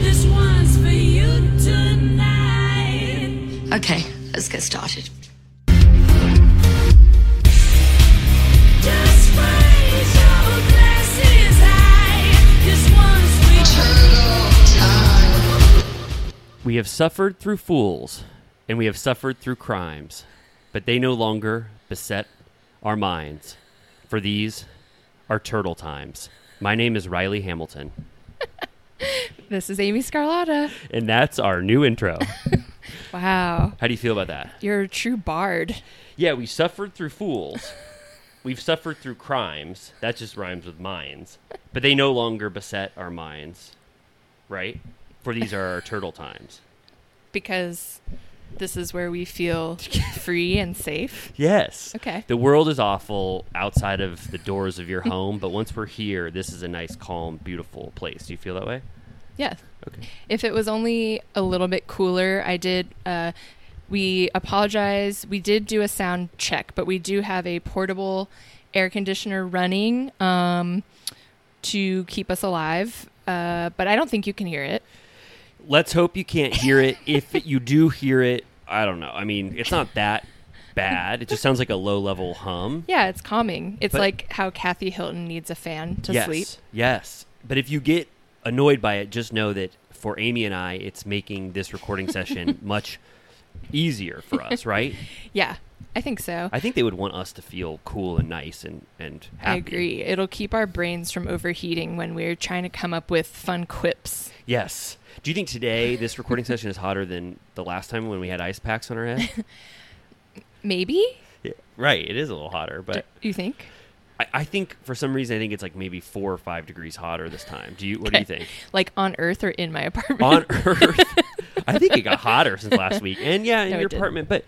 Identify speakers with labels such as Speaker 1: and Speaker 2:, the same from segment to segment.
Speaker 1: This one's for you tonight.
Speaker 2: Okay, let's get started.
Speaker 1: Just raise your glasses high. This one's for
Speaker 3: We have suffered through fools, and we have suffered through crimes, but they no longer beset our minds, for these are turtle times. My name is Riley Hamilton,
Speaker 4: This is Amy Scarlatta.
Speaker 3: and that's our new intro.
Speaker 4: Wow.
Speaker 3: How do you feel about that?
Speaker 4: You're a true bard.
Speaker 3: Yeah, we suffered through fools. We've suffered through crimes. That just rhymes with minds. But they no longer beset our minds, right? For these are our turtle times.
Speaker 4: Because this is where we feel free and safe.
Speaker 3: Yes.
Speaker 4: Okay.
Speaker 3: The world is awful outside of the doors of your home, but once we're here, this is a nice, calm, beautiful place. Do you feel that way?
Speaker 4: Yeah.
Speaker 3: Okay.
Speaker 4: If it was only a little bit cooler, I did. Uh, we apologize. We did do a sound check, but we do have a portable air conditioner running um, to keep us alive. Uh, but I don't think you can hear it.
Speaker 3: Let's hope you can't hear it. if you do hear it, I don't know. I mean, it's not that bad. It just sounds like a low level hum.
Speaker 4: Yeah, it's calming. It's
Speaker 3: But-
Speaker 4: like how Kathy Hilton needs a fan to
Speaker 3: yes.
Speaker 4: sleep.
Speaker 3: Yes. But if you get annoyed by it, just know that for Amy and I, it's making this recording session much easier for us, right?
Speaker 4: Yeah, I think so.
Speaker 3: I think they would want us to feel cool and nice and, and happy.
Speaker 4: I agree. It'll keep our brains from overheating when we're trying to come up with fun quips.
Speaker 3: Yes. Do you think today this recording session is hotter than the last time when we had ice packs on our head?
Speaker 4: Maybe?
Speaker 3: right. It is a little hotter, but
Speaker 4: Do you think?
Speaker 3: I, I think for some reason I think it's like maybe four or five degrees hotter this time. Do you? What do you think?
Speaker 4: Like on Earth or in my apartment?
Speaker 3: on Earth, I think it got hotter since last week, and yeah, in
Speaker 4: No, it
Speaker 3: your
Speaker 4: didn't.
Speaker 3: apartment, but.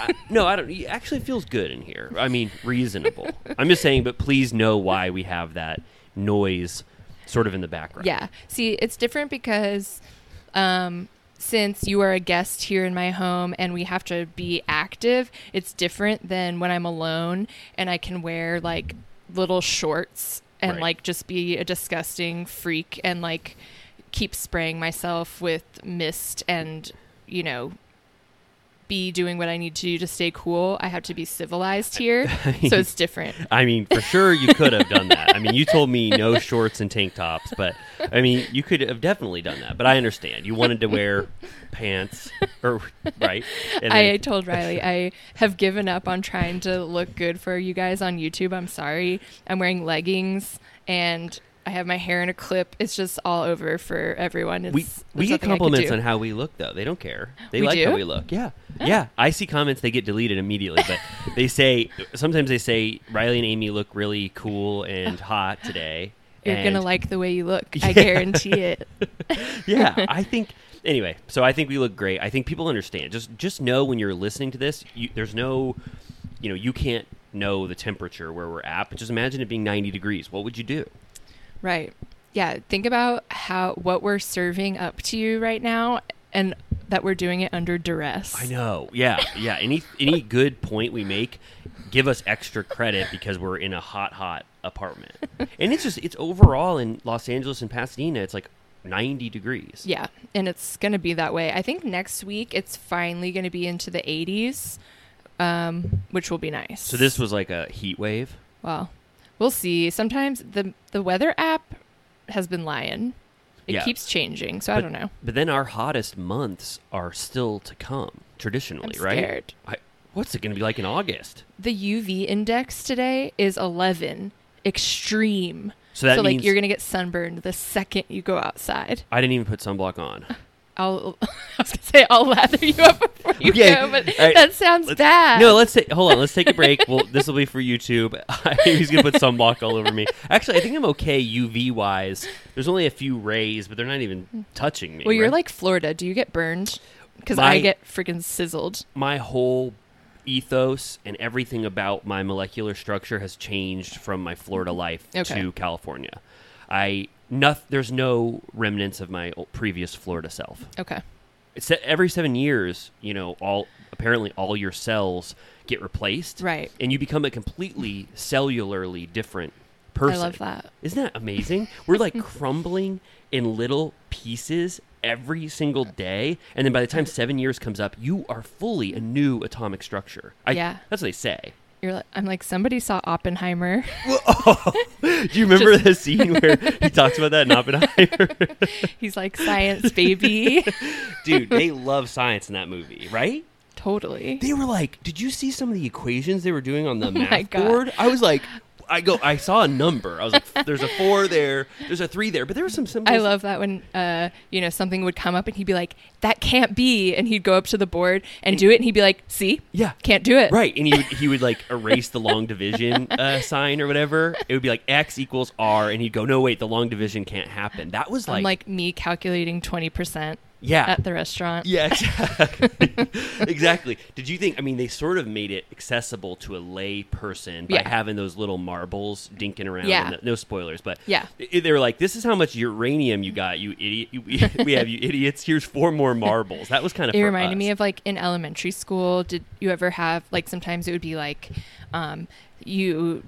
Speaker 3: I, no, I don't. It actually feels good in here. I mean, reasonable. I'm just saying, but please know why we have that noise sort of in the background.
Speaker 4: Yeah. See, it's different because um, since you are a guest here in my home and we have to be active, it's different than when I'm alone and I can wear like little shorts and
Speaker 3: Right.
Speaker 4: like just be a disgusting freak and like keep spraying myself with mist and, you know, be doing what I need to do to stay cool. I have to be civilized here. so it's different.
Speaker 3: I mean, for sure you could have done that. I mean, you told me no shorts and tank tops, but I mean, you could have definitely done that. But I understand. You wanted to wear pants or right? And
Speaker 4: I
Speaker 3: then-
Speaker 4: told Riley I have given up on trying to look good for you guys on YouTube. I'm sorry. I'm wearing leggings and I have my hair in a clip. It's just all over for everyone. It's,
Speaker 3: we we
Speaker 4: there's
Speaker 3: get
Speaker 4: nothing I could
Speaker 3: compliments
Speaker 4: do.
Speaker 3: on how we look though. They don't care. They
Speaker 4: We
Speaker 3: like how
Speaker 4: do?
Speaker 3: we look. Yeah. Yeah. I see comments they get deleted immediately, but they say sometimes they say Riley and Amy look really cool and hot today.
Speaker 4: You're gonna
Speaker 3: and-
Speaker 4: like the way you look.
Speaker 3: Yeah.
Speaker 4: I guarantee it.
Speaker 3: yeah, I think. Anyway, so I think we look great. I think people understand. Just just know when you're listening to this, you, there's no, you know, you can't know the temperature where we're at. But just imagine it being 90 degrees. What would you do?
Speaker 4: Right. Yeah. Think about how what we're serving up to you right now, and that we're doing it under duress.
Speaker 3: I know. Yeah, yeah. Any any good point we make, give us extra credit because we're in a hot, hot apartment. And it's just it's overall in Los Angeles and Pasadena, it's like ninety degrees.
Speaker 4: Yeah, and it's going to be that way. I think next week it's finally going to be into the 80s, um, which will be nice.
Speaker 3: So this was like a heat wave.
Speaker 4: well, we'll see. Sometimes the the weather app has been lying. It
Speaker 3: Yeah.
Speaker 4: keeps changing, so I
Speaker 3: But-
Speaker 4: don't know.
Speaker 3: But then our hottest months are still to come traditionally,
Speaker 4: I'm
Speaker 3: right?
Speaker 4: scared.
Speaker 3: I, what's it going to be like in August?
Speaker 4: The UV index today is 11, extreme.
Speaker 3: So that
Speaker 4: so like
Speaker 3: means-
Speaker 4: you're going to get sunburned the second you go outside.
Speaker 3: I didn't even put sunblock on.
Speaker 4: I'll I was going to say I'll lather you up before you
Speaker 3: Okay,
Speaker 4: go, but
Speaker 3: all right,
Speaker 4: that sounds bad.
Speaker 3: No, let's take, hold on. Let's take a break. well, this will be for YouTube. He's gonna put sunblock all over me. Actually, I think I'm okay UV wise. There's only a few rays, but they're not even touching me.
Speaker 4: Mm. Well, you're
Speaker 3: right?
Speaker 4: like Florida. Do you get burned? Cuz
Speaker 3: My-
Speaker 4: I get freaking sizzled.
Speaker 3: my whole ethos and everything about my molecular structure has changed from my Florida life
Speaker 4: Mm-hmm. Okay.
Speaker 3: to California. I noth- there's no remnants of my old, previous Florida self.
Speaker 4: Okay.
Speaker 3: It's that every 7 years, you know, all apparently all your cells get replaced.
Speaker 4: Right.
Speaker 3: And you become a completely cellularly different person.
Speaker 4: love that.
Speaker 3: Isn't that amazing? We're like crumbling in little pieces every single day, and then by the time seven years comes up, you are fully a new atomic structure. I,
Speaker 4: Yeah.
Speaker 3: that's what they say.
Speaker 4: You're like, I'm like somebody saw Oppenheimer.
Speaker 3: Do you remember the scene where he talks about that in Oppenheimer?
Speaker 4: He's like science baby.
Speaker 3: Dude, they love science in that movie, right?
Speaker 4: totally.
Speaker 3: They were like, "Did you see some of the equations they were doing on the
Speaker 4: Oh my
Speaker 3: math
Speaker 4: God.
Speaker 3: board?" I was like, "I go, I saw a number. I was like, there's a four there, there's a three there, but there were some symbols."
Speaker 4: I love that when uh, you know something would come up and he'd be like, "That can't be," and he'd go up to the board and do it, and he'd be like, "See,
Speaker 3: Yeah.
Speaker 4: can't do it."
Speaker 3: Right, and he would he would like erase the long division uh, sign or whatever. It would be like x equals r, and he'd go, "No, wait, the long division can't happen." That was like,
Speaker 4: I'm like uh, me calculating twenty percent
Speaker 3: yeah,
Speaker 4: at the restaurant.
Speaker 3: yeah, exactly. exactly. Did you think? I mean, they sort of made it accessible to a lay person by
Speaker 4: Yeah.
Speaker 3: having those little marbles dinking around. in
Speaker 4: Yeah.
Speaker 3: the- no spoilers, but
Speaker 4: Yeah.
Speaker 3: i- they were like, "This is how much uranium you got, you idiot. You, we have you idiots. Here's four more marbles." That was kind of
Speaker 4: It
Speaker 3: for
Speaker 4: reminded
Speaker 3: us.
Speaker 4: me of like in elementary school. Did you ever have like sometimes it would be like um, you?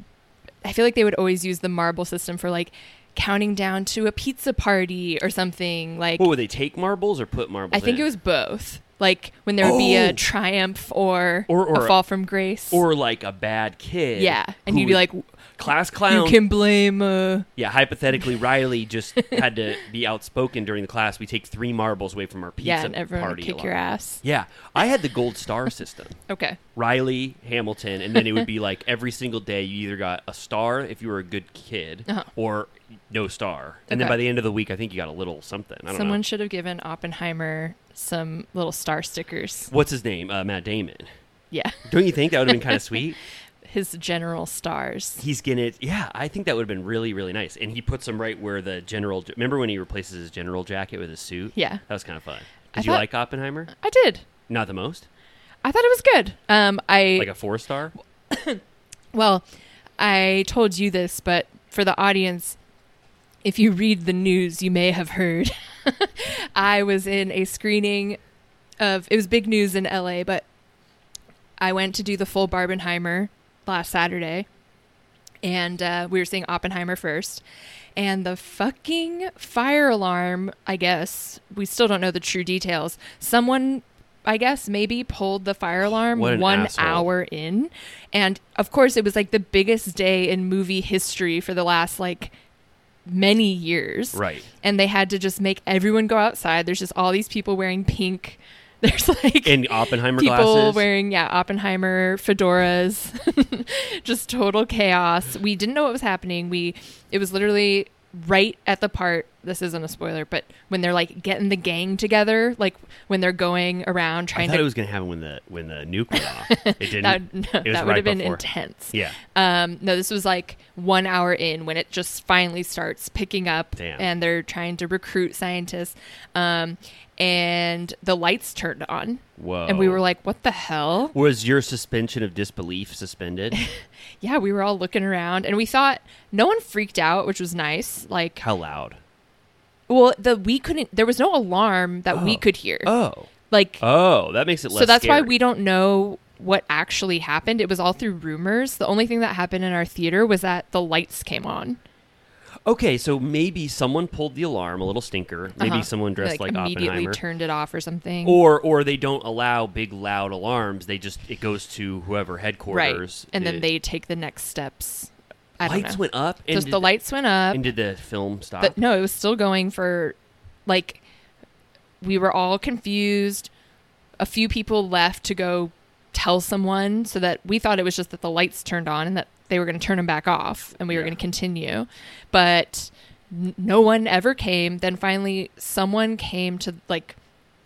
Speaker 4: I feel like they would always use the marble system for like counting down to a pizza party or something like
Speaker 3: What would they take marbles or put marbles?
Speaker 4: I think
Speaker 3: in?
Speaker 4: it was both. Like when there would be
Speaker 3: Oh.
Speaker 4: a triumph or,
Speaker 3: Or- or
Speaker 4: a
Speaker 3: a-
Speaker 4: fall from grace.
Speaker 3: or like a bad kid.
Speaker 4: yeah, and
Speaker 3: who
Speaker 4: you'd be
Speaker 3: would-
Speaker 4: like,
Speaker 3: class
Speaker 4: you
Speaker 3: clown.
Speaker 4: can blame. Uh,
Speaker 3: yeah, hypothetically, Riley just had to be outspoken during the class. We take three marbles away from our pizza
Speaker 4: yeah, and everyone would
Speaker 3: party.
Speaker 4: kick
Speaker 3: lot.
Speaker 4: your ass.
Speaker 3: Yeah, I had the gold star system.
Speaker 4: Okay,
Speaker 3: Riley, Hamilton, and then it would be like every single day you either got a star if you were a good kid
Speaker 4: Uh-huh.
Speaker 3: or no star. And then
Speaker 4: Okay.
Speaker 3: by the end of the week, I think you got a little something. I don't
Speaker 4: someone
Speaker 3: know.
Speaker 4: should have given Oppenheimer some little star stickers.
Speaker 3: What's his name? Uh, Matt Damon.
Speaker 4: Yeah,
Speaker 3: Don't you think that would have been kind of sweet?
Speaker 4: his general stars.
Speaker 3: he's gonna yeah i think that would have been really really nice and he puts him right where the general remember when he replaces his general jacket with his suit
Speaker 4: Yeah.
Speaker 3: that was kind of fun
Speaker 4: I
Speaker 3: did you
Speaker 4: thought-
Speaker 3: like oppenheimer
Speaker 4: I did.
Speaker 3: not the most
Speaker 4: I thought it was good. Um, I
Speaker 3: like a four star
Speaker 4: Well, I told you this, but for the audience, if you read the news, you may have heard. I was in a screening of it was big news in LA, but I went to do the full Barbenheimer last Saturday, and uh, we were seeing Oppenheimer first. And the fucking fire alarm, I guess, we still don't know the true details. Someone, I guess, maybe pulled the fire alarm
Speaker 3: What an
Speaker 4: one
Speaker 3: asshole.
Speaker 4: hour in. And of course, it was like the biggest day in movie history for the last like many years.
Speaker 3: Right.
Speaker 4: And they had to just make everyone go outside. There's just all these people wearing pink. There's like
Speaker 3: and oppenheimer
Speaker 4: people
Speaker 3: glasses
Speaker 4: wearing yeah oppenheimer fedoras just total chaos we didn't know what was happening we it was literally right at the part this isn't a spoiler but when they're like getting the gang together like when they're going around
Speaker 3: i
Speaker 4: trying
Speaker 3: thought
Speaker 4: to
Speaker 3: it was gonna happen when the when the nuke went off it didn't
Speaker 4: that, no, that
Speaker 3: it was
Speaker 4: would
Speaker 3: right
Speaker 4: have been
Speaker 3: before.
Speaker 4: intense
Speaker 3: yeah
Speaker 4: um, no, this was like one hour in when it just finally starts picking up,
Speaker 3: Damn.
Speaker 4: and they're trying to recruit scientists. Um, and the lights turned on,
Speaker 3: Whoa.
Speaker 4: and we were like, "What the hell?"
Speaker 3: was your suspension of disbelief suspended?
Speaker 4: Yeah, we were all looking around, and we thought no one freaked out, which was nice. Like,
Speaker 3: How loud?
Speaker 4: well, the we couldn't. There was no alarm that we could hear.
Speaker 3: Oh.
Speaker 4: Like,
Speaker 3: Oh, that makes it less
Speaker 4: Er so that's why
Speaker 3: scary.
Speaker 4: we don't know what actually happened. It was all through rumors. The only thing that happened in our theater was that the lights came on.
Speaker 3: Okay, so maybe someone pulled the alarm, a little stinker. Maybe
Speaker 4: Uh-huh.
Speaker 3: someone dressed like,
Speaker 4: immediately
Speaker 3: Oppenheimer.
Speaker 4: turned it off or something.
Speaker 3: or or they don't allow big loud alarms. They just it goes to whoever
Speaker 4: right,
Speaker 3: headquarters.
Speaker 4: and then
Speaker 3: It-
Speaker 4: they take the next steps. I don't
Speaker 3: lights
Speaker 4: know.
Speaker 3: went up and
Speaker 4: Just
Speaker 3: did
Speaker 4: the lights went up.
Speaker 3: and did the film stop?
Speaker 4: But no, it was still going for like we were all confused. A few people left to go tell someone so that we thought it was just that the lights turned on and that they were going to turn them back off and we were
Speaker 3: Yeah.
Speaker 4: going to continue. But n- no one ever came. Then finally someone came to like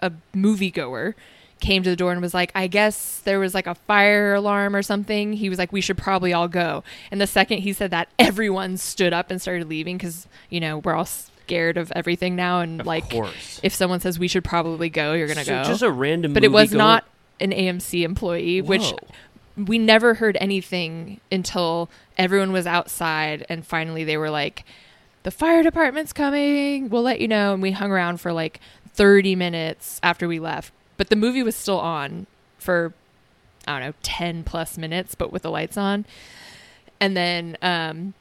Speaker 4: a moviegoer came to the door and was like, I guess there was like a fire alarm or something. He was like, we should probably all go. And the second he said that, everyone stood up and started leaving because, you know, we're all scared of everything now. And
Speaker 3: Of
Speaker 4: like,
Speaker 3: course.
Speaker 4: if someone says we should probably go, you're going to
Speaker 3: So
Speaker 4: go.
Speaker 3: just a random
Speaker 4: But it was
Speaker 3: moviegoer-
Speaker 4: not an AMC employee, which
Speaker 3: Whoa.
Speaker 4: we never heard anything until everyone was outside and finally they were like the fire department's coming we'll let you know and we hung around for like 30 minutes after we left but the movie was still on for i don't know 10 plus minutes but with the lights on and then um,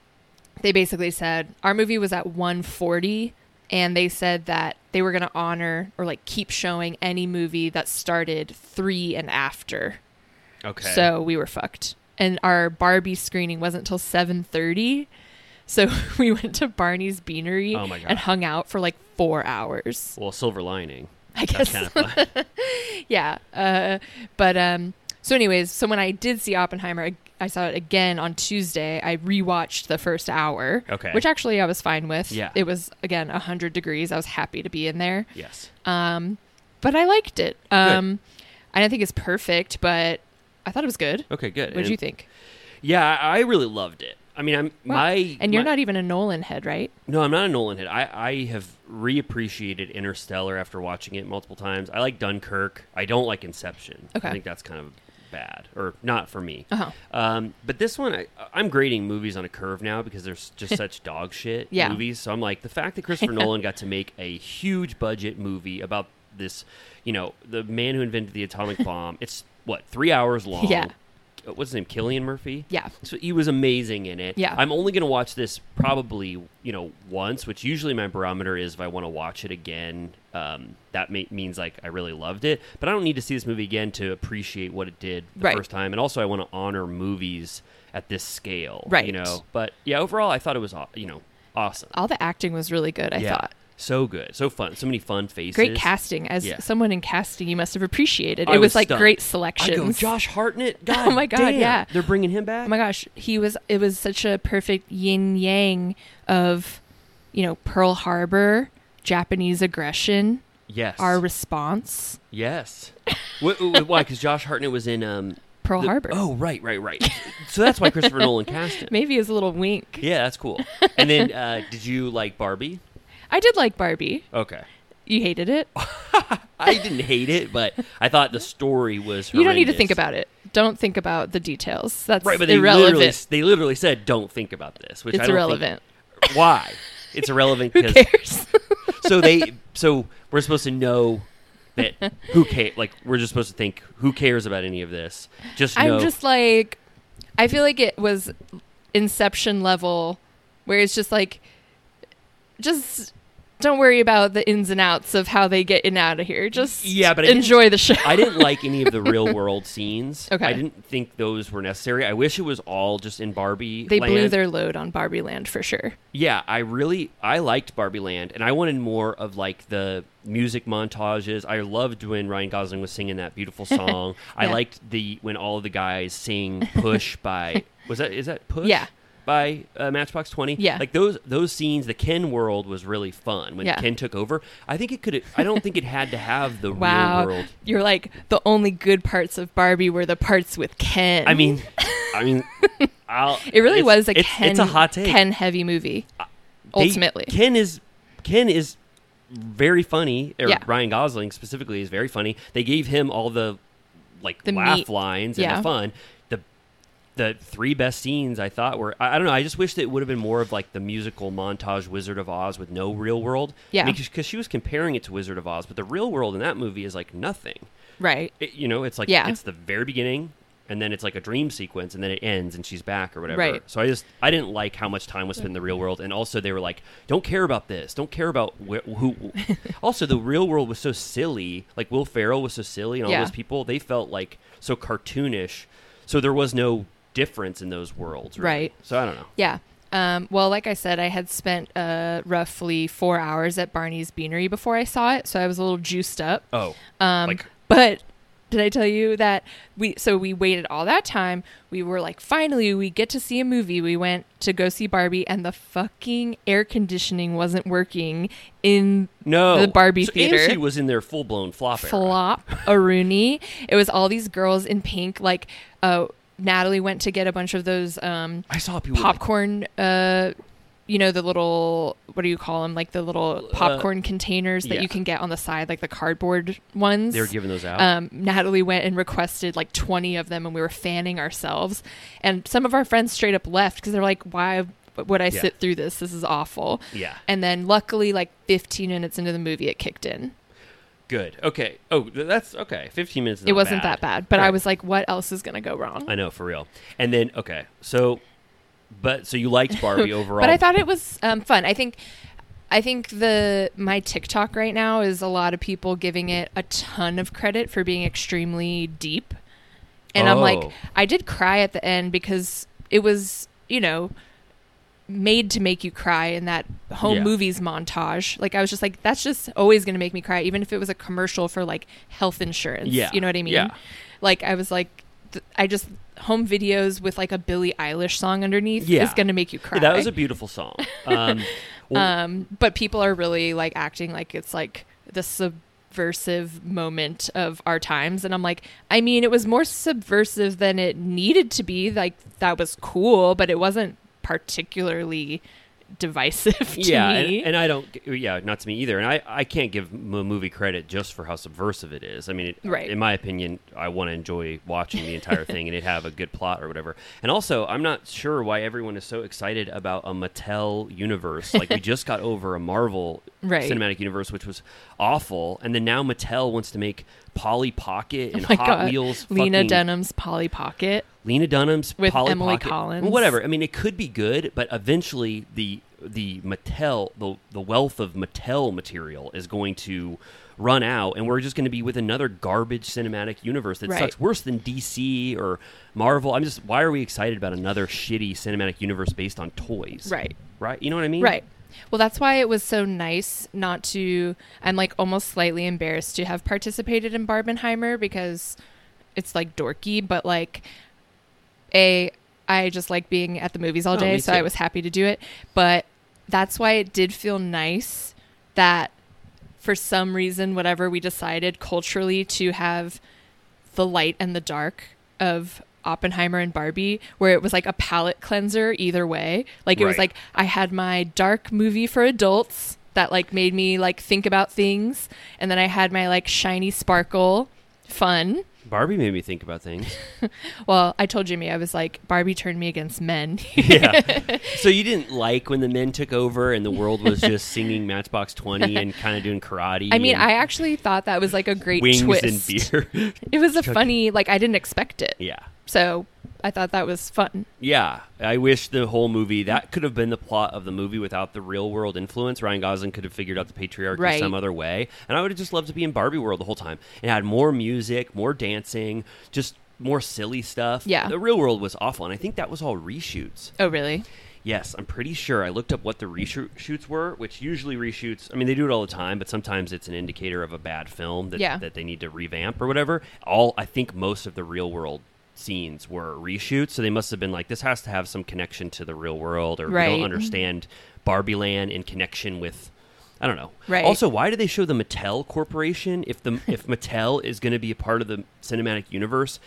Speaker 4: they basically said our movie was at 140 and they said that they were going to honor or like keep showing any movie that started three and after
Speaker 3: Okay.
Speaker 4: so we were fucked. And our Barbie screening wasn't till 7:30. So we went to Barney's Beanery
Speaker 3: Oh my God.
Speaker 4: and hung out for like 4 hours.
Speaker 3: well, silver lining.
Speaker 4: I
Speaker 3: That's
Speaker 4: guess.
Speaker 3: kind of fun.
Speaker 4: yeah. Uh, but um so anyways, so when I did see Oppenheimer, I- I saw it again on Tuesday. I rewatched the first hour,
Speaker 3: Okay.
Speaker 4: which actually I was fine with.
Speaker 3: Yeah.
Speaker 4: It was again 100 degrees. I was happy to be in there.
Speaker 3: yes.
Speaker 4: But I liked it. Um I don't think it's perfect, but I thought it was good.
Speaker 3: Okay, good.
Speaker 4: What did
Speaker 3: And-
Speaker 4: you think?
Speaker 3: Yeah, I I really loved it. I mean, I'm
Speaker 4: Wow.
Speaker 3: my
Speaker 4: and you're
Speaker 3: my-
Speaker 4: not e- even a Nolan head, right?
Speaker 3: No, I'm not a Nolan head. I, I have reappreciated Interstellar after watching it multiple times. I like Dunkirk. I don't like Inception.
Speaker 4: Okay.
Speaker 3: I think that's kind of bad, or not for me.
Speaker 4: Uh-huh.
Speaker 3: Um, but this one, I, I'm grading movies on a curve now because there's just such dog shit
Speaker 4: Yeah.
Speaker 3: movies. So I'm like, the fact that Christopher Nolan got to make a huge budget movie about this, you know, the man who invented the atomic bomb. It's what three hours long.
Speaker 4: Yeah.
Speaker 3: What's his name? Killian Murphy.
Speaker 4: Yeah.
Speaker 3: So he was amazing in it.
Speaker 4: Yeah.
Speaker 3: I'm only going to watch this probably, you know, once, which usually my barometer is if I want to watch it again. Um, that may- means like I really loved it, but I don't need to see this movie again to appreciate what it did the
Speaker 4: Right.
Speaker 3: first time. And also, I want to honor movies at this scale,
Speaker 4: Right.
Speaker 3: You know, but yeah, overall, I thought it was, aw- you know, awesome.
Speaker 4: All the acting was really good, I
Speaker 3: yeah,
Speaker 4: thought.
Speaker 3: so good, so fun, so many fun faces,
Speaker 4: Great casting. As
Speaker 3: Yeah.
Speaker 4: someone in casting, you must have appreciated. It
Speaker 3: I
Speaker 4: was, like
Speaker 3: stunned.
Speaker 4: great
Speaker 3: I go,
Speaker 4: selections.
Speaker 3: Josh Hartnett. God
Speaker 4: Oh my God,
Speaker 3: damn,
Speaker 4: yeah.
Speaker 3: they're bringing him back.
Speaker 4: Oh my gosh, he was. It was such a perfect yin yang of, you know, Pearl Harbor, Japanese aggression,
Speaker 3: yes,
Speaker 4: our response.
Speaker 3: Yes. Wh- wh- why? Because Josh Hartnett was in um,
Speaker 4: Pearl
Speaker 3: the-
Speaker 4: Harbor.
Speaker 3: Oh, right, right, right. So that's why Christopher Nolan cast him.
Speaker 4: Maybe as a little wink.
Speaker 3: Yeah, that's cool. And then, uh, did you like Barbie?
Speaker 4: I did like Barbie.
Speaker 3: Okay.
Speaker 4: You hated it.
Speaker 3: Oh, I didn't hate it, but I thought the story was.
Speaker 4: You don't need to
Speaker 3: horrendous.
Speaker 4: think about it. Don't think about the details. That's
Speaker 3: Right, but they
Speaker 4: irrelevant.
Speaker 3: literally they literally said don't think about this, which
Speaker 4: it's
Speaker 3: I don't
Speaker 4: irrelevant.
Speaker 3: Think, why? It's irrelevant
Speaker 4: Who
Speaker 3: because
Speaker 4: cares?
Speaker 3: so they so we're supposed to know that who cares? Like we're just supposed to think who cares about any of this? Just
Speaker 4: I'm
Speaker 3: know
Speaker 4: just like, I feel like it was Inception level, where it's just like, just don't worry about the ins and outs of how they get in out of here. Just
Speaker 3: Yeah, but I didn't-
Speaker 4: enjoy the show.
Speaker 3: I didn't like any of the real world scenes.
Speaker 4: Okay.
Speaker 3: I didn't think those were necessary. I wish it was all just in Barbie.
Speaker 4: they blew
Speaker 3: land.
Speaker 4: their load on Barbie Land for sure.
Speaker 3: Yeah, I really I liked Barbie Land, and I wanted more of like the music montages. I loved when Ryan Gosling was singing that beautiful song. I
Speaker 4: Yeah.
Speaker 3: liked the when all of the guys sing "Push" by was that is that "Push"?
Speaker 4: Yeah.
Speaker 3: By uh, Matchbox Twenty,
Speaker 4: Yeah.
Speaker 3: like those those scenes, the Ken world was really fun when
Speaker 4: Yeah.
Speaker 3: Ken took over. I think it could. I don't think it had to have the real
Speaker 4: Wow,
Speaker 3: world
Speaker 4: you're like the only good parts of Barbie were the parts with Ken.
Speaker 3: I mean, I mean, I'll,
Speaker 4: it really
Speaker 3: it's-
Speaker 4: was a
Speaker 3: it's,
Speaker 4: Ken.
Speaker 3: It's a hot take. Uh,
Speaker 4: Ken heavy movie.
Speaker 3: They-
Speaker 4: ultimately,
Speaker 3: Ken is Ken is very funny. Or
Speaker 4: Yeah.
Speaker 3: Ryan Gosling specifically is very funny. They gave him all the like
Speaker 4: The
Speaker 3: laugh
Speaker 4: meat.
Speaker 3: lines and
Speaker 4: Yeah.
Speaker 3: the fun. The the three best scenes I thought were I, I don't know. I just wish that it would have been more of like the musical montage Wizard of Oz with no real world.
Speaker 4: Yeah.
Speaker 3: because she was comparing it to Wizard of Oz, but the real world in that movie is like nothing
Speaker 4: Right.
Speaker 3: it, you know, it's like
Speaker 4: Yeah.
Speaker 3: it's the very beginning, and then it's like a dream sequence, and then it ends, and she's back or whatever.
Speaker 4: Right.
Speaker 3: So I just I didn't like how much time was spent in the real world, and also they were like, don't care about this, don't care about wh- who. also, the real world was so silly. Like Will Ferrell was so silly, and all
Speaker 4: Yeah.
Speaker 3: those people they felt like so cartoonish. So there was no difference in those worlds, really.
Speaker 4: Right.
Speaker 3: So I don't know.
Speaker 4: Yeah. Um, well, like I said, I had spent uh, roughly four hours at Barney's Beanery before I saw it, so I was a little juiced up.
Speaker 3: Oh,
Speaker 4: Um,
Speaker 3: like
Speaker 4: but did I tell you that we so we waited all that time? We were like, finally, we get to see a movie. We went to go see Barbie, and the fucking air conditioning wasn't working in
Speaker 3: no,
Speaker 4: the Barbie
Speaker 3: so
Speaker 4: theater.
Speaker 3: And she was in their full blown flop. era.
Speaker 4: flop a Rooney. It was all these girls in pink. Like, uh, Natalie went to get a bunch of those um,
Speaker 3: I saw people with, like,
Speaker 4: popcorn. Uh, you know the little what do you call them? Like the little popcorn containers that
Speaker 3: Uh, yeah.
Speaker 4: you can get on the side, like the cardboard ones.
Speaker 3: they were giving those out.
Speaker 4: Um, Natalie went and requested like 20 of them, and we were fanning ourselves. And some of our friends straight up left because they're like, why would I
Speaker 3: Yeah.
Speaker 4: sit through this? This is awful.
Speaker 3: Yeah.
Speaker 4: And then luckily, like 15 minutes into the movie, it kicked in.
Speaker 3: Good. Okay. Oh, th- that's okay. Fifteen minutes. Is
Speaker 4: it
Speaker 3: not
Speaker 4: wasn't that bad, but I
Speaker 3: Right.
Speaker 4: was like, what else is going to go wrong?
Speaker 3: I know for real. And then okay, so, but so you liked Barbie overall,
Speaker 4: But I thought it was um, fun. I think. I think the my TikTok right now is a lot of people giving it a ton of credit for being extremely deep. And I'm like,
Speaker 3: Oh.
Speaker 4: I did cry at the end because it was, you know, made to make you cry in that home
Speaker 3: Yeah.
Speaker 4: movies montage. Like I was just like, that's just always gonna make me cry, even if it was a commercial for like health insurance.
Speaker 3: Yeah.
Speaker 4: You know what I mean?
Speaker 3: Yeah.
Speaker 4: Like I was like th- I just home videos with like a Billie Eilish song underneath
Speaker 3: Yeah.
Speaker 4: is gonna make you cry.
Speaker 3: that was a beautiful song. Um, well,
Speaker 4: Um, but people are really like acting like it's like the subversive moment of our times, and I'm like, I mean, it was more subversive than it needed to be. Like that was cool, but it wasn't particularly divisive to
Speaker 3: yeah,
Speaker 4: me.
Speaker 3: and, and I don't. Yeah, not to me either. And I, I can't give m- a movie credit just for how subversive it is. I mean, it,
Speaker 4: Right.
Speaker 3: In my opinion, I want to enjoy watching the entire thing and it have a good plot or whatever. And also, I'm not sure why everyone is so excited about a Mattel universe. Like we just got over a Marvel
Speaker 4: Right.
Speaker 3: cinematic universe, which was awful, and then now Mattel wants to make Polly Pocket and
Speaker 4: Oh my
Speaker 3: Hot
Speaker 4: God,
Speaker 3: Wheels.
Speaker 4: Lena
Speaker 3: fucking-
Speaker 4: Dunham's Polly Pocket.
Speaker 3: Lena Dunham's
Speaker 4: With
Speaker 3: Polly
Speaker 4: Emily
Speaker 3: Pocket-
Speaker 4: Collins.
Speaker 3: Whatever. I mean, it could be good, but eventually the the Mattel the the wealth of Mattel material is going to run out, and we're just going to be with another garbage cinematic universe that
Speaker 4: Right.
Speaker 3: sucks worse than DC or Marvel. I'm just why are we excited about another shitty cinematic universe based on toys?
Speaker 4: Right.
Speaker 3: Right. You know what I mean?
Speaker 4: Right. Well, that's why it was so nice not to. I'm like almost slightly embarrassed to have participated in Barbenheimer because it's like dorky, but like, A, I just like being at the movies all
Speaker 3: Oh,
Speaker 4: day,
Speaker 3: me
Speaker 4: so
Speaker 3: too.
Speaker 4: I was happy to do it. But that's why it did feel nice that for some reason, whatever we decided culturally to have the light and the dark of Oppenheimer and Barbie, where it was like a palette cleanser either way. Like it was
Speaker 3: Right.
Speaker 4: like I had my dark movie for adults that like made me like think about things, and then I had my like shiny sparkle fun.
Speaker 3: Barbie made me think about things.
Speaker 4: Well, I told Jimmy I was like Barbie turned me against men.
Speaker 3: yeah. So you didn't like when the men took over and the world was just singing Matchbox Twenty and kind of doing karate.
Speaker 4: I mean,
Speaker 3: and
Speaker 4: I actually thought that was like a great
Speaker 3: wings
Speaker 4: twist.
Speaker 3: and beer.
Speaker 4: It was a funny like I didn't expect it.
Speaker 3: yeah.
Speaker 4: So I thought that was fun.
Speaker 3: Yeah, I wish the whole movie that could have been the plot of the movie without the real world influence. Ryan Gosling could have figured out the patriarchy
Speaker 4: Right.
Speaker 3: some other way, and I would have just loved to be in Barbie World the whole time and had more music, more dancing, just more silly stuff.
Speaker 4: Yeah.
Speaker 3: the real world was awful, and I think that was all reshoots.
Speaker 4: Oh, really?
Speaker 3: Yes, I'm pretty sure I looked up what the reshoots were, which usually reshoots. I mean, they do it all the time, but sometimes it's an indicator of a bad film that
Speaker 4: Yeah.
Speaker 3: that they need to revamp or whatever. All I think most of the real world scenes were reshoots, so they must have been like, this has to have some connection to the real world, or we
Speaker 4: Right.
Speaker 3: don't understand Barbie Land in connection with. I don't know.
Speaker 4: Right.
Speaker 3: Also, why do they show the Mattel Corporation if the if Mattel is going to be a part of the cinematic universe?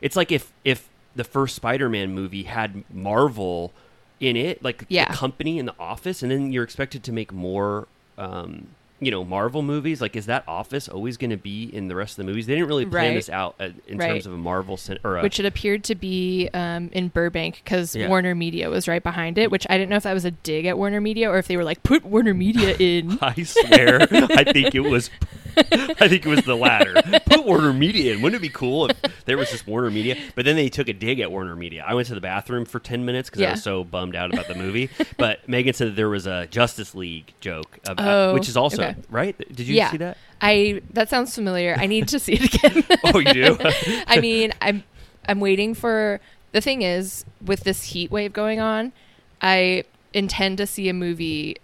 Speaker 3: It's like if if the first Spider-Man movie had Marvel in it, like
Speaker 4: Yeah.
Speaker 3: the company in the office, and then you're expected to make more um, you know Marvel movies. Like, is that office always going to be in the rest of the movies? They didn't really plan
Speaker 4: Right.
Speaker 3: this out uh, in
Speaker 4: Right.
Speaker 3: terms of a Marvel cin- or a,
Speaker 4: which it appeared to be um, in Burbank because
Speaker 3: Yeah.
Speaker 4: Warner Media was right behind it. Which I didn't know if that was a dig at Warner Media or if they were like, put Warner Media in.
Speaker 3: I swear, I think it was. I think it was the latter. Put Warner Media in. Wouldn't it be cool if there was just Warner Media? But then they took a dig at Warner Media. I went to the bathroom for ten minutes because I
Speaker 4: Yeah.
Speaker 3: was so bummed out about the movie. But Megan said that there was a Justice League joke, about,
Speaker 4: Oh,
Speaker 3: which is also
Speaker 4: okay.
Speaker 3: right. Did you
Speaker 4: yeah,
Speaker 3: see that?
Speaker 4: I that sounds familiar. I need to see it again.
Speaker 3: Oh, you do.
Speaker 4: I mean, I'm I'm waiting for the thing is with this heat wave going on, I intend to see a movie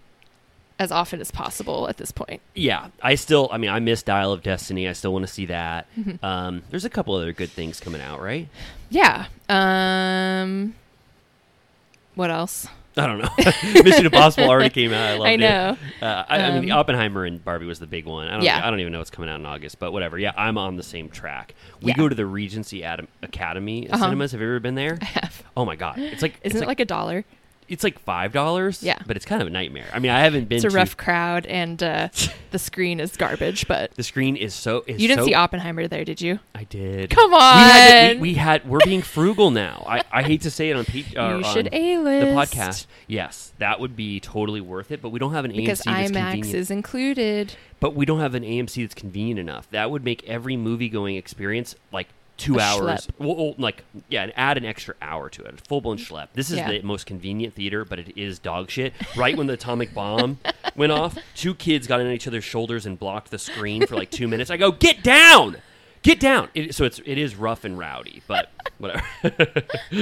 Speaker 4: as often as possible at this point.
Speaker 3: yeah, I still. I mean, I missed Dial of Destiny. I still want to see that.
Speaker 4: Mm-hmm.
Speaker 3: Um, there's a couple other good things coming out, right?
Speaker 4: Yeah. Um what else?
Speaker 3: I don't know. Mission Impossible already came out. I loved
Speaker 4: I know. Um,
Speaker 3: it. Uh, I, I mean, Oppenheimer and Barbie was the big one. I don't.
Speaker 4: Yeah.
Speaker 3: I don't even know what's coming out in August, but whatever. Yeah, I'm on the same track. We
Speaker 4: Yeah. Uh-huh.
Speaker 3: go to the Regency Adam- Academy of cinemas. Have you ever been there? I have. Oh my god, it's like
Speaker 4: Isn't
Speaker 3: it's
Speaker 4: it like a dollar?
Speaker 3: it's like five dollars.
Speaker 4: Yeah.
Speaker 3: but it's kind of a nightmare. I mean, I haven't been
Speaker 4: It's a
Speaker 3: to-
Speaker 4: rough crowd and uh, the screen is garbage, but
Speaker 3: The screen is so. Is
Speaker 4: you didn't
Speaker 3: so
Speaker 4: see Oppenheimer there, did you?
Speaker 3: I did.
Speaker 4: Come
Speaker 3: We had, to-
Speaker 4: on.
Speaker 3: we, we had. We're being frugal now. I, I hate to say it on. Pe- uh,
Speaker 4: You
Speaker 3: on
Speaker 4: should
Speaker 3: The
Speaker 4: A-list.
Speaker 3: podcast. Yes, that would be totally worth it. But we don't have an
Speaker 4: Because
Speaker 3: AMC that's
Speaker 4: IMAX
Speaker 3: convenient.
Speaker 4: is included.
Speaker 3: But we don't have an AMC that's convenient enough. That would make every movie going experience like two
Speaker 4: A
Speaker 3: hours.
Speaker 4: schlep.
Speaker 3: Well, well, like yeah, and add an extra hour to it. Full blown schlep. This is
Speaker 4: Yeah.
Speaker 3: the most convenient theater, but it is dog shit. Right when the atomic bomb went off, two kids got on each other's shoulders and blocked the screen for like two minutes. I go, get down. Get down. It, so it's it is rough and rowdy, but whatever.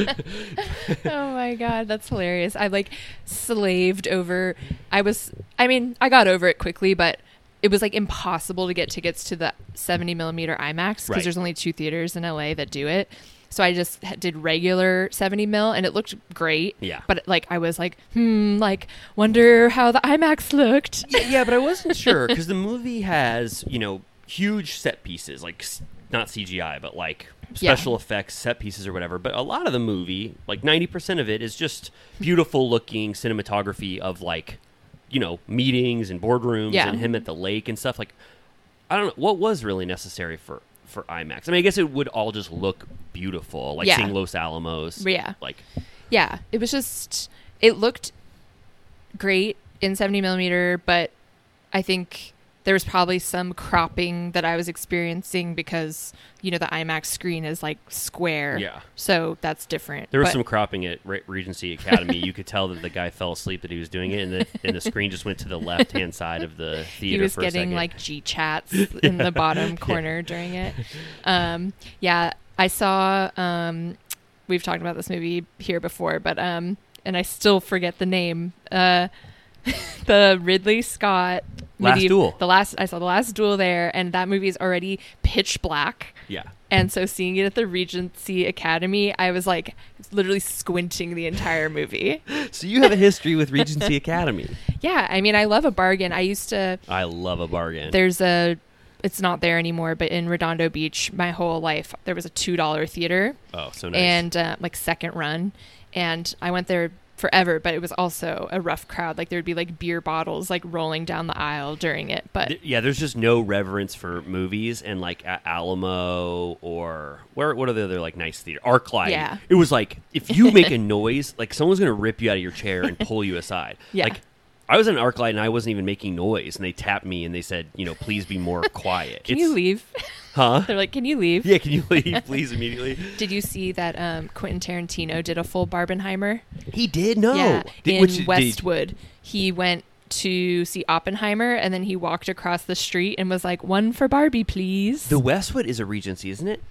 Speaker 4: oh my god, that's hilarious. I like slaved over I was I mean, I got over it quickly, but it was like impossible to get tickets to the 70 millimeter IMAX because
Speaker 3: Right.
Speaker 4: there's only two theaters in LA that do it. So I just ha- did regular 70 mil and it looked great.
Speaker 3: Yeah.
Speaker 4: But like I was like, hmm, like wonder how the IMAX looked.
Speaker 3: yeah, yeah, but I wasn't sure because the movie has you know huge set pieces, like s- not CGI, but like
Speaker 4: Yeah.
Speaker 3: special effects set pieces or whatever. But a lot of the movie, like ninety percent of it, is just beautiful looking cinematography of like you know meetings and boardrooms
Speaker 4: Yeah.
Speaker 3: and him at the lake and stuff. Like I don't know what was really necessary for for IMAX. I mean, I guess it would all just look beautiful, like
Speaker 4: Yeah.
Speaker 3: seeing Los Alamos.
Speaker 4: Yeah.
Speaker 3: like
Speaker 4: Yeah, it was just it looked great in 70 millimeter, but I think there was probably some cropping that I was experiencing because you know the IMAX screen is like square.
Speaker 3: Yeah.
Speaker 4: So that's different.
Speaker 3: There was
Speaker 4: But-
Speaker 3: some cropping at Re- Regency Academy. you could tell that the guy fell asleep that he was doing it, and the, and the screen just went to the left hand side of the theater.
Speaker 4: he was
Speaker 3: for a
Speaker 4: getting
Speaker 3: second.
Speaker 4: like G chats in the bottom corner during it. Um, yeah, I saw. Um, we've talked about this movie here before, but um, and I still forget the name. Uh, the Ridley Scott
Speaker 3: Last Duel.
Speaker 4: The last I saw the last duel there, and that movie is already pitch black.
Speaker 3: yeah,
Speaker 4: And so seeing it at the Regency Academy, I was like literally squinting the entire movie.
Speaker 3: so you have a history with Regency Academy.
Speaker 4: Yeah, I mean, I love a bargain. I used to
Speaker 3: I love a bargain.
Speaker 4: there's a it's not there anymore but in redondo beach my whole life there was a two dollar theater
Speaker 3: oh, so nice.
Speaker 4: and uh, like second run and i went there forever but it was also a rough crowd like there would be like beer bottles like rolling down the aisle during it but
Speaker 3: Th- yeah, there's just no reverence for movies, and like at Alamo or where? What are the other like nice theater? ArcLight.
Speaker 4: Yeah.
Speaker 3: It was like if you make a noise, like someone's gonna rip you out of your chair and pull you aside.
Speaker 4: Yeah.
Speaker 3: Like I was in an ArcLight and I wasn't even making noise, and they tapped me and they said, you know, please be more quiet.
Speaker 4: can
Speaker 3: It's-
Speaker 4: you leave
Speaker 3: Huh?
Speaker 4: they're like can you leave
Speaker 3: Yeah, can you leave, please, immediately?
Speaker 4: did you see that um, quentin tarantino did a full barbenheimer
Speaker 3: He did no.
Speaker 4: Yeah,
Speaker 3: Did-
Speaker 4: in
Speaker 3: Oh, which- did-
Speaker 4: Westwood. He went to see Oppenheimer and then he walked across the street and was like, one for Barbie, please.
Speaker 3: the Westwood is a Regency, isn't it?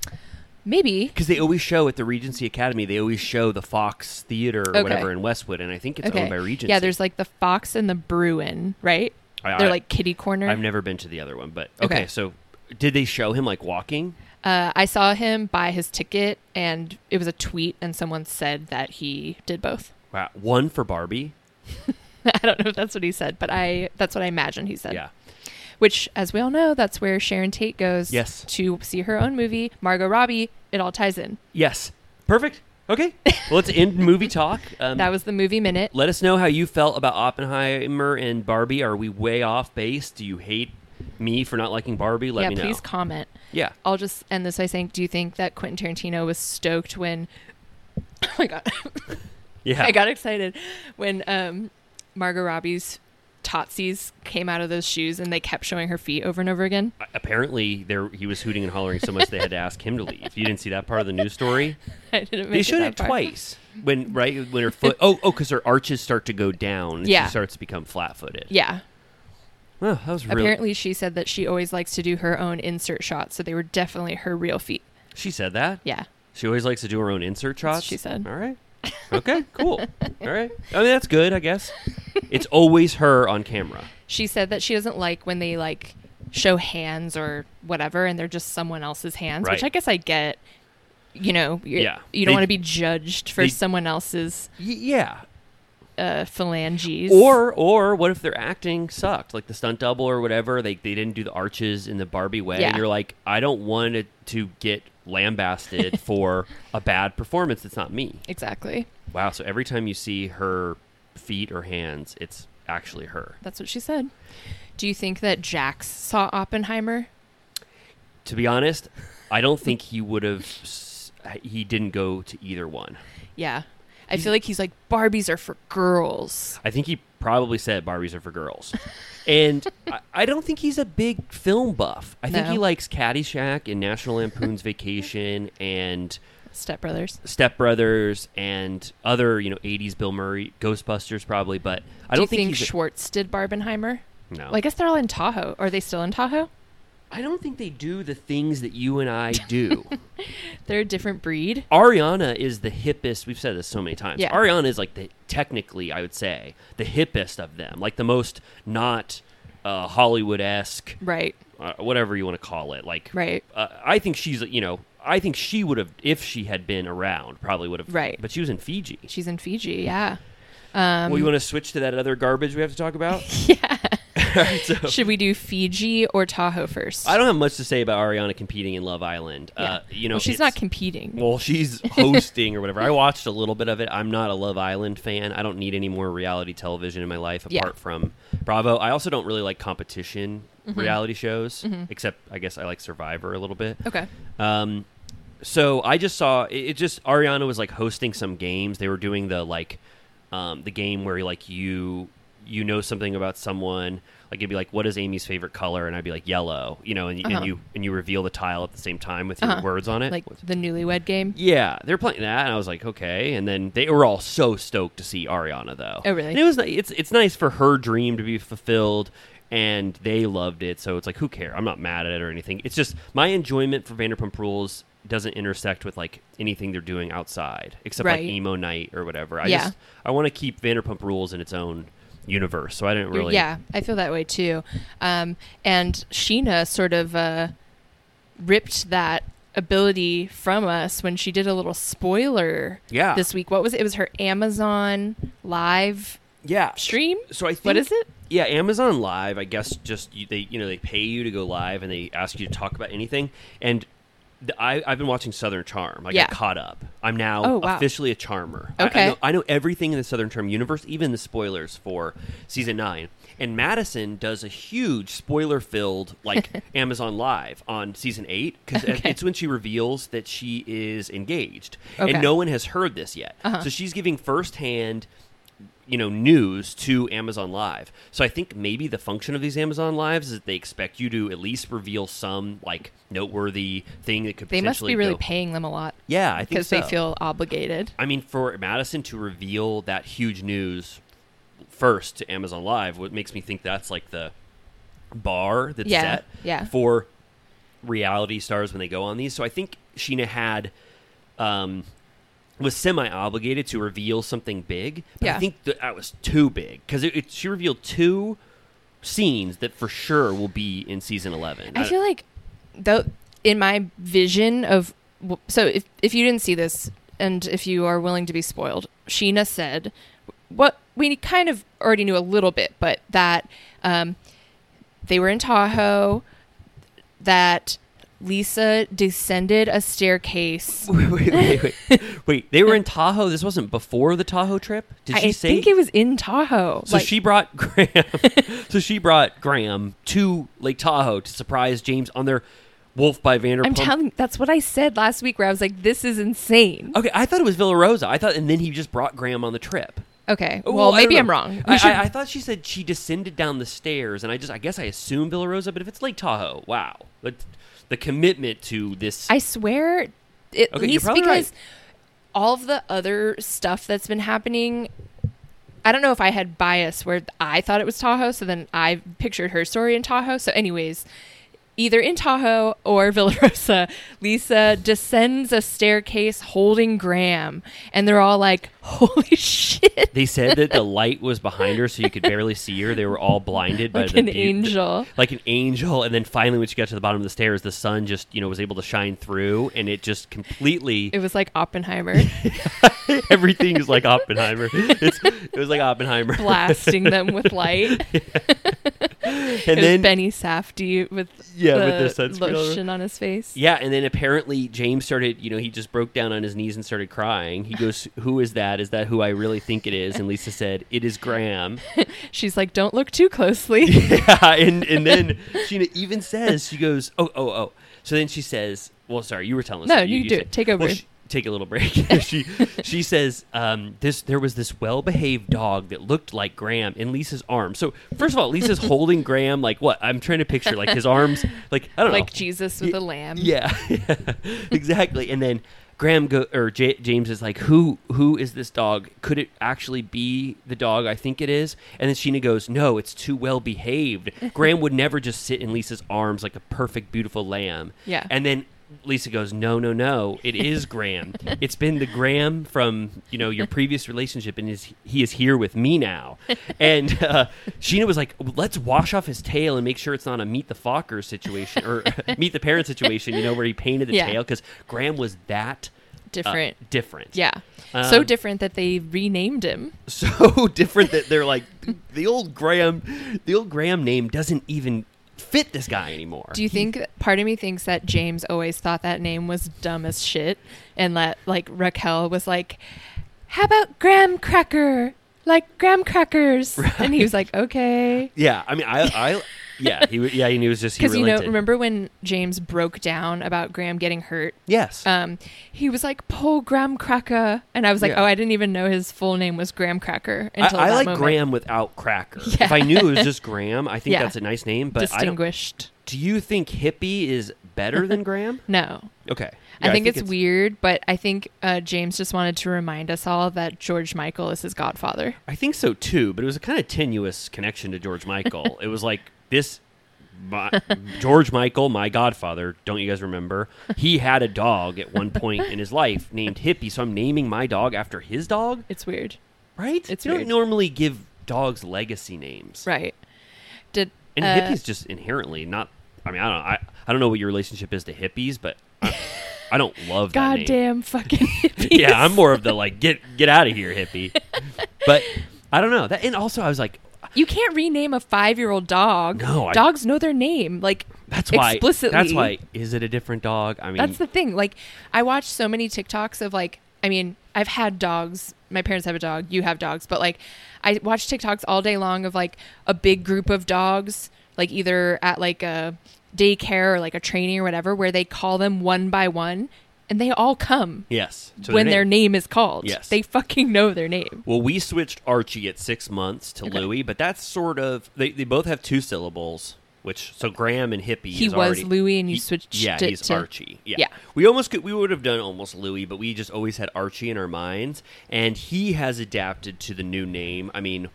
Speaker 4: Maybe.
Speaker 3: Because they always show at the Regency Academy. They always show the Fox Theater or
Speaker 4: Okay.
Speaker 3: whatever in Westwood, and I think it's owned by Regency.
Speaker 4: Yeah, there's like the Fox and the Bruin, right?
Speaker 3: I-
Speaker 4: They're
Speaker 3: I-
Speaker 4: like kitty corner.
Speaker 3: I've never been to the other one, but okay.
Speaker 4: Okay.
Speaker 3: So, did they show him like walking?
Speaker 4: uh, I saw him buy his ticket, and it was a tweet, and someone said that he did both.
Speaker 3: Wow, one for Barbie.
Speaker 4: I don't know if that's what he said, but I that's what I imagine he said.
Speaker 3: Yeah,
Speaker 4: Which, as we all know, that's where Sharon Tate goes.
Speaker 3: Yes.
Speaker 4: To see her own movie, Margot Robbie. It all ties in.
Speaker 3: yes, perfect. Okay. Well, let's end movie talk. Um,
Speaker 4: That was the movie minute.
Speaker 3: let us know how you felt about Oppenheimer and Barbie. Are we way off base? Do you hate me for not liking Barbie? Let
Speaker 4: yeah,
Speaker 3: me know.
Speaker 4: please comment.
Speaker 3: yeah.
Speaker 4: I'll just end this by saying, do you think that Quentin Tarantino was stoked when? Oh my god,
Speaker 3: Yeah.
Speaker 4: I got excited when um, Margot Robbie's tootsies came out of those shoes and they kept showing her feet over and over again.
Speaker 3: Apparently, there he was hooting and hollering so much they had to ask him to leave. You didn't see that part of the news story.
Speaker 4: I didn't. Make
Speaker 3: They showed
Speaker 4: that
Speaker 3: it
Speaker 4: far.
Speaker 3: twice when right when her foot. Oh, oh, because her arches start to go down. And
Speaker 4: Yeah.
Speaker 3: She starts to become flat-footed.
Speaker 4: Yeah.
Speaker 3: Wow, that was really.
Speaker 4: Apparently, she said that she always likes to do her own insert shots, so they were definitely her real feet.
Speaker 3: she said that.
Speaker 4: Yeah.
Speaker 3: She always likes to do her own insert shots.
Speaker 4: she said.
Speaker 3: All right. Okay. Cool. All right. I mean, that's good, I guess. It's always her on camera.
Speaker 4: She said that she doesn't like when they like show hands or whatever, and they're just someone else's hands, which
Speaker 3: Right.
Speaker 4: I guess I get. You know, you
Speaker 3: Yeah.
Speaker 4: you don't
Speaker 3: They-
Speaker 4: want to be judged for
Speaker 3: they-
Speaker 4: someone else's
Speaker 3: Y- yeah.
Speaker 4: uh, phalanges.
Speaker 3: Or or what if their acting sucked, like the stunt double or whatever? They they didn't do the arches in the Barbie way, and
Speaker 4: Yeah.
Speaker 3: you're like, I don't want it to get lambasted for a bad performance. It's not me.
Speaker 4: exactly.
Speaker 3: Wow. So every time you see her feet or hands, it's actually her.
Speaker 4: That's what she said. Do you think that Jax saw Oppenheimer?
Speaker 3: To be honest, I don't think he would have. s- He didn't go to either one.
Speaker 4: Yeah. I feel like he's like Barbies are for girls.
Speaker 3: I think he probably said Barbies are for girls. And I, I don't think he's a big film buff. I think
Speaker 4: No.
Speaker 3: he likes Caddyshack and National Lampoon's Vacation and
Speaker 4: Step Brothers.
Speaker 3: Step Brothers and other, you know, 80s Bill Murray, Ghostbusters probably, but I
Speaker 4: Do
Speaker 3: don't
Speaker 4: you think,
Speaker 3: he's a-
Speaker 4: Schwartz did Barbenheimer?
Speaker 3: no.
Speaker 4: Well, I guess they're all in Tahoe. Are they still in Tahoe?
Speaker 3: I don't think they do the things that you and I do.
Speaker 4: They're a different breed.
Speaker 3: Ariana is the hippest. We've said this so many times.
Speaker 4: Yeah.
Speaker 3: Ariana is like the technically, I would say, the hippest of them, like the most not uh, Hollywood esque,
Speaker 4: Right.
Speaker 3: uh, whatever you want to call it. Like,
Speaker 4: Right.
Speaker 3: uh, I think she's, you know, I think she would have, if she had been around, probably would have.
Speaker 4: Right. Um,
Speaker 3: But she was in Fiji.
Speaker 4: She's in Fiji. Yeah.
Speaker 3: well, you want to switch to that other garbage we have to talk about?
Speaker 4: Should we do Fiji or Tahoe first?
Speaker 3: I don't have much to say about Ariana competing in Love Island. Uh, you know,
Speaker 4: well, she's
Speaker 3: it's-
Speaker 4: not competing.
Speaker 3: Well, she's hosting or whatever. I watched a little bit of it. I'm not a Love Island fan. I don't need any more reality television in my life apart
Speaker 4: Yeah.
Speaker 3: from Bravo. I also don't really like competition
Speaker 4: Mm-hmm.
Speaker 3: reality shows, except I guess I like Survivor a little bit.
Speaker 4: okay.
Speaker 3: Um, so I just saw it, it. Just Ariana was like hosting some games. They were doing the like, um, the game where like you you know something about someone. Like it'd be like, what is Amy's favorite color? And I'd be like, yellow. You know, and, y and you and you reveal the tile at the same time with your words on it.
Speaker 4: Uh-huh. Like the newlywed game.
Speaker 3: Yeah, they're playing that, and I was like, okay. And then they were all so stoked to see Ariana, though.
Speaker 4: Oh, really?
Speaker 3: And it was ni- it's it's nice for her dream to be fulfilled, and they loved it. So it's like, who care? I'm not mad at it or anything. It's just my enjoyment for Vanderpump Rules doesn't intersect with like anything they're doing outside, except like
Speaker 4: Right.
Speaker 3: emo night or whatever. I
Speaker 4: Yeah.
Speaker 3: just I want to keep Vanderpump Rules in its own universe. So I didn't
Speaker 4: You're-
Speaker 3: really.
Speaker 4: Yeah, I feel that way too. Um, and Sheena sort of uh, ripped that ability from us when she did a little spoiler
Speaker 3: Yeah.
Speaker 4: this week. What was it? It was her Amazon live
Speaker 3: Yeah.
Speaker 4: stream.
Speaker 3: So I think
Speaker 4: What is it?
Speaker 3: Yeah, Amazon Live. I guess just you, they you know they pay you to go live and they ask you to talk about anything. And the, I I've been watching Southern Charm. I
Speaker 4: Yeah.
Speaker 3: got caught up. I'm now
Speaker 4: Oh, wow.
Speaker 3: officially a charmer. I- I,
Speaker 4: Okay.
Speaker 3: know, I know everything in the Southern Charm universe, even the spoilers for season nine. And Madison does a huge spoiler filled like Amazon Live on season eight because it's when she reveals that she is engaged
Speaker 4: Okay. Uh-huh.
Speaker 3: and no one has heard this yet. So she's giving firsthand you know news to Amazon Live. So I think maybe the function of these Amazon Lives is that they expect you to at least reveal some like noteworthy thing that could
Speaker 4: They must
Speaker 3: potentially
Speaker 4: be really
Speaker 3: go-
Speaker 4: paying them a lot
Speaker 3: Yeah, I think
Speaker 4: because
Speaker 3: so.
Speaker 4: they feel obligated.
Speaker 3: I mean, for Madison to reveal that huge news first to Amazon Live, what makes me think that's like the bar that's
Speaker 4: Yeah,
Speaker 3: set
Speaker 4: yeah.
Speaker 3: for reality stars when they go on these. So I think Sheena had um, was semi obligated to reveal something big, but I
Speaker 4: Yeah.
Speaker 3: think that, that was too big because it, it, she revealed two scenes that for sure will be in season eleven. Uh,
Speaker 4: I feel like though in my vision of so if if you didn't see this and if you are willing to be spoiled, Sheena said what we kind of already knew a little bit, but that um, they were in Tahoe, that Lisa descended a staircase.
Speaker 3: wait, wait, wait, wait. Wait, they were in Tahoe. This wasn't before the Tahoe trip. Did she
Speaker 4: I
Speaker 3: say?
Speaker 4: think it was in Tahoe.
Speaker 3: so
Speaker 4: like,
Speaker 3: she brought Graham. so she brought Graham to Lake Tahoe to surprise James on their Wolf by Vanderpump.
Speaker 4: I'm telling that's what I said last week where I was like, this is insane.
Speaker 3: Okay, I thought it was Villa Rosa. I thought, and then he just brought Graham on the trip.
Speaker 4: Okay.
Speaker 3: Oh,
Speaker 4: Well,
Speaker 3: I don't
Speaker 4: maybe
Speaker 3: know.
Speaker 4: I'm wrong. We
Speaker 3: I,
Speaker 4: should-
Speaker 3: I, I thought she said she descended down the stairs, and I just, I guess, I assume Villa Rosa. But if it's Lake Tahoe, wow, the, the commitment to this.
Speaker 4: I swear, at
Speaker 3: Okay, you're
Speaker 4: least
Speaker 3: probably
Speaker 4: because
Speaker 3: right.
Speaker 4: all of the other stuff that's been happening, I don't know if I had bias where I thought it was Tahoe, so then I pictured her story in Tahoe. So, anyways, either in Tahoe or Villarosa, Lisa descends a staircase holding Graham, and they're all like, "Holy shit!"
Speaker 3: they said that the light was behind her, so you could barely see her. They were all blinded by
Speaker 4: Like
Speaker 3: the
Speaker 4: an
Speaker 3: beauty-
Speaker 4: angel.
Speaker 3: like an angel. And then finally, when she got to the bottom of the stairs, the sun just, you know, was able to shine through, and it just completely
Speaker 4: It was like Oppenheimer
Speaker 3: everything is like Oppenheimer. It's, it was like Oppenheimer,
Speaker 4: blasting them with light.
Speaker 3: and
Speaker 4: it
Speaker 3: then
Speaker 4: was Benny Safdie with
Speaker 3: Yeah,
Speaker 4: the
Speaker 3: with the sunscreen all over.
Speaker 4: lotion on his face.
Speaker 3: Yeah, and then apparently James started, you know, he just broke down on his knees and started crying. He goes, Who is that? Is that who I really think it is? And Lisa said, It is Graham.
Speaker 4: She's like, don't look too closely.
Speaker 3: yeah, and, and then Sheena even says, She goes, Oh, oh, oh. So then she says, Well, sorry, you were telling us.
Speaker 4: No,
Speaker 3: something.
Speaker 4: you do
Speaker 3: said-
Speaker 4: it. Take over.
Speaker 3: Well, she- take a little break. she she says, um, this there was this well behaved dog that looked like Graham in Lisa's arm. So first of all, Lisa's holding Graham like what? I'm trying to picture like his arms like I don't know.
Speaker 4: like Jesus with a lamb.
Speaker 3: Yeah, exactly. And then Graham go or J- James is like, "Who who is this dog? Could it actually be the dog I think it is?" And then Sheena goes, "No, it's too well behaved. Graham would never just sit in Lisa's arms like a perfect, beautiful lamb."
Speaker 4: Yeah.
Speaker 3: And then Lisa goes, "No, no, no. It is Graham. it's been the Graham from you know your previous relationship, and is he is here with me now." And uh, Sheena was like, "Let's wash off his tail and make sure it's not a meet the Fokker situation or meet the parent situation. You know where he painted the
Speaker 4: Yeah.
Speaker 3: tail because Graham was that uh,
Speaker 4: Different.
Speaker 3: different.
Speaker 4: yeah. so
Speaker 3: Um,
Speaker 4: different that they renamed him.
Speaker 3: so different that they're like the old Graham, the old Graham name doesn't even." Fit this guy anymore?
Speaker 4: Do you think part of me thinks that James always thought that name was dumb as shit and that like Raquel was like, How about Graham Cracker? Like Graham Crackers. And he was like, Okay.
Speaker 3: yeah, I mean, I, I, yeah, he, w- yeah, he was just he
Speaker 4: Because you know,
Speaker 3: relented.
Speaker 4: remember when James broke down about Graham getting hurt?
Speaker 3: yes,
Speaker 4: Um, he was like, Paul Graham Cracker. And I was like,
Speaker 3: Yeah.
Speaker 4: Oh, I didn't even know his full name was Graham Cracker
Speaker 3: I,
Speaker 4: until
Speaker 3: I
Speaker 4: that
Speaker 3: like
Speaker 4: moment.
Speaker 3: Graham without cracker. If I knew it was just Graham, I think
Speaker 4: Yeah.
Speaker 3: that's a nice name. But I don't.
Speaker 4: Distinguished.
Speaker 3: Do you think hippie is better than Graham?
Speaker 4: No.
Speaker 3: Okay.
Speaker 4: I, think it's, weird, but I think uh, James just wanted to remind us all that George Michael is his godfather.
Speaker 3: I think so too, but it was a kind of tenuous connection to George Michael. it was like this my, George Michael, my godfather, don't you guys remember? He had a dog at one point in his life named Hippie, so I'm naming my dog after his dog,
Speaker 4: It's weird,
Speaker 3: right?
Speaker 4: It's
Speaker 3: you
Speaker 4: weird.
Speaker 3: don't normally give dogs legacy names.
Speaker 4: right? Did
Speaker 3: And
Speaker 4: uh,
Speaker 3: hippies just inherently not. I mean, I don't. I, I don't know what your relationship is to hippies, but I, I don't love that name.
Speaker 4: goddamn fucking hippies.
Speaker 3: Yeah, I'm more of the like get get out of here hippie. but I don't know that. And also, I was like,
Speaker 4: you can't rename a five-year-old dog.
Speaker 3: No, I-
Speaker 4: dogs know their name. Like
Speaker 3: that's why.
Speaker 4: explicitly.
Speaker 3: That's why. Is it a different dog? I mean,
Speaker 4: That's the thing. Like, I watch so many TikToks of like, I mean, I've had dogs. My parents have a dog. You have dogs, but like, I watch TikToks all day long of like a big group of dogs, like either at like a daycare or like a training or whatever, where they call them one by one, and they all come
Speaker 3: yes. to
Speaker 4: when their
Speaker 3: name.
Speaker 4: name is called.
Speaker 3: Yes.
Speaker 4: they fucking know their name.
Speaker 3: Well, we switched Archie at six months to Louie, but that's sort of they, they both have two syllables, which so Graham and Hippie.
Speaker 4: He
Speaker 3: is
Speaker 4: was
Speaker 3: already-
Speaker 4: Louie and you
Speaker 3: He-
Speaker 4: switched
Speaker 3: Yeah,
Speaker 4: it
Speaker 3: he's
Speaker 4: to-
Speaker 3: Archie. Yeah.
Speaker 4: Yeah.
Speaker 3: we almost could, we would have done almost Louie, but we just always had Archie in our minds, and he has adapted to the new name. I mean.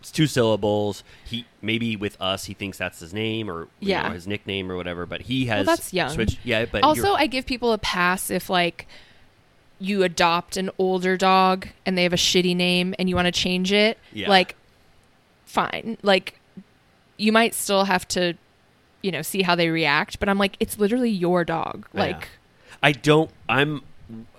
Speaker 3: It's two syllables. He maybe with us he thinks that's his name or you
Speaker 4: Yeah.
Speaker 3: know, his nickname or whatever. But he has
Speaker 4: Well, that's young.
Speaker 3: switched. Yeah, but you're-
Speaker 4: also, I give people a pass if like you adopt an older dog and they have a shitty name and you want to change it.
Speaker 3: Yeah.
Speaker 4: Like, fine. Like, you might still have to, you know, see how they react. But I'm like, it's literally your dog.
Speaker 3: Yeah.
Speaker 4: Like,
Speaker 3: I don't. I'm.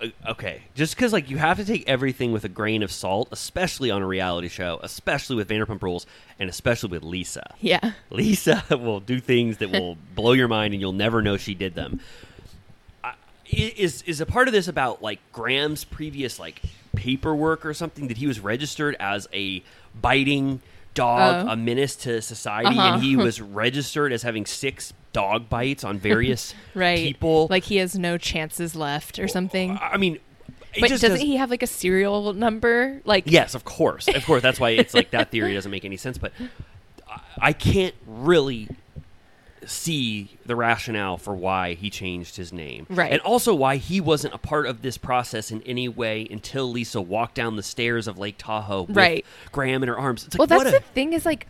Speaker 3: uh, okay, just because like you have to take everything with a grain of salt, especially on a reality show, especially with Vanderpump Rules, and especially with Lisa.
Speaker 4: Yeah.
Speaker 3: Lisa will do things that will blow your mind, and you'll never know she did them. I- Is is a part of this about like Graham's previous like paperwork or something that he was registered as a biting dog,
Speaker 4: Oh.
Speaker 3: a menace to society,
Speaker 4: Uh-huh.
Speaker 3: and he was registered as having six dog bites on various
Speaker 4: Right.
Speaker 3: people.
Speaker 4: Like he has no chances left or something.
Speaker 3: I mean, it
Speaker 4: But
Speaker 3: just
Speaker 4: doesn't
Speaker 3: does-
Speaker 4: he have like a serial number? Like
Speaker 3: Yes, of course, of course. That's why it's like that theory doesn't make any sense. But I- I can't really see the rationale for why he changed his name,
Speaker 4: Right.
Speaker 3: And also why he wasn't a part of this process in any way until Lisa walked down the stairs of Lake Tahoe, with
Speaker 4: Right.
Speaker 3: Graham in her arms. It's like,
Speaker 4: well, that's
Speaker 3: what
Speaker 4: the
Speaker 3: a,
Speaker 4: thing is like,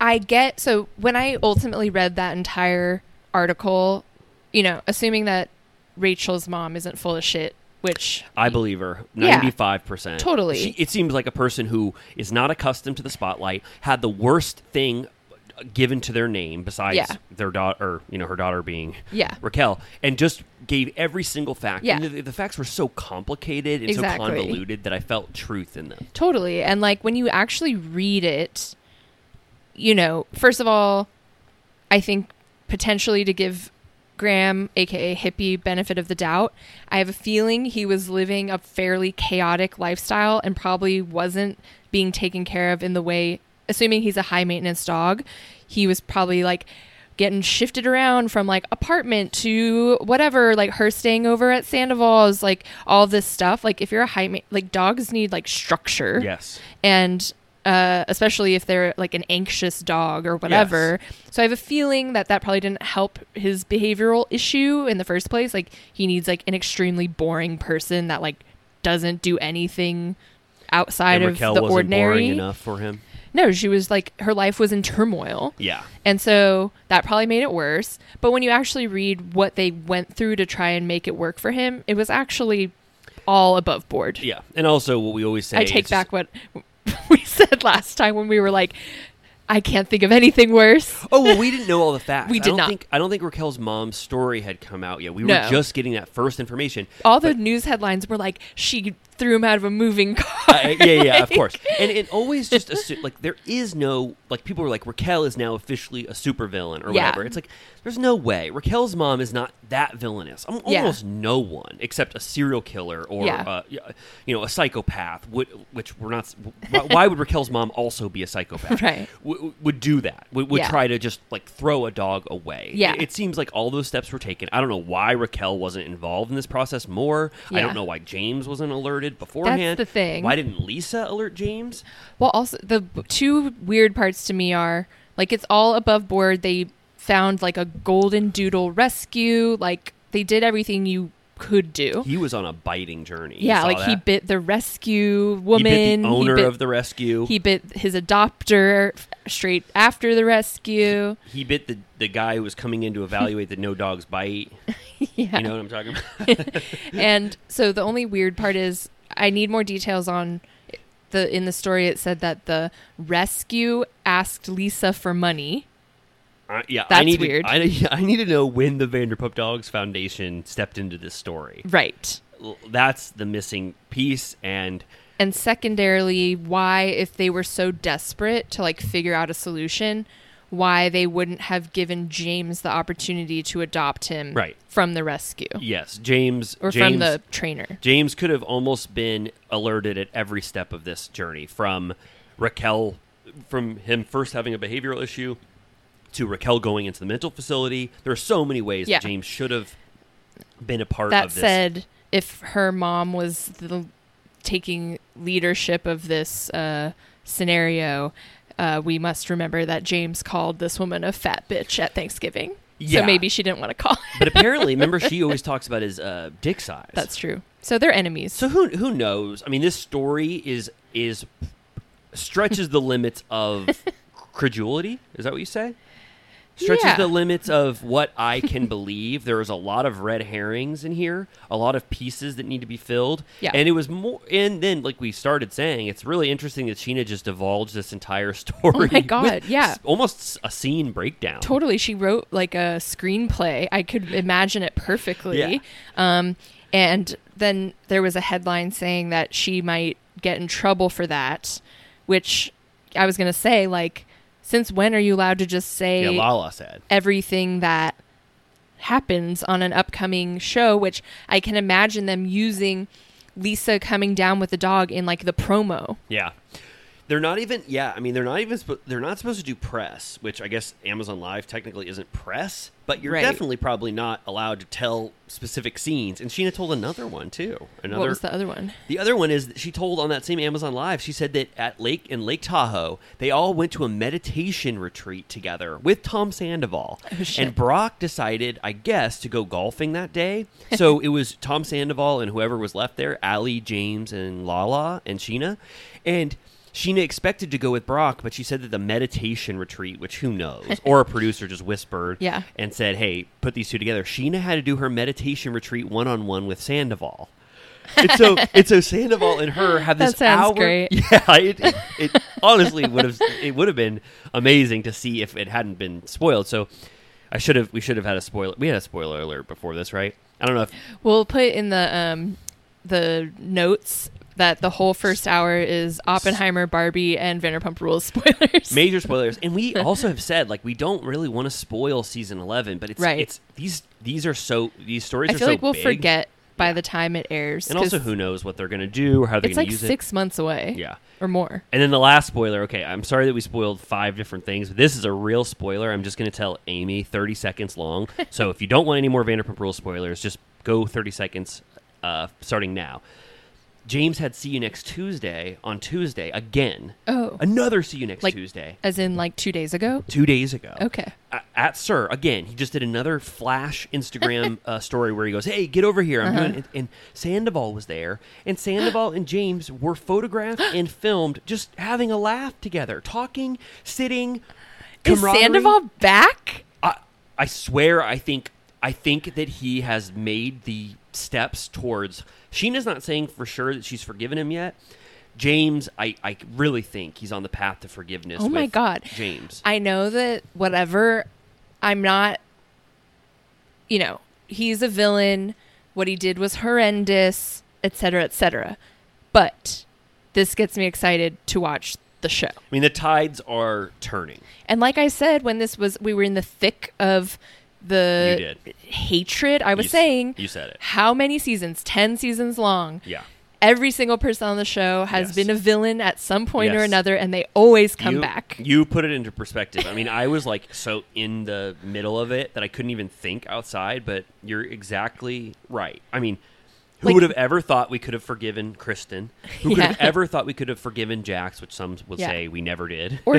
Speaker 4: I get so when I ultimately read that entire article, you know, assuming that Rachel's mom isn't full of shit, which
Speaker 3: I believe her.
Speaker 4: Mm. Yeah.
Speaker 3: Ninety-five percent.
Speaker 4: Totally.
Speaker 3: She, it seems like a person who is not accustomed to the spotlight had the worst thing given to their name besides
Speaker 4: Yeah.
Speaker 3: their daughter, you know, her daughter being
Speaker 4: Yeah.
Speaker 3: Raquel, and just gave every single fact.
Speaker 4: Yeah.
Speaker 3: And the, the facts were so complicated and
Speaker 4: Exactly.
Speaker 3: so convoluted that I felt truth in them.
Speaker 4: Totally. And like when you actually read it, you know, first of all, I think potentially to give Graham, aka hippie, benefit of the doubt, I have a feeling he was living a fairly chaotic lifestyle and probably wasn't being taken care of in the way, assuming he's a high maintenance dog, he was probably like getting shifted around from like apartment to whatever like her staying over at sandoval's like all this stuff like if you're a high ma- like dogs need like structure
Speaker 3: Yes.
Speaker 4: and uh, especially if they're like an anxious dog or whatever. So I have a feeling that that probably didn't help his behavioral issue in the first place. Like he needs like an extremely boring person that like doesn't do anything outside
Speaker 3: And
Speaker 4: of
Speaker 3: Raquel
Speaker 4: the
Speaker 3: wasn't boring
Speaker 4: ordinary.
Speaker 3: enough for him.
Speaker 4: No, she was like her life was in turmoil.
Speaker 3: Yeah.
Speaker 4: And so that probably made it worse. But when you actually read what they went through to try and make it work for him, it was actually all above board.
Speaker 3: Yeah. And also what we always say
Speaker 4: I
Speaker 3: is
Speaker 4: take
Speaker 3: just-
Speaker 4: back what we said last time when we were like, I can't think of anything worse.
Speaker 3: Oh well, we didn't know all the facts.
Speaker 4: We
Speaker 3: I
Speaker 4: did
Speaker 3: don't
Speaker 4: not.
Speaker 3: Think, I don't think Raquel's mom's story had come out yet. We were
Speaker 4: No.
Speaker 3: just getting that first information.
Speaker 4: All the news headlines were like, she threw him out of a moving car.
Speaker 3: Uh, yeah, yeah, of course. And it always just assume like there is no like people are like Raquel is now officially a supervillain or
Speaker 4: Yeah.
Speaker 3: whatever. It's like there's no way Raquel's mom is not that villainous. Um,
Speaker 4: Yeah.
Speaker 3: Almost no one except a serial killer or
Speaker 4: Yeah.
Speaker 3: uh, y- you know a psychopath would which we're not. s- why- Why would Raquel's mom also be a psychopath?
Speaker 4: Right.
Speaker 3: W- would do that. Would, would
Speaker 4: Yeah.
Speaker 3: try to just like throw a dog away.
Speaker 4: Yeah.
Speaker 3: It, it seems like all those steps were taken. I don't know why Raquel wasn't involved in this process more. I
Speaker 4: Yeah.
Speaker 3: don't know why James wasn't alerted beforehand.
Speaker 4: the thing.
Speaker 3: Why didn't Lisa alert James?
Speaker 4: Well, also, the b- two weird parts to me are like, it's all above board. They found like a golden doodle rescue. Like, they did everything you could do.
Speaker 3: He was on a biting journey. You
Speaker 4: yeah,
Speaker 3: saw
Speaker 4: like he
Speaker 3: that?
Speaker 4: bit the rescue
Speaker 3: He
Speaker 4: woman.
Speaker 3: bit the owner
Speaker 4: bit-
Speaker 3: of the rescue.
Speaker 4: He
Speaker 3: He,
Speaker 4: bit his adopter f- straight after the rescue.
Speaker 3: bit the, the guy who was coming in to evaluate the no dogs bite.
Speaker 4: Yeah.
Speaker 3: You know what I'm talking about?
Speaker 4: and so the only weird part is I need more details on the in the story it said that the rescue asked Lisa for money.
Speaker 3: Uh, yeah, I
Speaker 4: That's
Speaker 3: need
Speaker 4: weird.
Speaker 3: To, I, need- I need to know when the Vanderpump Dogs Foundation stepped into this story.
Speaker 4: Right.
Speaker 3: L- That's the missing piece, and
Speaker 4: And secondarily, why if they were so desperate to like figure out a solution, why they wouldn't have given James the opportunity to adopt him
Speaker 3: Right.
Speaker 4: from the rescue
Speaker 3: yes, James
Speaker 4: or
Speaker 3: James,
Speaker 4: from the trainer.
Speaker 3: James could have almost been alerted at every step of this journey from Raquel, from him first having a behavioral issue to Raquel going into the mental facility. There are so many ways
Speaker 4: Yeah.
Speaker 3: that James should have been a part
Speaker 4: That
Speaker 3: of this.
Speaker 4: said, if her mom was the, taking leadership of this uh, scenario, uh, we must remember that James called this woman a fat bitch at Thanksgiving.
Speaker 3: Yeah.
Speaker 4: So maybe she didn't want to call. It.
Speaker 3: but apparently, remember, she always talks about his uh, dick size.
Speaker 4: That's true. So they're enemies.
Speaker 3: So who who knows? I mean, this story is is stretches the limits of credulity. Is that what you say? Stretches
Speaker 4: Yeah.
Speaker 3: the limits of what I can believe. There is a lot of red herrings in here, a lot of pieces that need to be filled.
Speaker 4: Yeah.
Speaker 3: And it was more and then like we started saying, it's really interesting that Sheena just divulged this entire story. with
Speaker 4: Oh God, yeah.
Speaker 3: s- Almost s- a scene breakdown.
Speaker 4: totally she wrote like a screenplay i could imagine it perfectly
Speaker 3: Yeah.
Speaker 4: um And then there was a headline saying that she might get in trouble for that, which I was going to say, like, since when are you allowed to just say
Speaker 3: Yeah, Lala said.
Speaker 4: everything that happens on an upcoming show, which I can imagine them using Lisa coming down with the dog in like the promo.
Speaker 3: Yeah. They're not even yeah, I mean they're not even spo- they're not supposed to do press, which I guess Amazon Live technically isn't press, but you're
Speaker 4: Right.
Speaker 3: definitely probably not allowed to tell specific scenes. And Sheena told another one too. Another
Speaker 4: what was the other one?
Speaker 3: The other one is that she told on that same Amazon Live, she said that at Lake in Lake Tahoe, they all went to a meditation retreat together with Tom Sandoval.
Speaker 4: Oh, shit.
Speaker 3: and Brock decided, I guess, to go golfing that day. So it was Tom Sandoval and whoever was left there, Allie, James, and Lala and Sheena. And Sheena expected to go with Brock, but she said that the meditation retreat, which who knows, or a producer just whispered
Speaker 4: Yeah.
Speaker 3: and said, Hey, put these two together. Sheena had to do her meditation retreat one on one with Sandoval. And so, and so Sandoval and her have this
Speaker 4: That sounds
Speaker 3: hour.
Speaker 4: great.
Speaker 3: Yeah, it, it, it honestly would have it would have been amazing to see if it hadn't been spoiled. So, I should have we should have had a spoiler. We had a spoiler alert before this, right? I don't know if
Speaker 4: We'll put in the um the notes that the whole first hour is Oppenheimer, Barbie, and Vanderpump Rules spoilers.
Speaker 3: major spoilers. And we also have said like we don't really want to spoil season eleven, but it's
Speaker 4: Right.
Speaker 3: it's these these are so these stories
Speaker 4: I
Speaker 3: are
Speaker 4: feel
Speaker 3: so
Speaker 4: like we'll
Speaker 3: big.
Speaker 4: forget by the time it airs.
Speaker 3: And
Speaker 4: 'cause
Speaker 3: also, who knows what they're going to do or how they're
Speaker 4: It's
Speaker 3: going
Speaker 4: like
Speaker 3: to use it.
Speaker 4: six months away.
Speaker 3: Yeah.
Speaker 4: Or more.
Speaker 3: And then the last spoiler. Okay, I'm sorry that we spoiled five different things, but this is a real spoiler. I'm just going to tell Amy 30 seconds long. so if you don't want any more Vanderpump Rules spoilers, just go 30 seconds uh, starting now. James had see you next Tuesday on Tuesday again.
Speaker 4: Oh.
Speaker 3: Another see you next
Speaker 4: Like-
Speaker 3: Tuesday.
Speaker 4: As in like two days ago?
Speaker 3: Two days ago
Speaker 4: Okay.
Speaker 3: a- at Sir again. He just did another flash Instagram uh, story where he goes, "Hey, get over here! I'm doing."
Speaker 4: Uh-huh.
Speaker 3: It. And Sandoval was there, and Sandoval and James were photographed and filmed just having a laugh together, talking, sitting.
Speaker 4: Is
Speaker 3: camaraderie.
Speaker 4: Sandoval back?
Speaker 3: I, I swear, I think I think that he has made the steps towards. Sheena's not saying for sure that she's forgiven him yet. James, I, I really think he's on the path to forgiveness.
Speaker 4: Oh my
Speaker 3: with
Speaker 4: God.
Speaker 3: James.
Speaker 4: I know that whatever I'm not you know, he's a villain, what he did was horrendous, etc., etc. But this gets me excited to watch the show.
Speaker 3: I mean, the tides are turning.
Speaker 4: And like I said when this was we were in the thick of the
Speaker 3: You did.
Speaker 4: hatred, I was
Speaker 3: You s-
Speaker 4: saying
Speaker 3: you said it.
Speaker 4: How many seasons? 10 seasons long.
Speaker 3: Yeah.
Speaker 4: Every single person on the show has
Speaker 3: Yes.
Speaker 4: been a villain at some point or
Speaker 3: Yes.
Speaker 4: another, and they always come
Speaker 3: you,
Speaker 4: back.
Speaker 3: You put it into perspective. I mean, I was like so in the middle of it that I couldn't even think outside, but you're exactly right. I mean, who
Speaker 4: Like-
Speaker 3: would have ever thought we could have forgiven Kristen? Who could have
Speaker 4: Yeah.
Speaker 3: ever thought we could have forgiven Jax, which some would
Speaker 4: Yeah.
Speaker 3: say we never did.
Speaker 4: Or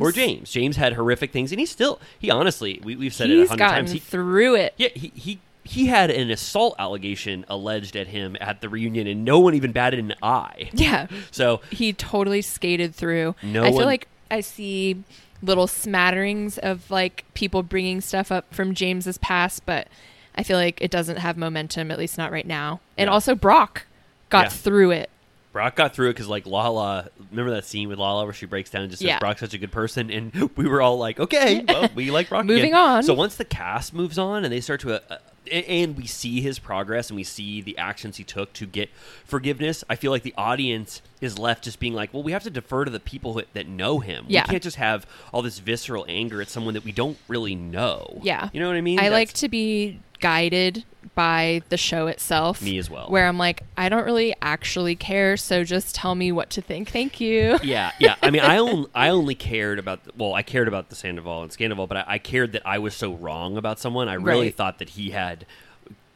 Speaker 3: or James. James had horrific things, and he still, he honestly, we, we've said it a
Speaker 4: He's
Speaker 3: hundred
Speaker 4: gotten
Speaker 3: times. He,
Speaker 4: through it.
Speaker 3: yeah, he, he, he had an assault allegation alleged at him at the reunion, and no one even batted an eye.
Speaker 4: Yeah.
Speaker 3: So
Speaker 4: He totally skated through.
Speaker 3: No
Speaker 4: I feel
Speaker 3: one-
Speaker 4: like I see little smatterings of like people bringing stuff up from James's past, but I feel like it doesn't have momentum, at least not right now. And
Speaker 3: Yeah.
Speaker 4: also Brock got
Speaker 3: Yeah.
Speaker 4: through it.
Speaker 3: Brock got through it because, like, Lala, remember that scene with Lala where she breaks down and just says,
Speaker 4: Yeah.
Speaker 3: Brock's such a good person? And we were all like, okay, well, we like Brock.
Speaker 4: Moving
Speaker 3: again.
Speaker 4: on.
Speaker 3: So once the cast moves on and they start to, uh, a- and we see his progress and we see the actions he took to get forgiveness, I feel like the audience is left just being like, well, we have to defer to the people who, that know him.
Speaker 4: Yeah.
Speaker 3: We can't just have all this visceral anger at someone that we don't really know.
Speaker 4: Yeah.
Speaker 3: You know what I mean?
Speaker 4: I like
Speaker 3: That's-
Speaker 4: to be guided by the show itself.
Speaker 3: Me as well.
Speaker 4: Where I'm like, I don't really actually care, so just tell me what to think. Thank you.
Speaker 3: Yeah, yeah. I mean, I only I only cared about the, well, I cared about the Sandoval and Scandoval, but I, I cared that I was so wrong about someone. I really
Speaker 4: Right.
Speaker 3: thought that he had,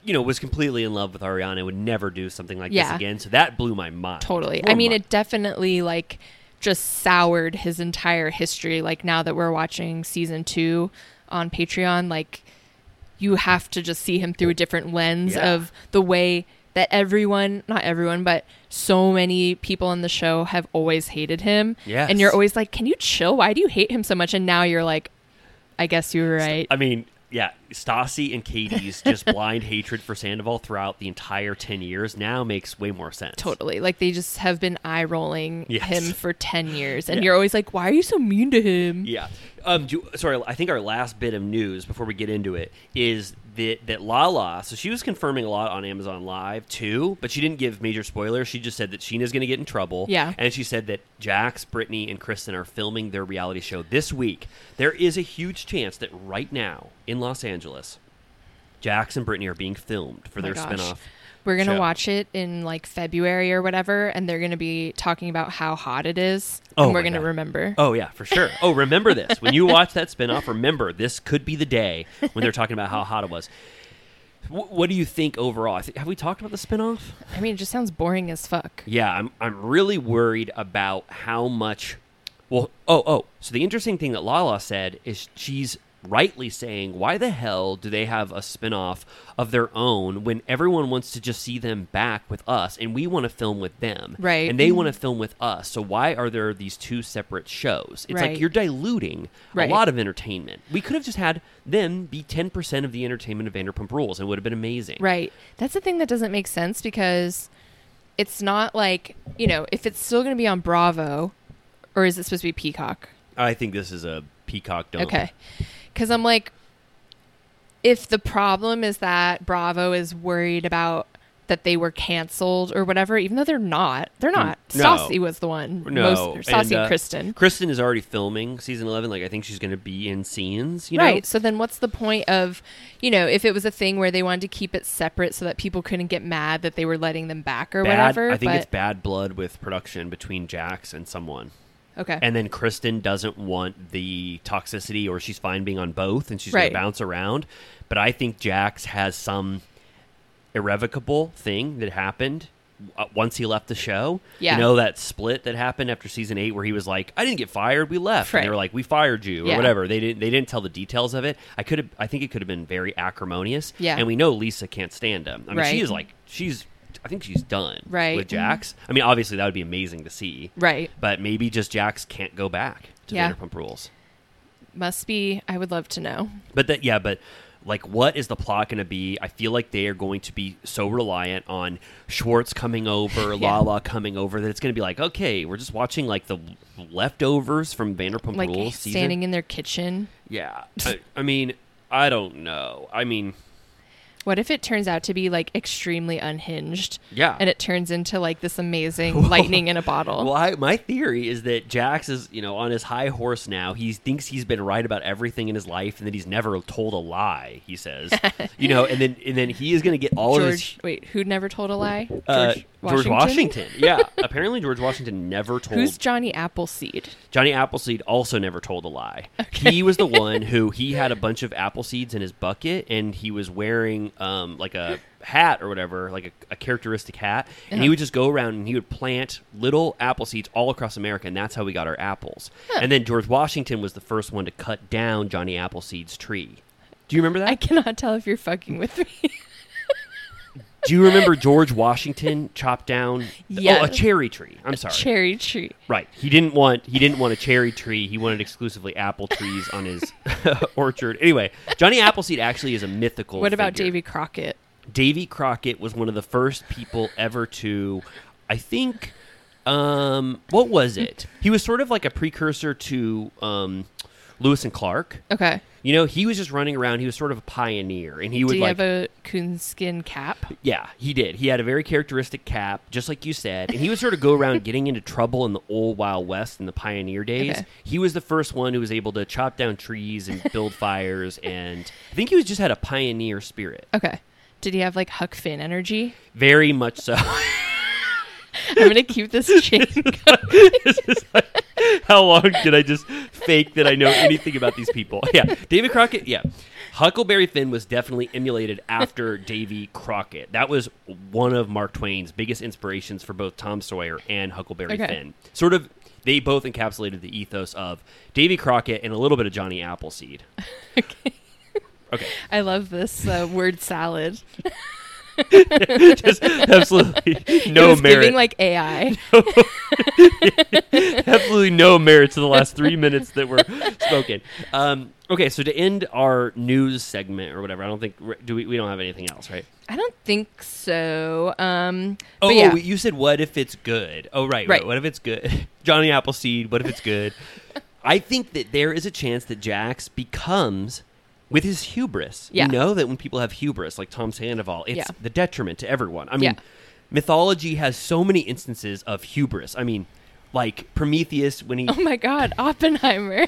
Speaker 3: you know, was completely in love with Ariana and would never do something like this
Speaker 4: Yeah.
Speaker 3: again. So that blew my mind.
Speaker 4: Totally.
Speaker 3: Blew
Speaker 4: I mean,
Speaker 3: my-
Speaker 4: it definitely like just soured his entire history. Like now that we're watching season two on Patreon, like you have to just see him through a different lens
Speaker 3: Yeah.
Speaker 4: of the way that everyone, not everyone, but so many people on the show have always hated him.
Speaker 3: Yes.
Speaker 4: And you're always like, can you chill? Why do you hate him so much? And now you're like, I guess you were right.
Speaker 3: I mean, yeah. Stassi and Katie's just blind hatred for Sandoval throughout the entire 10 years now makes way more sense.
Speaker 4: Totally. Like they just have been eye rolling
Speaker 3: Yes.
Speaker 4: him for 10 years. And
Speaker 3: Yeah.
Speaker 4: you're always like, why are you so mean to him?
Speaker 3: Yeah. Um, do, sorry, I think our last bit of news before we get into it is that, that Lala, so she was confirming a lot on Amazon Live too, but she didn't give major spoilers. She just said that Sheena's going to get in trouble.
Speaker 4: Yeah.
Speaker 3: And she said that Jax, Brittany, and Kristen are filming their reality show this week. There is a huge chance that right now in Los Angeles, Jax and Brittany are being filmed for
Speaker 4: Oh my
Speaker 3: their
Speaker 4: gosh.
Speaker 3: spinoff.
Speaker 4: We're going to
Speaker 3: show.
Speaker 4: watch it in like February or whatever. And they're going to be talking about how hot it is.
Speaker 3: Oh
Speaker 4: and we're
Speaker 3: my
Speaker 4: going to
Speaker 3: God.
Speaker 4: remember.
Speaker 3: Oh yeah, for sure. Oh, remember this. When you watch that spinoff, remember this could be the day when they're talking about how hot it was. Wh- what do you think overall? I thi- have we talked about the spinoff?
Speaker 4: I mean, it just sounds boring as fuck.
Speaker 3: Yeah, I'm I'm really worried about how much. Well, oh oh. So the interesting thing that Lala said is she's rightly saying, why the hell do they have a spinoff of their own when everyone wants to just see them back with us and we want to film with them,
Speaker 4: Right. Mm-hmm.
Speaker 3: And they want to film with us. So why are there these two separate shows? It's
Speaker 4: Right.
Speaker 3: like you're diluting
Speaker 4: Right.
Speaker 3: a lot of entertainment. We could have just had them be ten percent of the entertainment of Vanderpump Rules, and it would have been amazing,
Speaker 4: Right. That's the thing that doesn't make sense because it's not like, you know, if it's still going to be on Bravo or is it supposed to be Peacock?
Speaker 3: I think this is a peacock dump.
Speaker 4: Okay. Because I'm like, if the problem is that Bravo is worried about that they were canceled or whatever, even though they're not, they're not.
Speaker 3: Mm. no.
Speaker 4: Stassi was the one.
Speaker 3: No,
Speaker 4: Most, Stassi and,
Speaker 3: uh,
Speaker 4: Kristen.
Speaker 3: Kristen is already filming season eleven. Like I think she's going to be in scenes. You
Speaker 4: right.
Speaker 3: Know?
Speaker 4: So then what's the point of, you know, if it was a thing where they wanted to keep it separate so that people couldn't get mad that they were letting them back or
Speaker 3: Bad,
Speaker 4: whatever?
Speaker 3: I think it's
Speaker 4: but-
Speaker 3: bad blood with production between Jax and someone.
Speaker 4: Okay.
Speaker 3: And then Kristen doesn't want the toxicity, or she's fine being on both, and she's going
Speaker 4: Right.
Speaker 3: to bounce around. But I think Jax has some irrevocable thing that happened uh, once he left the show.
Speaker 4: Yeah.
Speaker 3: You know, that split that happened after season eight where he was like, I didn't get fired, we left. And
Speaker 4: Right.
Speaker 3: they were like, we fired you, or
Speaker 4: Yeah.
Speaker 3: whatever. They didn't, they didn't tell the details of it. I could have, I think it could have been very acrimonious.
Speaker 4: Yeah.
Speaker 3: And we know Lisa can't stand him. I mean,
Speaker 4: Right.
Speaker 3: she is like, she's, I think she's done
Speaker 4: Right. Mm-hmm.
Speaker 3: with Jax. I mean, obviously, that would be amazing to see
Speaker 4: right.
Speaker 3: but maybe just Jax can't go back to
Speaker 4: Yeah.
Speaker 3: Vanderpump Rules.
Speaker 4: Must be. I would love to know.
Speaker 3: But that, yeah, but like, what is the plot going to be? I feel like they are going to be so reliant on Schwartz coming over,
Speaker 4: Yeah.
Speaker 3: Lala coming over, that it's going to be like, okay, we're just watching like the leftovers from Vanderpump
Speaker 4: Like
Speaker 3: Rules season.
Speaker 4: standing in their kitchen.
Speaker 3: yeah, I, I mean, I don't know. I mean,
Speaker 4: What if it turns out to be like extremely unhinged?
Speaker 3: Yeah.
Speaker 4: And it turns into like this amazing lightning in a bottle.
Speaker 3: Well, I, my theory is that Jax is, you know, on his high horse now. He thinks he's been right about everything in his life, and that he's never told a lie. He says, you know, and then and then he is going to get all of his
Speaker 4: George, wait, who never told a lie? George,
Speaker 3: uh, George Washington. yeah, apparently George Washington never told.
Speaker 4: Who's Johnny Appleseed?
Speaker 3: Johnny Appleseed also never told a lie. He was the one who he had a bunch of apple seeds in his bucket, and he was wearing um, like a hat or whatever, like a, a characteristic hat. And
Speaker 4: Uh-huh.
Speaker 3: he would just go around and he would plant little apple seeds all across America, and that's how we got our apples. And then George Washington was the first one to cut down Johnny Appleseed's tree. Do you remember that?
Speaker 4: I cannot tell if you're fucking with me.
Speaker 3: Do you remember George Washington chopped down
Speaker 4: Yeah.
Speaker 3: oh, a cherry tree? I'm sorry.
Speaker 4: Cherry tree.
Speaker 3: Right. He didn't want he didn't want a cherry tree. He wanted exclusively apple trees on his orchard. Anyway, Johnny Appleseed actually is a mythical.
Speaker 4: What about
Speaker 3: figure.
Speaker 4: Davy Crockett?
Speaker 3: Davy Crockett was one of the first people ever to, I think, um, what was it? He was sort of like a precursor to um, Lewis and Clark.
Speaker 4: Okay.
Speaker 3: You know, he was just running around. He was sort of a pioneer, and he would
Speaker 4: Do you
Speaker 3: like
Speaker 4: have a coonskin cap?
Speaker 3: yeah, he did. He had a very characteristic cap, just like you said, and he would sort of go around getting into trouble in the old Wild West in the pioneer days.
Speaker 4: Okay.
Speaker 3: He was the first one who was able to chop down trees and build fires, and I think he was just had a pioneer spirit,
Speaker 4: Okay. Did he have like Huck Finn energy?
Speaker 3: very much so.
Speaker 4: I'm gonna keep this chain.
Speaker 3: How long did I just fake that I know anything about these people? Yeah, David Crockett. Yeah, Huckleberry Finn was definitely emulated after Davy Crockett. That was one of Mark Twain's biggest inspirations for both Tom Sawyer and Huckleberry
Speaker 4: Okay.
Speaker 3: Finn. Sort of, they both encapsulated the ethos of Davy Crockett and a little bit of Johnny Appleseed.
Speaker 4: I love this uh, word salad.
Speaker 3: just absolutely no
Speaker 4: It's
Speaker 3: merit.
Speaker 4: giving like AI.
Speaker 3: absolutely no merit to the last three minutes that were spoken. Um, okay, so to end our news segment or whatever, I don't think do we, we don't have anything else, right?
Speaker 4: I don't think so. Um,
Speaker 3: Oh,
Speaker 4: but yeah,
Speaker 3: you said what if it's good? Oh, right, right.
Speaker 4: Right.
Speaker 3: What if it's good? Johnny Appleseed. What if it's good? I think that there is a chance that Jax becomes with his hubris.
Speaker 4: Yeah.
Speaker 3: You know that when people have hubris, like Tom Sandoval, it's
Speaker 4: Yeah.
Speaker 3: the detriment to everyone. I mean,
Speaker 4: Yeah.
Speaker 3: mythology has so many instances of hubris. I mean, like Prometheus when he
Speaker 4: oh my God, Oppenheimer.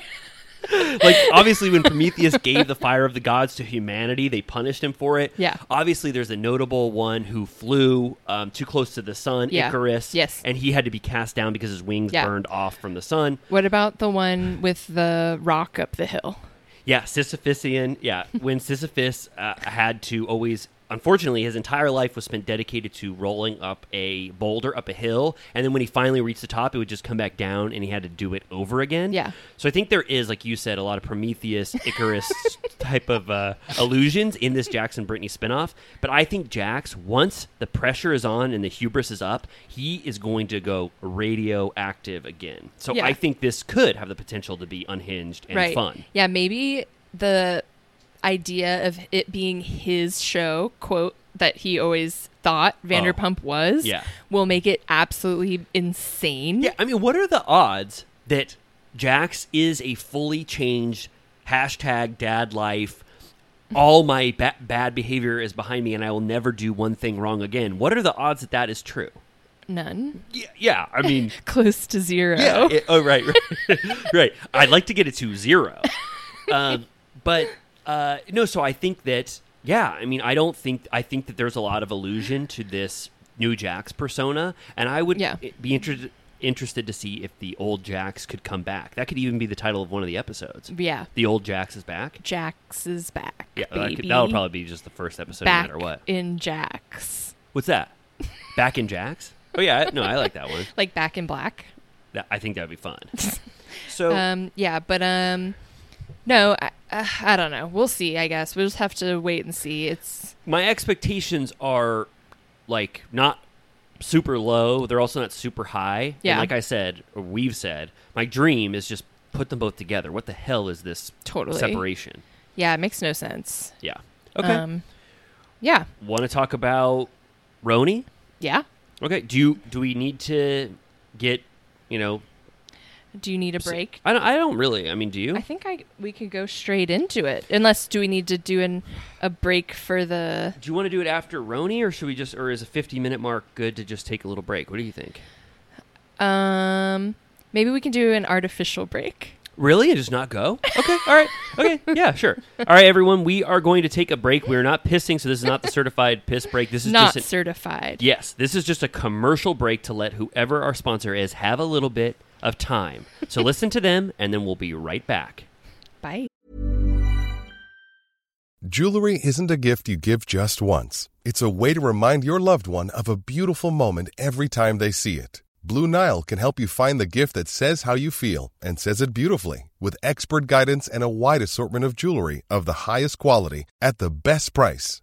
Speaker 3: like obviously when prometheus gave the fire of the gods to humanity they punished him for it
Speaker 4: Yeah.
Speaker 3: obviously there's a notable one who flew um, too close to the sun
Speaker 4: Yeah.
Speaker 3: icarus
Speaker 4: Yes.
Speaker 3: and he had to be cast down because his wings
Speaker 4: Yeah.
Speaker 3: burned off from the sun
Speaker 4: what about the one with the rock up the hill?
Speaker 3: yeah sisyphusian yeah when sisyphus uh, had to always Unfortunately, his entire life was spent dedicated to rolling up a boulder up a hill, and then when he finally reached the top, it would just come back down, and he had to do it over again.
Speaker 4: Yeah.
Speaker 3: So I think there is, like you said, a lot of Prometheus, Icarus type of uh, illusions in this Jackson Brittany spinoff. But I think Jax, once the pressure is on and the hubris is up, he is going to go radioactive again. So
Speaker 4: Yeah.
Speaker 3: I think this could have the potential to be unhinged and
Speaker 4: right.
Speaker 3: fun.
Speaker 4: Yeah, maybe the idea of it being his show, quote, that he always thought Vanderpump was,
Speaker 3: Oh. yeah.
Speaker 4: will make it absolutely insane.
Speaker 3: Yeah, I mean, what are the odds that Jax is a fully changed hashtag dad life? All my ba- bad behavior is behind me, and I will never do one thing wrong again. What are the odds that that is true?
Speaker 4: None.
Speaker 3: Yeah, yeah I mean,
Speaker 4: Close to zero.
Speaker 3: yeah. it- oh, right, right, right. I'd like to get it to zero, um, but uh, no. So I think that yeah. I mean, I don't think I think that there's a lot of allusion to this new Jax persona, and I would
Speaker 4: Yeah.
Speaker 3: be interested interested to see if the old Jax could come back. That could even be the title of one of the episodes.
Speaker 4: Yeah.
Speaker 3: The old Jax is back.
Speaker 4: Jax is back.
Speaker 3: Yeah, that,
Speaker 4: baby.
Speaker 3: could, that would probably be just the first episode,
Speaker 4: back
Speaker 3: no matter what.
Speaker 4: in Jax.
Speaker 3: What's that? Back in Jax? Oh yeah, I- no, I like that one.
Speaker 4: Like back in black.
Speaker 3: That, I think that would be fun. So
Speaker 4: Um, yeah, but um, no, I, uh, I don't know. We'll see. I guess we'll just have to wait and see. It's
Speaker 3: my expectations are like not super low. They're also not super high.
Speaker 4: Yeah.
Speaker 3: And like I said, or we've said, my dream is just put them both together. What the hell is this
Speaker 4: Totally.
Speaker 3: separation?
Speaker 4: yeah, it makes no sense.
Speaker 3: Yeah. Okay.
Speaker 4: Um, yeah,
Speaker 3: Want to talk about Roni?
Speaker 4: yeah.
Speaker 3: Okay. Do you do we need to get you know?
Speaker 4: Do you need a break?
Speaker 3: I don't, I don't really. I mean, do you?
Speaker 4: I think I we could go straight into it. Unless do we need to do an a break for the?
Speaker 3: do you want to do it after Roni, or should we just, or is a fifty-minute mark good to just take a little break? What do you think?
Speaker 4: Um, maybe we can do an artificial break.
Speaker 3: Really? It does not go? Okay. All right. Okay. Yeah, sure. All right, everyone. We are going to take a break. We're not pissing, so this is not the certified piss break. This is
Speaker 4: Not
Speaker 3: just an,
Speaker 4: certified.
Speaker 3: Yes, this is just a commercial break to let whoever our sponsor is have a little bit of time. So listen to them and then we'll be right back.
Speaker 4: Bye.
Speaker 5: Jewelry isn't a gift you give just once. It's a way to remind your loved one of a beautiful moment every time they see it. Blue Nile can help you find the gift that says how you feel and says it beautifully with expert guidance and a wide assortment of jewelry of the highest quality at the best price.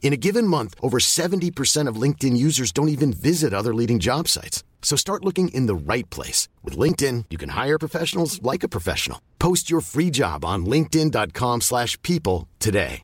Speaker 6: In a given month, over 70% of LinkedIn users don't even visit other leading job sites. So start looking in the right place. With LinkedIn, you can hire professionals like a professional. Post your free job on linkedin.com/people slash people today.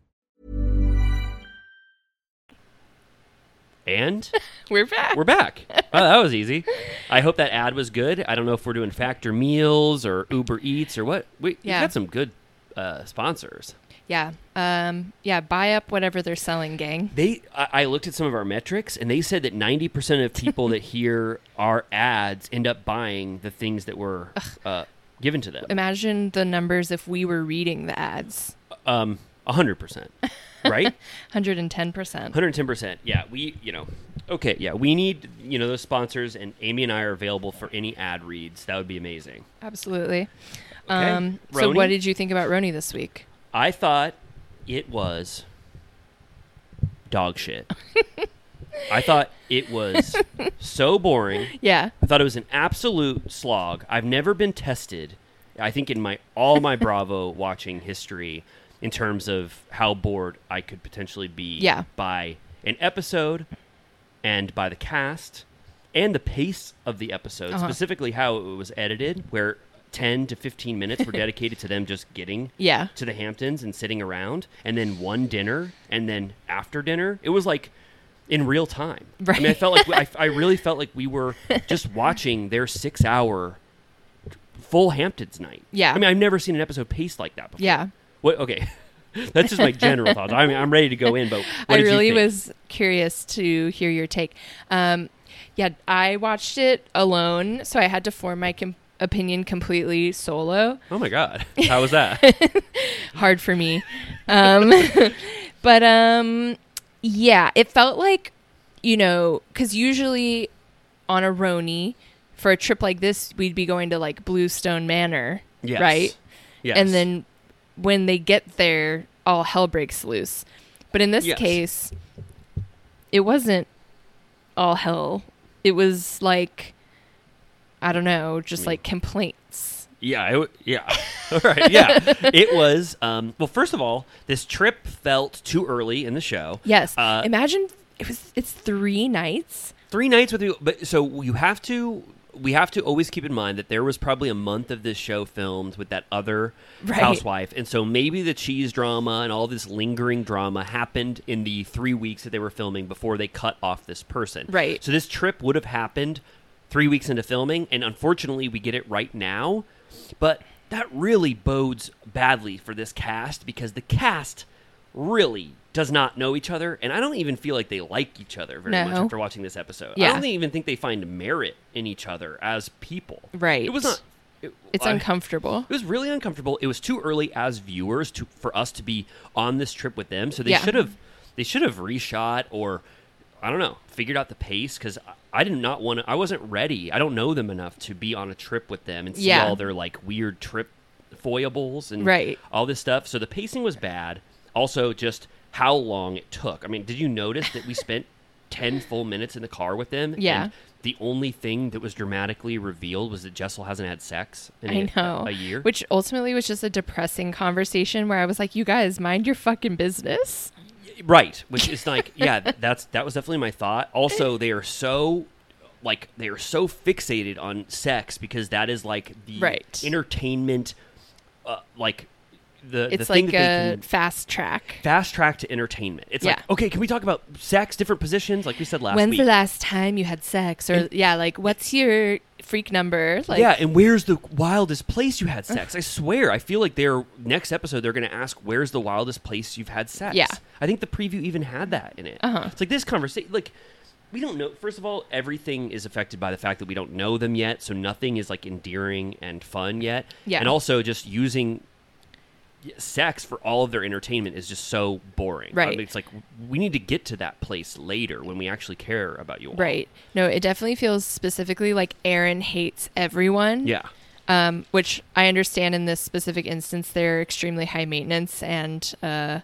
Speaker 3: And
Speaker 4: We're back.
Speaker 3: we're back. Wow, that was easy. I hope that ad was good. I don't know if we're doing factor meals or Uber Eats or what. We,
Speaker 4: Yeah.
Speaker 3: we got some good uh, sponsors.
Speaker 4: yeah. Um. Yeah. Buy up whatever they're selling, gang.
Speaker 3: They, I I looked at some of our metrics, and they said that ninety percent of people that hear our ads end up buying the things that were uh, given to them.
Speaker 4: Imagine the numbers if we were reading the ads.
Speaker 3: Um, 100%. Right?
Speaker 4: 110%.
Speaker 3: 110%. Yeah, we, you know, okay, yeah, we need, you know, those sponsors, and Amy and I are available for any ad reads. That would be amazing.
Speaker 4: Absolutely.
Speaker 3: Okay.
Speaker 4: Um, so, what
Speaker 3: Roni?
Speaker 4: did you think about Roni this week?
Speaker 3: I thought it was dog shit. I thought it was so boring.
Speaker 4: Yeah.
Speaker 3: I thought it was an absolute slog. I've never been tested. I think in my all my Bravo watching history, in terms of how bored I could potentially be
Speaker 4: Yeah.
Speaker 3: by an episode, and by the cast, and the pace of the episode,
Speaker 4: Uh-huh.
Speaker 3: specifically how it was edited, where ten to fifteen minutes were dedicated to them just getting
Speaker 4: Yeah.
Speaker 3: to the Hamptons and sitting around, and then one dinner, and then after dinner, it was like in real time. I mean, I
Speaker 4: Right.
Speaker 3: felt like I, I really felt like we were just watching their six-hour full Hamptons night.
Speaker 4: Yeah.
Speaker 3: I mean, I've never seen an episode paced like that before.
Speaker 4: Yeah.
Speaker 3: What? Okay, that's just my general thoughts. I mean, I'm ready to go in, but what
Speaker 4: I
Speaker 3: did you
Speaker 4: really
Speaker 3: think?
Speaker 4: was curious to hear your take. Um, yeah, I watched it alone, so I had to form my com- opinion completely solo.
Speaker 3: Oh my god, how was that?
Speaker 4: hard for me. Um, but um, yeah, it felt like, you know, because usually on a Roni for a trip like this, we'd be going to like Bluestone Manor,
Speaker 3: Yes.
Speaker 4: right?
Speaker 3: Yes.
Speaker 4: And then when they get there, all hell breaks loose. But in this
Speaker 3: Yes.
Speaker 4: case, it wasn't all hell. It was like, I don't know, just like complaints.
Speaker 3: Yeah, I w- yeah. all right, yeah. It was. Um, well, first of all, this trip felt too early in the show.
Speaker 4: Yes.
Speaker 3: Uh,
Speaker 4: Imagine it was it's three nights.
Speaker 3: three nights with you, but so you have to. We have to always keep in mind that there was probably a month of this show filmed with that other
Speaker 4: Right.
Speaker 3: housewife, and so maybe the cheese drama and all this lingering drama happened in the three weeks that they were filming before they cut off this person.
Speaker 4: Right.
Speaker 3: So this trip would have happened three weeks into filming, and unfortunately, we get it right now. But that really bodes badly for this cast because the cast really does not know each other, and I don't even feel like they like each other very much
Speaker 4: No.
Speaker 3: after watching this episode. I
Speaker 4: Yeah.
Speaker 3: don't even think they find merit in each other as people.
Speaker 4: Right.
Speaker 3: It was not. It,
Speaker 4: It's
Speaker 3: I-
Speaker 4: uncomfortable.
Speaker 3: It was really uncomfortable. It was too early as viewers to for us to be on this trip with them. So they
Speaker 4: Yeah.
Speaker 3: should have they should have reshot or I don't know figured out the pace because I, I did not want to. I wasn't ready. I don't know them enough to be on a trip with them and see
Speaker 4: Yeah.
Speaker 3: all their like weird trip foibles and
Speaker 4: Right.
Speaker 3: all this stuff. So the pacing was bad. Also, just how long it took. I mean, did you notice that we spent 10 full minutes in the car with them?
Speaker 4: Yeah.
Speaker 3: And the only thing that was dramatically revealed was that Jessel hasn't had sex in
Speaker 4: I
Speaker 3: a,
Speaker 4: know.
Speaker 3: a year.
Speaker 4: Which ultimately was just a depressing conversation where I was like, you guys, mind your fucking business.
Speaker 3: right. Which is like, yeah, that's that was definitely my thought. Also, they are so like they are so fixated on sex because that is like the
Speaker 4: Right.
Speaker 3: entertainment uh, like the the
Speaker 4: It's
Speaker 3: thing
Speaker 4: like a
Speaker 3: that they can
Speaker 4: fast track.
Speaker 3: fast track to entertainment. It's
Speaker 4: Yeah.
Speaker 3: like, okay, can we talk about sex, different positions, like we said last
Speaker 4: When's
Speaker 3: week?
Speaker 4: the last time you had sex? Or, yeah, like, what's your freak number? Like,
Speaker 3: yeah, and where's the wildest place you had sex? I swear, I feel like their next episode they're going to ask where's the wildest place you've had sex.
Speaker 4: Yeah.
Speaker 3: I think the preview even had that in it. Uh-huh. It's like this conversation, like we don't know. First of all, everything is affected by the fact that we don't know them yet, so nothing is like endearing and fun yet.
Speaker 4: Yeah.
Speaker 3: and also just using sex for all of their entertainment is just so boring. I
Speaker 4: Right.
Speaker 3: mean, it's like we need to get to that place later when we actually care about you. All.
Speaker 4: Right. No, it definitely feels specifically like Aaron hates everyone.
Speaker 3: Yeah.
Speaker 4: Um, which I understand in this specific instance, they're extremely high maintenance, and uh,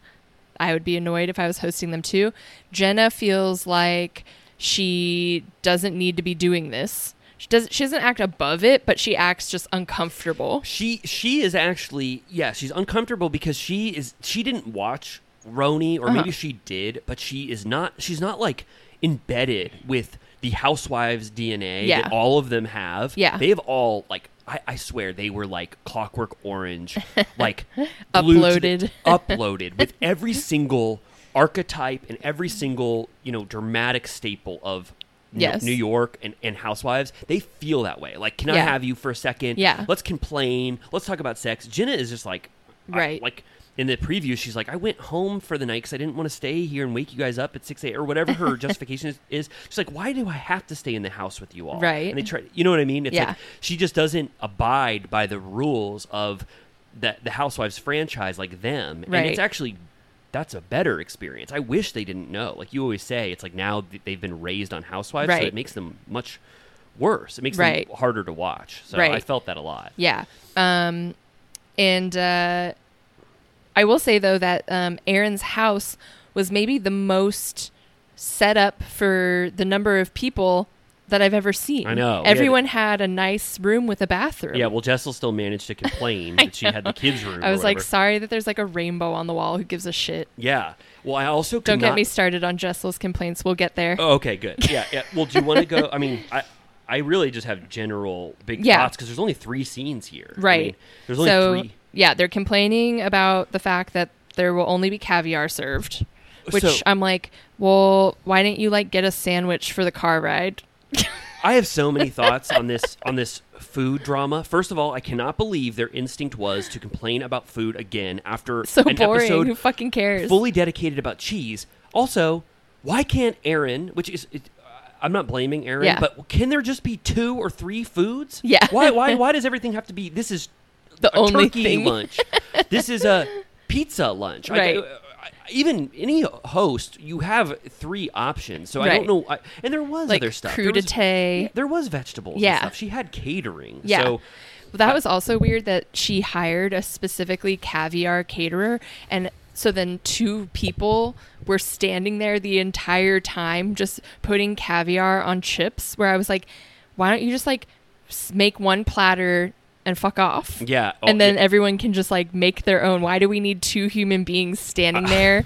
Speaker 4: I would be annoyed if I was hosting them too. Jenna feels like she doesn't need to be doing this. She doesn't. She doesn't act above it, but she acts just uncomfortable.
Speaker 3: She she is actually yeah she's uncomfortable because she is she didn't watch Roni or
Speaker 4: Uh-huh.
Speaker 3: maybe she did but she is not she's not like embedded with the housewives DNA
Speaker 4: Yeah.
Speaker 3: that all of them have
Speaker 4: Yeah.
Speaker 3: they've all like I, I swear they were like Clockwork Orange like glued to the-
Speaker 4: Uploaded.
Speaker 3: uploaded with every single archetype and every single you know dramatic staple of. New-
Speaker 4: Yes.
Speaker 3: New York and, and Housewives, they feel that way. Like, can I
Speaker 4: Yeah.
Speaker 3: have you for a second?
Speaker 4: Yeah.
Speaker 3: Let's complain. Let's talk about sex. Jenna is just like, I-
Speaker 4: Right.
Speaker 3: like in the preview, she's like, I went home for the night because I didn't want to stay here and wake you guys up at six a.m. or whatever her justification is, is. She's like, why do I have to stay in the house with you all?
Speaker 4: Right.
Speaker 3: And they try, you know what I mean? It's
Speaker 4: Yeah.
Speaker 3: like she just doesn't abide by the rules of the the Housewives franchise like them. And
Speaker 4: Right.
Speaker 3: it's actually that's a better experience. I wish they didn't know. Like you always say, it's like now th- they've been raised on Housewives, so
Speaker 4: Right.
Speaker 3: it makes them much worse. It makes
Speaker 4: Right.
Speaker 3: them harder to watch. So I
Speaker 4: Right.
Speaker 3: felt that a lot.
Speaker 4: Yeah. Um, and uh, I will say though that um, Aaron's house was maybe the most set up for the number of people that I've ever seen.
Speaker 3: I know. We had-
Speaker 4: Everyone had a nice room with a bathroom.
Speaker 3: Yeah, well, Jessel still managed to complain that she had the kids' room.
Speaker 4: I
Speaker 3: or
Speaker 4: was like,
Speaker 3: whatever.
Speaker 4: sorry that there's like a rainbow on the wall. Who gives a shit?
Speaker 3: yeah. Well, I also could
Speaker 4: Don't get
Speaker 3: not-
Speaker 4: me started on Jessel's complaints. We'll get there.
Speaker 3: Oh, okay, good. Yeah, yeah. Well, do you want to go? I mean, I, I really just have general big
Speaker 4: Yeah.
Speaker 3: thoughts because there's only three scenes here. I
Speaker 4: Right.
Speaker 3: mean, there's only
Speaker 4: so,
Speaker 3: three.
Speaker 4: Yeah, they're complaining about the fact that there will only be caviar served, which
Speaker 3: So-
Speaker 4: I'm like, well, why didn't you like get a sandwich for the car ride?
Speaker 3: I have so many thoughts on this on this food drama. First of all, I cannot believe their instinct was to complain about food again after
Speaker 4: So
Speaker 3: an
Speaker 4: boring.
Speaker 3: episode
Speaker 4: Who fucking cares?
Speaker 3: fully dedicated about cheese. Also, why can't Aaron, which is it, I'm not blaming Aaron,
Speaker 4: Yeah.
Speaker 3: but can there just be two or three foods?
Speaker 4: Yeah.
Speaker 3: Why why why does everything have to be this is
Speaker 4: The
Speaker 3: a
Speaker 4: only
Speaker 3: turkey
Speaker 4: thing.
Speaker 3: lunch. this is a pizza lunch. I-
Speaker 4: Right.
Speaker 3: I, even any host, you have three options. So I don't
Speaker 4: Right.
Speaker 3: know. I, and there was
Speaker 4: Like
Speaker 3: other stuff. There was-
Speaker 4: crudité.
Speaker 3: yeah, there was vegetables. Yeah.
Speaker 4: Yeah.
Speaker 3: And stuff. She had catering.
Speaker 4: Yeah.
Speaker 3: So
Speaker 4: Well, that was also weird that she hired a specifically caviar caterer and so then two people were standing there the entire time just putting caviar on chips where I was like, why don't you just like s- make one platter and fuck off?
Speaker 3: Yeah. Oh,
Speaker 4: and then
Speaker 3: yeah.
Speaker 4: everyone can just like make their own. Why do we need two human beings standing there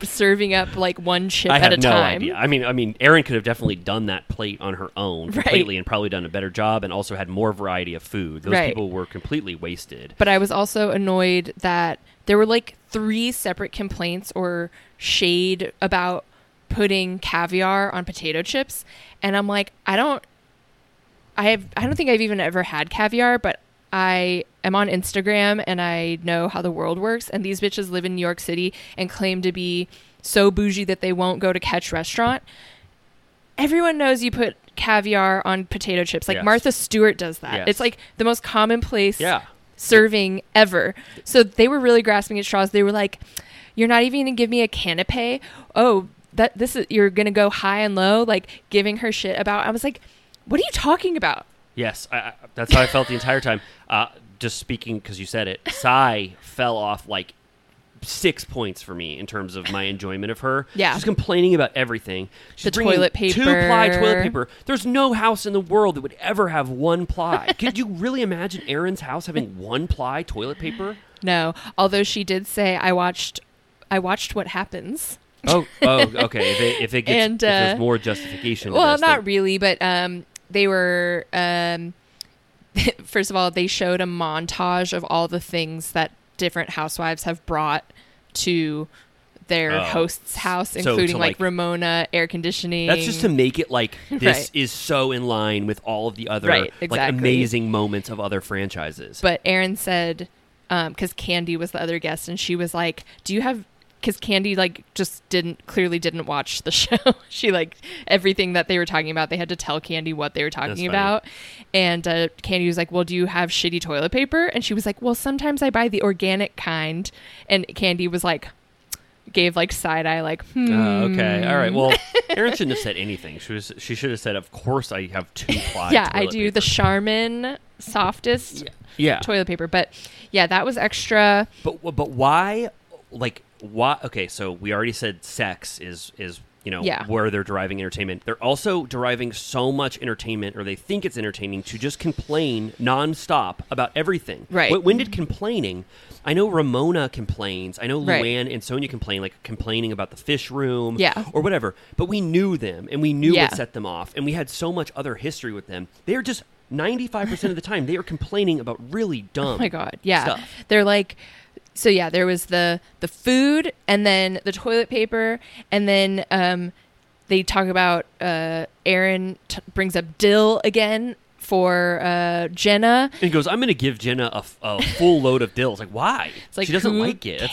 Speaker 4: serving up like one chip
Speaker 3: Ah. I
Speaker 4: at
Speaker 3: had
Speaker 4: a
Speaker 3: no
Speaker 4: time?
Speaker 3: idea. I mean, I mean, Erin could have definitely done that plate on her own
Speaker 4: Right.
Speaker 3: completely, and probably done a better job, and also had more variety of food. Those
Speaker 4: Right.
Speaker 3: people were completely wasted.
Speaker 4: But I was also annoyed that there were like three separate complaints or shade about putting caviar on potato chips, and I'm like, I don't, I have, I don't think I've even ever had caviar, but I am on Instagram and I know how the world works, and these bitches live in New York City and claim to be so bougie that they won't go to Catch Restaurant. Everyone knows you put caviar on potato chips. Like
Speaker 3: Yes.
Speaker 4: Martha Stewart does that.
Speaker 3: Yes.
Speaker 4: It's like the most commonplace
Speaker 3: Yeah.
Speaker 4: serving ever. So they were really grasping at straws. They were like, "You're not even going to give me a canapé. Oh, that this is you're going to go high and low, like giving her shit about." I was like, "What are you talking about?"
Speaker 3: Yes, I, I, that's how I felt the entire time. Uh, just speaking because you said it, Sai fell off like six points for me in terms of my enjoyment of her.
Speaker 4: Yeah.
Speaker 3: she's complaining about everything. She's
Speaker 4: The
Speaker 3: bringing
Speaker 4: toilet
Speaker 3: two ply
Speaker 4: paper.
Speaker 3: toilet paper. There's no house in the world that would ever have one ply. Could you really imagine Erin's house having one ply toilet paper?
Speaker 4: No. Although she did say, "I watched I watched what happens."
Speaker 3: Oh, oh, okay. If it, if it gets,
Speaker 4: And,
Speaker 3: if there's
Speaker 4: uh,
Speaker 3: more justification. to
Speaker 4: Well,
Speaker 3: this,
Speaker 4: not
Speaker 3: then-
Speaker 4: really, but um, they were. Um, first of all, they showed a montage of all the things that different housewives have brought to their
Speaker 3: Oh.
Speaker 4: host's house,
Speaker 3: So
Speaker 4: including
Speaker 3: to,
Speaker 4: like,
Speaker 3: like-
Speaker 4: Ramona, air conditioning.
Speaker 3: That's just to make it like this
Speaker 4: Right.
Speaker 3: is so in line with all of the other
Speaker 4: Right,
Speaker 3: like
Speaker 4: exactly.
Speaker 3: amazing moments of other franchises.
Speaker 4: But Aaron said, because Candy was the other guest, and she was like, "Do you have?" Because Candy like just didn't clearly didn't watch the show. she like everything that they were talking about. They had to tell Candy what they were
Speaker 3: That's
Speaker 4: talking
Speaker 3: funny.
Speaker 4: about, and uh, Candy was like, "Well, do you have shitty toilet paper?" And she was like, "Well, sometimes I buy the organic kind." And Candy was like, gave like side eye, like, "Hmm."
Speaker 3: Uh, okay, all right. Well, Erin shouldn't have said anything. She was she should have said, "Of course, I have two ply."
Speaker 4: yeah, I
Speaker 3: toilet
Speaker 4: do
Speaker 3: paper."
Speaker 4: the Charmin softest
Speaker 3: yeah.
Speaker 4: toilet paper, but yeah, that was extra.
Speaker 3: But but why? Like why? Okay, so we already said sex is is you know
Speaker 4: Yeah.
Speaker 3: where they're deriving entertainment. They're also deriving so much entertainment, or they think it's entertaining, to just complain nonstop about everything.
Speaker 4: Right.
Speaker 3: When, when did complaining? I know Ramona complains. I know
Speaker 4: Right.
Speaker 3: Luann and Sonia complain, like complaining about the fish room,
Speaker 4: Yeah.
Speaker 3: or whatever. But we knew them, and we knew
Speaker 4: Yeah.
Speaker 3: what set them off, and we had so much other history with them. They're just. 95% of the time they are complaining about really dumb
Speaker 4: Oh my god, yeah.
Speaker 3: stuff.
Speaker 4: They're like so yeah, there was the the food and then the toilet paper and then um they talk about uh Aaron t- brings up dill again for uh Jenna.
Speaker 3: And he goes, I'm going to give Jenna a, f- a full load of dills. Like, why? It's
Speaker 4: like,
Speaker 3: she doesn't
Speaker 4: who
Speaker 3: like it. That's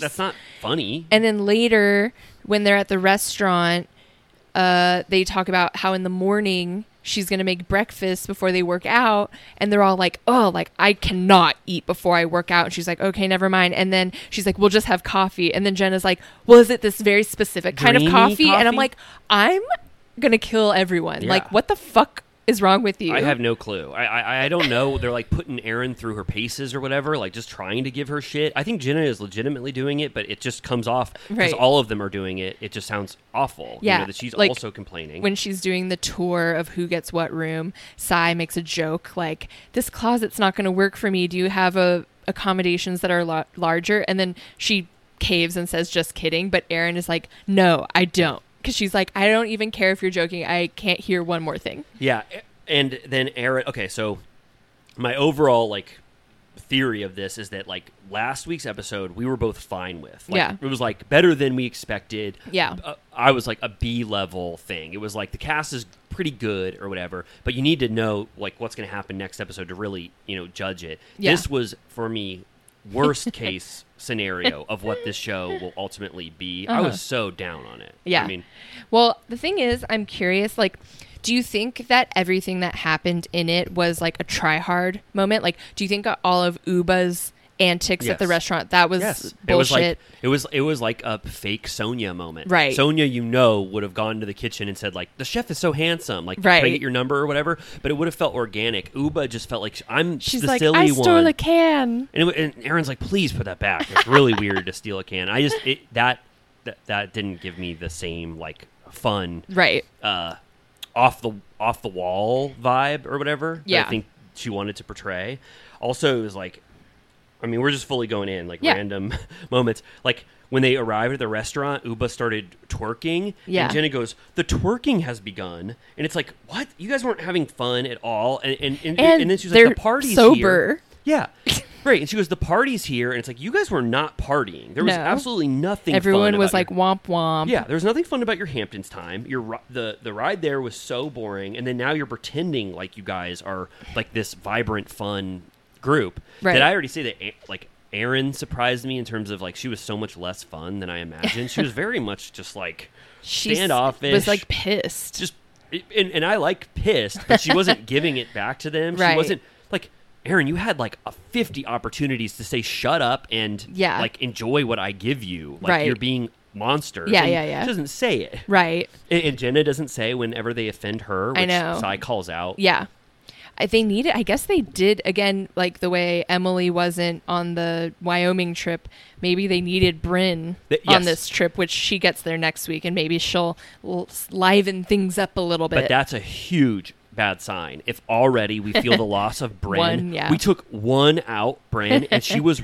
Speaker 3: Not, that's not funny.
Speaker 4: And then later when they're at the restaurant uh they talk about how in the morning she's going to make breakfast before they work out and they're all like oh like i cannot eat before i work out and she's like okay never mind and then she's like we'll just have coffee and then jen is like well is it this very specific kind
Speaker 7: Greeny
Speaker 4: of coffee? and i'm
Speaker 7: coffee?
Speaker 4: like i'm gonna kill everyone
Speaker 7: Yeah.
Speaker 4: like what the fuck is wrong with you
Speaker 3: I have no clue. I, I I don't know. They're like putting Aaron through her paces or whatever, like just trying to give her shit. I think Jenna is legitimately doing it, but it just comes off because
Speaker 4: Right.
Speaker 3: all of them are doing it. It just sounds awful. you
Speaker 4: Yeah,
Speaker 3: know, that she's
Speaker 4: like,
Speaker 3: also complaining.
Speaker 4: when she's doing the tour of who gets what room, Sai makes a joke like, "This closet's not going to work for me. Do you have a accommodations that are lo- larger?" And then she caves and says, "Just kidding." But Erin is like, "No, I don't," because she's like, "I don't even care if you're joking. I can't hear one more thing."
Speaker 3: Yeah, a- and then Aaron. Okay, so my overall like theory of this is that like last week's episode we were both fine with. Like,
Speaker 4: Yeah.
Speaker 3: it was like better than we expected.
Speaker 4: Yeah.
Speaker 3: Uh, I was like a B level thing. It was like the cast is pretty good or whatever, but you need to know like what's going to happen next episode to really you know judge it.
Speaker 4: Yeah.
Speaker 3: This was for me worst case scenario of what this show will ultimately be. I was so down on it.
Speaker 4: Uh-huh. Yeah.
Speaker 3: I mean,
Speaker 4: well, the thing is, I'm curious. Like, do you think that everything that happened in it was like a try hard moment? Like, do you think all of Uba's antics at the
Speaker 3: Yes.
Speaker 4: restaurant that was bullshit?
Speaker 3: It was like it was it was like a fake Sonia moment.
Speaker 4: Right.
Speaker 3: Sonia, you know, would have gone to the kitchen and said like, "The chef is so handsome. Like, can I
Speaker 4: Right.
Speaker 3: get your number or whatever?" But it would have felt organic. Uba just felt like I'm
Speaker 4: She's
Speaker 3: the
Speaker 4: like,
Speaker 3: silly
Speaker 4: I
Speaker 3: one.
Speaker 4: stole a can.
Speaker 3: and, it, and Aaron's like, "Please put that back. It's really weird to steal a can." I just it, that that that didn't give me the same like fun
Speaker 4: Right.
Speaker 3: uh, off the off the wall vibe or whatever. that
Speaker 4: Yeah.
Speaker 3: I think she wanted to portray. Also, it was like, I mean, we're just fully going in like
Speaker 4: Yeah.
Speaker 3: random moments. Like when they arrived at the restaurant, Uba started twerking.
Speaker 4: Yeah.
Speaker 3: and Jenna goes, "The twerking has begun," and it's like, "What? You guys weren't having fun at all?" And and and,
Speaker 4: And
Speaker 3: then she's
Speaker 4: they're
Speaker 3: like, "The party's
Speaker 4: sober."
Speaker 3: Here. Yeah. Right, and she goes, "The party's here," and it's like you guys were not partying. There was
Speaker 4: No.
Speaker 3: absolutely nothing. fun
Speaker 4: Everyone was
Speaker 3: about your-
Speaker 4: like womp womp.
Speaker 3: yeah, there was nothing fun about your Hamptons time. Your ri- the the ride there was so boring, and then now you're pretending like you guys are like this vibrant, fun group.
Speaker 4: Right.
Speaker 3: Did I already say that? A- Like Erin surprised me in terms of like she was so much less fun than I imagined. she was very much just like
Speaker 4: She s-
Speaker 3: standoffish.
Speaker 4: was like pissed.
Speaker 3: just and, and I like pissed, but she wasn't giving it back to them. She
Speaker 4: Right.
Speaker 3: wasn't like Aaron. You had like a fifty opportunities to say shut up and
Speaker 4: Yeah.
Speaker 3: like enjoy what I give you. Like
Speaker 4: Right.
Speaker 3: you're being monsters.
Speaker 4: Yeah,
Speaker 3: and
Speaker 4: yeah, yeah.
Speaker 3: She doesn't say it,
Speaker 4: right.
Speaker 3: and, and Jenna doesn't say whenever they offend her. Which
Speaker 4: I know.
Speaker 3: Sai calls out.
Speaker 4: Yeah. I, they needed, I guess they did, again, like the way Emily wasn't on the Wyoming trip. Maybe they needed Bryn
Speaker 3: Th-
Speaker 4: on
Speaker 3: yes.
Speaker 4: this trip, which she gets there next week, and maybe she'll l- liven things up a little bit.
Speaker 3: But that's a huge bad sign. If already we feel the loss of Bran,
Speaker 4: One, yeah.
Speaker 3: we took one out, Bran, and she was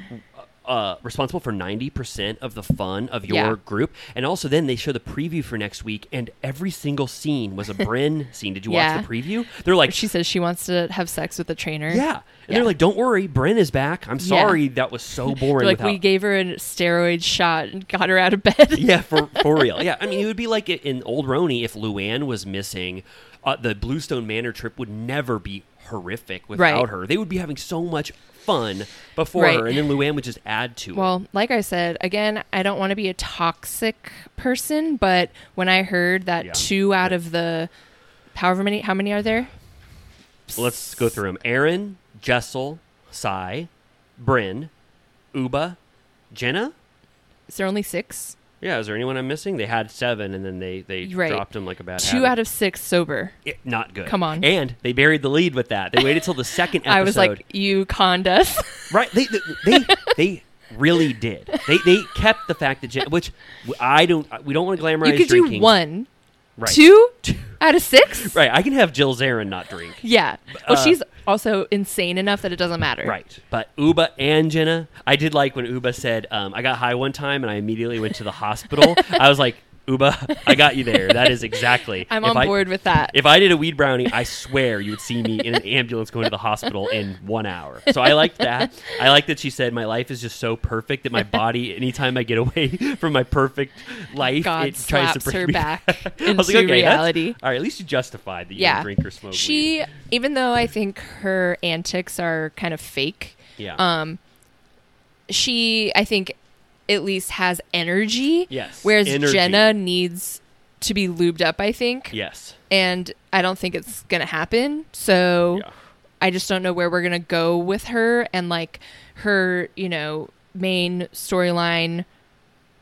Speaker 3: uh, responsible for 90% of the fun of your
Speaker 4: Yeah.
Speaker 3: group. And also, then they show the preview for next week, and every single scene was a Bran scene. Did you
Speaker 4: Yeah.
Speaker 3: watch the preview? They're like,
Speaker 4: she says she wants to have sex with the trainer.
Speaker 3: yeah. And they're
Speaker 4: Yeah.
Speaker 3: like, don't worry, Bran is back. I'm
Speaker 4: Yeah.
Speaker 3: sorry that was so
Speaker 4: They're
Speaker 3: boring.
Speaker 4: like,
Speaker 3: without-
Speaker 4: we gave her a steroid shot and got her out of bed.
Speaker 3: yeah, for for real. Yeah, I mean, it would be like i- in Old Rony if Luann was missing. Uh, the Bluestone Manor trip would never be horrific without
Speaker 4: Right.
Speaker 3: her. They would be having so much fun before
Speaker 4: Right.
Speaker 3: her, and then Luann would just add to it.
Speaker 4: Well, like I said, again, I don't want to be a toxic person, but when I heard that
Speaker 3: Yeah.
Speaker 4: two out of the however many how many are there?
Speaker 3: Let's go through them: Aaron, Jessel, Sai, Bryn, Uba, Jenna.
Speaker 4: Is there only six?
Speaker 3: Yeah, is there anyone I'm missing? They had seven, and then they they
Speaker 4: Right.
Speaker 3: dropped them like a bad.
Speaker 4: two
Speaker 3: habit.
Speaker 4: out of six sober.
Speaker 3: It- not good.
Speaker 4: Come on.
Speaker 3: And they buried the lead with that. They waited till the second episode.
Speaker 4: I was like, you conned us.
Speaker 3: Right? They they they, they really did. They they kept the fact that Jen, which I don't. We don't want to glamorize
Speaker 4: you could
Speaker 3: drinking.
Speaker 4: do one.
Speaker 3: right.
Speaker 4: Two out of six?
Speaker 3: Right. I can have Jill Zarin not drink.
Speaker 4: Yeah. Well,
Speaker 3: Uh,
Speaker 4: she's also insane enough that it doesn't matter.
Speaker 3: Right. But Uba and Jenna, I did like when Uba said, um, "I got high one time and I immediately went to the hospital." I was like, "Uba, I got you there. That is exactly."
Speaker 4: I'm
Speaker 3: If
Speaker 4: on
Speaker 3: I-
Speaker 4: board with that.
Speaker 3: If I did a weed brownie, I swear you would see me in an ambulance going to the hospital in one hour. So I liked that. I liked that she said, My life is just so perfect that my body, anytime I get away from my perfect life,
Speaker 4: God
Speaker 3: it tries to
Speaker 4: slaps
Speaker 3: bring
Speaker 4: her
Speaker 3: me
Speaker 4: back
Speaker 3: I was like,
Speaker 4: into
Speaker 3: okay, that's-
Speaker 4: reality."
Speaker 3: All right, at least you justified that you
Speaker 4: yeah.
Speaker 3: yeah. drink or smoke. weed.
Speaker 4: She, even though I think her antics are kind of fake,
Speaker 3: yeah.
Speaker 4: um she i think at least has energy
Speaker 3: Yes,
Speaker 4: whereas
Speaker 3: energy.
Speaker 4: jenna needs to be lubed up, I think.
Speaker 3: Yes.
Speaker 4: And I don't think it's going to happen. So
Speaker 3: Yeah.
Speaker 4: I just don't know where we're going to go with her and like her, you know, main storyline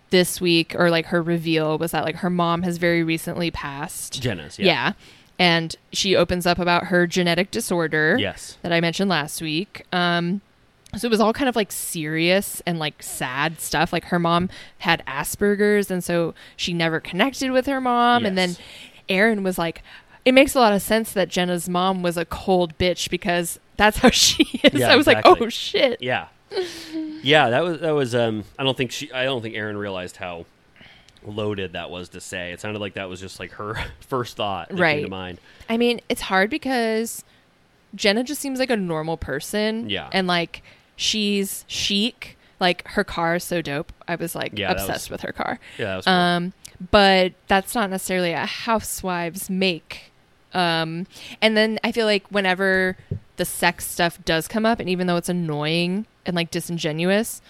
Speaker 4: this week or like her reveal was that like her mom has very recently passed.
Speaker 3: Jenna's.
Speaker 4: yeah. And she opens up about her genetic disorder
Speaker 3: Yes.
Speaker 4: that I mentioned last week. Um, so it was all kind of like serious and like sad stuff. Like her mom had Asperger's, and so she never connected with her mom. And then
Speaker 3: Yes.
Speaker 4: Aaron was like, it makes a lot of sense that Jenna's mom was a cold bitch because that's how she is.
Speaker 3: Yeah,
Speaker 4: I was like,
Speaker 3: exactly.
Speaker 4: oh shit.
Speaker 3: Yeah. Yeah, that was that was um I don't think she I don't think Aaron realized how loaded that was to say. It sounded like that was just like her first thought that came
Speaker 4: Right.
Speaker 3: to mind.
Speaker 4: I mean, it's hard because Jenna just seems like a normal person.
Speaker 3: Yeah.
Speaker 4: And like she's chic. Like her car is so dope. I was like
Speaker 3: Yeah, that
Speaker 4: obsessed
Speaker 3: was-
Speaker 4: with her car.
Speaker 3: Yeah, that was cool.
Speaker 4: Um, but that's not necessarily a housewives make. Um, and then I feel like whenever the sex stuff does come up, and even though it's annoying and like disingenuous,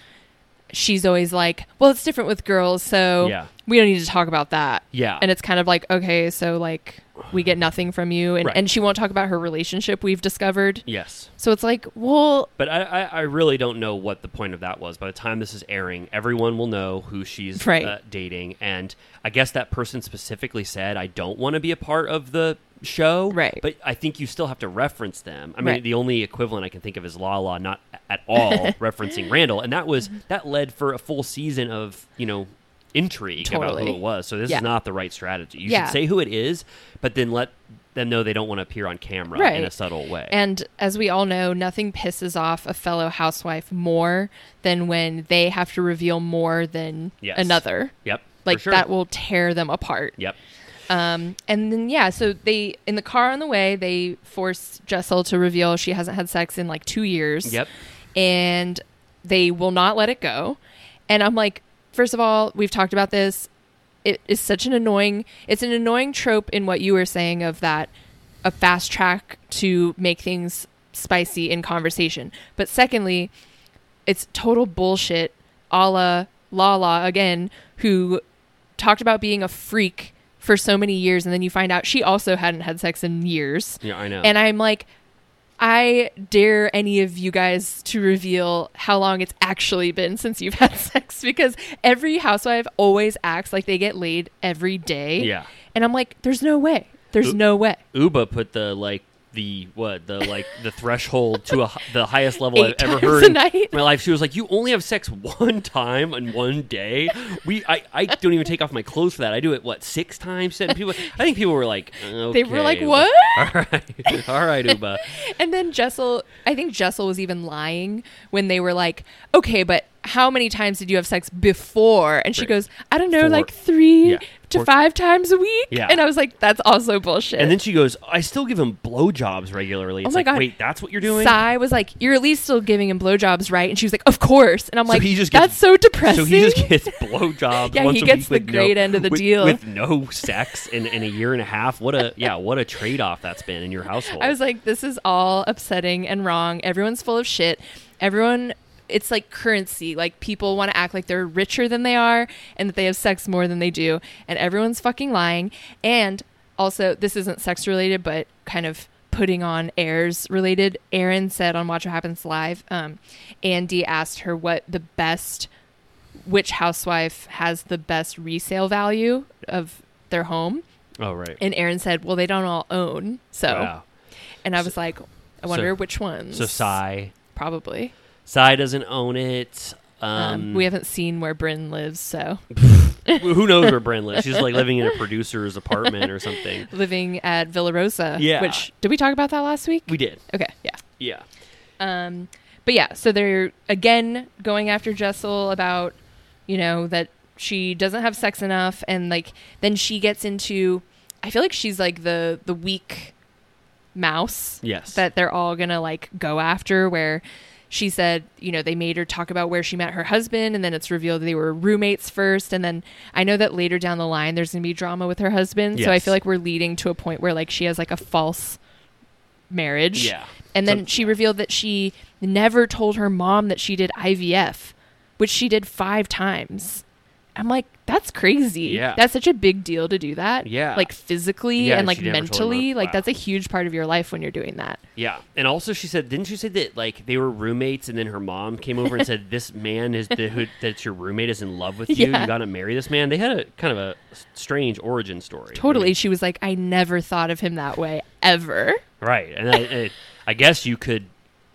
Speaker 4: she's always like, "Well, it's different with girls, so
Speaker 3: Yeah.
Speaker 4: we don't need to talk about that."
Speaker 3: Yeah.
Speaker 4: and it's kind of like, okay, so like we get nothing from you, and
Speaker 3: Right.
Speaker 4: and she won't talk about her relationship. We've discovered,
Speaker 3: yes.
Speaker 4: so it's like, well,
Speaker 3: But I, I, I really don't know what the point of that was. By the time this is airing, everyone will know who she's
Speaker 4: Right.
Speaker 3: uh, dating. And I guess that person specifically said, I don't want to be a part of the show.
Speaker 4: Right.
Speaker 3: But I think you still have to reference them. I mean,
Speaker 4: Right.
Speaker 3: the only equivalent I can think of is Lala, not at all referencing Randall. And that was,
Speaker 4: Mm-hmm.
Speaker 3: that led for a full season of, you know, intrigue about who
Speaker 4: Totally.
Speaker 3: it was. So this
Speaker 4: Yeah.
Speaker 3: is not the right strategy. You
Speaker 4: Yeah.
Speaker 3: should say who it is, but then let them know they don't want to appear on camera in a
Speaker 4: Right.
Speaker 3: subtle way.
Speaker 4: And as we all know, nothing pisses off a fellow housewife more than when they have to reveal more than
Speaker 3: Yes.
Speaker 4: another.
Speaker 3: yep. for
Speaker 4: Like
Speaker 3: sure.
Speaker 4: that will tear them apart.
Speaker 3: Yep.
Speaker 4: Um, and then yeah, so they in the car on the way, they force Jessel to reveal she hasn't had sex in like two years.
Speaker 3: Yep.
Speaker 4: And they will not let it go. And I'm like, first of all, we've talked about this. It is such an annoying it's an annoying trope in what you were saying of that a fast track to make things spicy in conversation. But secondly, it's total bullshit a la Lala again, who talked about being a freak for so many years and then you find out she also hadn't had sex in years.
Speaker 3: Yeah, I know.
Speaker 4: And I'm like, I dare any of you guys to reveal how long it's actually been since you've had sex because every housewife always acts like they get laid every day.
Speaker 3: Yeah.
Speaker 4: And I'm like, there's no way. There's
Speaker 3: Oop.
Speaker 4: no way.
Speaker 3: Uba put the like the what the like the threshold to a, hi- the highest level
Speaker 4: Eight
Speaker 3: I've ever
Speaker 4: times
Speaker 3: heard
Speaker 4: a
Speaker 3: in
Speaker 4: night.
Speaker 3: my life. She was like, "You only have sex one time in one day. We I, I don't even take off my clothes for that. I do it what six times." Seven people. I think people were like,
Speaker 4: They were like,
Speaker 3: "Okay,
Speaker 4: what?
Speaker 3: All right, all right, Uba.
Speaker 4: And then Jessel, I think Jessel was even lying when they were like, okay, but how many times did you have sex before? And she
Speaker 3: Right.
Speaker 4: goes, I don't know,
Speaker 3: Four.
Speaker 4: like three
Speaker 3: Yeah.
Speaker 4: to
Speaker 3: Four-
Speaker 4: five times a week.
Speaker 3: Yeah.
Speaker 4: And I was like, that's also bullshit.
Speaker 3: And then she goes, "I still give him blowjobs regularly."
Speaker 4: Oh
Speaker 3: It's
Speaker 4: my
Speaker 3: like,
Speaker 4: God.
Speaker 3: wait, that's what you're doing.
Speaker 4: Sai was like, "You're at least still giving him blowjobs, right?" And she was like, "Of course." And I'm
Speaker 3: So
Speaker 4: like,
Speaker 3: he just
Speaker 4: "That's
Speaker 3: gets-
Speaker 4: so
Speaker 3: So
Speaker 4: depressing."
Speaker 3: he just gets blowjobs.
Speaker 4: Yeah,
Speaker 3: once
Speaker 4: he
Speaker 3: a
Speaker 4: gets
Speaker 3: week
Speaker 4: the
Speaker 3: with
Speaker 4: great
Speaker 3: no,
Speaker 4: end of the
Speaker 3: with-
Speaker 4: deal.
Speaker 3: with no sex in, in a year and a half. What a yeah, what a trade off that's been in your household.
Speaker 4: I was like, "This is all upsetting and wrong. Everyone's full of shit. Everyone." It's like currency. Like people want to act like they're richer than they are and that they have sex more than they do. And everyone's fucking lying. And also, this isn't sex related, but kind of putting on airs related. Erin said on Watch What Happens Live, um, Andy asked her what the best which housewife has the best resale value of their home.
Speaker 3: oh right.
Speaker 4: And Aaron said, "Well, they don't all own." So,
Speaker 3: Wow.
Speaker 4: and I was like, "I wonder which ones."
Speaker 3: So Psy.
Speaker 4: probably.
Speaker 3: Psy doesn't own it.
Speaker 4: Um,
Speaker 3: Um,
Speaker 4: we haven't seen where Bryn lives, so
Speaker 3: who knows where Bryn lives? She's like living in a producer's apartment or something.
Speaker 4: living at Villa Rosa.
Speaker 3: Yeah.
Speaker 4: Which did we talk about that last week?
Speaker 3: We did.
Speaker 4: okay. Yeah.
Speaker 3: Yeah.
Speaker 4: Um, but yeah, so they're again going after Jessel about, you know, that she doesn't have sex enough, and like then she gets into, I feel like she's like the the weak mouse.
Speaker 3: Yes.
Speaker 4: that they're all gonna like go after. Where she said, you know, they made her talk about where she met her husband, and then it's revealed they were roommates first, and then I know that later down the line there's gonna be drama with her husband. So I
Speaker 3: Yes.
Speaker 4: feel like we're leading to a point where like she has like a false marriage.
Speaker 3: Yeah.
Speaker 4: And then
Speaker 3: Some-
Speaker 4: she revealed that she never told her mom that she did IVF, which she did five times. I'm like, that's crazy.
Speaker 3: Yeah.
Speaker 4: That's such a big deal to do that.
Speaker 3: Yeah.
Speaker 4: Like physically
Speaker 3: Yeah,
Speaker 4: and like
Speaker 3: she never told her.
Speaker 4: mentally. Like
Speaker 3: Wow.
Speaker 4: that's a huge part of your life when you're doing that.
Speaker 3: Yeah, and also she said, didn't you say that like they were roommates, and then her mom came over and said, "This man is the, who that's your roommate is in love with you.
Speaker 4: Yeah.
Speaker 3: You got to marry this man." They had a kind of a s- strange origin story.
Speaker 4: Totally. She was like, I never thought of him that way ever.
Speaker 3: right? And I, I, I guess you could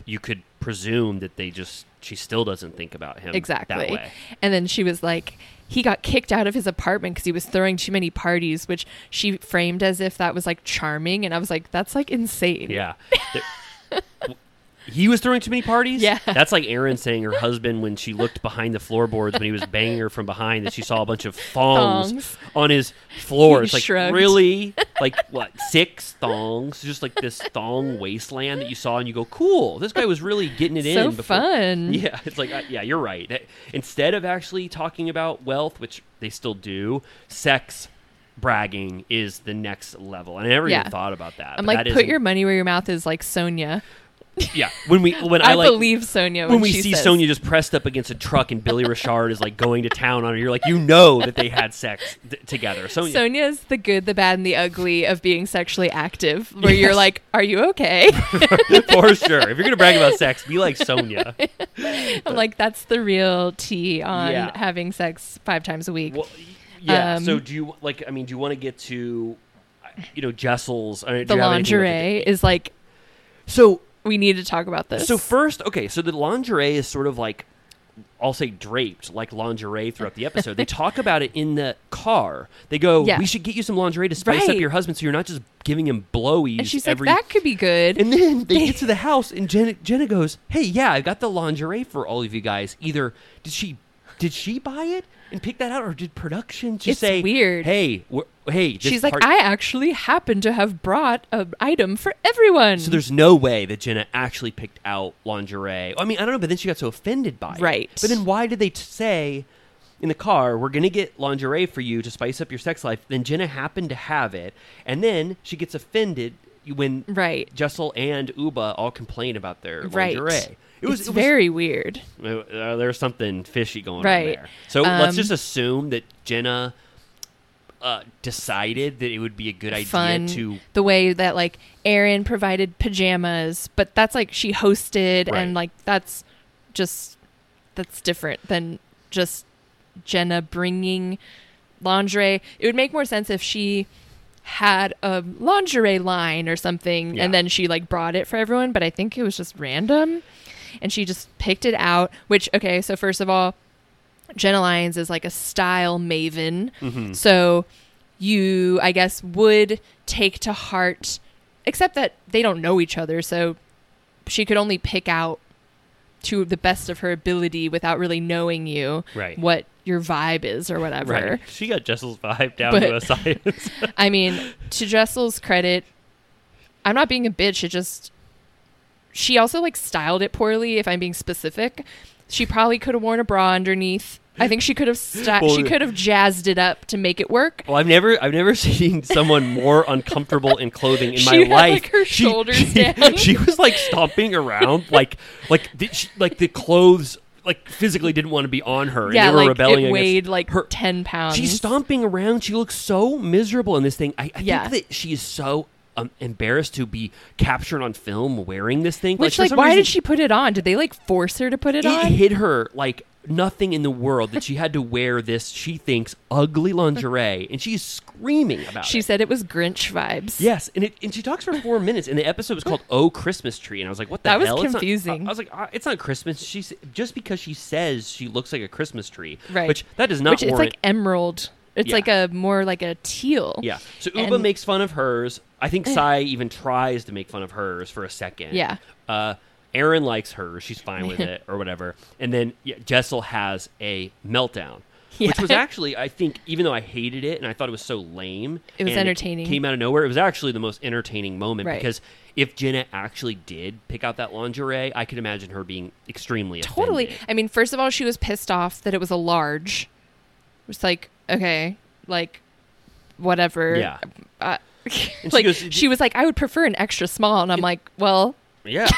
Speaker 3: you could presume that they just she still doesn't think about him that
Speaker 4: Exactly.
Speaker 3: way.
Speaker 4: And then she was like, he got kicked out of his apartment because he was throwing too many parties, which she framed as if that was like charming. And I was like, that's like insane.
Speaker 3: Yeah. Th- He was throwing too many parties.
Speaker 4: Yeah.
Speaker 3: that's like Erin saying her husband when she looked behind the floorboards when he was banging her from behind that she saw a bunch of thongs,
Speaker 4: Thongs.
Speaker 3: on his floor.
Speaker 4: He
Speaker 3: it's like
Speaker 4: shrugged.
Speaker 3: really, like what six thongs? Just like this thong wasteland that you saw, and you go, "Cool, this guy was really getting it
Speaker 4: So
Speaker 3: in." before-"
Speaker 4: fun.
Speaker 3: Yeah, it's like uh, yeah, you're right. That- Instead of actually talking about wealth, which they still do, sex bragging is the next level. And I never
Speaker 4: Yeah.
Speaker 3: even thought about that. but
Speaker 4: I'm like,
Speaker 3: that
Speaker 4: put
Speaker 3: is-
Speaker 4: your money where your mouth is, like Sonia.
Speaker 3: yeah, when we when I,
Speaker 4: I,
Speaker 3: like
Speaker 4: believe Sonia when,
Speaker 3: when we
Speaker 4: she
Speaker 3: see
Speaker 4: says-
Speaker 3: Sonia just pressed up against a truck and Billy Richard is like going to town on her, you're like, you know that they had sex th- together. Sonia,
Speaker 4: Sonia's the good, the bad, and the ugly of being sexually active. Where you're
Speaker 3: Yes.
Speaker 4: like, "Are you okay?"
Speaker 3: for sure. If you're gonna brag about sex, be like Sonia.
Speaker 4: I'm like, "That's the real tea on
Speaker 3: Yeah.
Speaker 4: having sex five times a week."
Speaker 3: Well, yeah.
Speaker 4: Um,
Speaker 3: so do you like? I mean, do you want to get to, uh, you know, Jessel's? I mean, do
Speaker 4: the
Speaker 3: you have anything with
Speaker 4: lingerie
Speaker 3: the-
Speaker 4: is like,
Speaker 3: so.
Speaker 4: we need to talk about this.
Speaker 3: So first, okay, so the lingerie is sort of like I'll say draped like lingerie throughout the episode. they talk about it in the car. They go,
Speaker 4: Yeah.
Speaker 3: "We should get you some lingerie to spice
Speaker 4: Right.
Speaker 3: up your husband, so you're not just giving him blowies."
Speaker 4: and she's
Speaker 3: every
Speaker 4: like, "That could be good."
Speaker 3: And then they get to the house, and Jenna, Jenna goes, "Hey, yeah, I got the lingerie for all of you guys. Either did she, did she buy it and pick that out, or did production just
Speaker 4: It's
Speaker 3: say,
Speaker 4: weird.
Speaker 3: Hey, we're, hey, this
Speaker 4: she's like,
Speaker 3: part-
Speaker 4: "I actually happen to have brought an item for everyone."
Speaker 3: So there's no way that Jenna actually picked out lingerie. I mean, I don't know, but then she got so offended by it.
Speaker 4: Right.
Speaker 3: But then why did they t- say in the car, we're going to get lingerie for you to spice up your sex life? Then Jenna happened to have it. And then she gets offended when
Speaker 4: Right.
Speaker 3: Jessel and Uba all complain about their
Speaker 4: Right.
Speaker 3: lingerie. It
Speaker 4: it
Speaker 3: was,
Speaker 4: was
Speaker 3: it was-
Speaker 4: very weird.
Speaker 3: uh, there's something fishy going on
Speaker 4: Right.
Speaker 3: there. So let's
Speaker 4: Um,
Speaker 3: just assume that Jenna uh, decided that it would be a good idea
Speaker 4: fun
Speaker 3: to
Speaker 4: the way that like Erin provided pajamas, but that's like she hosted
Speaker 3: Right.
Speaker 4: and like that's just that's different than just Jenna bringing lingerie. It would make more sense if she had a lingerie line or something
Speaker 3: Yeah.
Speaker 4: and then she like brought it for everyone, but I think it was just random and she just picked it out, which okay, so first of all, Jenna Lyons is like a style maven. So you, I guess, would take to heart, except that they don't know each other. So she could only pick out to the best of her ability without really knowing you
Speaker 3: Right.
Speaker 4: what your vibe is or whatever.
Speaker 3: Right. She got Jessel's vibe down
Speaker 4: But-
Speaker 3: to a science.
Speaker 4: I mean, to Jessel's credit, I'm not being a bitch. It just she also like styled it poorly. If I'm being specific, she probably could have worn a bra underneath. I think she could have sti-
Speaker 3: Well,
Speaker 4: she could have jazzed it up to make it work.
Speaker 3: well, I've never, I've never seen someone more uncomfortable in clothing in
Speaker 4: She
Speaker 3: my
Speaker 4: had,
Speaker 3: life.
Speaker 4: like, her shoulders down.
Speaker 3: She was like stomping around, like, like, did she, like the clothes, like physically didn't want to be on her.
Speaker 4: yeah,
Speaker 3: and they were
Speaker 4: like
Speaker 3: rebelling
Speaker 4: it
Speaker 3: against
Speaker 4: weighed like
Speaker 3: her.
Speaker 4: ten pounds.
Speaker 3: She's stomping around. She looks so miserable in this thing. I, I
Speaker 4: Yeah.
Speaker 3: think that she is so um, embarrassed to be captured on film wearing this thing.
Speaker 4: Which
Speaker 3: for
Speaker 4: like,
Speaker 3: some
Speaker 4: why
Speaker 3: reason-
Speaker 4: did she put it on? Did they like force her to put it,
Speaker 3: it
Speaker 4: on?
Speaker 3: hit her like nothing in the world that she had to wear this she thinks ugly lingerie and she's screaming about
Speaker 4: She
Speaker 3: it
Speaker 4: said it was Grinch vibes.
Speaker 3: yes and it and she talks for four minutes and the episode was called oh christmas tree and i was like what the
Speaker 4: That was
Speaker 3: hell It's not-
Speaker 4: confusing.
Speaker 3: i was like "Ah, it's not christmas she's just because she says she looks like a christmas tree
Speaker 4: Right.
Speaker 3: which that does not
Speaker 4: Which it's
Speaker 3: warrant
Speaker 4: like emerald. It's
Speaker 3: Yeah.
Speaker 4: like a more like a teal.
Speaker 3: yeah so uba
Speaker 4: And- Eh.
Speaker 3: makes fun of hers i think sai even tries to make fun of hers for a second
Speaker 4: Yeah.
Speaker 3: uh Aaron likes her. She's fine with it or whatever. And then yeah, Jessel has a meltdown,
Speaker 4: Yeah.
Speaker 3: which was actually, I think, even though I hated it and I thought it was so lame,
Speaker 4: It was
Speaker 3: and
Speaker 4: entertaining.
Speaker 3: came out of nowhere. It was actually the most entertaining moment
Speaker 4: Right.
Speaker 3: because if Jenna actually did pick out that lingerie, I could imagine her being extremely
Speaker 4: Totally.
Speaker 3: offended.
Speaker 4: I mean, first of all, she was pissed off that it was a large. It's like, okay, like, whatever.
Speaker 3: Yeah.
Speaker 4: Uh,
Speaker 3: she
Speaker 4: like, she,
Speaker 3: goes,
Speaker 4: was like, I would prefer an extra small. And I'm like, well,
Speaker 3: Yeah.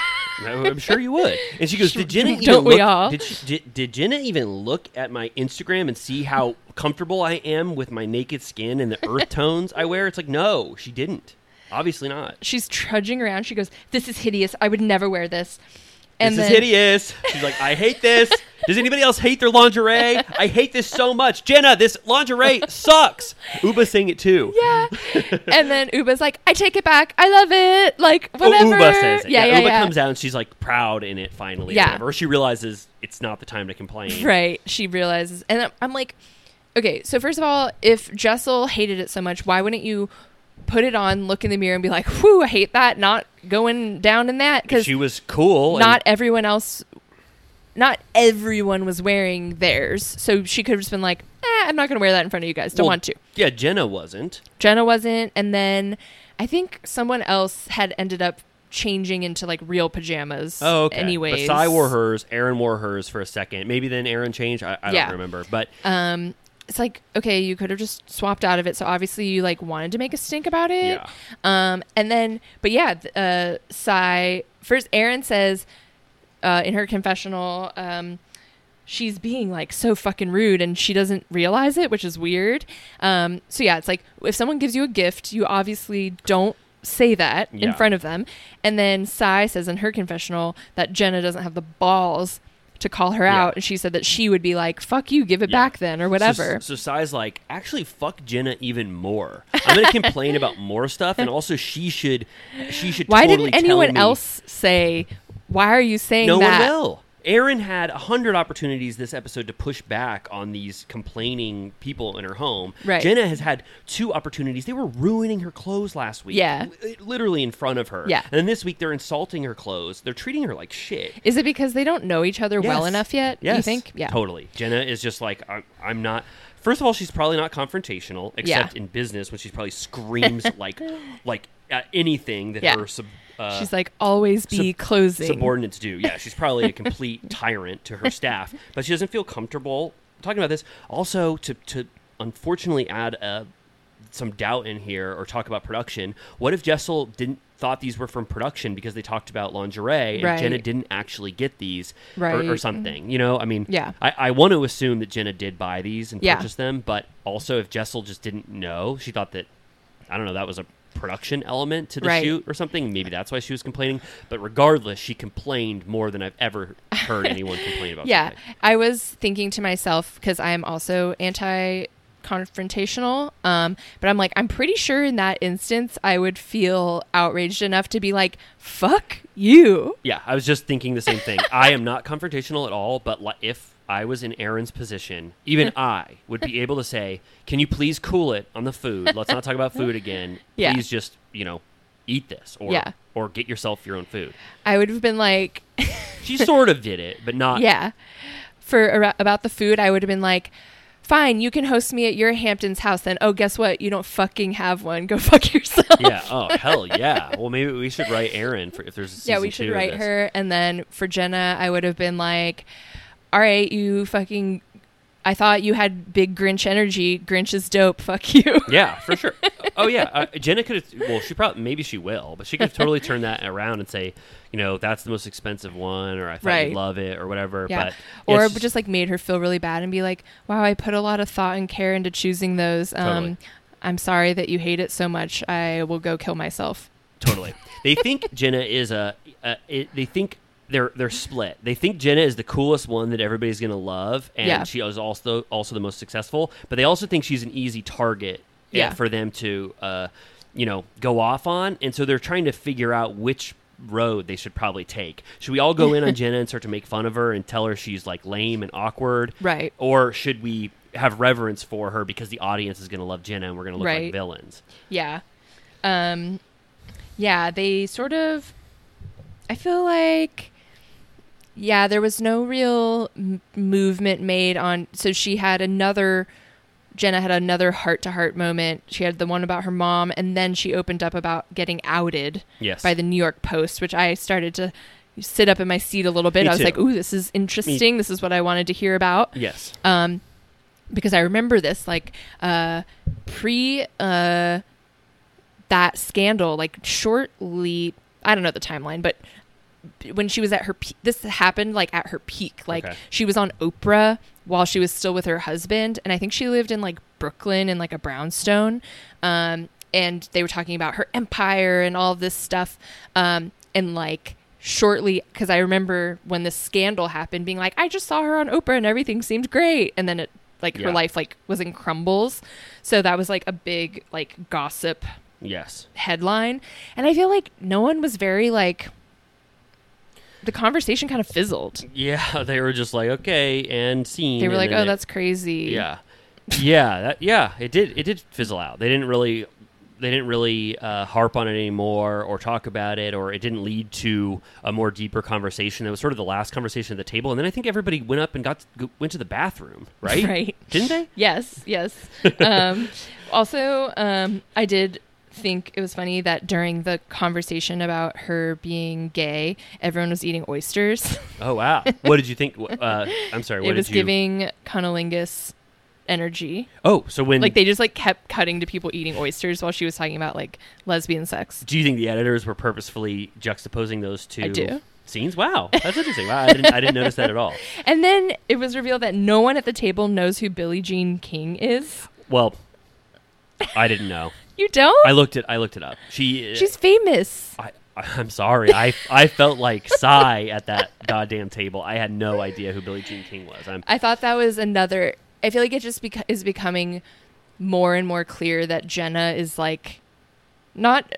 Speaker 3: No, I'm sure you would. And she goes,
Speaker 4: Sure,
Speaker 3: "Did Jenna
Speaker 4: don't
Speaker 3: even
Speaker 4: we
Speaker 3: look?
Speaker 4: all?"
Speaker 3: Did, she, did did Jenna even look at my Instagram and see how comfortable I am with my naked skin and the earth tones I wear?" It's like, no, she didn't. Obviously not.
Speaker 4: She's trudging around. She goes, "This is hideous. I would never wear this."
Speaker 3: This is hideous. She's like, I hate this. Does anybody else hate their lingerie? I hate this so much. Jenna, this lingerie sucks. Uba saying it too.
Speaker 4: Yeah. and then Uba's like, "I take it back. I love it." Like
Speaker 3: Oh,
Speaker 4: whatever.
Speaker 3: Uba says it.
Speaker 4: Yeah, yeah,
Speaker 3: Uba
Speaker 4: yeah.
Speaker 3: comes out and she's like proud in it finally.
Speaker 4: Yeah.
Speaker 3: Yeah. Whatever. She realizes it's not the time to complain.
Speaker 4: Right. She realizes. And I'm- I'm like, okay, so first of all, if Jessel hated it so much, why wouldn't you put it on, look in the mirror, and be like, whew, I hate that, not going down in that? Because
Speaker 3: She was cool. and-
Speaker 4: not everyone else, not everyone was wearing theirs. So she could have just been like, eh, I'm not going to wear that in front of you guys. Don't
Speaker 3: well,
Speaker 4: want to.
Speaker 3: Yeah, Jenna wasn't.
Speaker 4: Jenna wasn't. And then I think someone else had ended up changing into like real pajamas.
Speaker 3: Oh, okay.
Speaker 4: Anyways.
Speaker 3: But Sai wore hers, Aaron wore hers for a second. Maybe then Aaron changed. I, I
Speaker 4: Yeah.
Speaker 3: don't remember. But
Speaker 4: um it's like okay you could have just swapped out of it so obviously you like wanted to make a stink about it
Speaker 3: Yeah.
Speaker 4: um and then but yeah th- uh Sai first Erin says uh in her confessional um she's being like so fucking rude and she doesn't realize it which is weird um so yeah it's like if someone gives you a gift you obviously don't say that in
Speaker 3: Yeah.
Speaker 4: front of them and then Sai says in her confessional that Jenna doesn't have the balls to call her
Speaker 3: Yeah.
Speaker 4: out and she said that she would be like fuck you give it
Speaker 3: Yeah.
Speaker 4: back then or
Speaker 3: So,
Speaker 4: whatever.
Speaker 3: so Sai's like, actually, fuck Jenna even more. I'm gonna complain about more stuff, and also she should, she should.
Speaker 4: why
Speaker 3: totally
Speaker 4: didn't
Speaker 3: tell
Speaker 4: anyone
Speaker 3: me-
Speaker 4: else say, why are you saying
Speaker 3: No
Speaker 4: that?
Speaker 3: one will. Aaron had a hundred opportunities this episode to push back on these complaining people in her home.
Speaker 4: Right.
Speaker 3: Jenna has had two opportunities. They were ruining her clothes last week.
Speaker 4: Yeah.
Speaker 3: li- literally in front of her.
Speaker 4: Yeah.
Speaker 3: And then this week they're insulting her clothes. They're treating her like shit.
Speaker 4: Is it because they don't know each other well
Speaker 3: Yes.
Speaker 4: enough yet? You
Speaker 3: Yes.
Speaker 4: think? Yeah.
Speaker 3: Totally. Jenna is just like, I'm, I'm not. First of all, she's probably not confrontational, except in business when she probably screams like, like uh, anything that
Speaker 4: Yeah.
Speaker 3: her sub, uh,
Speaker 4: She's like, always be
Speaker 3: sub-
Speaker 4: closing.
Speaker 3: subordinates do. Yeah, she's probably a complete tyrant to her staff, but she doesn't feel comfortable talking about this. Also, to to unfortunately add uh some doubt in here or talk about production. What if Jessel didn't thought these were from production because they talked about lingerie and
Speaker 4: Right.
Speaker 3: Jenna didn't actually get these or- or,
Speaker 4: Right.
Speaker 3: something? You know, I mean,
Speaker 4: Yeah.
Speaker 3: I, I want to assume that Jenna did buy these and
Speaker 4: Yeah.
Speaker 3: purchase them, but also if Jessel just didn't know, she thought that I don't know that was a production element to the
Speaker 4: Right.
Speaker 3: shoot or something. Maybe that's why she was complaining. But regardless, she complained more than I've ever heard anyone complain about.
Speaker 4: Yeah.
Speaker 3: something.
Speaker 4: I was thinking to myself, because I am also anti confrontational, um, but I'm like, I'm pretty sure in that instance, I would feel outraged enough to be like, fuck you.
Speaker 3: Yeah, I was just thinking the same thing. I am not confrontational at all, but li- if I was in Aaron's position, even I would be able to say, "Can you please cool it on the food? Let's not talk about food again.
Speaker 4: Yeah.
Speaker 3: Please just you know eat this or
Speaker 4: Yeah.
Speaker 3: or get yourself your own food."
Speaker 4: I would have been like,
Speaker 3: She sort of did it, but not.
Speaker 4: yeah for ar- about the food i would have been like fine you can host me at your hampton's house then oh guess what you don't fucking have one go fuck yourself
Speaker 3: Yeah. Oh hell yeah. Well, maybe we should write Aaron for if there's a season
Speaker 4: yeah we should
Speaker 3: two of
Speaker 4: write
Speaker 3: this.
Speaker 4: her and then for jenna i would have been like all right you fucking i thought you had big grinch energy grinch is dope fuck you
Speaker 3: Yeah, for sure. oh yeah, uh, Jenna could have. Well, she probably maybe she will, but she could have totally turned that around and say, you know, that's the most expensive one, or I thought
Speaker 4: Right.
Speaker 3: you'd love it, or whatever.
Speaker 4: yeah
Speaker 3: But
Speaker 4: or
Speaker 3: it's
Speaker 4: just like made her feel really bad and be like wow i put a lot of thought and care into choosing those um
Speaker 3: Totally.
Speaker 4: i'm sorry that you hate it so much i will go kill myself
Speaker 3: totally. They think Jenna is a. a it, they think. They're, they're split. They think Jenna is the coolest one that everybody's gonna love, and
Speaker 4: Yeah.
Speaker 3: she is also also the most successful. But they also think she's an easy target eh,
Speaker 4: Yeah.
Speaker 3: for them to, uh, you know, go off on. And so they're trying to figure out which road they should probably take. Should we all go in on Jenna and start to make fun of her and tell her she's like lame and awkward,
Speaker 4: Right.
Speaker 3: Or should we have reverence for her because the audience is gonna love Jenna and we're gonna look
Speaker 4: Right.
Speaker 3: like villains?
Speaker 4: Yeah. Um yeah, they sort of I feel like yeah, there was no real m- movement made on so she had another Jenna had another heart to heart moment. She had the one about her mom and then she opened up about getting outed
Speaker 3: Yes.
Speaker 4: by the New York Post, which I started to sit up in my seat a little bit.
Speaker 3: Me
Speaker 4: I was
Speaker 3: too.
Speaker 4: like, "Ooh, this is interesting. This is what I wanted to hear about."
Speaker 3: Yes.
Speaker 4: um, because I remember this like uh, pre uh, that scandal, like shortly. I don't know the timeline, but when she was at her pe- this happened like at her peak like
Speaker 3: Okay.
Speaker 4: she was on oprah while she was still with her husband and i think she lived in like brooklyn in like a brownstone um, and they were talking about her empire and all this stuff um, and like shortly because i remember when this scandal happened being like i just saw her on oprah and everything seemed great and then it like
Speaker 3: Yeah.
Speaker 4: her life like was in crumbles so that was like a big like gossip
Speaker 3: Yes.
Speaker 4: headline and i feel like no one was very like the conversation kind of fizzled
Speaker 3: Yeah, they were just like, okay, and scene.
Speaker 4: they were
Speaker 3: and
Speaker 4: like
Speaker 3: then
Speaker 4: oh
Speaker 3: it-
Speaker 4: that's crazy
Speaker 3: Yeah, yeah, that, yeah. It did. It did fizzle out. They didn't really. They didn't really uh, harp on it anymore, or talk about it, or it didn't lead to a more deeper conversation. It was sort of the last conversation at the table, and then I think everybody went up and got to, went to the bathroom, right?
Speaker 4: Right.
Speaker 3: Didn't they?
Speaker 4: yes yes um, also um, i did think it was funny that during the conversation about her being gay everyone was eating oysters
Speaker 3: Oh wow! What did you think? wh- Uh, I'm sorry. What
Speaker 4: it was
Speaker 3: did you?
Speaker 4: giving cunnilingus energy
Speaker 3: oh, so when
Speaker 4: like they just like kept cutting to people eating oysters while she was talking about like lesbian sex
Speaker 3: do you think the editors were purposefully juxtaposing those two
Speaker 4: do.
Speaker 3: scenes? Wow, that's interesting. Wow, I didn't, I didn't notice that at all.
Speaker 4: And then it was revealed that no one at the table knows who Billie Jean King is.
Speaker 3: Well, I didn't know.
Speaker 4: You don't?
Speaker 3: I looked it. I looked it up. She.
Speaker 4: She's famous.
Speaker 3: I, I'm sorry. I I felt like sigh at that goddamn table. I had no idea who Billie Jean King was. I'm.
Speaker 4: I thought that was another. I feel like it just beca- is becoming more and more clear that Jenna is like not.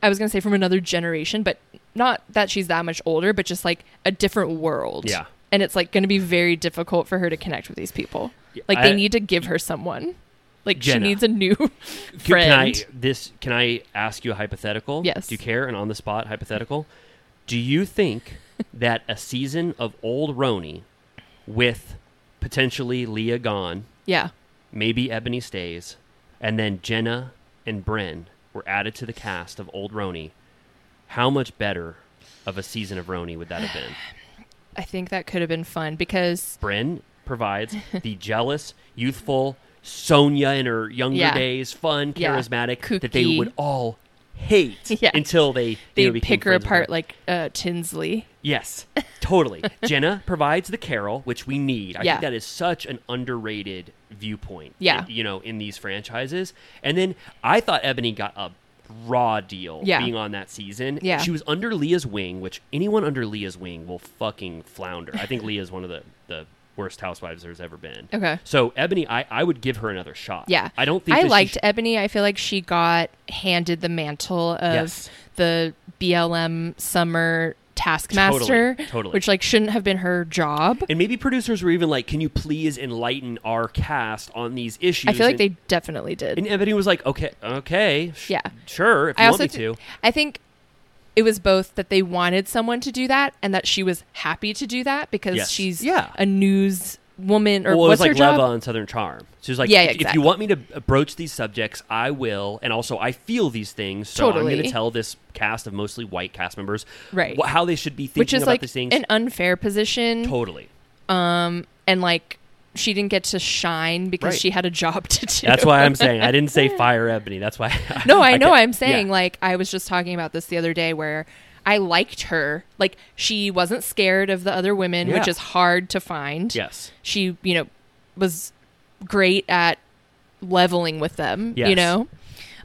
Speaker 4: I was gonna say from another generation, but not that she's that much older, but just like a different world.
Speaker 3: Yeah.
Speaker 4: And it's like gonna be very difficult for her to connect with these people. Like they
Speaker 3: I-
Speaker 4: need to give her someone. Like
Speaker 3: Jenna.
Speaker 4: she needs a new
Speaker 3: Can-
Speaker 4: friend.
Speaker 3: Can I this? Can I ask you a hypothetical?
Speaker 4: Yes.
Speaker 3: Do you care? An on the spot hypothetical. Do you think that a season of Old Roni with potentially Leah gone,
Speaker 4: yeah.
Speaker 3: maybe Ebony stays, and then Jenna and Bren were added to the cast of Old Roni, how much better of a season of Roni would that have been?
Speaker 4: I think that could have been fun because
Speaker 3: Bryn provides the jealous, youthful Sonia in her younger
Speaker 4: Yeah.
Speaker 3: days, fun,
Speaker 4: Yeah.
Speaker 3: charismatic, that they
Speaker 4: Kooky.
Speaker 3: would all hate
Speaker 4: Yeah.
Speaker 3: until they
Speaker 4: they
Speaker 3: you know,
Speaker 4: would
Speaker 3: became
Speaker 4: pick her
Speaker 3: friends with
Speaker 4: apart like uh, Tinsley.
Speaker 3: yes, totally. Jenna provides the carol, which we need. I
Speaker 4: Yeah.
Speaker 3: think that is such an underrated viewpoint.
Speaker 4: Yeah.
Speaker 3: you know, in these franchises, and then I thought Ebony got a raw deal
Speaker 4: Yeah.
Speaker 3: being on that season.
Speaker 4: Yeah.
Speaker 3: she was under Leah's wing, which anyone under Leah's wing will fucking flounder. I think Leah's one of the the worst housewives there's ever been.
Speaker 4: Okay.
Speaker 3: So Ebony, I, I would give her another shot.
Speaker 4: Yeah,
Speaker 3: I don't think
Speaker 4: I
Speaker 3: that she
Speaker 4: liked
Speaker 3: sh-
Speaker 4: Ebony. I feel like she got handed the mantle of
Speaker 3: Yes.
Speaker 4: the BLM summer taskmaster,
Speaker 3: Totally, totally.
Speaker 4: which like shouldn't have been her job.
Speaker 3: and maybe producers were even like, "Can you please enlighten our cast on these issues?"
Speaker 4: I feel like
Speaker 3: And-
Speaker 4: they definitely did.
Speaker 3: And Ebony was like, okay, okay, sh-
Speaker 4: Yeah.
Speaker 3: sure, if you
Speaker 4: I
Speaker 3: want
Speaker 4: also
Speaker 3: me
Speaker 4: thi-
Speaker 3: to.
Speaker 4: I think it was both that they wanted someone to do that and that she was happy to do that because
Speaker 3: Yes.
Speaker 4: she's
Speaker 3: Yeah.
Speaker 4: a news woman or
Speaker 3: well, it was
Speaker 4: what's her
Speaker 3: like
Speaker 4: job?
Speaker 3: Leva on Southern Charm. She was like,
Speaker 4: Yeah, yeah,
Speaker 3: if
Speaker 4: exactly.
Speaker 3: you want me to broach these subjects, I will. And also, I feel these things, so I'm going to
Speaker 4: Totally.
Speaker 3: tell this cast of mostly white cast members
Speaker 4: Right.
Speaker 3: wh- how they should be thinking
Speaker 4: which is
Speaker 3: about
Speaker 4: like
Speaker 3: these things.
Speaker 4: an unfair position.
Speaker 3: totally.
Speaker 4: and like she didn't get to shine because
Speaker 3: Right.
Speaker 4: she had a job to do.
Speaker 3: That's why I'm saying I didn't say fire Ebony. That's why.
Speaker 4: no, I, know.
Speaker 3: can't-
Speaker 4: I'm saying
Speaker 3: yeah.
Speaker 4: like I was just talking about this the other day where I liked her. Like she wasn't scared of the other women, which
Speaker 3: Yeah.
Speaker 4: is hard to find.
Speaker 3: Yes.
Speaker 4: she you know was great at leveling with them. You
Speaker 3: Yes.
Speaker 4: know,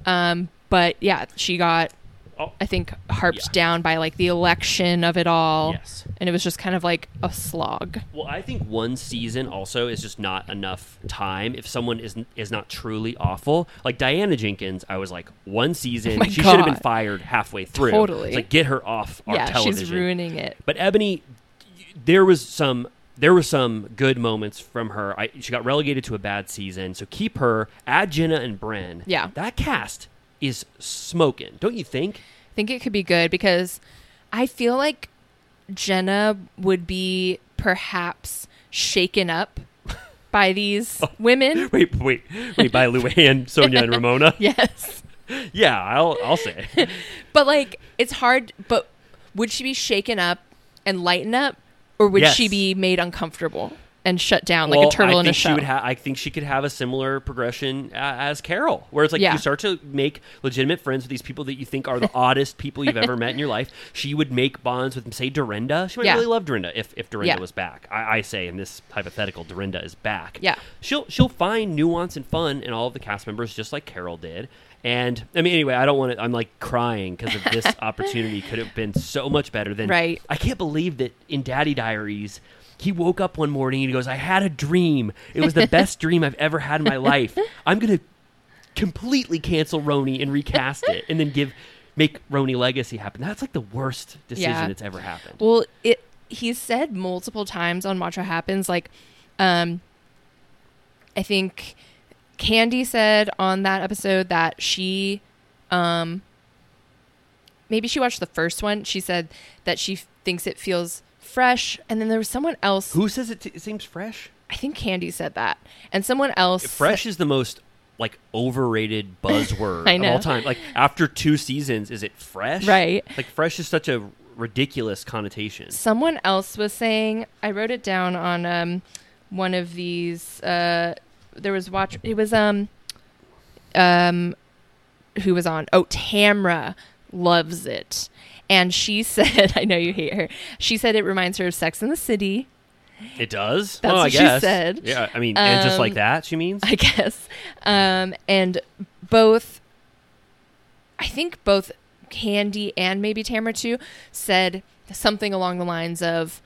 Speaker 4: um, but yeah, she got.
Speaker 3: Oh.
Speaker 4: I think harped
Speaker 3: Yeah.
Speaker 4: down by like the election of it all,
Speaker 3: Yes.
Speaker 4: and it was just kind of like a slog.
Speaker 3: Well, I think one season also is just not enough time if someone is is not truly awful. Like Diana Jenkins, I was like one season,
Speaker 4: Oh my
Speaker 3: she should have been
Speaker 4: God.
Speaker 3: fired halfway through.
Speaker 4: Totally.
Speaker 3: It's like get her off our
Speaker 4: yeah,
Speaker 3: television.
Speaker 4: she's ruining it.
Speaker 3: But Ebony, there was some there were some good moments from her. I, she got relegated to a bad season, so keep her. Add Jenna and Bren.
Speaker 4: Yeah.
Speaker 3: that cast is smoking, don't you think?
Speaker 4: think it could be good because I feel like Jenna would be perhaps shaken up by these women.
Speaker 3: Wait, wait, wait! By Luann, Sonia, and Ramona.
Speaker 4: Yes.
Speaker 3: Yeah, I'll I'll say.
Speaker 4: But like it's hard but would she be shaken up and lighten up or would
Speaker 3: Yes.
Speaker 4: she be made uncomfortable? and shut down like
Speaker 3: Well,
Speaker 4: a turtle
Speaker 3: I
Speaker 4: in
Speaker 3: think
Speaker 4: a
Speaker 3: She
Speaker 4: shell.
Speaker 3: would ha- I think she could have a similar progression a- as Carol, where it's like
Speaker 4: Yeah.
Speaker 3: you start to make legitimate friends with these people that you think are the oddest people you've ever met in your life. She would make bonds with, say, Dorinda. She might
Speaker 4: Yeah.
Speaker 3: really love Dorinda if, if Dorinda
Speaker 4: Yeah.
Speaker 3: was back. I, I say in this hypothetical, Dorinda is back.
Speaker 4: Yeah.
Speaker 3: she'll she'll find nuance and fun in all of the cast members, just like Carol did. And I mean, anyway, I don't want to. I'm like crying because of this opportunity could have been so much better than
Speaker 4: Right.
Speaker 3: I can't believe that in Daddy Diaries, he woke up one morning and he goes, I had a dream. It was the best dream I've ever had in my life. I'm going to completely cancel Roni and recast it and then give make Roni Legacy happen. That's like the worst decision
Speaker 4: Yeah.
Speaker 3: that's ever happened.
Speaker 4: Well, it he said multiple times on Matcha Happens, like, um, I think Candy said on that episode that she, um, maybe she watched the first one. She said that she f- thinks it feels fresh, and then there was someone else.
Speaker 3: Who says it, t- it seems fresh?
Speaker 4: I think Candy said that, and someone else.
Speaker 3: Fresh is the most like overrated buzzword
Speaker 4: I
Speaker 3: of
Speaker 4: know.
Speaker 3: all time. Like after two seasons, is it fresh?
Speaker 4: Right.
Speaker 3: Like fresh is such a ridiculous connotation.
Speaker 4: someone else was saying i wrote it down on um, one of these uh, there was watch it was um um who was on oh tamra loves it and she said i know you hate her she said it reminds her of sex in the city
Speaker 3: It does.
Speaker 4: That's
Speaker 3: oh, I
Speaker 4: what she
Speaker 3: guess.
Speaker 4: said.
Speaker 3: Yeah, I mean, and just like
Speaker 4: Um,
Speaker 3: that, she means.
Speaker 4: I guess. Um, and both, I think both Candy and maybe Tamara too said something along the lines of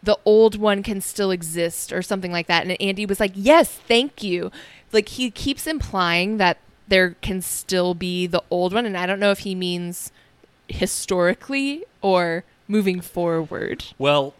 Speaker 4: the old one can still exist or something like that. And Andy was like, yes, thank you. Like he keeps implying that there can still be the old one. And I don't know if he means historically or moving forward.
Speaker 3: Well,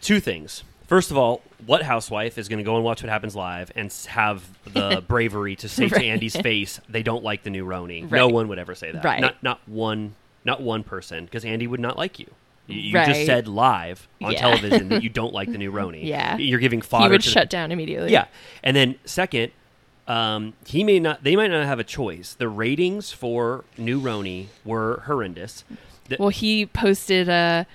Speaker 3: two things. First of all, what housewife is going to go and watch what happens live and s- have the bravery to say to Andy's face they don't like the new Roni? No
Speaker 4: Right.
Speaker 3: one would ever say that.
Speaker 4: Right.
Speaker 3: Not not one not one person because Andy would not like you. You, you just
Speaker 4: Right.
Speaker 3: said live on
Speaker 4: Yeah.
Speaker 3: television that you don't like the new Roni.
Speaker 4: Yeah.
Speaker 3: You're giving fodder.
Speaker 4: He would
Speaker 3: to the-
Speaker 4: shut down immediately.
Speaker 3: Yeah, and then second, um, he may not. They might not have a choice. The ratings for New Roni were horrendous. The-
Speaker 4: Well, he posted a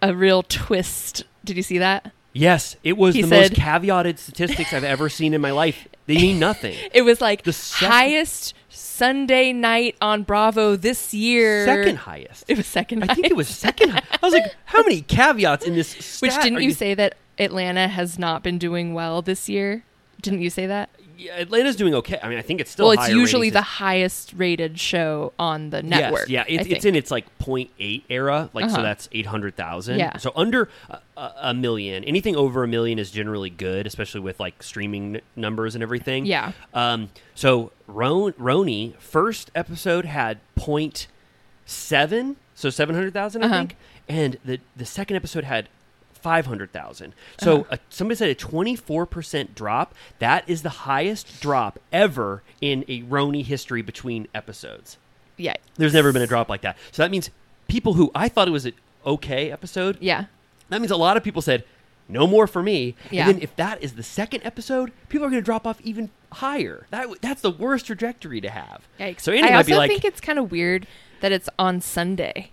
Speaker 4: a real twist. Did you see that?
Speaker 3: yes, it was
Speaker 4: he
Speaker 3: the most
Speaker 4: said-
Speaker 3: caveated statistics I've ever seen in my life. They mean nothing.
Speaker 4: It was like
Speaker 3: The
Speaker 4: the
Speaker 3: second-
Speaker 4: highest Sunday night on Bravo this year.
Speaker 3: Second highest.
Speaker 4: It was second.
Speaker 3: I think it was second. hi- I was like, how many caveats in this?
Speaker 4: highest.
Speaker 3: Stat
Speaker 4: Which didn't
Speaker 3: are
Speaker 4: you say that Atlanta has not been doing well this year? Didn't you say that?
Speaker 3: Yeah, Atlanta's doing okay. I mean, I think it's still.
Speaker 4: well, it's
Speaker 3: higher
Speaker 4: usually
Speaker 3: ratings
Speaker 4: the highest rated show on the
Speaker 3: Yes,
Speaker 4: network.
Speaker 3: yeah,
Speaker 4: I
Speaker 3: it,
Speaker 4: think.
Speaker 3: it's in its like 0.8 era, like so
Speaker 4: Uh-huh.
Speaker 3: that's eight hundred thousand.
Speaker 4: Yeah.
Speaker 3: So under a- a, a million, anything over a million is generally good, especially with like streaming n- numbers and everything.
Speaker 4: Yeah.
Speaker 3: Um. So Ron, Roni first episode had 0.7, so seven hundred thousand,
Speaker 4: Uh-huh.
Speaker 3: I think, and the the second episode had. 500,000. So
Speaker 4: Uh-huh.
Speaker 3: uh somebody said a 24% drop. That is the highest drop ever in a Roni history between episodes.
Speaker 4: yeah,
Speaker 3: There's never been a drop like that. So that means people who I thought it was an okay episode.
Speaker 4: yeah.
Speaker 3: That means a lot of people said, no more for me.
Speaker 4: Yeah.
Speaker 3: And then if that is the second episode, people are going to drop off even higher. That w- that's the worst trajectory to have.
Speaker 4: Yikes.
Speaker 3: So Andy
Speaker 4: I
Speaker 3: might
Speaker 4: also
Speaker 3: be like,
Speaker 4: think it's kind of weird that it's on Sunday.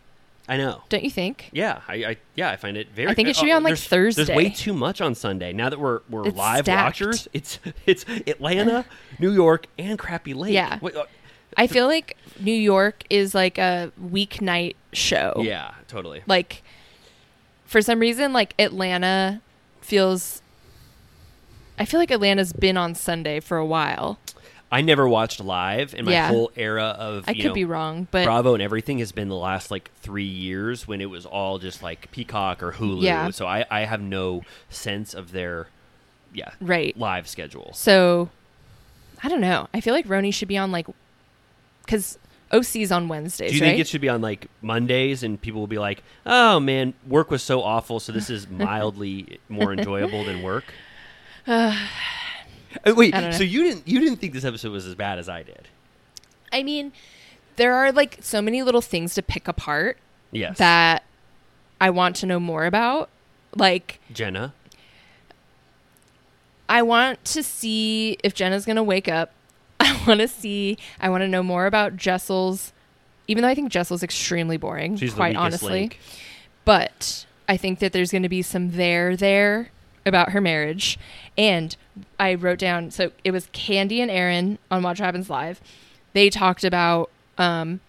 Speaker 3: I know.
Speaker 4: Don't you think?
Speaker 3: Yeah, I, I yeah, I find it very. Oh,
Speaker 4: I think it should be on, like,
Speaker 3: there's- There's
Speaker 4: Thursday.
Speaker 3: way too much on Sunday. Now that we're we're
Speaker 4: It's
Speaker 3: live
Speaker 4: stacked.
Speaker 3: watchers, it's it's Atlanta, New York, and Crappy Lake.
Speaker 4: Yeah.
Speaker 3: Wait, uh,
Speaker 4: I feel like New York is like a weeknight show.
Speaker 3: yeah, totally.
Speaker 4: Like for some reason like Atlanta feels I feel like Atlanta's been on Sunday for a while.
Speaker 3: I never watched live in my
Speaker 4: Yeah.
Speaker 3: whole era of
Speaker 4: I
Speaker 3: you
Speaker 4: could
Speaker 3: know,
Speaker 4: be wrong, but
Speaker 3: Bravo and everything has been the last like three years when it was all just like Peacock or Hulu.
Speaker 4: Yeah.
Speaker 3: So I, I have no sense of their yeah
Speaker 4: Right.
Speaker 3: live schedule.
Speaker 4: so I don't know. I feel like Roni should be on like cuz OC's on Wednesdays,
Speaker 3: Do you
Speaker 4: right?
Speaker 3: think it should be on like Mondays and people will be like, oh man, work was so awful, so this is mildly more enjoyable than work? Uh, wait,
Speaker 4: I don't know.
Speaker 3: so you didn't you didn't think this episode was as bad as I did?
Speaker 4: I mean, there are like so many little things to pick apart
Speaker 3: Yes,
Speaker 4: that I want to know more about. Like
Speaker 3: Jenna.
Speaker 4: I want to see if Jenna's going to wake up. I want to see. I want to know more about Jessel's. Even though I think Jessel's extremely boring,
Speaker 3: She's the
Speaker 4: quite
Speaker 3: weakest
Speaker 4: honestly,
Speaker 3: link.
Speaker 4: but I think that there's going to be some there there about her marriage. And I wrote down so it was Candy and Aaron on Watch What Happens Live. They talked about um,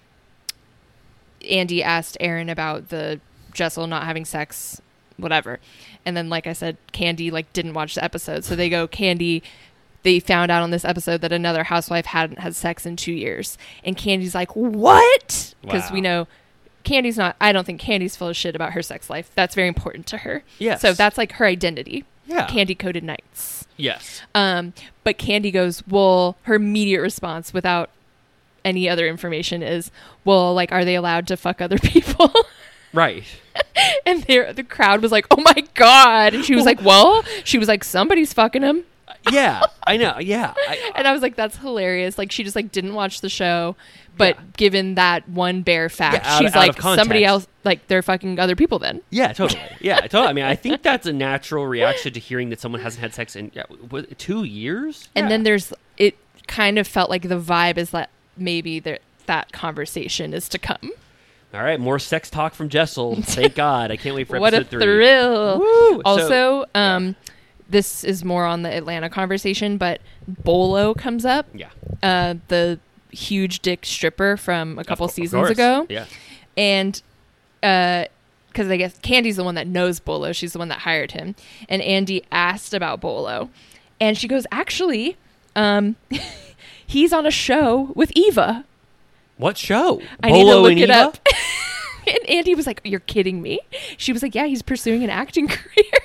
Speaker 4: Andy asked Aaron about the Jessel not having sex, whatever. And then, like I said, Candy like didn't watch the episode, so they go Candy. They found out on this episode that another housewife hadn't had sex in two years, and Candy's like, "What?" Because we
Speaker 3: Wow.
Speaker 4: know Candy's not. I don't think Candy's full of shit about her sex life. That's very important to her.
Speaker 3: Yes.
Speaker 4: So that's like her identity.
Speaker 3: Yeah.
Speaker 4: Candy coded nights.
Speaker 3: Yes.
Speaker 4: Um, but Candy goes, well, her immediate response without any other information is, well, like, are they allowed to fuck other people?
Speaker 3: Right.
Speaker 4: and there, the crowd was like, oh my God. And she was like, well, she was like, somebody's fucking him.
Speaker 3: Yeah. I know. Yeah. I,
Speaker 4: And I was like, that's hilarious. Like, she just like didn't watch the show, but given that one bare fact,
Speaker 3: Yeah, out-
Speaker 4: she's
Speaker 3: out
Speaker 4: like,
Speaker 3: of
Speaker 4: somebody
Speaker 3: context.
Speaker 4: else, like, they're fucking other people then.
Speaker 3: yeah. Totally. Yeah. Totally. I mean, I think that's a natural reaction to hearing that someone hasn't had sex in yeah, was it two years.
Speaker 4: And
Speaker 3: Yeah.
Speaker 4: then there's it kind of felt like the vibe is that maybe that that conversation is to come.
Speaker 3: all right, more sex talk from Jessel. Thank God. I can't wait for
Speaker 4: what a
Speaker 3: episode three.
Speaker 4: thrill!
Speaker 3: Woo! So-
Speaker 4: Also, um, this is more on the Atlanta conversation, but Bolo comes up.
Speaker 3: Yeah.
Speaker 4: uh, the huge dick stripper from a couple
Speaker 3: Of
Speaker 4: seasons
Speaker 3: course.
Speaker 4: ago,
Speaker 3: Yeah.
Speaker 4: and uh. Because I guess Candy's the one that knows Bolo. She's the one that hired him. And Andy asked about Bolo. And she goes, Actually, um, he's on a show with Eva.
Speaker 3: What show?
Speaker 4: I need to
Speaker 3: Bolo
Speaker 4: look
Speaker 3: and
Speaker 4: it
Speaker 3: Eva?
Speaker 4: up. and Andy was like, You're kidding me? She was like, Yeah, he's pursuing an acting career.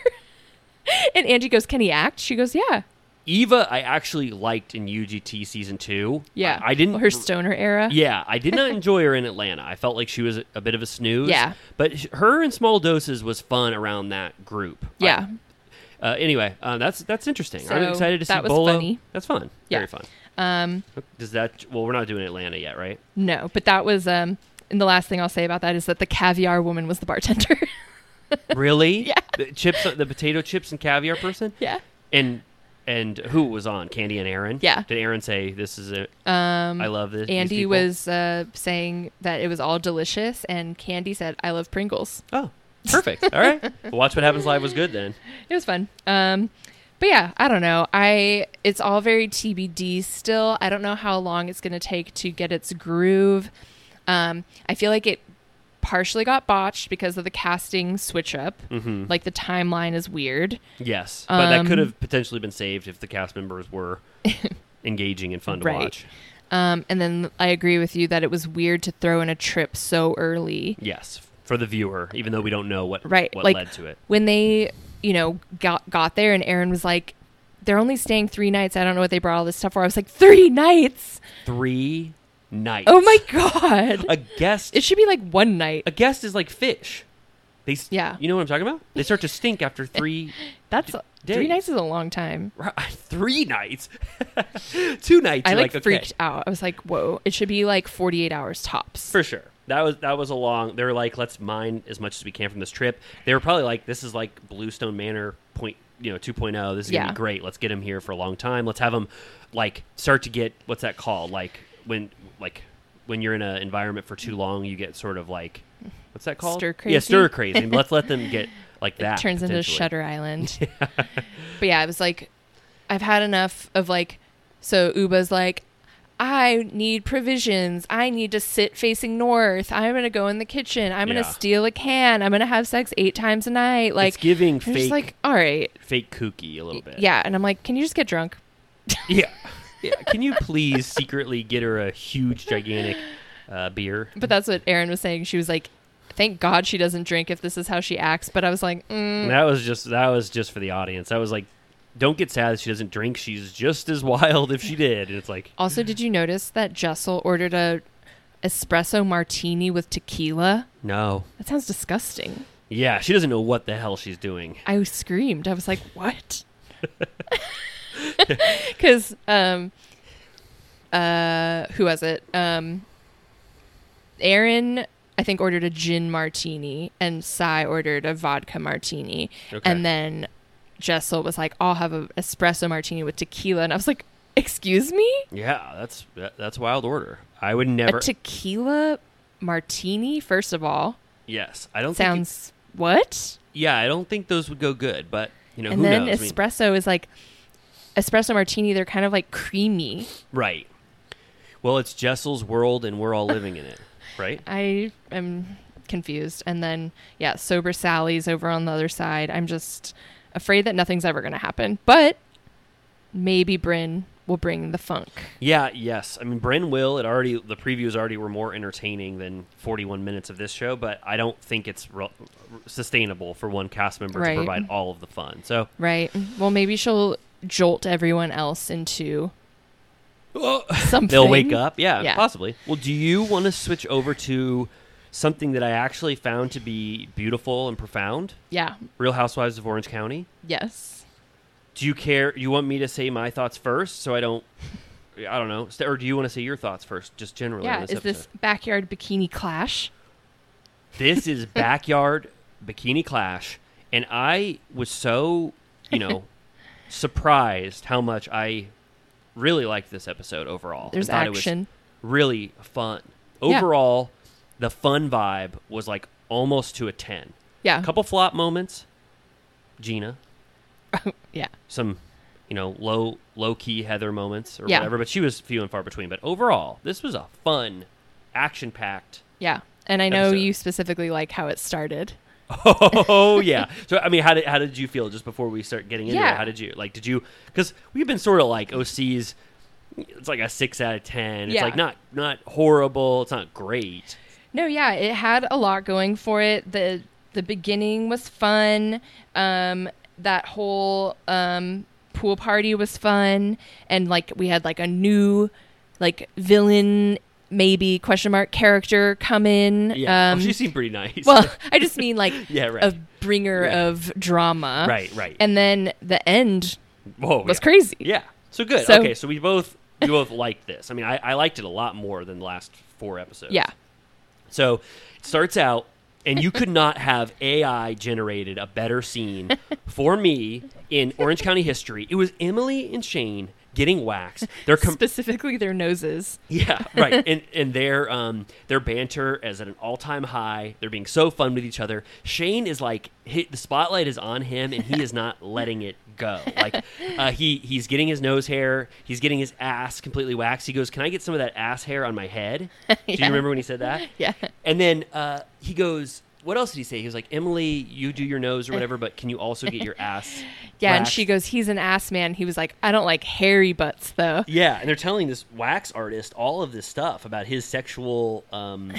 Speaker 4: and Andy goes, Can he act? She goes, Yeah.
Speaker 3: Eva, I actually liked in UGT season two.
Speaker 4: Yeah.
Speaker 3: I, I didn't.
Speaker 4: Her stoner era.
Speaker 3: Yeah, I did not enjoy her in Atlanta. I felt like she was a, a bit of a snooze.
Speaker 4: Yeah.
Speaker 3: but sh- her in small doses was fun around that group.
Speaker 4: Yeah.
Speaker 3: I- uh, anyway, uh, that's that's interesting. I'm
Speaker 4: So,
Speaker 3: excited to see
Speaker 4: that was
Speaker 3: Bolo.
Speaker 4: funny.
Speaker 3: That's fun.
Speaker 4: Yeah.
Speaker 3: Very fun. Um, does that? Well, we're not doing Atlanta yet, right?
Speaker 4: No, but that was, um, and the last thing I'll say about that is that the caviar woman was the bartender.
Speaker 3: Really? yeah. The chips, the potato chips and caviar person.
Speaker 4: yeah.
Speaker 3: And and who was on? Candy and Aaron.
Speaker 4: Yeah. Mm.
Speaker 3: Did Aaron say this is it? Um, I love this. these
Speaker 4: Andy
Speaker 3: people"?
Speaker 4: was uh, saying that it was all delicious, and Candy said, I love Pringles.
Speaker 3: Oh, perfect. All right. Well, Watch what happens live was good then.
Speaker 4: It was fun. Um, but yeah, I don't know. I it's all very TBD still. I don't know how long it's going to take to get its groove. Um, I feel like it partially got botched because of the casting switch up.
Speaker 3: Mm.
Speaker 4: Like the timeline is weird.
Speaker 3: Mm-hmm. Yes, but that could
Speaker 4: Um,
Speaker 3: have potentially been saved if the cast members were engaging and fun to
Speaker 4: Right.
Speaker 3: watch.
Speaker 4: Um, and then I agree with you that it was weird to throw in a trip so early.
Speaker 3: Yes, for the viewer, even though we don't know what
Speaker 4: Right.
Speaker 3: what
Speaker 4: like
Speaker 3: led to it.
Speaker 4: when they, you know, got got there and Aaron was like they're only staying 3 nights. I don't know what they brought all this stuff for. I was like 30 nights.
Speaker 3: Three nights.
Speaker 4: Oh my god.
Speaker 3: A guest.
Speaker 4: It should be like one night.
Speaker 3: a guest is like fish. They s-
Speaker 4: Yeah.
Speaker 3: You know what I'm talking about? They start to stink after three
Speaker 4: That's
Speaker 3: d-
Speaker 4: three
Speaker 3: days.
Speaker 4: nights is a long time.
Speaker 3: three nights, two nights.
Speaker 4: I
Speaker 3: you're
Speaker 4: like,
Speaker 3: okay.
Speaker 4: freaked out. I was like, whoa, it should be like 48 hours tops.
Speaker 3: For sure. That was that was a long. They were like, let's mine as much as we can from this trip. They were probably like, this is like Bluestone Manor point, you know, 2.0. This is
Speaker 4: Yeah.
Speaker 3: gonna be great. Let's get him here for a long time. Let's have him like start to get what's that called? Like when like when you're in an environment for too long, you get sort of like what's that called?
Speaker 4: Stir
Speaker 3: Yeah, stir
Speaker 4: crazy.
Speaker 3: crazy. let's let them get like that.
Speaker 4: turns into
Speaker 3: potentially.
Speaker 4: Shutter Island. but yeah, I was like, I've had enough of like, so Uba's like, I need provisions. I need to sit facing north. I'm gonna go in the kitchen. I'm gonna
Speaker 3: Yeah.
Speaker 4: steal a can. I'm gonna have sex eight times a night. Like
Speaker 3: It's giving
Speaker 4: I'm just
Speaker 3: fake-
Speaker 4: like, all right,
Speaker 3: Fake kooky a little bit.
Speaker 4: yeah. And I'm like, can you just get drunk?
Speaker 3: Yeah. yeah. Can you please secretly get her a huge gigantic uh, beer?
Speaker 4: But that's what Erin was saying. She was like, thank God she doesn't drink if this is how she acts. But I was like, mm,
Speaker 3: That was just that was just for the audience. That was like, don't get sad that she doesn't drink. She's just as wild if she did. And it's like,
Speaker 4: Also, did you notice that Jessel ordered a espresso martini with tequila?
Speaker 3: no,
Speaker 4: That sounds disgusting.
Speaker 3: yeah, she doesn't know what the hell she's doing.
Speaker 4: I screamed. I was like, "What?" Because um, uh, who was it? Um, Aaron, I think, ordered a gin martini, and Cy ordered a vodka martini,
Speaker 3: Okay.
Speaker 4: and then Jessel was like, "I'll have an espresso martini with tequila," and I was like, "Excuse me."
Speaker 3: Yeah, that's that, that's wild order. I would never.
Speaker 4: A tequila martini, first of all,
Speaker 3: yes, I don't. Think
Speaker 4: sounds what?
Speaker 3: it- yeah, I don't think those would go good. But You know,
Speaker 4: and
Speaker 3: who
Speaker 4: then
Speaker 3: knows? I mean-
Speaker 4: espresso is like espresso martini. They're kind of like creamy.
Speaker 3: right. Well, it's Jessel's world, and we're all living in it, right?
Speaker 4: I am confused. And then yeah, sober Sally's over on the other side. I'm just afraid that nothing's ever going to happen. But maybe Bryn will bring the funk.
Speaker 3: Yeah, yes. I mean, Bryn will. It already the previews already were more entertaining than 41 minutes of this show, but I don't think it's re- sustainable for one cast member to
Speaker 4: Right.
Speaker 3: provide all of the fun. So,
Speaker 4: Right. Well, maybe she'll jolt everyone else into something.
Speaker 3: They'll wake up. Yeah,
Speaker 4: Yeah.
Speaker 3: possibly. Well, do you want to switch over to something that I actually found to be beautiful and profound?
Speaker 4: Yeah.
Speaker 3: Real Housewives of Orange County.
Speaker 4: Yes.
Speaker 3: Do you care? You want me to say my thoughts first, so I don't. I don't know. St- Or do you want to say your thoughts first, just generally?
Speaker 4: yeah.
Speaker 3: on this
Speaker 4: Is
Speaker 3: episode?
Speaker 4: this backyard bikini clash?
Speaker 3: this is backyard bikini clash and i was so you know surprised how much i really liked this episode overall I
Speaker 4: There's
Speaker 3: thought it was
Speaker 4: action.
Speaker 3: really fun
Speaker 4: Yeah.
Speaker 3: overall the fun vibe was like almost to a 10
Speaker 4: Yeah.
Speaker 3: a couple flop moments gina
Speaker 4: Yeah.
Speaker 3: some you know low low key heather moments or
Speaker 4: Yeah.
Speaker 3: whatever but she was few and far between but overall this was a fun action packed
Speaker 4: Yeah. And I know
Speaker 3: Episode.
Speaker 4: you specifically like how it started.
Speaker 3: Oh yeah. So I mean, how did how did you feel just before we start getting into
Speaker 4: Yeah.
Speaker 3: it? How did you like? Did you because we've been sort of like OCs. It's like a six out of ten. It's
Speaker 4: Yeah.
Speaker 3: like not not horrible. It's not great.
Speaker 4: No, yeah, it had a lot going for it. the The beginning was fun. Um, that whole um, pool party was fun, and like we had like a new like villain, maybe question mark character come in.
Speaker 3: Yeah.
Speaker 4: Um,
Speaker 3: oh, she seemed pretty nice.
Speaker 4: well, I just mean like
Speaker 3: Yeah, right.
Speaker 4: a bringer
Speaker 3: Right.
Speaker 4: of drama.
Speaker 3: Right, right.
Speaker 4: And then the end
Speaker 3: Whoa,
Speaker 4: was
Speaker 3: yeah.
Speaker 4: crazy.
Speaker 3: Yeah. So good.
Speaker 4: So-
Speaker 3: okay. So we both we both liked this. I mean, I, I liked it a lot more than the last four episodes.
Speaker 4: Yeah.
Speaker 3: So it starts out, and you could not have AI generated a better scene for me in Orange County history. It was Emily and Shane getting waxed. They're com-
Speaker 4: Specifically, their noses.
Speaker 3: yeah, right. And and their um their banter is at an all time high. They're being so fun with each other. Shane is like hit, the spotlight is on him, and he is not letting it go. Like uh, he he's getting his nose hair, he's getting his ass completely waxed. He goes, "Can I get some of that ass hair on my head?" Do you remember when he said that?
Speaker 4: Yeah.
Speaker 3: And then uh, he goes. What else did he say? He was like, Emily, you do your nose or whatever, but can you also get your ass?
Speaker 4: Yeah, and
Speaker 3: waxed?"
Speaker 4: she goes, "He's an ass man." He was like, "I don't like hairy butts, though."
Speaker 3: Yeah, and they're telling this wax artist all of this stuff about his sexual, um,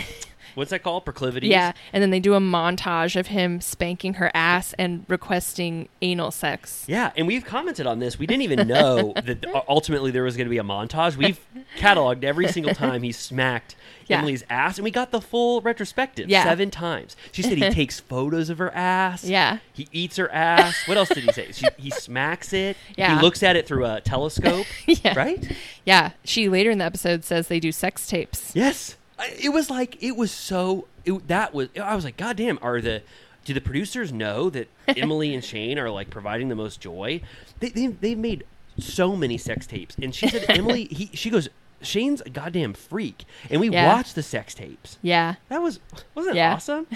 Speaker 3: what's that called? Proclivities.
Speaker 4: Yeah, and then they do a montage of him spanking her ass and requesting anal sex.
Speaker 3: Yeah, and we've commented on this. We didn't even know that u- ultimately there was going to be a montage. We've cataloged every single time he smacked
Speaker 4: Yeah.
Speaker 3: Emily's ass, and we got the full retrospective
Speaker 4: Yeah.
Speaker 3: seven times. She said he takes photos of her ass.
Speaker 4: Yeah.
Speaker 3: He eats her ass. What else did he say? She, he smacks it.
Speaker 4: Yeah.
Speaker 3: He looks at it through a telescope.
Speaker 4: Yeah.
Speaker 3: Right?
Speaker 4: Yeah, she later in the episode says they do sex tapes.
Speaker 3: Yes, I, it was like it was so. It, that was I was like, God damn, are the do the producers know that Emily and Shane are like providing the most joy? They they they've made so many sex tapes, and she said Emily he she goes Shane's a goddamn freak, and we
Speaker 4: Yeah.
Speaker 3: watched the sex tapes.
Speaker 4: Yeah,
Speaker 3: That was wasn't that
Speaker 4: Yeah.
Speaker 3: awesome?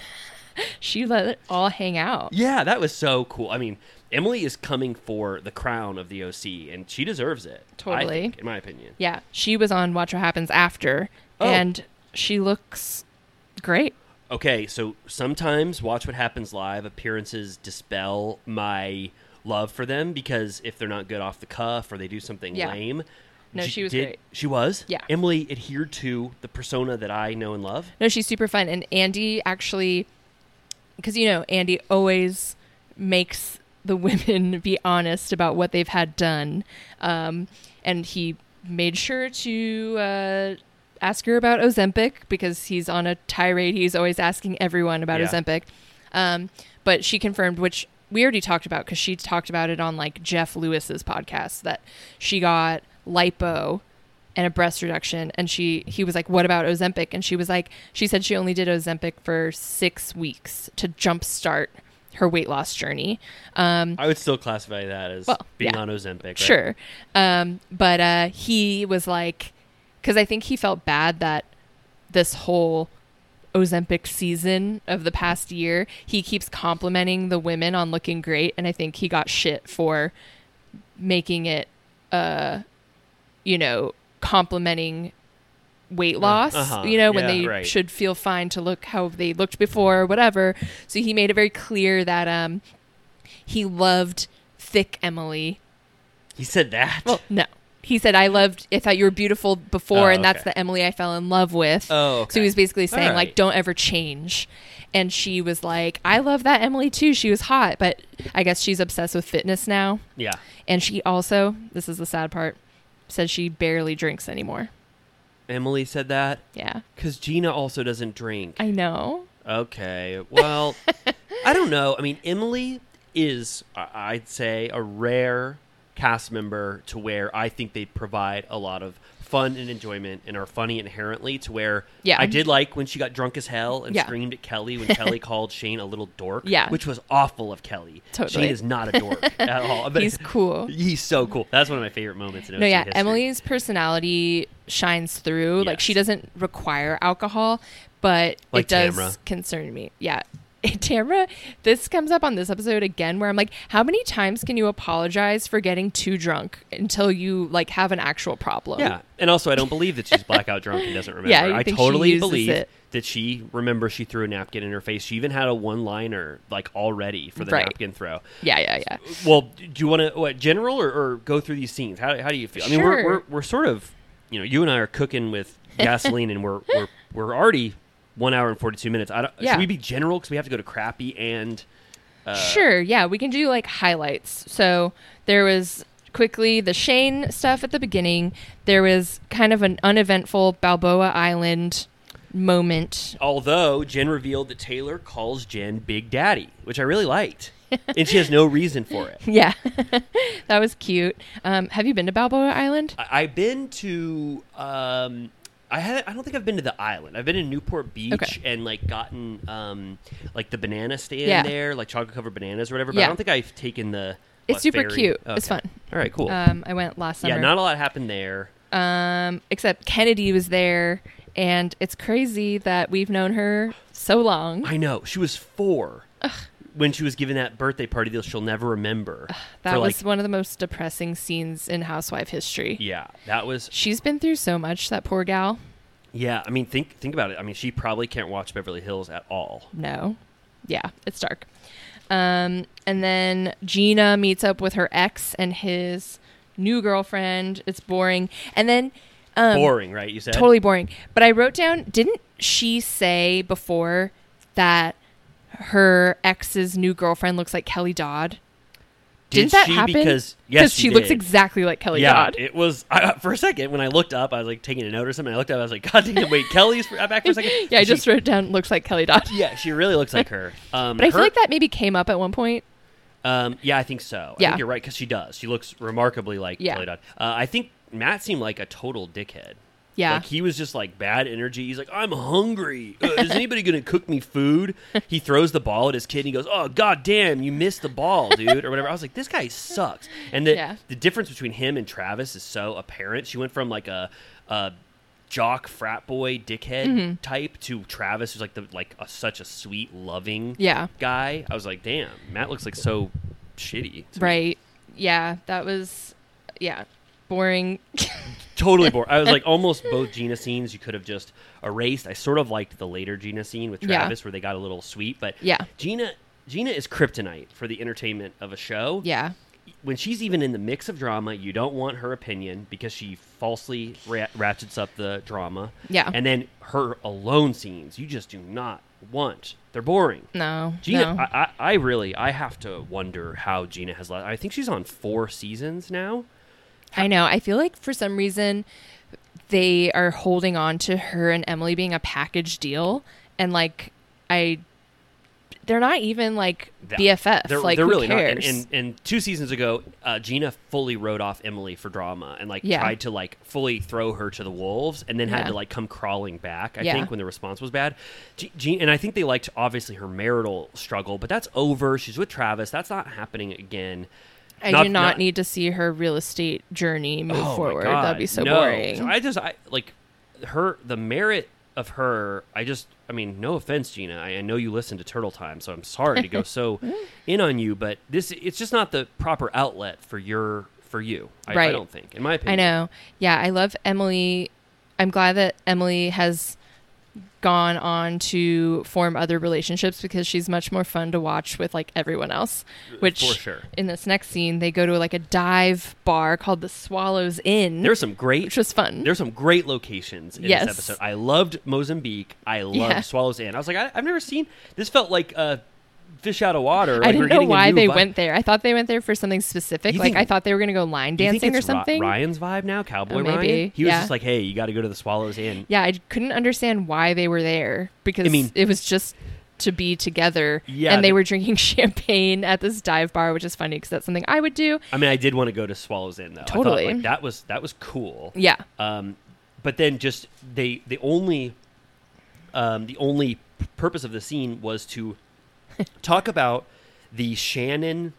Speaker 4: she let it all hang out.
Speaker 3: Yeah, that was so cool. I mean, Emily is coming for the crown of the OC, and she deserves it. I
Speaker 4: Totally.
Speaker 3: think, in my opinion.
Speaker 4: Yeah, she was on Watch What Happens After,
Speaker 3: Oh.
Speaker 4: and she looks great.
Speaker 3: Okay, so sometimes Watch What Happens Live appearances dispel my love for them because if they're not good off the cuff or they do something
Speaker 4: Yeah.
Speaker 3: lame.
Speaker 4: No,
Speaker 3: G-
Speaker 4: she was
Speaker 3: did-
Speaker 4: great.
Speaker 3: She was?
Speaker 4: Yeah.
Speaker 3: Emily adhered to the persona that I know and love.
Speaker 4: No, she's super fun. And Andy actually, because you know, Andy always makes the women be honest about what they've had done. Um, and he made sure to uh, ask her about Ozempic because he's on a tirade. He's always asking everyone about
Speaker 3: Yeah.
Speaker 4: Ozempic. Um, but she confirmed, which we already talked about because she talked about it on like Jeff Lewis's podcast, that she got lipo and a breast reduction and she he was like what about ozempic and she was like she said she only did ozempic for six weeks to jumpstart her weight loss journey um
Speaker 3: I would still classify that as
Speaker 4: Well,
Speaker 3: being
Speaker 4: yeah.
Speaker 3: on Ozempic. Right?
Speaker 4: sure um but uh he was like because i think he felt bad that this whole Ozempic season of the past year, he keeps complimenting the women on looking great, and I think he got shit for making it, uh, you know, complimenting weight loss.
Speaker 3: uh-huh.
Speaker 4: You know, when
Speaker 3: Yeah,
Speaker 4: they
Speaker 3: right.
Speaker 4: should feel fine to look how they looked before or whatever. So he made it very clear that um, he loved thick Emily.
Speaker 3: He said that.
Speaker 4: Well, no. He said, I loved, I thought you were beautiful before,
Speaker 3: Oh,
Speaker 4: and that's
Speaker 3: okay.
Speaker 4: the Emily I fell in love with.
Speaker 3: Oh, okay.
Speaker 4: So he was basically saying,
Speaker 3: All
Speaker 4: like,
Speaker 3: right.
Speaker 4: don't ever change. And she was like, I love that Emily too. She was hot, but I guess she's obsessed with fitness now.
Speaker 3: yeah.
Speaker 4: And she also, this is the sad part, said she barely drinks anymore.
Speaker 3: Emily said that
Speaker 4: Yeah.
Speaker 3: because Gina also doesn't drink.
Speaker 4: I know.
Speaker 3: Okay. Well, I don't know. I mean, Emily is, I- I'd say, a rare cast member to where I think they provide a lot of fun and enjoyment and are funny inherently to where
Speaker 4: Yeah.
Speaker 3: I did like when she got drunk as hell and
Speaker 4: Yeah.
Speaker 3: screamed at Kelly when Kelly called Shane a little dork.
Speaker 4: Yeah.
Speaker 3: Which was awful of Kelly.
Speaker 4: Totally.
Speaker 3: Shane is not a dork at all. But
Speaker 4: He's cool.
Speaker 3: He's so cool. That's one of my favorite moments in
Speaker 4: no
Speaker 3: OC
Speaker 4: yeah
Speaker 3: history.
Speaker 4: emily's personality shines through like
Speaker 3: Yes.
Speaker 4: she doesn't require alcohol but
Speaker 3: Like
Speaker 4: it does
Speaker 3: Tamra.
Speaker 4: concern me yeah Tamra, this comes up on this episode again where I'm like, how many times can you apologize for getting too drunk until you like have an actual problem?
Speaker 3: Yeah, and also I don't believe that she's blackout drunk and doesn't remember.
Speaker 4: Yeah, you
Speaker 3: I
Speaker 4: think she
Speaker 3: totally
Speaker 4: uses
Speaker 3: believe
Speaker 4: it.
Speaker 3: that she remembers she threw a napkin in her face. She even had a one-liner like already for the
Speaker 4: Right.
Speaker 3: napkin throw.
Speaker 4: Yeah, yeah, yeah.
Speaker 3: Well, do you want to what general or, or go through these scenes? How, how do you feel? I mean, we're,
Speaker 4: Sure.
Speaker 3: we're we're sort of you know you and I are cooking with gasoline, and we're we're we're already one hour and forty-two minutes. I don't,
Speaker 4: Yeah.
Speaker 3: Should we be general because we have to go to crappy and Uh,
Speaker 4: sure, yeah, we can do like highlights. So there was quickly the Shane stuff at the beginning. There was kind of an uneventful Balboa Island moment.
Speaker 3: Although Jen revealed that Taylor calls Jen Big Daddy, which I really liked, and she has no reason for it.
Speaker 4: Yeah, that was cute. Um, have you been to Balboa Island?
Speaker 3: I- I've been to. Um, I had. I don't think I've been to the island. I've been in Newport Beach
Speaker 4: Okay.
Speaker 3: and like gotten um, like the banana stand
Speaker 4: Yeah.
Speaker 3: there, like chocolate covered bananas or whatever. But I
Speaker 4: Yeah.
Speaker 3: don't think I've taken the.
Speaker 4: It's
Speaker 3: what,
Speaker 4: super
Speaker 3: ferry?
Speaker 4: cute. It's fun.
Speaker 3: All right. Cool.
Speaker 4: Um, I went last summer.
Speaker 3: yeah. Not a lot happened there.
Speaker 4: um, except Kennedy was there, and it's crazy that we've known her so long.
Speaker 3: I know she was four when she was given that birthday party that she'll never remember.
Speaker 4: That
Speaker 3: for,
Speaker 4: was
Speaker 3: like,
Speaker 4: one of the most depressing scenes in housewife history.
Speaker 3: yeah. That was
Speaker 4: She's been through so much. That poor gal.
Speaker 3: yeah. I mean, think think about it. I mean, she probably can't watch Beverly Hills at all.
Speaker 4: No, yeah, it's dark. Um, and then Gina meets up with her ex and his new girlfriend. It's boring. And then um,
Speaker 3: Boring, right? You said
Speaker 4: totally boring. But I wrote down, didn't she say before that her ex's new girlfriend looks like Kelly Dodd?
Speaker 3: Did
Speaker 4: Didn't that
Speaker 3: she?
Speaker 4: happen?
Speaker 3: Because yes,
Speaker 4: she, looks
Speaker 3: did.
Speaker 4: exactly like Kelly
Speaker 3: yeah,
Speaker 4: Dodd.
Speaker 3: it was I, uh, for a second when I looked up. I was like taking a note or something. I looked up. I was like, God damn! Wait, Kelly's for, back for a second.
Speaker 4: yeah, I
Speaker 3: She-
Speaker 4: just wrote down looks like Kelly Dodd.
Speaker 3: Yeah, she really looks like her. Um,
Speaker 4: But I feel
Speaker 3: her-
Speaker 4: like that maybe came up at one point.
Speaker 3: Um, yeah, I think so. I
Speaker 4: Yeah.
Speaker 3: think you're right because she does. She looks remarkably like
Speaker 4: Yeah.
Speaker 3: Kelly Dodd. Uh, I think Matt seemed like a total dickhead.
Speaker 4: Yeah.
Speaker 3: like he was just like bad energy. He's like, I'm hungry. Uh, is anybody gonna cook me food? He throws the ball at his kid. and He goes, Oh god damn, you missed the ball, dude, or whatever. I was like, this guy sucks. And the
Speaker 4: Yeah.
Speaker 3: the difference between him and Travis is so apparent. She went from like a. a jock frat boy dickhead
Speaker 4: Mm-hmm.
Speaker 3: type to Travis who's like the like a, such a sweet loving
Speaker 4: Yeah.
Speaker 3: guy. I was like, damn, Matt looks like so shitty. to me.
Speaker 4: Right. Yeah, that was yeah, boring.
Speaker 3: Totally bored. I was like, almost both Gina scenes you could have just erased. I sort of liked the later Gina scene with
Speaker 4: Yeah.
Speaker 3: Travis where they got a little sweet, but
Speaker 4: Yeah.
Speaker 3: Gina Gina is kryptonite for the entertainment of a show.
Speaker 4: yeah.
Speaker 3: When she's even in the mix of drama, you don't want her opinion because she falsely ra- ratchets up the drama.
Speaker 4: Yeah.
Speaker 3: And then her alone scenes, you just do not want. They're boring.
Speaker 4: No.
Speaker 3: Gina,
Speaker 4: no.
Speaker 3: I, I, I really, I have to wonder how Gina has. la- I think she's on four seasons now.
Speaker 4: I know. I feel like for some reason they are holding on to her and Emily being a package deal, and like I, they're not even like
Speaker 3: That-
Speaker 4: BFF.
Speaker 3: They're,
Speaker 4: like
Speaker 3: they're
Speaker 4: who
Speaker 3: really
Speaker 4: cares?
Speaker 3: not. And, and, and two seasons ago, uh, Gina fully wrote off Emily for drama and like
Speaker 4: Yeah.
Speaker 3: tried to like fully throw her to the wolves, and then had
Speaker 4: Yeah.
Speaker 3: to like come crawling back. I
Speaker 4: Yeah.
Speaker 3: think when the response was bad, G- Gina, and I think they liked obviously her marital struggle, but that's over. She's with Travis. That's not happening again.
Speaker 4: I do not, need to see her real estate journey move
Speaker 3: Oh my
Speaker 4: forward.
Speaker 3: God,
Speaker 4: That'd be so
Speaker 3: no.
Speaker 4: boring.
Speaker 3: So I just I like her the merit of her, I just, I mean, no offense, Gina. I, I know you listen to Turtle Time, so I'm sorry to go so in on you, but this it's just not the proper outlet for your for you. I, I
Speaker 4: Right.
Speaker 3: don't think, in my
Speaker 4: I
Speaker 3: opinion.
Speaker 4: know. Yeah, I love Emily. I'm glad that Emily has gone on to form other relationships because she's much more fun to watch with like everyone else. Which
Speaker 3: For sure.
Speaker 4: in this next scene they go to like a dive bar called the Swallows Inn.
Speaker 3: There's some great,
Speaker 4: which was fun.
Speaker 3: There's some great locations in
Speaker 4: Yes.
Speaker 3: this episode. I loved Mozambique. I loved
Speaker 4: Yeah.
Speaker 3: Swallows Inn. I was like, I, I've never seen. This felt like uh, fish out of water. like
Speaker 4: I
Speaker 3: we're
Speaker 4: didn't know
Speaker 3: getting a
Speaker 4: why
Speaker 3: new
Speaker 4: they
Speaker 3: vibe.
Speaker 4: went there. I thought they went there for something specific.
Speaker 3: You
Speaker 4: Like
Speaker 3: think-
Speaker 4: I thought they were gonna go line
Speaker 3: Do you think
Speaker 4: dancing or
Speaker 3: it's Ri-
Speaker 4: something. Uh,
Speaker 3: Ryan's vibe now, Cowboy
Speaker 4: maybe,
Speaker 3: Ryan. He was
Speaker 4: yeah.
Speaker 3: just like, "Hey, you got to go to the Swallows Inn."
Speaker 4: Yeah, I couldn't understand why they were there because
Speaker 3: I mean-
Speaker 4: it was just to be together.
Speaker 3: Yeah,
Speaker 4: and they
Speaker 3: the-
Speaker 4: were drinking champagne at this dive bar, which is funny because that's something I would do.
Speaker 3: I mean, I did want to go to Swallows Inn though. I thought,
Speaker 4: Totally.
Speaker 3: like, that was that was cool.
Speaker 4: Yeah,
Speaker 3: Um, but then just they the only um, the only p- purpose of the scene was to talk about the Shannon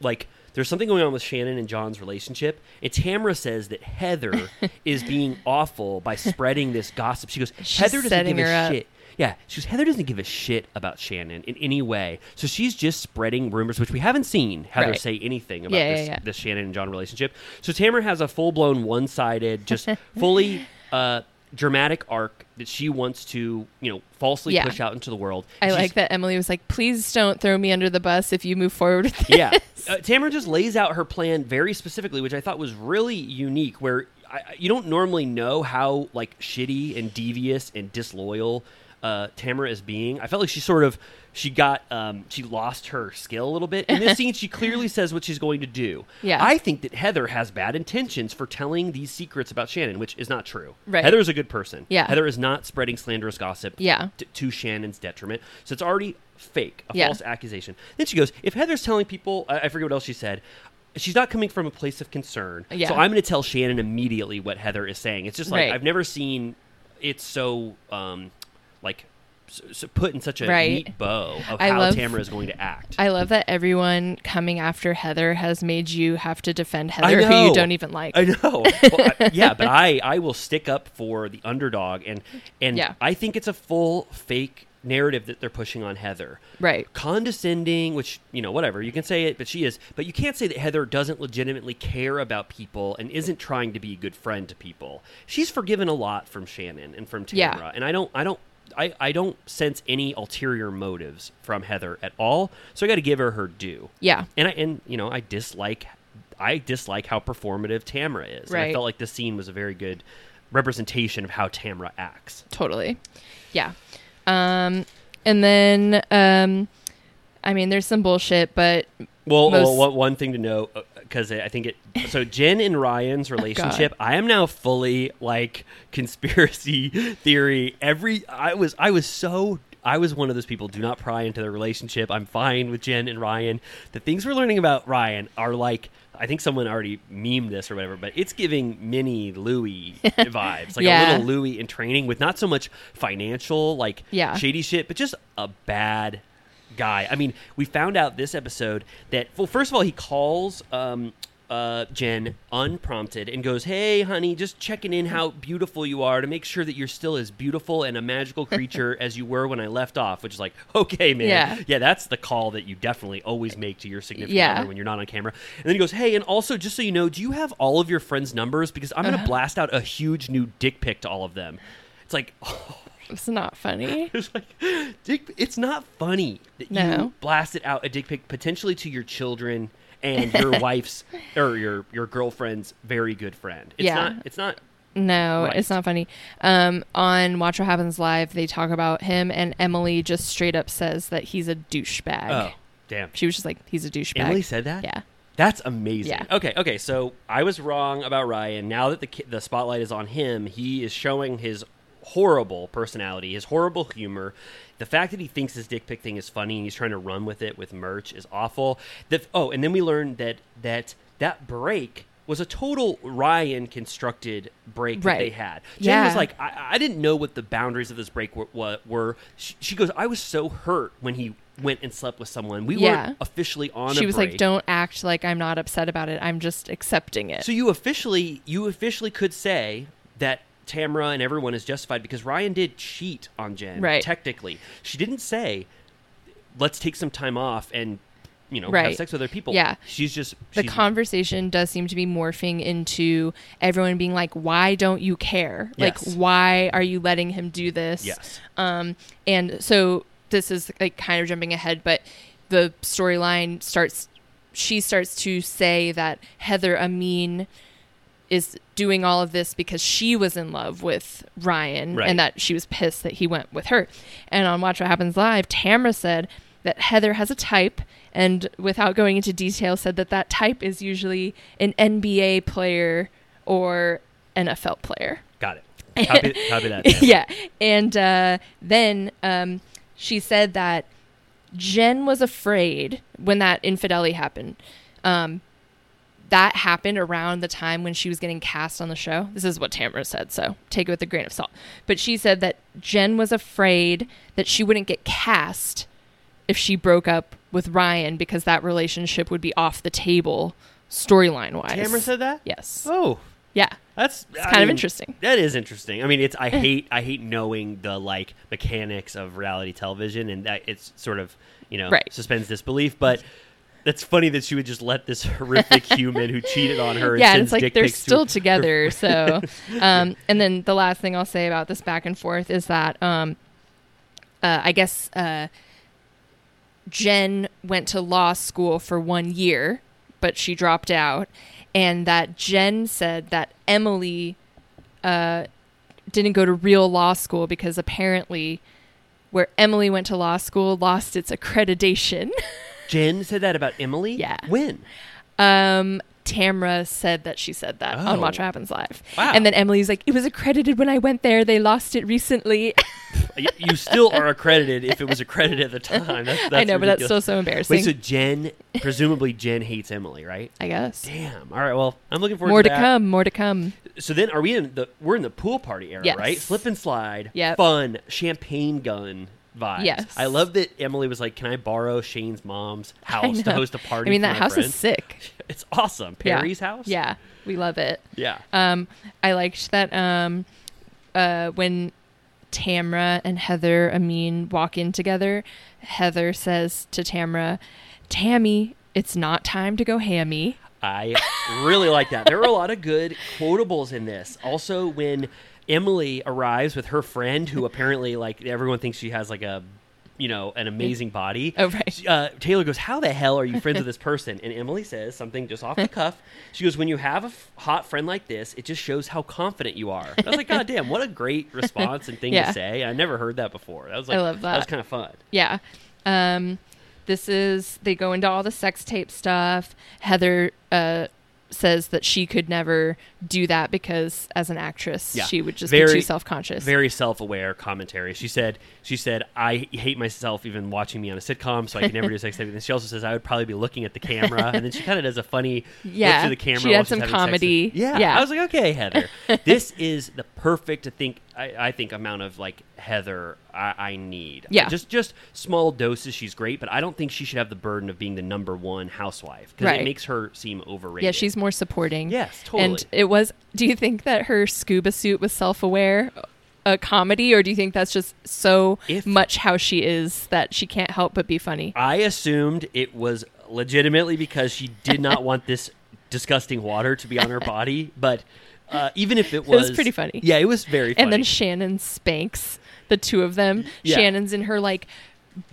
Speaker 3: like there's something going on with Shannon and John's relationship. And Tamara says that Heather is being awful by spreading this gossip. She goes,
Speaker 4: She's
Speaker 3: Heather doesn't
Speaker 4: setting
Speaker 3: give a
Speaker 4: her up.
Speaker 3: shit. Yeah, she goes, Heather doesn't give a shit about Shannon in any way. So she's just spreading rumors, which we haven't seen Heather
Speaker 4: Right.
Speaker 3: say anything about
Speaker 4: Yeah, yeah,
Speaker 3: this,
Speaker 4: yeah.
Speaker 3: this Shannon and John relationship. So Tamara has a full blown one sided, just fully uh, dramatic arc that she wants to, you know, falsely
Speaker 4: Yeah.
Speaker 3: push out into the world.
Speaker 4: I
Speaker 3: She's-
Speaker 4: like that Emily was like, "Please don't throw me under the bus if you move forward." With this.
Speaker 3: yeah. Uh, Tamara just lays out her plan very specifically, which I thought was really unique. Where I, I- you don't normally know how like shitty and devious and disloyal uh, Tamara is being. I felt like she sort of she got um, she lost her skill a little bit in this scene. She clearly says what she's going to do.
Speaker 4: Yeah.
Speaker 3: I think that Heather has bad intentions for telling these secrets about Shannon, which is not true.
Speaker 4: Right.
Speaker 3: Heather is a good person.
Speaker 4: Yeah.
Speaker 3: Heather is not spreading slanderous gossip.
Speaker 4: Yeah.
Speaker 3: t- to Shannon's detriment. So it's already fake, a
Speaker 4: Yeah.
Speaker 3: false accusation. Then she goes, if Heather's telling people, I, I forget what else she said. She's not coming from a place of concern.
Speaker 4: Yeah.
Speaker 3: So I'm going to tell Shannon immediately what Heather is saying. It's just like
Speaker 4: Right.
Speaker 3: I've never seen it so um like s s- put in such a
Speaker 4: Right.
Speaker 3: neat bow of
Speaker 4: I
Speaker 3: how
Speaker 4: love-
Speaker 3: Tamara is going to act.
Speaker 4: I love that everyone coming after Heather has made you have to defend
Speaker 3: I
Speaker 4: Heather, who
Speaker 3: know.
Speaker 4: you don't even like.
Speaker 3: I know. Well, I- yeah, but I I will stick up for the underdog, and and
Speaker 4: Yeah.
Speaker 3: I think it's a full fake narrative that they're pushing on Heather.
Speaker 4: Right.
Speaker 3: Condescending, which you know, whatever you can say it, but she is. But you can't say that Heather doesn't legitimately care about people and isn't trying to be a good friend to people. She's forgiven a lot from Shannon and from
Speaker 4: Yeah.
Speaker 3: Tamara, uh, and I don't I don't. I, I don't sense any ulterior motives from Heather at all, so I got to give her her due
Speaker 4: Yeah,
Speaker 3: and I and you know I dislike I dislike how performative Tamara is. And I
Speaker 4: Right.
Speaker 3: felt like this scene was a very good representation of how Tamara acts.
Speaker 4: totally. Yeah, um, and then um, I mean, there's some bullshit, but
Speaker 3: Well,
Speaker 4: Most-
Speaker 3: well, one- one thing to know because I think it. So Jen and
Speaker 4: Oh,
Speaker 3: Ryan's relationship. I am now fully like conspiracy theory. Every I was I was so. I was one of those people. Do not pry into their relationship. I'm fine with Jen and Ryan. The things we're learning about Ryan are like I think someone already memed this or whatever, but it's giving mini Louis vibes, like a
Speaker 4: Yeah.
Speaker 3: little Louis in training with not so much financial like
Speaker 4: Yeah.
Speaker 3: shady shit, but just a bad guy. I mean, we found out this episode that well, first of all, he calls um, uh, Jen unprompted and goes, "Hey, honey, just checking in how beautiful you are to make sure that you're still as beautiful and a magical creature as you were when I left off." Which is like, okay, man,
Speaker 4: Yeah.
Speaker 3: that's the call that you definitely always make to your significant
Speaker 4: Yeah.
Speaker 3: other when you're not on camera. And then he goes, "Hey, and also just so you know, do you have all of your friends' numbers because I'm
Speaker 4: Uh-huh.
Speaker 3: gonna blast out a huge new dick pic to all of them." It's like,
Speaker 4: it's not funny.
Speaker 3: it's like, dick, it's not funny that you
Speaker 4: No.
Speaker 3: blasted out a dick pic potentially to your children and your wife's or your your girlfriend's very good friend. It's
Speaker 4: Yeah.
Speaker 3: not. It's not.
Speaker 4: No,
Speaker 3: Right.
Speaker 4: it's not funny. Um, on Watch What Happens Live, they talk about him, and Emily just straight up says that he's a douchebag.
Speaker 3: Oh, damn.
Speaker 4: She was just like, he's a douchebag.
Speaker 3: Emily said that.
Speaker 4: Yeah.
Speaker 3: That's amazing.
Speaker 4: Yeah.
Speaker 3: Okay, okay. So I was wrong about Ryan. Now that the ki- the spotlight is on him, he is showing his horrible personality, his horrible humor. The fact that he thinks his dick pic thing is funny and he's trying to run with it with merch is awful. The, oh, and then we learned that that that break was a total Ryan constructed break that they
Speaker 4: Right.
Speaker 3: had. Jen was
Speaker 4: Yeah.
Speaker 3: like, I, I didn't know what the boundaries of this break were. were, were. She, she goes, I was so hurt when he went and slept with someone. We
Speaker 4: Yeah.
Speaker 3: weren't officially on.
Speaker 4: She
Speaker 3: a
Speaker 4: was
Speaker 3: break.
Speaker 4: like, don't act like I'm not upset about it. I'm just accepting it.
Speaker 3: So you officially you officially could say that Tamra and everyone is justified because Ryan did cheat on Jen.
Speaker 4: Right.
Speaker 3: Technically, she didn't say, "Let's take some time off and." You know, have
Speaker 4: Right.
Speaker 3: sex with other people.
Speaker 4: Yeah.
Speaker 3: she's just
Speaker 4: the
Speaker 3: she's-
Speaker 4: conversation does seem to be morphing into everyone being like, "Why don't you care?
Speaker 3: Yes.
Speaker 4: Like, why are you letting him do this?"
Speaker 3: Yes.
Speaker 4: Um, and so this is like kind of jumping ahead, but the storyline starts. She starts to say that Heather Amin is doing all of this because she was in love with Ryan
Speaker 3: Right.
Speaker 4: and that she was pissed that he went with her. And on Watch What Happens Live, Tamra said that Heather has a type and without going into detail said that that type is usually an NBA player or NFL player.
Speaker 3: Got it. Copy, copy that. Sam.
Speaker 4: yeah. And uh, then um, she said that Jen was afraid when that infidelity happened. Um, that happened around the time when she was getting cast on the show. This is what Tamara said, so take it with a grain of salt. But she said that Jen was afraid that she wouldn't get cast if she broke up with Ryan because that relationship would be off the table storyline wise.
Speaker 3: Tamra said that.
Speaker 4: Yes.
Speaker 3: Oh,
Speaker 4: Yeah.
Speaker 3: That's
Speaker 4: kind of interesting.
Speaker 3: That is interesting. I mean, it's I hate I hate knowing the like mechanics of reality television, and that it's sort of you know
Speaker 4: Right.
Speaker 3: suspends disbelief. But that's funny that she would just let this horrific human who cheated on her.
Speaker 4: yeah,
Speaker 3: and sends
Speaker 4: and it's like
Speaker 3: dick
Speaker 4: they're
Speaker 3: pics to-
Speaker 4: still together. So, um, and then the last thing I'll say about this back and forth is that um, uh, I guess uh, Jen went to law school for one year, but she dropped out, and that Jen said that Emily uh, didn't go to real law school because apparently. Where Emily went to law school lost its accreditation.
Speaker 3: Jen said that about Emily.
Speaker 4: Yeah.
Speaker 3: When?
Speaker 4: Um, Tamra said that she said that on
Speaker 3: Oh.
Speaker 4: Watch What Happens Live.
Speaker 3: Wow.
Speaker 4: And then Emily's like, it was accredited when I went there. They lost it recently.
Speaker 3: Y- You still are accredited if it was accredited at the time. That's, that's
Speaker 4: I know, but that's still
Speaker 3: ridiculous.
Speaker 4: so embarrassing.
Speaker 3: Wait, so Jen, presumably Jen hates Emily, right?
Speaker 4: I guess.
Speaker 3: Damn. All right. Well, I'm looking forward
Speaker 4: More
Speaker 3: to
Speaker 4: to
Speaker 3: that.
Speaker 4: come. More to come.
Speaker 3: So then, are we in the? We're in the pool party era,
Speaker 4: Yes.
Speaker 3: right? Slip and slide,
Speaker 4: Yep.
Speaker 3: fun, champagne gun vibes.
Speaker 4: Yes.
Speaker 3: I love that Emily was like, "Can I borrow Shane's mom's
Speaker 4: I
Speaker 3: house to
Speaker 4: know.
Speaker 3: host a party?"
Speaker 4: I mean,
Speaker 3: for
Speaker 4: that
Speaker 3: my
Speaker 4: house
Speaker 3: friend?"
Speaker 4: is sick.
Speaker 3: It's awesome.
Speaker 4: Yeah.
Speaker 3: Perry's house.
Speaker 4: Yeah, we love it.
Speaker 3: yeah.
Speaker 4: Um, I liked that um, uh, when Tamra and Heather Amin walk in together, Heather says to Tamra, Tammy, it's not time to go hammy.
Speaker 3: I really like that. There are a lot of good quotables in this. Also, when Emily arrives with her friend, who apparently like everyone thinks she has like a, you know, an amazing body.
Speaker 4: Oh, right.
Speaker 3: She- Uh, Taylor goes, "How the hell are you friends with this person?" And Emily says something just off the cuff. She goes, "When you have a f- hot friend like this, it just shows how confident you are." I was like, "God damn, what a great response and thing
Speaker 4: Yeah.
Speaker 3: to say!" I never heard that before. That was
Speaker 4: I
Speaker 3: like,
Speaker 4: love
Speaker 3: That was
Speaker 4: that.
Speaker 3: kind of fun.
Speaker 4: Yeah. Um, this is they go into all the sex tape stuff. Heather uh, says that she could never do that because as an actress,
Speaker 3: Yeah.
Speaker 4: she would just be
Speaker 3: Very-
Speaker 4: too self conscious.
Speaker 3: Very self-aware commentary. She said, "She said I hate myself even watching me on a sitcom, so I can never do sex tape." And then she also says, "I would probably be looking at the camera." And then she kind of does a funny look
Speaker 4: Yeah.
Speaker 3: to the camera.
Speaker 4: She
Speaker 3: while
Speaker 4: had
Speaker 3: she's
Speaker 4: some
Speaker 3: having sex
Speaker 4: comedy.
Speaker 3: with- Yeah,
Speaker 4: Yeah.
Speaker 3: I was like, "Okay, Heather, this is the perfect to think." I, I think amount of like Heather I, I need.
Speaker 4: Yeah.
Speaker 3: just just small doses. She's great, but I don't think she should have the burden of being the number one housewife because it
Speaker 4: Right.
Speaker 3: makes her seem overrated.
Speaker 4: yeah, she's more supporting.
Speaker 3: Yes, totally.
Speaker 4: And it was. Do you think that her scuba suit was self aware? A comedy, or do you think that's just so
Speaker 3: If-
Speaker 4: much how she is that she can't help but be funny?
Speaker 3: I assumed it was legitimately because she did not want this disgusting water to be on her body, but uh, even if it was,
Speaker 4: was pretty funny.
Speaker 3: Yeah, it was very funny.
Speaker 4: and then Shannon spanks the two of them.
Speaker 3: Yeah.
Speaker 4: Shannon's in her like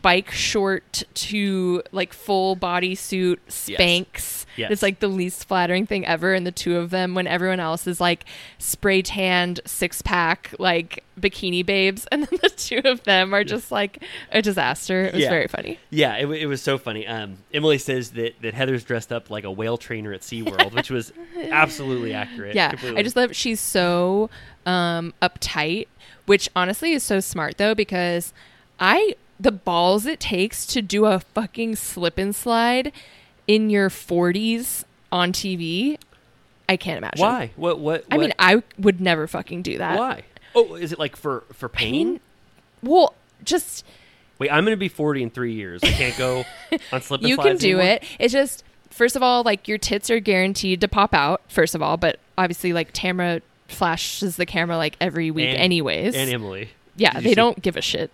Speaker 4: bike short to like full body suit spanks.
Speaker 3: Yes.
Speaker 4: It's like the least flattering thing ever. And the two of them, when everyone else is like spray tanned six pack like bikini babes, and then the two of them are just like a disaster. It was
Speaker 3: Yeah.
Speaker 4: very funny.
Speaker 3: yeah, it, w- it was so funny. Um, Emily says that, that Heather's dressed up like a whale trainer at SeaWorld, which was absolutely accurate.
Speaker 4: Yeah,
Speaker 3: completely.
Speaker 4: I just love she's so um, uptight, which honestly is so smart though because I the balls it takes to do a fucking slip and slide in your 40s on TV, I can't imagine.
Speaker 3: why? What? What?
Speaker 4: I mean,
Speaker 3: what-
Speaker 4: I would never fucking do that.
Speaker 3: why? Oh, is it like for for pain?
Speaker 4: Well, just
Speaker 3: Wait, I'm going to be 40 in three years. I can't go on slip and
Speaker 4: you can
Speaker 3: slides
Speaker 4: do
Speaker 3: anymore?
Speaker 4: it. It's just first of all, like your tits are guaranteed to pop out. First of all, but obviously, like Tamra flashes the camera like every week,
Speaker 3: And-
Speaker 4: anyways.
Speaker 3: And Emily.
Speaker 4: yeah,
Speaker 3: Did you
Speaker 4: they
Speaker 3: see-
Speaker 4: don't give a shit.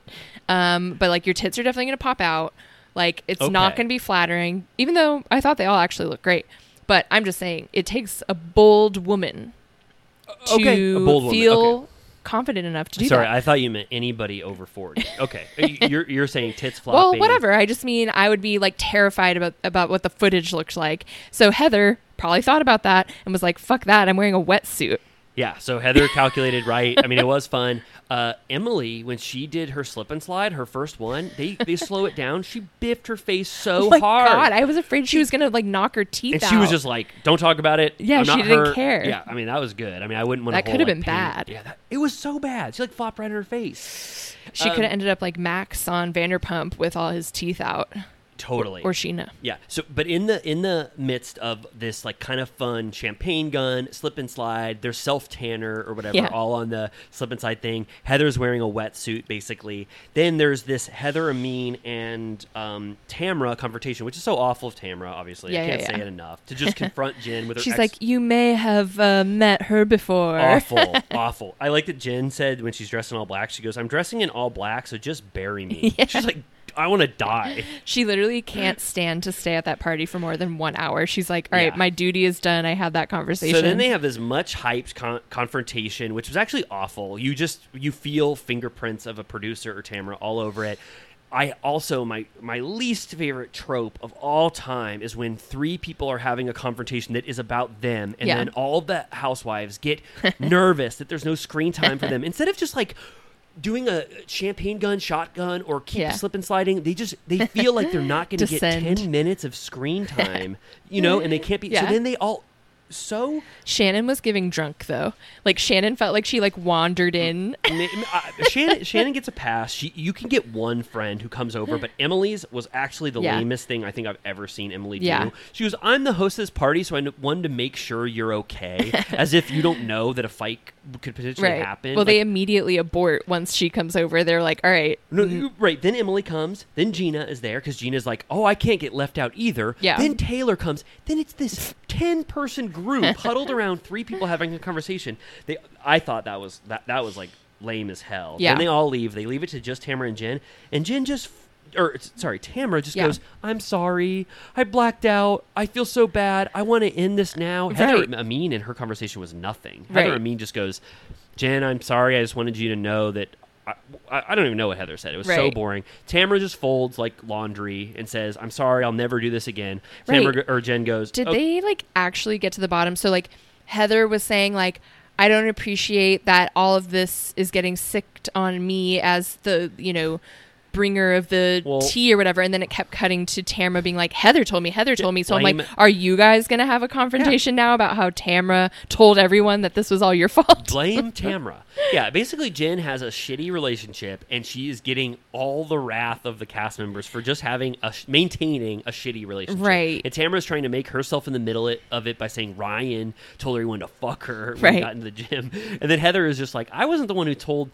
Speaker 4: Um, but like your tits are definitely gonna pop out. Like it's not
Speaker 3: Okay.
Speaker 4: gonna be flattering, even though I thought they all actually look great. But I'm just saying, it takes a bold woman to
Speaker 3: okay, a bold woman,
Speaker 4: feel
Speaker 3: okay.
Speaker 4: confident enough to do
Speaker 3: Sorry,
Speaker 4: that.
Speaker 3: I thought you meant anybody over forty. Okay, You- you're you're saying tits flopping.
Speaker 4: well, whatever. I just mean I would be like terrified about about what the footage looks like. So Heather probably thought about that and was like, "Fuck that! I'm wearing a wetsuit."
Speaker 3: Yeah, so Heather calculated right. I mean, it was fun. Uh, Emily, when she did her slip and slide, her first one, they, they slow it down. She biffed her face so
Speaker 4: Oh my
Speaker 3: Oh, hard.
Speaker 4: God, I was afraid she was gonna like knock her teeth
Speaker 3: and
Speaker 4: out.
Speaker 3: she was just like, "Don't talk about it."
Speaker 4: Yeah,
Speaker 3: I'm
Speaker 4: she
Speaker 3: not
Speaker 4: didn't
Speaker 3: hurt."
Speaker 4: care.
Speaker 3: Yeah, I mean that was good. I mean, I wouldn't want
Speaker 4: That
Speaker 3: to.
Speaker 4: could've been bad.
Speaker 3: Yeah, that, it was so bad. She like flopped right in her face.
Speaker 4: She could
Speaker 3: um,
Speaker 4: have ended up like Max on Vanderpump with all his teeth out,
Speaker 3: Totally.
Speaker 4: or Sheena.
Speaker 3: Yeah. So, but in the in the midst of this like kind of fun champagne gun slip and slide, their self tanner or whatever,
Speaker 4: Yeah.
Speaker 3: all on the slip and slide thing. Heather's wearing a wetsuit, basically. Then there's this Heather Amin and um, Tamra confrontation, which is so awful of Tamra. Obviously,
Speaker 4: Yeah,
Speaker 3: I
Speaker 4: yeah,
Speaker 3: can't say
Speaker 4: yeah.
Speaker 3: it enough to just confront Jen with her.
Speaker 4: She's
Speaker 3: ex- Oh.
Speaker 4: like, you may have uh, met her before.
Speaker 3: Awful, awful. I like that Jen said when she's dressed in all black, she goes, I'm dressing in all black, so just bury me. She's like, I want to die.
Speaker 4: She literally can't stand to stay at that party for more than one hour. She's like, all right,
Speaker 3: Yeah.
Speaker 4: my duty is done. I had that conversation.
Speaker 3: So then they have this much hyped con- confrontation, which was actually awful. You just you feel fingerprints of a producer or Tamara all over it. I also my my least favorite trope of all time is when three people are having a confrontation that is about them, and
Speaker 4: Yeah.
Speaker 3: then all the housewives get nervous that there's no screen time for them. Instead of just like doing a champagne gun, shotgun, or keep
Speaker 4: Yeah.
Speaker 3: slip and sliding, they just they feel like they're not going to get
Speaker 4: Descend.
Speaker 3: ten minutes of screen time, you know, and they can't be. So
Speaker 4: Yeah.
Speaker 3: then they all so
Speaker 4: Shannon was giving drunk though. Like Shannon felt like she like wandered
Speaker 3: Mm.
Speaker 4: in.
Speaker 3: Ma- ma- uh, Shannon, Shannon gets a pass. She, you can get one friend who comes over, but Emily's was actually the
Speaker 4: Yeah.
Speaker 3: lamest thing I think I've ever seen Emily
Speaker 4: Yeah.
Speaker 3: do. She goes, "I'm the host of this party, so I kn- wanted to make sure you're okay," as if you don't know that a fight c- could potentially
Speaker 4: right.
Speaker 3: happen.
Speaker 4: Well, they
Speaker 3: Like,
Speaker 4: immediately abort once she comes over. They're like, all right,
Speaker 3: no, you- right. Then Emily comes. Then Gina is there because Gina's like, "Oh, I can't get left out either."
Speaker 4: Yeah.
Speaker 3: Then Taylor comes. Then it's this ten-person group huddled around three people having a conversation. They, I thought that was that that was like lame as hell.
Speaker 4: Yeah.
Speaker 3: Then they all leave. They leave it to just Tamara and Jen, and Jen just. f- Or s- sorry, Tamara just
Speaker 4: Yeah.
Speaker 3: goes. I'm sorry. I blacked out. I feel so bad. I want to end this now. Heather
Speaker 4: Right.
Speaker 3: Amin in her conversation was nothing.
Speaker 4: Right.
Speaker 3: Heather Amin just goes, Jen, I'm sorry. I just wanted you to know that. I, I I don't even know what Heather said. It was so
Speaker 4: Right.
Speaker 3: boring. Tamara just folds like laundry and says, "I'm sorry. I'll never do this again."
Speaker 4: Right.
Speaker 3: Tamara or Jen goes,
Speaker 4: did
Speaker 3: "Oh,
Speaker 4: they like actually get to the bottom so like heather was saying like i don't appreciate that all of this is getting sicked on me as the you know bringer of the
Speaker 3: Well-
Speaker 4: tea or whatever and then it kept cutting to tamra being like heather told me heather told me so i'm
Speaker 3: blame-
Speaker 4: like are you guys gonna have a confrontation now about how tamra told everyone that this was all your fault
Speaker 3: Blame Tamra. Yeah, basically, Jen has a shitty relationship, and she is getting all the wrath of the cast members for just having a sh- maintaining a shitty relationship.
Speaker 4: Right.
Speaker 3: And Tamra's trying to make herself in the middle it- of it by saying Ryan told everyone to fuck her when
Speaker 4: Right.
Speaker 3: we got in the gym, and then Heather is just like, I wasn't the one who told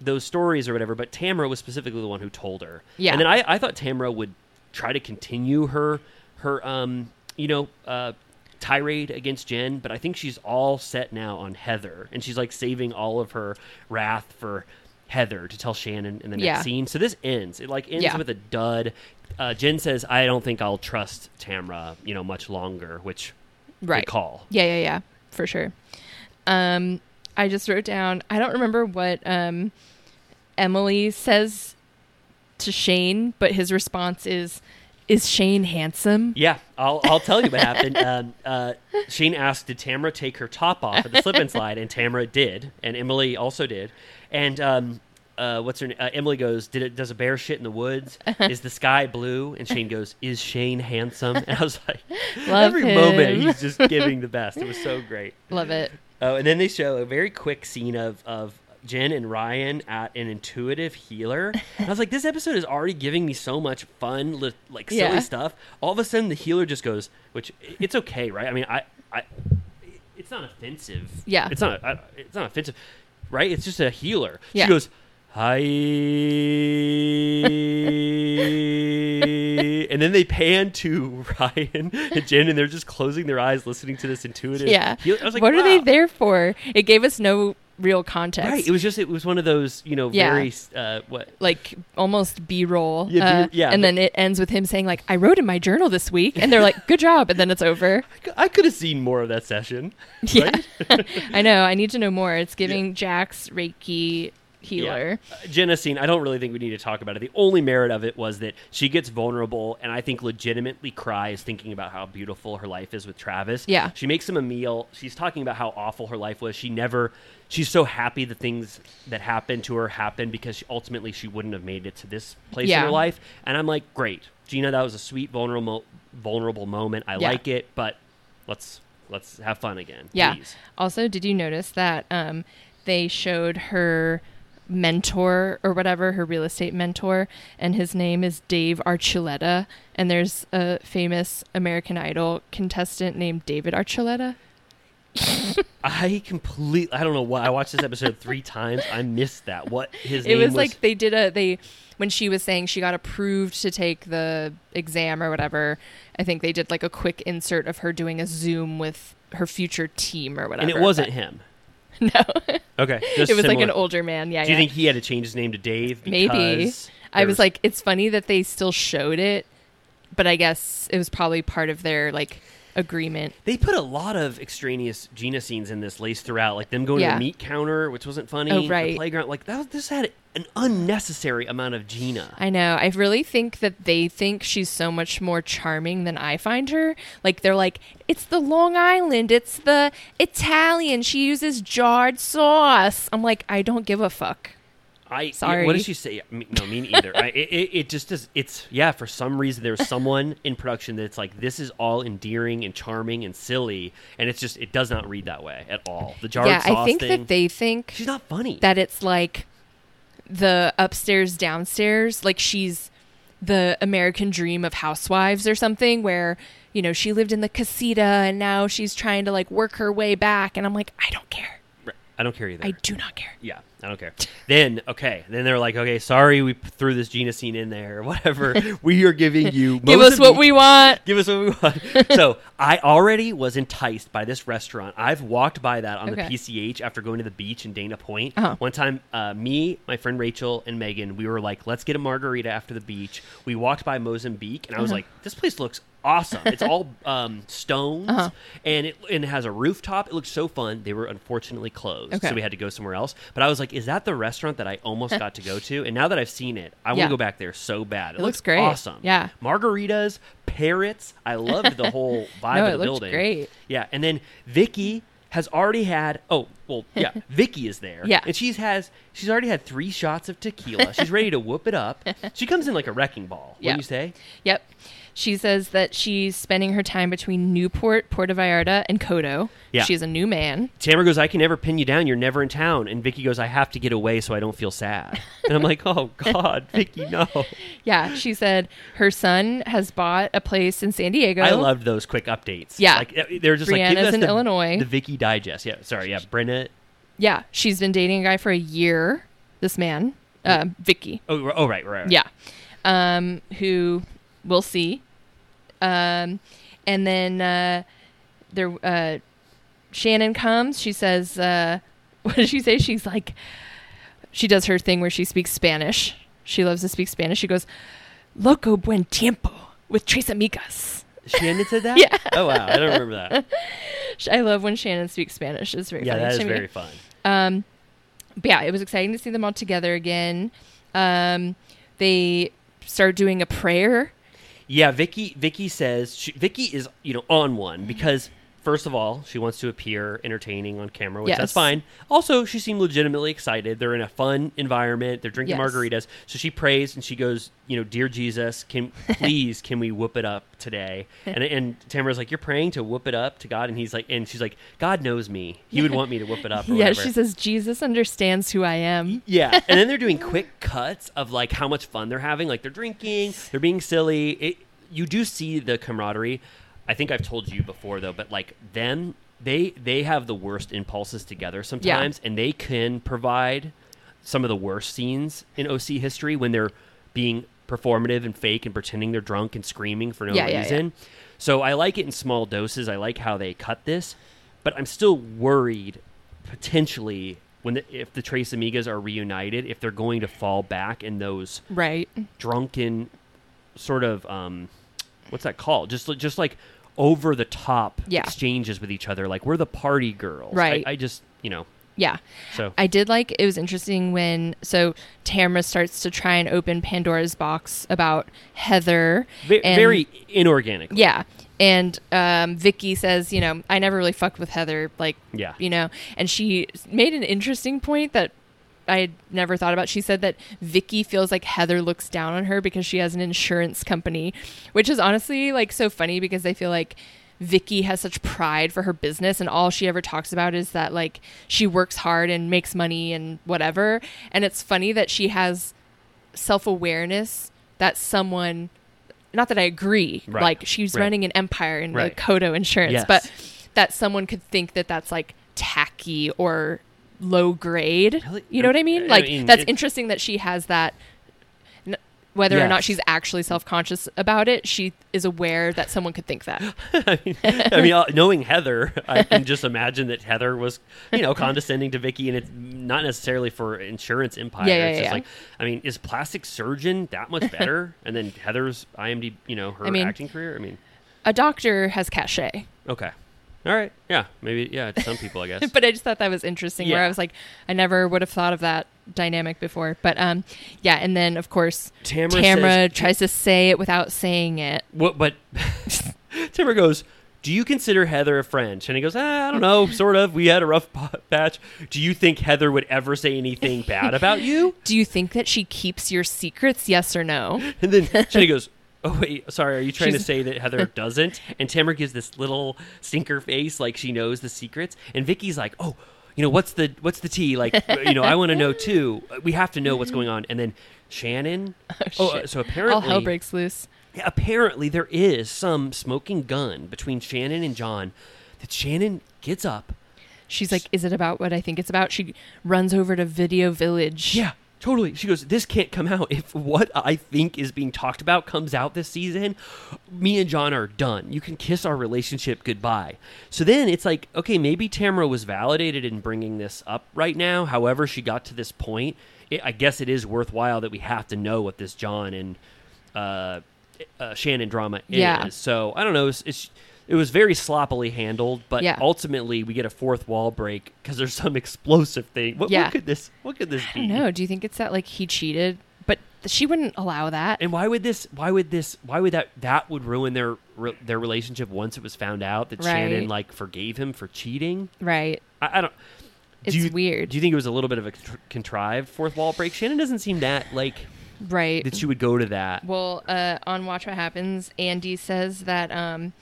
Speaker 3: those stories or whatever, but Tamra was specifically the one who told her.
Speaker 4: Yeah.
Speaker 3: And then I, I thought Tamra would try to continue her her um you know uh tirade against Jen, but I think she's all set now on Heather, and she's like saving all of her wrath for Heather to tell Shannon in the next
Speaker 4: Yeah.
Speaker 3: scene. So this ends. It like ends
Speaker 4: Yeah.
Speaker 3: with a dud. Uh, Jen says, "I don't think I'll trust Tamra, you know, much longer." Which they
Speaker 4: right
Speaker 3: call.
Speaker 4: Yeah, yeah, yeah, for sure. Um, I just wrote down. I don't remember what um, Emily says to Shane, but his response is, "Is Shane handsome?"
Speaker 3: Yeah, I'll, I'll tell you what happened. Um, uh, Shane asked, "Did Tamara take her top off at the slip and slide?" And Tamara did, and Emily also did. And um, uh, what's her? na- Uh, Emily goes, "Did it? Does a bear shit in the woods? Is the sky blue?" And Shane goes, "Is Shane handsome?" And I was like,
Speaker 4: Love
Speaker 3: every moment
Speaker 4: him.
Speaker 3: he's just giving the best. It was so great.
Speaker 4: Love it.
Speaker 3: Oh, and then they show a very quick scene of of Jen and Ryan at an intuitive healer. And I was like, this episode is already giving me so much fun, li- like silly
Speaker 4: Yeah.
Speaker 3: stuff. All of a sudden, the healer just goes, which i- it's okay, right? I mean, I, I, it's not offensive.
Speaker 4: Yeah.
Speaker 3: it's not. I, it's not offensive, right? It's just a healer.
Speaker 4: Yeah.
Speaker 3: She goes. hi, and then they pan to Ryan and Jen, and they're just closing their eyes, listening to this intuitive.
Speaker 4: Yeah.
Speaker 3: heal- I was like,
Speaker 4: what are they
Speaker 3: wow.
Speaker 4: there for? It gave us no real context.
Speaker 3: Right. It was just it was one of those you know
Speaker 4: Yeah.
Speaker 3: very uh, what
Speaker 4: like almost B-roll.
Speaker 3: Yeah,
Speaker 4: uh,
Speaker 3: B- yeah,
Speaker 4: And
Speaker 3: but-
Speaker 4: then it ends with him saying like, "I wrote in my journal this week," and they're like, "Good job," and then it's over.
Speaker 3: I could have seen more of that session.
Speaker 4: Yeah. I know. I need to know more. It's giving Jack's Reiki healer.
Speaker 3: Yeah. Uh, Jenna scene, I don't really think we need to talk about it. The only merit of it was that she gets vulnerable and I think legitimately cries thinking about how beautiful her life is with Travis.
Speaker 4: Yeah.
Speaker 3: She makes him a meal. She's talking about how awful her life was. She never, she's so happy the things that happened to her happened because she, ultimately she wouldn't have made it to this place in
Speaker 4: Yeah.
Speaker 3: her life. And I'm like, great. Gina, that was a sweet, vulnerable, vulnerable moment. I
Speaker 4: Yeah.
Speaker 3: like it, but let's. Let's have fun again.
Speaker 4: Yeah.
Speaker 3: Please.
Speaker 4: Also, did you notice that um, they showed her mentor or whatever, her real estate mentor, and his name is Dave Archuleta, and there's a famous American Idol contestant named David Archuleta.
Speaker 3: I completely. I don't know why I watched this episode three times. I missed that. What his
Speaker 4: It
Speaker 3: name
Speaker 4: was, like they did a they when she was saying she got approved to take the exam or whatever. I think they did like a quick insert of her doing a Zoom with her future team or whatever.
Speaker 3: and it wasn't him.
Speaker 4: no.
Speaker 3: Okay,
Speaker 4: it was
Speaker 3: just
Speaker 4: like an
Speaker 3: similar.
Speaker 4: older man. Yeah.
Speaker 3: Do you
Speaker 4: yeah.
Speaker 3: think he had to change his name to Dave?
Speaker 4: Maybe.
Speaker 3: because
Speaker 4: I
Speaker 3: there
Speaker 4: was like, it's funny that they still showed it, but I guess it was probably part of their like agreement.
Speaker 3: they put a lot of extraneous Gina scenes in this laced throughout, like them going to
Speaker 4: Yeah.
Speaker 3: the meat counter, which wasn't funny.
Speaker 4: Oh,
Speaker 3: the
Speaker 4: right.
Speaker 3: playground, like that. was- This had an unnecessary amount of Gina.
Speaker 4: I know. I really think that they think she's so much more charming than I find her. Like they're like, it's the Long Island, it's the Italian. She uses jarred sauce. I'm like, I don't give a fuck.
Speaker 3: I
Speaker 4: Sorry.
Speaker 3: What did she say? Me- No, me neither. I, it, it, it just does. It's yeah. For some reason, there's someone in production that's like, this is all endearing and charming and silly, and it's just it does not read that way at all. The jarred
Speaker 4: yeah, I
Speaker 3: sauce
Speaker 4: think
Speaker 3: thing.
Speaker 4: that they think
Speaker 3: she's not funny.
Speaker 4: that it's like the upstairs downstairs like she's the american dream of housewives or something where you know she lived in the casita and now she's trying to like work her way back and i'm like i don't care
Speaker 3: I don't care either.
Speaker 4: i do not care
Speaker 3: yeah, I don't care. Then okay, then they're like, okay, sorry, we p- threw this Gina scene in there, or whatever. we are giving you
Speaker 4: give
Speaker 3: most
Speaker 4: us
Speaker 3: of
Speaker 4: what
Speaker 3: the-
Speaker 4: we want
Speaker 3: Give us what we want. so I already was enticed by this restaurant. I've walked by that on
Speaker 4: Okay.
Speaker 3: the PCH after going to the beach in Dana Point.
Speaker 4: Uh-huh.
Speaker 3: One time, uh, me, my friend Rachel, and Megan, we were like, let's get a margarita after the beach. We walked by Mozambique, and I was
Speaker 4: Uh-huh.
Speaker 3: like, this place looks awesome. It's all um, stones,
Speaker 4: Uh-huh.
Speaker 3: and, it, and it has a rooftop. It looks so fun. They were unfortunately closed,
Speaker 4: Okay.
Speaker 3: so we had to go somewhere else. But I was like, is that the restaurant that I almost got to go to? And now that I've seen it, I want
Speaker 4: Yeah.
Speaker 3: to go back there so bad. It,
Speaker 4: looks great.
Speaker 3: Awesome.
Speaker 4: Yeah.
Speaker 3: Margaritas, parrots. I loved the whole vibe
Speaker 4: No,
Speaker 3: of
Speaker 4: it
Speaker 3: the
Speaker 4: looked
Speaker 3: building.
Speaker 4: great.
Speaker 3: Yeah, and then Vicky has already had oh well yeah Vicky is there
Speaker 4: Yeah.
Speaker 3: and she's has she's already had three shots of tequila she's ready to whoop it up she comes in like a wrecking ball
Speaker 4: Yeah.
Speaker 3: what do you say
Speaker 4: yep she says that she's spending her time between newport puerto vallarta and kodo
Speaker 3: Yeah.
Speaker 4: she's a new man
Speaker 3: Tamara goes I can never pin you down you're never in town and Vicky goes I have to get away so I don't feel sad and I'm like oh God Vicky no
Speaker 4: yeah she said her son has bought a place in san diego
Speaker 3: I loved those quick updates
Speaker 4: Yeah.
Speaker 3: like eh, they're just like
Speaker 4: Brianna's
Speaker 3: give us
Speaker 4: in
Speaker 3: the,
Speaker 4: Illinois.
Speaker 3: the Vicky digest yeah sorry yeah Brenna
Speaker 4: Yeah, she's been dating a guy for a year. This man, uh, Vicky.
Speaker 3: oh, oh right right, right.
Speaker 4: Yeah, um, who we'll see. Um, and then uh, there, uh, Shannon comes. She says, uh, "What did she say?" She's like, she does her thing where she speaks Spanish. She loves to speak Spanish. She goes, "Loco buen tiempo with tres amigas."
Speaker 3: Shannon said that? yeah. Oh wow, I don't remember that.
Speaker 4: Sh- I love when Shannon speaks Spanish. It's very
Speaker 3: Yeah,
Speaker 4: funny
Speaker 3: that is
Speaker 4: to me.
Speaker 3: very fun.
Speaker 4: but yeah, it was exciting to see them all together again. Um, they start doing a prayer.
Speaker 3: Yeah, Vicky. Vicky says she, Vicky is you know on
Speaker 4: Mm-hmm.
Speaker 3: one because first of all she wants to appear entertaining on camera, which
Speaker 4: Yes.
Speaker 3: that's fine. Also, she seemed legitimately excited. They're in a fun environment. They're drinking
Speaker 4: Yes.
Speaker 3: margaritas, so she prays and she goes, you know, dear Jesus, can please can we whoop it up today? And and Tamara's like, you're praying to whoop it up to God, and he's like, and she's like, God knows me. He would want me to whoop it up. Or
Speaker 4: yeah,
Speaker 3: whatever.
Speaker 4: she says Jesus understands who I am.
Speaker 3: Yeah, and then they're doing quick cuts of like how much fun they're having. Like they're drinking, they're being silly. It, you do see the camaraderie. I think I've told you before though, but like them, they they have the worst impulses together sometimes, and they can provide some of the worst scenes in OC history when they're being performative and fake and pretending they're drunk and screaming for no
Speaker 4: Yeah, yeah, yeah.
Speaker 3: reason. So I like it in small doses. I like how they cut this, but I'm still worried potentially when the, if the Trace Amigas are reunited, if they're going to fall back in those
Speaker 4: Right.
Speaker 3: drunken sort of um what's that called just just like over the top
Speaker 4: Yeah.
Speaker 3: exchanges with each other like we're the party girls I-
Speaker 4: Right.
Speaker 3: I, just you know
Speaker 4: Yeah.
Speaker 3: so
Speaker 4: I did like it was interesting when so Tamara starts to try and open Pandora's box about Heather.
Speaker 3: ve-
Speaker 4: and-
Speaker 3: very inorganic
Speaker 4: Yeah. And um, Vicky says, you know, I never really fucked with Heather, like,
Speaker 3: Yeah.
Speaker 4: you know. And she made an interesting point that I had never thought about. She said that Vicky feels like Heather looks down on her because she has an insurance company, which is honestly like so funny because they feel like Vicky has such pride for her business and all she ever talks about is that like she works hard and makes money and whatever. And it's funny that she has self awareness that someone not that I agree,
Speaker 3: Right.
Speaker 4: like she's
Speaker 3: Right.
Speaker 4: running an empire in
Speaker 3: Right.
Speaker 4: like Kodo insurance,
Speaker 3: Yes.
Speaker 4: but that someone could think that that's like tacky or low grade.
Speaker 3: Really?
Speaker 4: You know what I
Speaker 3: I
Speaker 4: mean? Like
Speaker 3: mean,
Speaker 4: that's
Speaker 3: it-
Speaker 4: interesting that she has that. n- Whether or
Speaker 3: Yes.
Speaker 4: not she's actually self conscious about it, she is aware that someone could think that.
Speaker 3: I mean uh, knowing Heather I can just imagine that Heather was you know condescending to Vicky and it's not necessarily for insurance empire
Speaker 4: Yeah, yeah,
Speaker 3: it's just
Speaker 4: yeah.
Speaker 3: like I mean is plastic surgeon that much better and then Heather's IMD you know her
Speaker 4: I mean-
Speaker 3: acting career I mean
Speaker 4: A doctor has cachet.
Speaker 3: okay all right yeah maybe yeah to some people I guess
Speaker 4: but I just thought that was interesting. Where
Speaker 3: Yeah.
Speaker 4: I was like, I never would have thought of that dynamic before. But um, yeah, and then of course,
Speaker 3: Tamara
Speaker 4: Tamara
Speaker 3: says-
Speaker 4: tries to say it without saying it.
Speaker 3: What, but Timber goes, Do you consider Heather a friend? And he goes, ah, I don't know, sort of. We had a rough po- patch. Do you think Heather would ever say anything bad about you?
Speaker 4: Do you think that she keeps your secrets? Yes or no?
Speaker 3: And then Shani goes, Oh, wait, sorry, are you trying to
Speaker 4: She's-
Speaker 3: say that Heather doesn't? And Tamara gives this little stinker face like she knows the secrets. And Vicky's like, Oh, you know what's the what's the tea like you know i want to know too we have to know what's going on and then shannon oh, uh,
Speaker 4: Mm-hmm. shit.
Speaker 3: so apparently
Speaker 4: All hell breaks loose.
Speaker 3: apparently there is some smoking gun between Shannon and John that Shannon gets up.
Speaker 4: She's like, "Is it about what I think it's about?" She runs over to Video Village.
Speaker 3: Yeah, totally. She goes, This can't come out. If what I think is being talked about comes out this season, me and John are done. You can kiss our relationship goodbye. So then it's like, okay, maybe Tamara was validated in bringing this up right now. However, she got to this point. It, I guess it is worthwhile that we have to know what this John and uh, uh, Shannon drama is.
Speaker 4: Yeah.
Speaker 3: So I don't know. It's, it's it was very sloppily handled, but
Speaker 4: Yeah.
Speaker 3: ultimately we get a fourth wall break because there's some explosive thing. What,
Speaker 4: Yeah.
Speaker 3: what could this? What could this
Speaker 4: I
Speaker 3: be?
Speaker 4: don't know. Do you think it's that like he cheated? But th- she wouldn't allow that.
Speaker 3: And why would this? Why would this? Why would that? That would ruin their re- their relationship once it was found out that Shannon
Speaker 4: Right.
Speaker 3: like forgave him for cheating.
Speaker 4: right.
Speaker 3: I, I don't.
Speaker 4: It's
Speaker 3: do you,
Speaker 4: weird.
Speaker 3: Do you think it was a little bit of a contr- contrived fourth wall break? Shannon doesn't seem that like
Speaker 4: Right.
Speaker 3: that. She would go to that.
Speaker 4: Well, uh, on Watch What Happens, Andy says that um,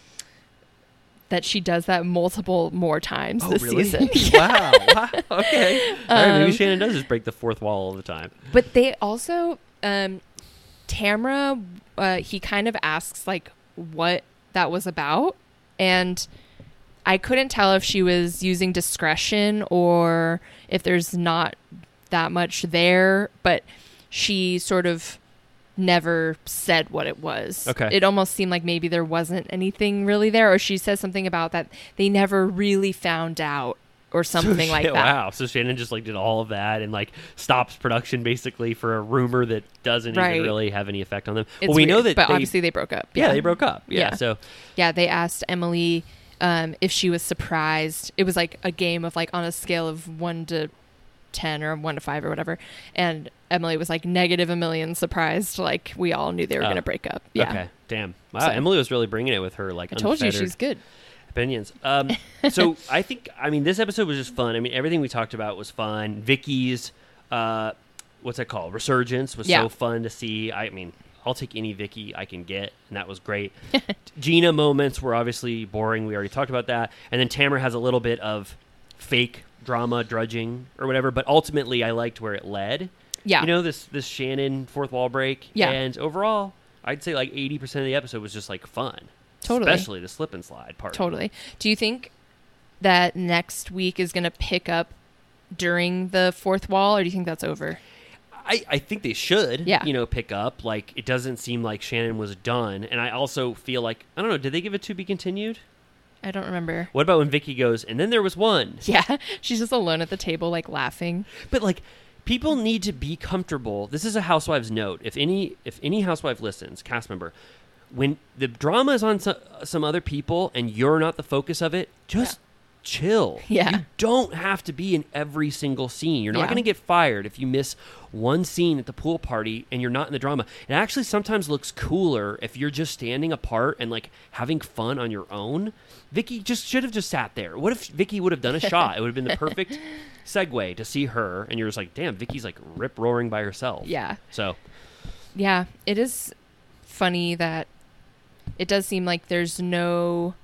Speaker 4: that she does that multiple more times
Speaker 3: Oh,
Speaker 4: this season. Um,
Speaker 3: wow. wow. Okay. All right. Maybe Shannon does just break the fourth wall all the time.
Speaker 4: But they also, um, Tamra, uh, he kind of asks like what that was about, and I couldn't tell if she was using discretion or if there's not that much there. But she sort of never said what it was.
Speaker 3: Okay.
Speaker 4: it almost seemed like maybe there wasn't anything really there, or she says something about that they never really found out or something like
Speaker 3: Yeah,
Speaker 4: that.
Speaker 3: Wow. So Shannon just like did all of that and like stops production basically for a rumor that doesn't
Speaker 4: Right.
Speaker 3: even really have any effect on them.
Speaker 4: It's
Speaker 3: well, we know
Speaker 4: weird,
Speaker 3: that,
Speaker 4: but
Speaker 3: they,
Speaker 4: obviously they broke up.
Speaker 3: yeah, they broke up. Yeah.
Speaker 4: Yeah.
Speaker 3: So
Speaker 4: yeah, they asked Emily um, if she was surprised. It was like a game of like on a scale of one to ten or one to five or whatever, and Emily was like negative a million surprised. Like we all knew they were
Speaker 3: Oh.
Speaker 4: gonna break up. Yeah,
Speaker 3: okay. Damn. Wow.
Speaker 4: So-
Speaker 3: Emily was really bringing it with her. Like
Speaker 4: I told you
Speaker 3: unfettered-
Speaker 4: she's good.
Speaker 3: opinions. Um, so I think I mean this episode was just fun. I mean everything we talked about was fun. Vicky's uh, what's that called? Resurgence was
Speaker 4: Yeah.
Speaker 3: so fun to see. I mean I'll take any Vicky I can get, and that was great. Gina moments were obviously boring. We already talked about that. And then Tamara has a little bit of fake drama drudging or whatever, but ultimately I liked where it led.
Speaker 4: Yeah.
Speaker 3: you know this this Shannon fourth wall break.
Speaker 4: Yeah.
Speaker 3: and overall. I'd say like 80% of the episode was just like fun.
Speaker 4: Totally.
Speaker 3: Especially the slip and slide part.
Speaker 4: Totally. Do you think that next week is gonna pick up during the fourth wall, or do you think that's over?
Speaker 3: I, I think they should,
Speaker 4: Yeah.
Speaker 3: you know, pick up. Like, it doesn't seem like Shannon was done. And I also feel like, I don't know, did they give it to be continued?
Speaker 4: I don't remember.
Speaker 3: What about when Vicky goes, and then there was one?
Speaker 4: Yeah, she's just alone at the table, like laughing.
Speaker 3: But like people need to be comfortable. This is a housewife's note. If any if any housewife listens, cast member, when the drama is on some, some other people and you're not the focus of it, just chill.
Speaker 4: Yeah.
Speaker 3: You don't have to be in every single scene. You're not
Speaker 4: Yeah.
Speaker 3: going to get fired if you miss one scene at the pool party and you're not in the drama. It actually sometimes looks cooler if you're just standing apart and like having fun on your own. Vicky just should have just sat there. What if Vicky would have done a shot? It would have been the perfect segue to see her and you're just like, "Damn, Vicky's like rip roaring by herself."
Speaker 4: Yeah.
Speaker 3: So,
Speaker 4: Yeah, it is funny that it does seem like there's no.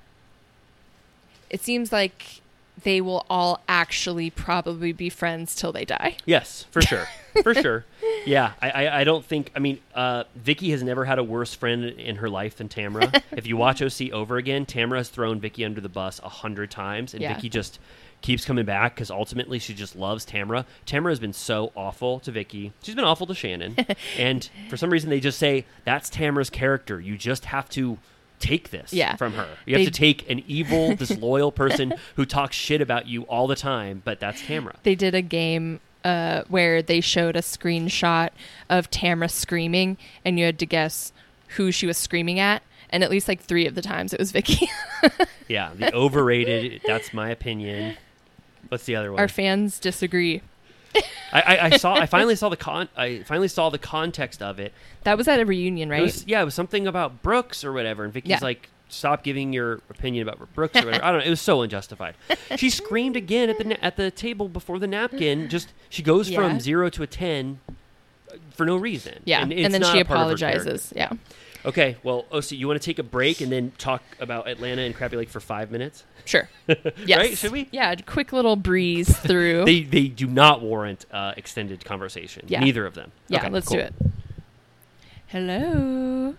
Speaker 4: It seems like they will all actually probably be friends till they die.
Speaker 3: Yes, for sure, for sure. Yeah, I, I, I don't think. I mean, uh, Vicky has never had a worse friend in her life than Tamara. if you watch OC over again, Tamara has thrown Vicky under the bus a hundred times, and
Speaker 4: Yeah.
Speaker 3: Vicky just keeps coming back because ultimately she just loves Tamara. Tamara has been so awful to Vicky. She's been awful to Shannon, and for some reason they just say that's Tamara's character. You just have to. Take this
Speaker 4: Yeah.
Speaker 3: from her. You have
Speaker 4: They-
Speaker 3: to take an evil, disloyal person who talks shit about you all the time, but that's Tamara.
Speaker 4: They did a game uh, where they showed a screenshot of Tamara screaming, and you had to guess who she was screaming at. And at least like three of the times it was Vicky.
Speaker 3: Yeah, the overrated. that's my opinion. What's the other one?
Speaker 4: Our fans disagree.
Speaker 3: I, I, I saw. I finally saw the con. I finally saw the context of it.
Speaker 4: That was at a reunion,
Speaker 3: It
Speaker 4: right?
Speaker 3: was, yeah, it was something about Brooks or whatever, and Vicky's
Speaker 4: Yeah.
Speaker 3: like, "Stop giving your opinion about Brooks or whatever." I don't. know. It was so unjustified. She screamed again at the na- at the table before the napkin. Just she goes
Speaker 4: Yeah.
Speaker 3: from zero to a ten uh, for no reason.
Speaker 4: yeah, and,
Speaker 3: it's
Speaker 4: then
Speaker 3: not
Speaker 4: she
Speaker 3: a part of her character.
Speaker 4: apologizes. Yeah.
Speaker 3: Okay, well, OC, you want to take a break and then talk about Atlanta and Crappy Lake for five minutes?
Speaker 4: Sure. Yes.
Speaker 3: Right? Should we?
Speaker 4: Yeah, a quick little breeze through.
Speaker 3: They they do not warrant uh, extended conversation.
Speaker 4: Yeah.
Speaker 3: Neither of them.
Speaker 4: yeah,
Speaker 3: Okay,
Speaker 4: let's
Speaker 3: cool.
Speaker 4: do it. Hello.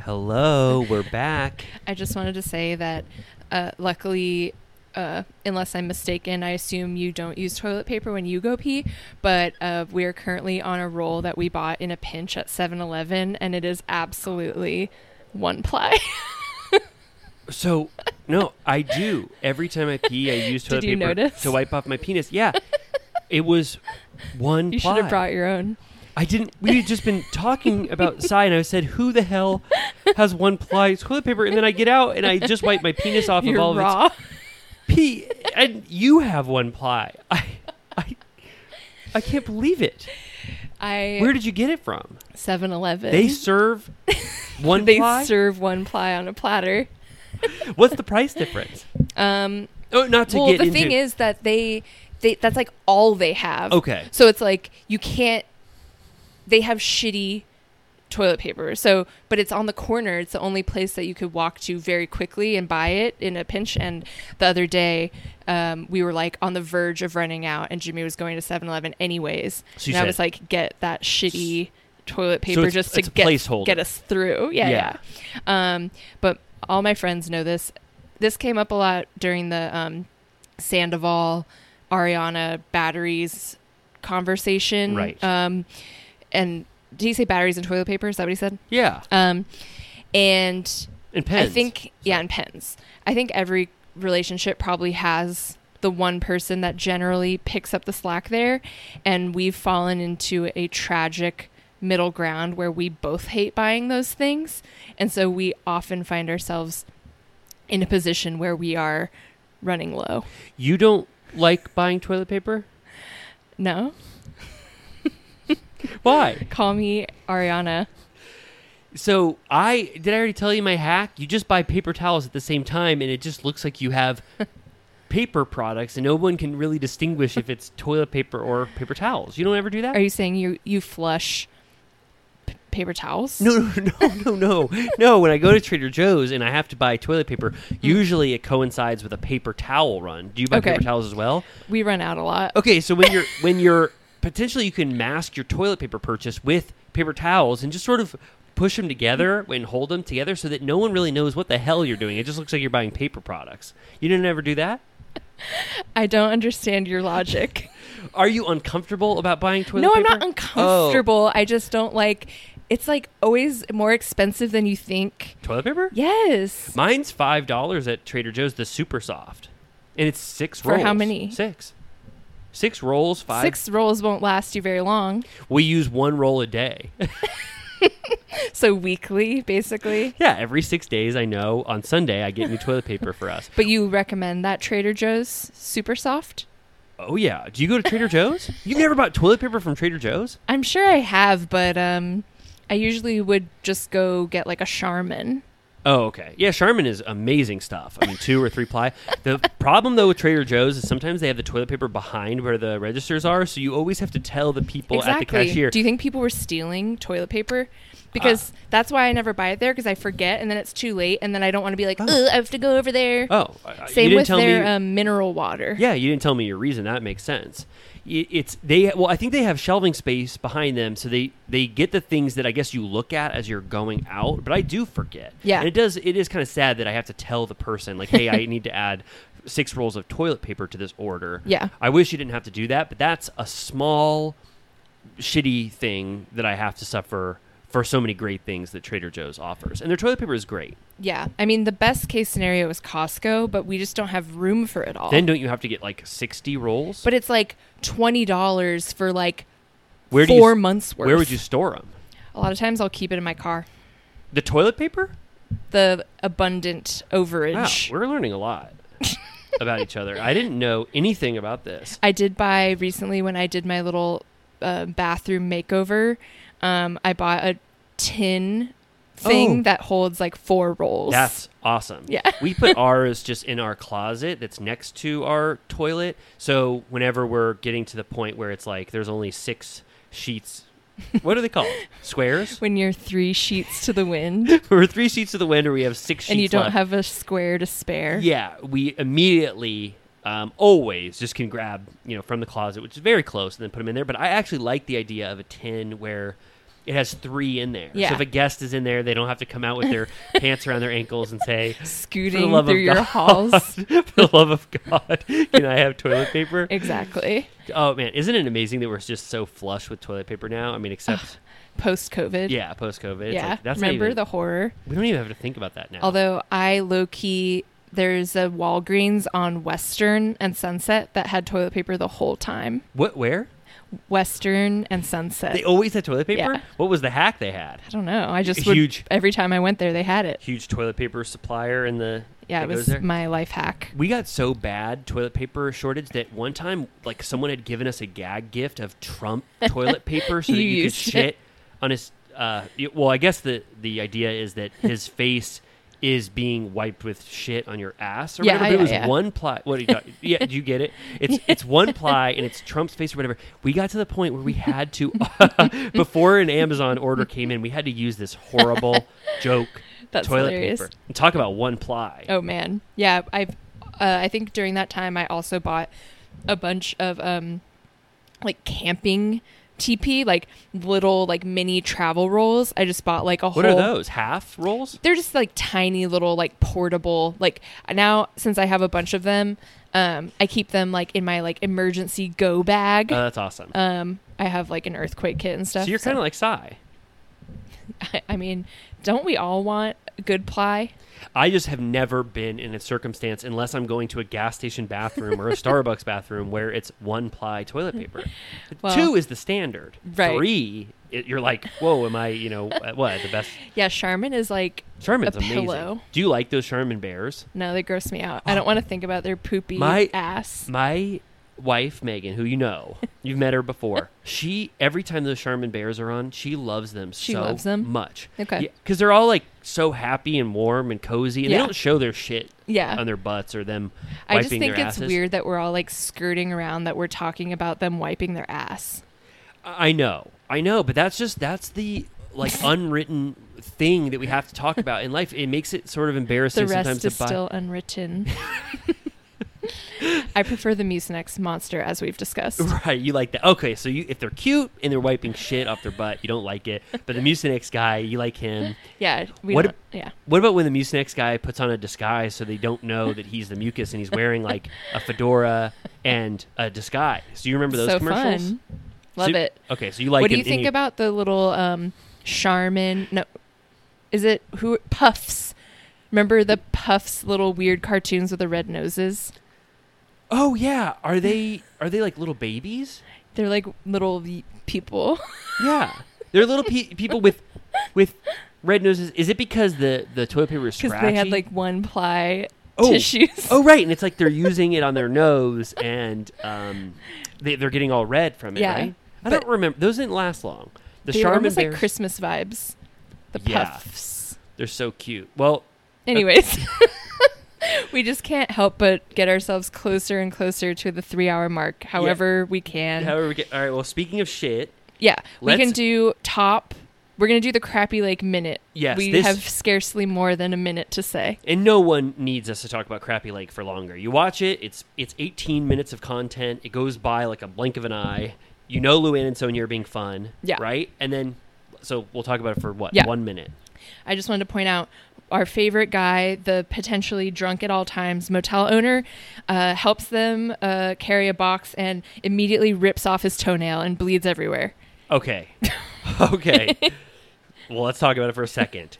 Speaker 3: Hello, we're back.
Speaker 4: I just wanted to say that uh, luckily, uh, unless I'm mistaken, I assume you don't use toilet paper when you go pee, but uh, we are currently on a roll that we bought in a pinch at 7 Eleven, and it is absolutely one ply.
Speaker 3: So, no, I do. Every time I pee, I use toilet
Speaker 4: Did you
Speaker 3: paper
Speaker 4: notice?
Speaker 3: to wipe off my penis. Yeah. It was one
Speaker 4: you should
Speaker 3: ply.
Speaker 4: have brought your own.
Speaker 3: I didn't. We had just been talking about Psy, and I said, "Who the hell has one ply toilet paper?" And then I get out, and I just wipe my penis off
Speaker 4: You're
Speaker 3: of all of
Speaker 4: raw.
Speaker 3: its pee, and you have one ply. I, I, I can't believe it.
Speaker 4: I
Speaker 3: Where did you get it from?
Speaker 4: 7 Eleven.
Speaker 3: They serve one
Speaker 4: they
Speaker 3: ply.
Speaker 4: serve one ply on a platter.
Speaker 3: What's the price difference?
Speaker 4: Um,
Speaker 3: Oh, not to
Speaker 4: well,
Speaker 3: get
Speaker 4: the
Speaker 3: into.
Speaker 4: thing is that they, they that's like all they have.
Speaker 3: Okay.
Speaker 4: So it's like you can't. They have shitty toilet paper. So, but it's on the corner. It's the only place that you could walk to very quickly and buy it in a pinch. And the other day, um, we were like on the verge of running out, and Jimmy was going to 7-Eleven anyways.
Speaker 3: So you
Speaker 4: and I
Speaker 3: said-
Speaker 4: was like, get that shitty toilet paper
Speaker 3: it's-
Speaker 4: just to
Speaker 3: it's a
Speaker 4: get
Speaker 3: placeholder.
Speaker 4: get us through. Yeah,
Speaker 3: Yeah.
Speaker 4: yeah. Um, but all my friends know this. This came up a lot during the um, Sandoval, Ariana batteries conversation.
Speaker 3: Right.
Speaker 4: Um, and did he say batteries and toilet paper? Is that what he said?
Speaker 3: yeah,
Speaker 4: Um, and
Speaker 3: and pens.
Speaker 4: I think yeah, and pens. I think every relationship probably has the one person that generally picks up the slack there, and we've fallen into a tragic middle ground where we both hate buying those things, and so we often find ourselves in a position where we are running low.
Speaker 3: you don't like buying toilet paper.
Speaker 4: No,
Speaker 3: Why?
Speaker 4: call me Ariana.
Speaker 3: So I did. I already tell you my hack. You just buy paper towels at the same time, and it just looks like you have paper products, and no one can really distinguish if it's toilet paper or paper towels. You don't ever do that.
Speaker 4: Are you saying you you flush p- paper towels?
Speaker 3: No, no, no, no, no, no. When I go to Trader Joe's and I have to buy toilet paper, usually it coincides with a paper towel run. Do you buy
Speaker 4: Hmm. Okay.
Speaker 3: paper towels as well?
Speaker 4: we run out a lot.
Speaker 3: Okay, so when you're when you're potentially you can mask your toilet paper purchase with paper towels and just sort of push them together and hold them together so that no one really knows what the hell you're doing. It just looks like you're buying paper products. You didn't ever do that?
Speaker 4: I don't understand your logic.
Speaker 3: Are you uncomfortable about buying toilet
Speaker 4: no, I'm
Speaker 3: paper?
Speaker 4: not
Speaker 3: Oh.
Speaker 4: uncomfortable. I just don't like. It's like always more expensive than you think.
Speaker 3: Oh. Toilet paper?
Speaker 4: Yes.
Speaker 3: Mine's five dollars at Trader Joe's, the super soft, and it's six
Speaker 4: For
Speaker 3: rolls.
Speaker 4: how many?
Speaker 3: Six. Six rolls, five.
Speaker 4: Six rolls won't last you very long.
Speaker 3: We use one roll a day.
Speaker 4: So weekly, basically.
Speaker 3: yeah, every six days. I know on Sunday I get new toilet paper for us.
Speaker 4: But you recommend that Trader Joe's Super Soft?
Speaker 3: Oh yeah, do you go to Trader Joe's? You never bought toilet paper from Trader Joe's?
Speaker 4: I'm sure I have, but um, I usually would just go get like a Charmin.
Speaker 3: Oh, okay. Yeah, Charmin is amazing stuff. I mean, two or three ply. The problem though with Trader Joe's is sometimes they have the toilet paper behind where the registers are, so you always have to tell the people at the cashier. Uh.
Speaker 4: Do you think people were stealing toilet paper? Because that's why I never buy it there because I forget and then it's too late and then I don't want to be like, oh, I have to go over there.
Speaker 3: oh, I- I- you
Speaker 4: Same
Speaker 3: didn't
Speaker 4: with
Speaker 3: tell
Speaker 4: their
Speaker 3: me-
Speaker 4: um, mineral water.
Speaker 3: Yeah, you didn't tell me your reason. That makes sense. Y- It's they. Well, I think they have shelving space behind them, so they they get the things that I guess you look at as you're going out. But I do forget.
Speaker 4: Yeah.
Speaker 3: and it does. It is kind of sad that I have to tell the person like, hey, I need to add six rolls of toilet paper to this order.
Speaker 4: Yeah.
Speaker 3: I wish you didn't have to do that, but that's a small shitty thing that I have to suffer for so many great things that Trader Joe's offers, and their toilet paper is great.
Speaker 4: Yeah. I mean, the best case scenario is Costco, but we just don't have room for it all.
Speaker 3: Then don't you have to get like sixty rolls?
Speaker 4: Oh. but it's like $20 for like
Speaker 3: where do you
Speaker 4: four
Speaker 3: s-
Speaker 4: months worth.
Speaker 3: Where would you store them?
Speaker 4: A lot of times I'll keep it in my car.
Speaker 3: The toilet paper?
Speaker 4: The abundant
Speaker 3: Wow,
Speaker 4: overage.
Speaker 3: we're learning a lot about each other. I didn't know anything about this.
Speaker 4: I did buy recently when I did my little uh, bathroom makeover. Um, I bought a tin thing
Speaker 3: Oh.
Speaker 4: that holds like four rolls.
Speaker 3: That's awesome.
Speaker 4: Yeah.
Speaker 3: we put ours just in our closet that's next to our toilet. So whenever we're getting to the point where it's like there's only six sheets, what are they called? Squares?
Speaker 4: when you're three sheets to the wind
Speaker 3: We're three sheets to the wind, or we have six sheets
Speaker 4: and you don't
Speaker 3: left.
Speaker 4: have a square to spare.
Speaker 3: Yeah, we immediately, um, always just can grab you know from the closet, which is very close, and then put them in there. But I actually like the idea of a tin where it has three in there.
Speaker 4: Yeah.
Speaker 3: So if a guest is in there, they don't have to come out with their pants around their ankles and say,
Speaker 4: Scooting
Speaker 3: love
Speaker 4: through
Speaker 3: of
Speaker 4: your
Speaker 3: God.
Speaker 4: halls.
Speaker 3: "For the love of God, can I have toilet paper?"
Speaker 4: exactly.
Speaker 3: Oh man, isn't it amazing that we're just so flush with toilet paper now? I mean, except
Speaker 4: Post COVID.
Speaker 3: yeah, post COVID.
Speaker 4: Yeah.
Speaker 3: like, that's not
Speaker 4: Remember
Speaker 3: even-
Speaker 4: the horror?
Speaker 3: we don't even have to think about that now.
Speaker 4: Although I low key, there's a Walgreens on Western and Sunset that had toilet paper the whole time.
Speaker 3: what? Where?
Speaker 4: Western and Sunset.
Speaker 3: They always had toilet paper.
Speaker 4: Yeah.
Speaker 3: What was the hack they had?
Speaker 4: I don't know. I just
Speaker 3: H-
Speaker 4: would,
Speaker 3: huge.
Speaker 4: every time I went there, they had it.
Speaker 3: huge toilet paper supplier in the
Speaker 4: Yeah,
Speaker 3: that
Speaker 4: it
Speaker 3: goes
Speaker 4: was
Speaker 3: there.
Speaker 4: my life hack.
Speaker 3: we got so bad toilet paper shortage that one time like someone had given us a gag gift of Trump toilet paper so that
Speaker 4: You
Speaker 3: you could
Speaker 4: used it.
Speaker 3: shit on his uh y- well I guess the the idea is that his face is being wiped with shit on your ass or
Speaker 4: Yeah,
Speaker 3: whatever. but it
Speaker 4: yeah,
Speaker 3: was
Speaker 4: yeah.
Speaker 3: one ply. What do you got? Yeah, do you get it? It's it's one ply and it's Trump's face or whatever. We got to the point where we had to before an Amazon order came in, we had to use this horrible joke
Speaker 4: That's
Speaker 3: toilet
Speaker 4: hilarious.
Speaker 3: paper. And talk about one ply.
Speaker 4: Oh man, yeah. I've uh, I think during that time I also bought a bunch of um like camping TP, like little like mini travel rolls. I just bought like a
Speaker 3: What
Speaker 4: whole.
Speaker 3: are those? Half rolls?
Speaker 4: They're just like tiny little like portable like now since I have a bunch of them, um I keep them like in my like emergency go bag.
Speaker 3: Oh, that's awesome.
Speaker 4: um I have like an earthquake kit and stuff.
Speaker 3: so you're kind of like Psy.
Speaker 4: I- I mean, don't we all want good ply?
Speaker 3: I just have never been in a circumstance unless I'm going to a gas station bathroom or a Starbucks bathroom where it's one ply toilet paper.
Speaker 4: Mm. Well,
Speaker 3: Two is the standard.
Speaker 4: right.
Speaker 3: Three, it, you're like, whoa, am I, you know, uh, what, the best?
Speaker 4: Yeah, Charmin is like
Speaker 3: Charmin's
Speaker 4: a
Speaker 3: amazing.
Speaker 4: pillow.
Speaker 3: Do you like those Charmin bears?
Speaker 4: No, they gross me out. I don't want to think about their poopy
Speaker 3: Oh. My-
Speaker 4: ass.
Speaker 3: My wife, Megan, who you know, you've met her before. She every time those Charmin bears are on, she loves them
Speaker 4: She
Speaker 3: so
Speaker 4: loves them?
Speaker 3: much.
Speaker 4: Okay.
Speaker 3: because they're all like so happy and warm and cozy, and
Speaker 4: Yeah.
Speaker 3: they don't show their shit
Speaker 4: Yeah.
Speaker 3: on their butts or them. Wiping
Speaker 4: I just think
Speaker 3: their
Speaker 4: it's
Speaker 3: asses.
Speaker 4: weird that we're all like skirting around that we're talking about them wiping their ass.
Speaker 3: I I know, I know, but that's just that's the like unwritten thing that we have to talk about in life. It makes it sort of
Speaker 4: The
Speaker 3: embarrassing
Speaker 4: rest
Speaker 3: sometimes
Speaker 4: is
Speaker 3: to buy.
Speaker 4: still unwritten. I prefer the Mucinex monster, as we've discussed.
Speaker 3: Right, you like that. Okay, so you if they're cute and they're wiping shit off their butt, you don't like it. But the Mucinex guy, you like him.
Speaker 4: Yeah. We
Speaker 3: What
Speaker 4: don't-
Speaker 3: ab-
Speaker 4: yeah.
Speaker 3: What about when the Mucinex guy puts on a disguise so they don't know that he's the mucus and he's wearing like a fedora and a disguise? Do you remember those
Speaker 4: so
Speaker 3: commercials?
Speaker 4: fun.
Speaker 3: So
Speaker 4: Love
Speaker 3: you-
Speaker 4: it.
Speaker 3: Okay, so you like
Speaker 4: what do
Speaker 3: him
Speaker 4: you
Speaker 3: and
Speaker 4: think about the little um, Charmin? No, is it who Puffs? Remember the Puffs little weird cartoons with the red noses?
Speaker 3: Oh yeah, are they are they like little babies?
Speaker 4: They're like little y- people.
Speaker 3: Yeah, they're little pe- people with with red noses. Is it because the the toilet paper is
Speaker 4: because
Speaker 3: scratchy?
Speaker 4: they had like one ply
Speaker 3: oh.
Speaker 4: tissues.
Speaker 3: Oh right, and it's like they're using it on their nose, and um, they, they're getting all red from it.
Speaker 4: Yeah,
Speaker 3: right? I
Speaker 4: but-
Speaker 3: don't remember. Those didn't last long. The
Speaker 4: they were
Speaker 3: Charmin
Speaker 4: almost like
Speaker 3: bears,
Speaker 4: Christmas vibes. The
Speaker 3: Yeah.
Speaker 4: puffs.
Speaker 3: they're so cute. Well,
Speaker 4: Anyways, we just can't help but get ourselves closer and closer to the three-hour mark, however we can.
Speaker 3: however, we get, all right. Well, speaking of shit,
Speaker 4: yeah, we can
Speaker 3: Let's-
Speaker 4: do top. We're gonna do the crappy like minute.
Speaker 3: Yes,
Speaker 4: we
Speaker 3: this-
Speaker 4: have scarcely more than a minute to say.
Speaker 3: and no one needs us to talk about Crappy Lake for longer. You watch it; it's it's 18 minutes of content. It goes by like a blink of an eye. You know, Luann and Sonia are being fun,
Speaker 4: Yeah.
Speaker 3: right? And then, so we'll talk about it for what
Speaker 4: Yeah.
Speaker 3: one minute.
Speaker 4: I just wanted to point out our favorite guy, the potentially drunk at all times motel owner, uh, helps them uh, carry a box and immediately rips off his toenail and bleeds everywhere.
Speaker 3: Okay. Okay. well, let's talk about it for a second.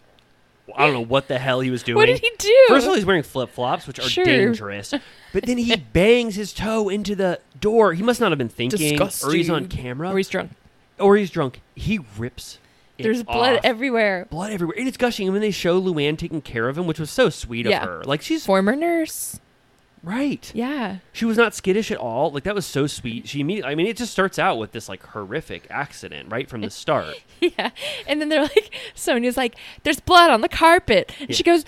Speaker 3: I don't know what the hell he was doing.
Speaker 4: What did he do?
Speaker 3: First of all, he's wearing flip flops, which are
Speaker 4: Sure.
Speaker 3: dangerous. But then he bangs his toe into the door. He must not have been thinking, or he's on camera,
Speaker 4: Or he's drunk.
Speaker 3: or he's drunk. He rips. It
Speaker 4: There's blood
Speaker 3: off.
Speaker 4: everywhere.
Speaker 3: Blood everywhere, and it's gushing. And when they show Luann taking care of him, which was so sweet
Speaker 4: Yeah.
Speaker 3: of her, like she's
Speaker 4: Former nurse.
Speaker 3: right.
Speaker 4: Yeah.
Speaker 3: She was not skittish at all. Like that was so sweet. She immediately. I mean, it just starts out with this like horrific accident right from the start.
Speaker 4: Yeah. And then they're like, Sonia's like, there's blood on the carpet. And she goes,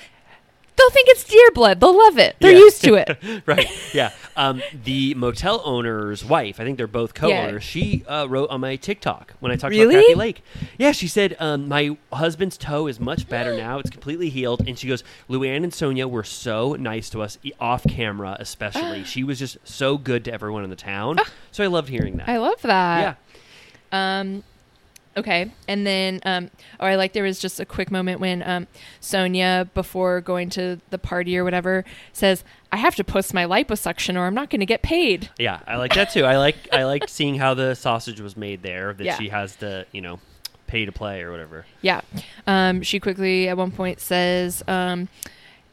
Speaker 4: they'll think it's deer blood. They'll love it. They're
Speaker 3: Yeah.
Speaker 4: used to it.
Speaker 3: right. Yeah. Um, the motel owner's wife, I think they're both co owners, she uh, wrote on my TikTok when I talked
Speaker 4: Really?
Speaker 3: about Crappy Lake. Yeah, she said, um, My husband's toe is much better now. It's completely healed. And she goes, Luann and Sonia were so nice to us, e- off camera especially. she was just so good to everyone in the town. so I loved hearing that.
Speaker 4: I love that.
Speaker 3: yeah.
Speaker 4: Um, okay, and then um, or I like there was just a quick moment when um, Sonia, before going to the party or whatever, says, "I have to post my liposuction or I'm not going to get paid."
Speaker 3: Yeah, I like that too. I like I like seeing how the sausage was made there. That
Speaker 4: Yeah.
Speaker 3: she has to, you know, pay to play or whatever.
Speaker 4: Yeah, um, she quickly at one point says, um,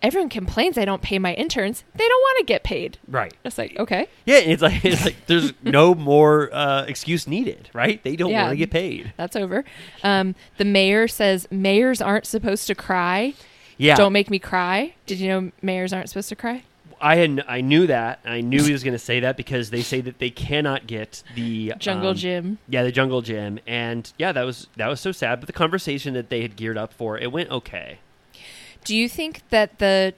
Speaker 4: "Everyone complains I don't pay my interns. They don't want to get paid."
Speaker 3: Right.
Speaker 4: It's like okay,
Speaker 3: Yeah, and it's like it's like there's no more uh, excuse needed, right? They don't
Speaker 4: Yeah.
Speaker 3: want to get paid.
Speaker 4: that's over. Um, the mayor says mayors aren't supposed to cry.
Speaker 3: Yeah,
Speaker 4: Don't make me cry. Did you know mayors aren't supposed to cry?
Speaker 3: I had I knew that. and I knew he was going to say that because they say that they cannot get the
Speaker 4: Jungle
Speaker 3: um,
Speaker 4: Jim.
Speaker 3: Yeah, the jungle gym, and yeah, that was that was so sad. But the conversation that they had geared up for it went okay.
Speaker 4: Do you think that the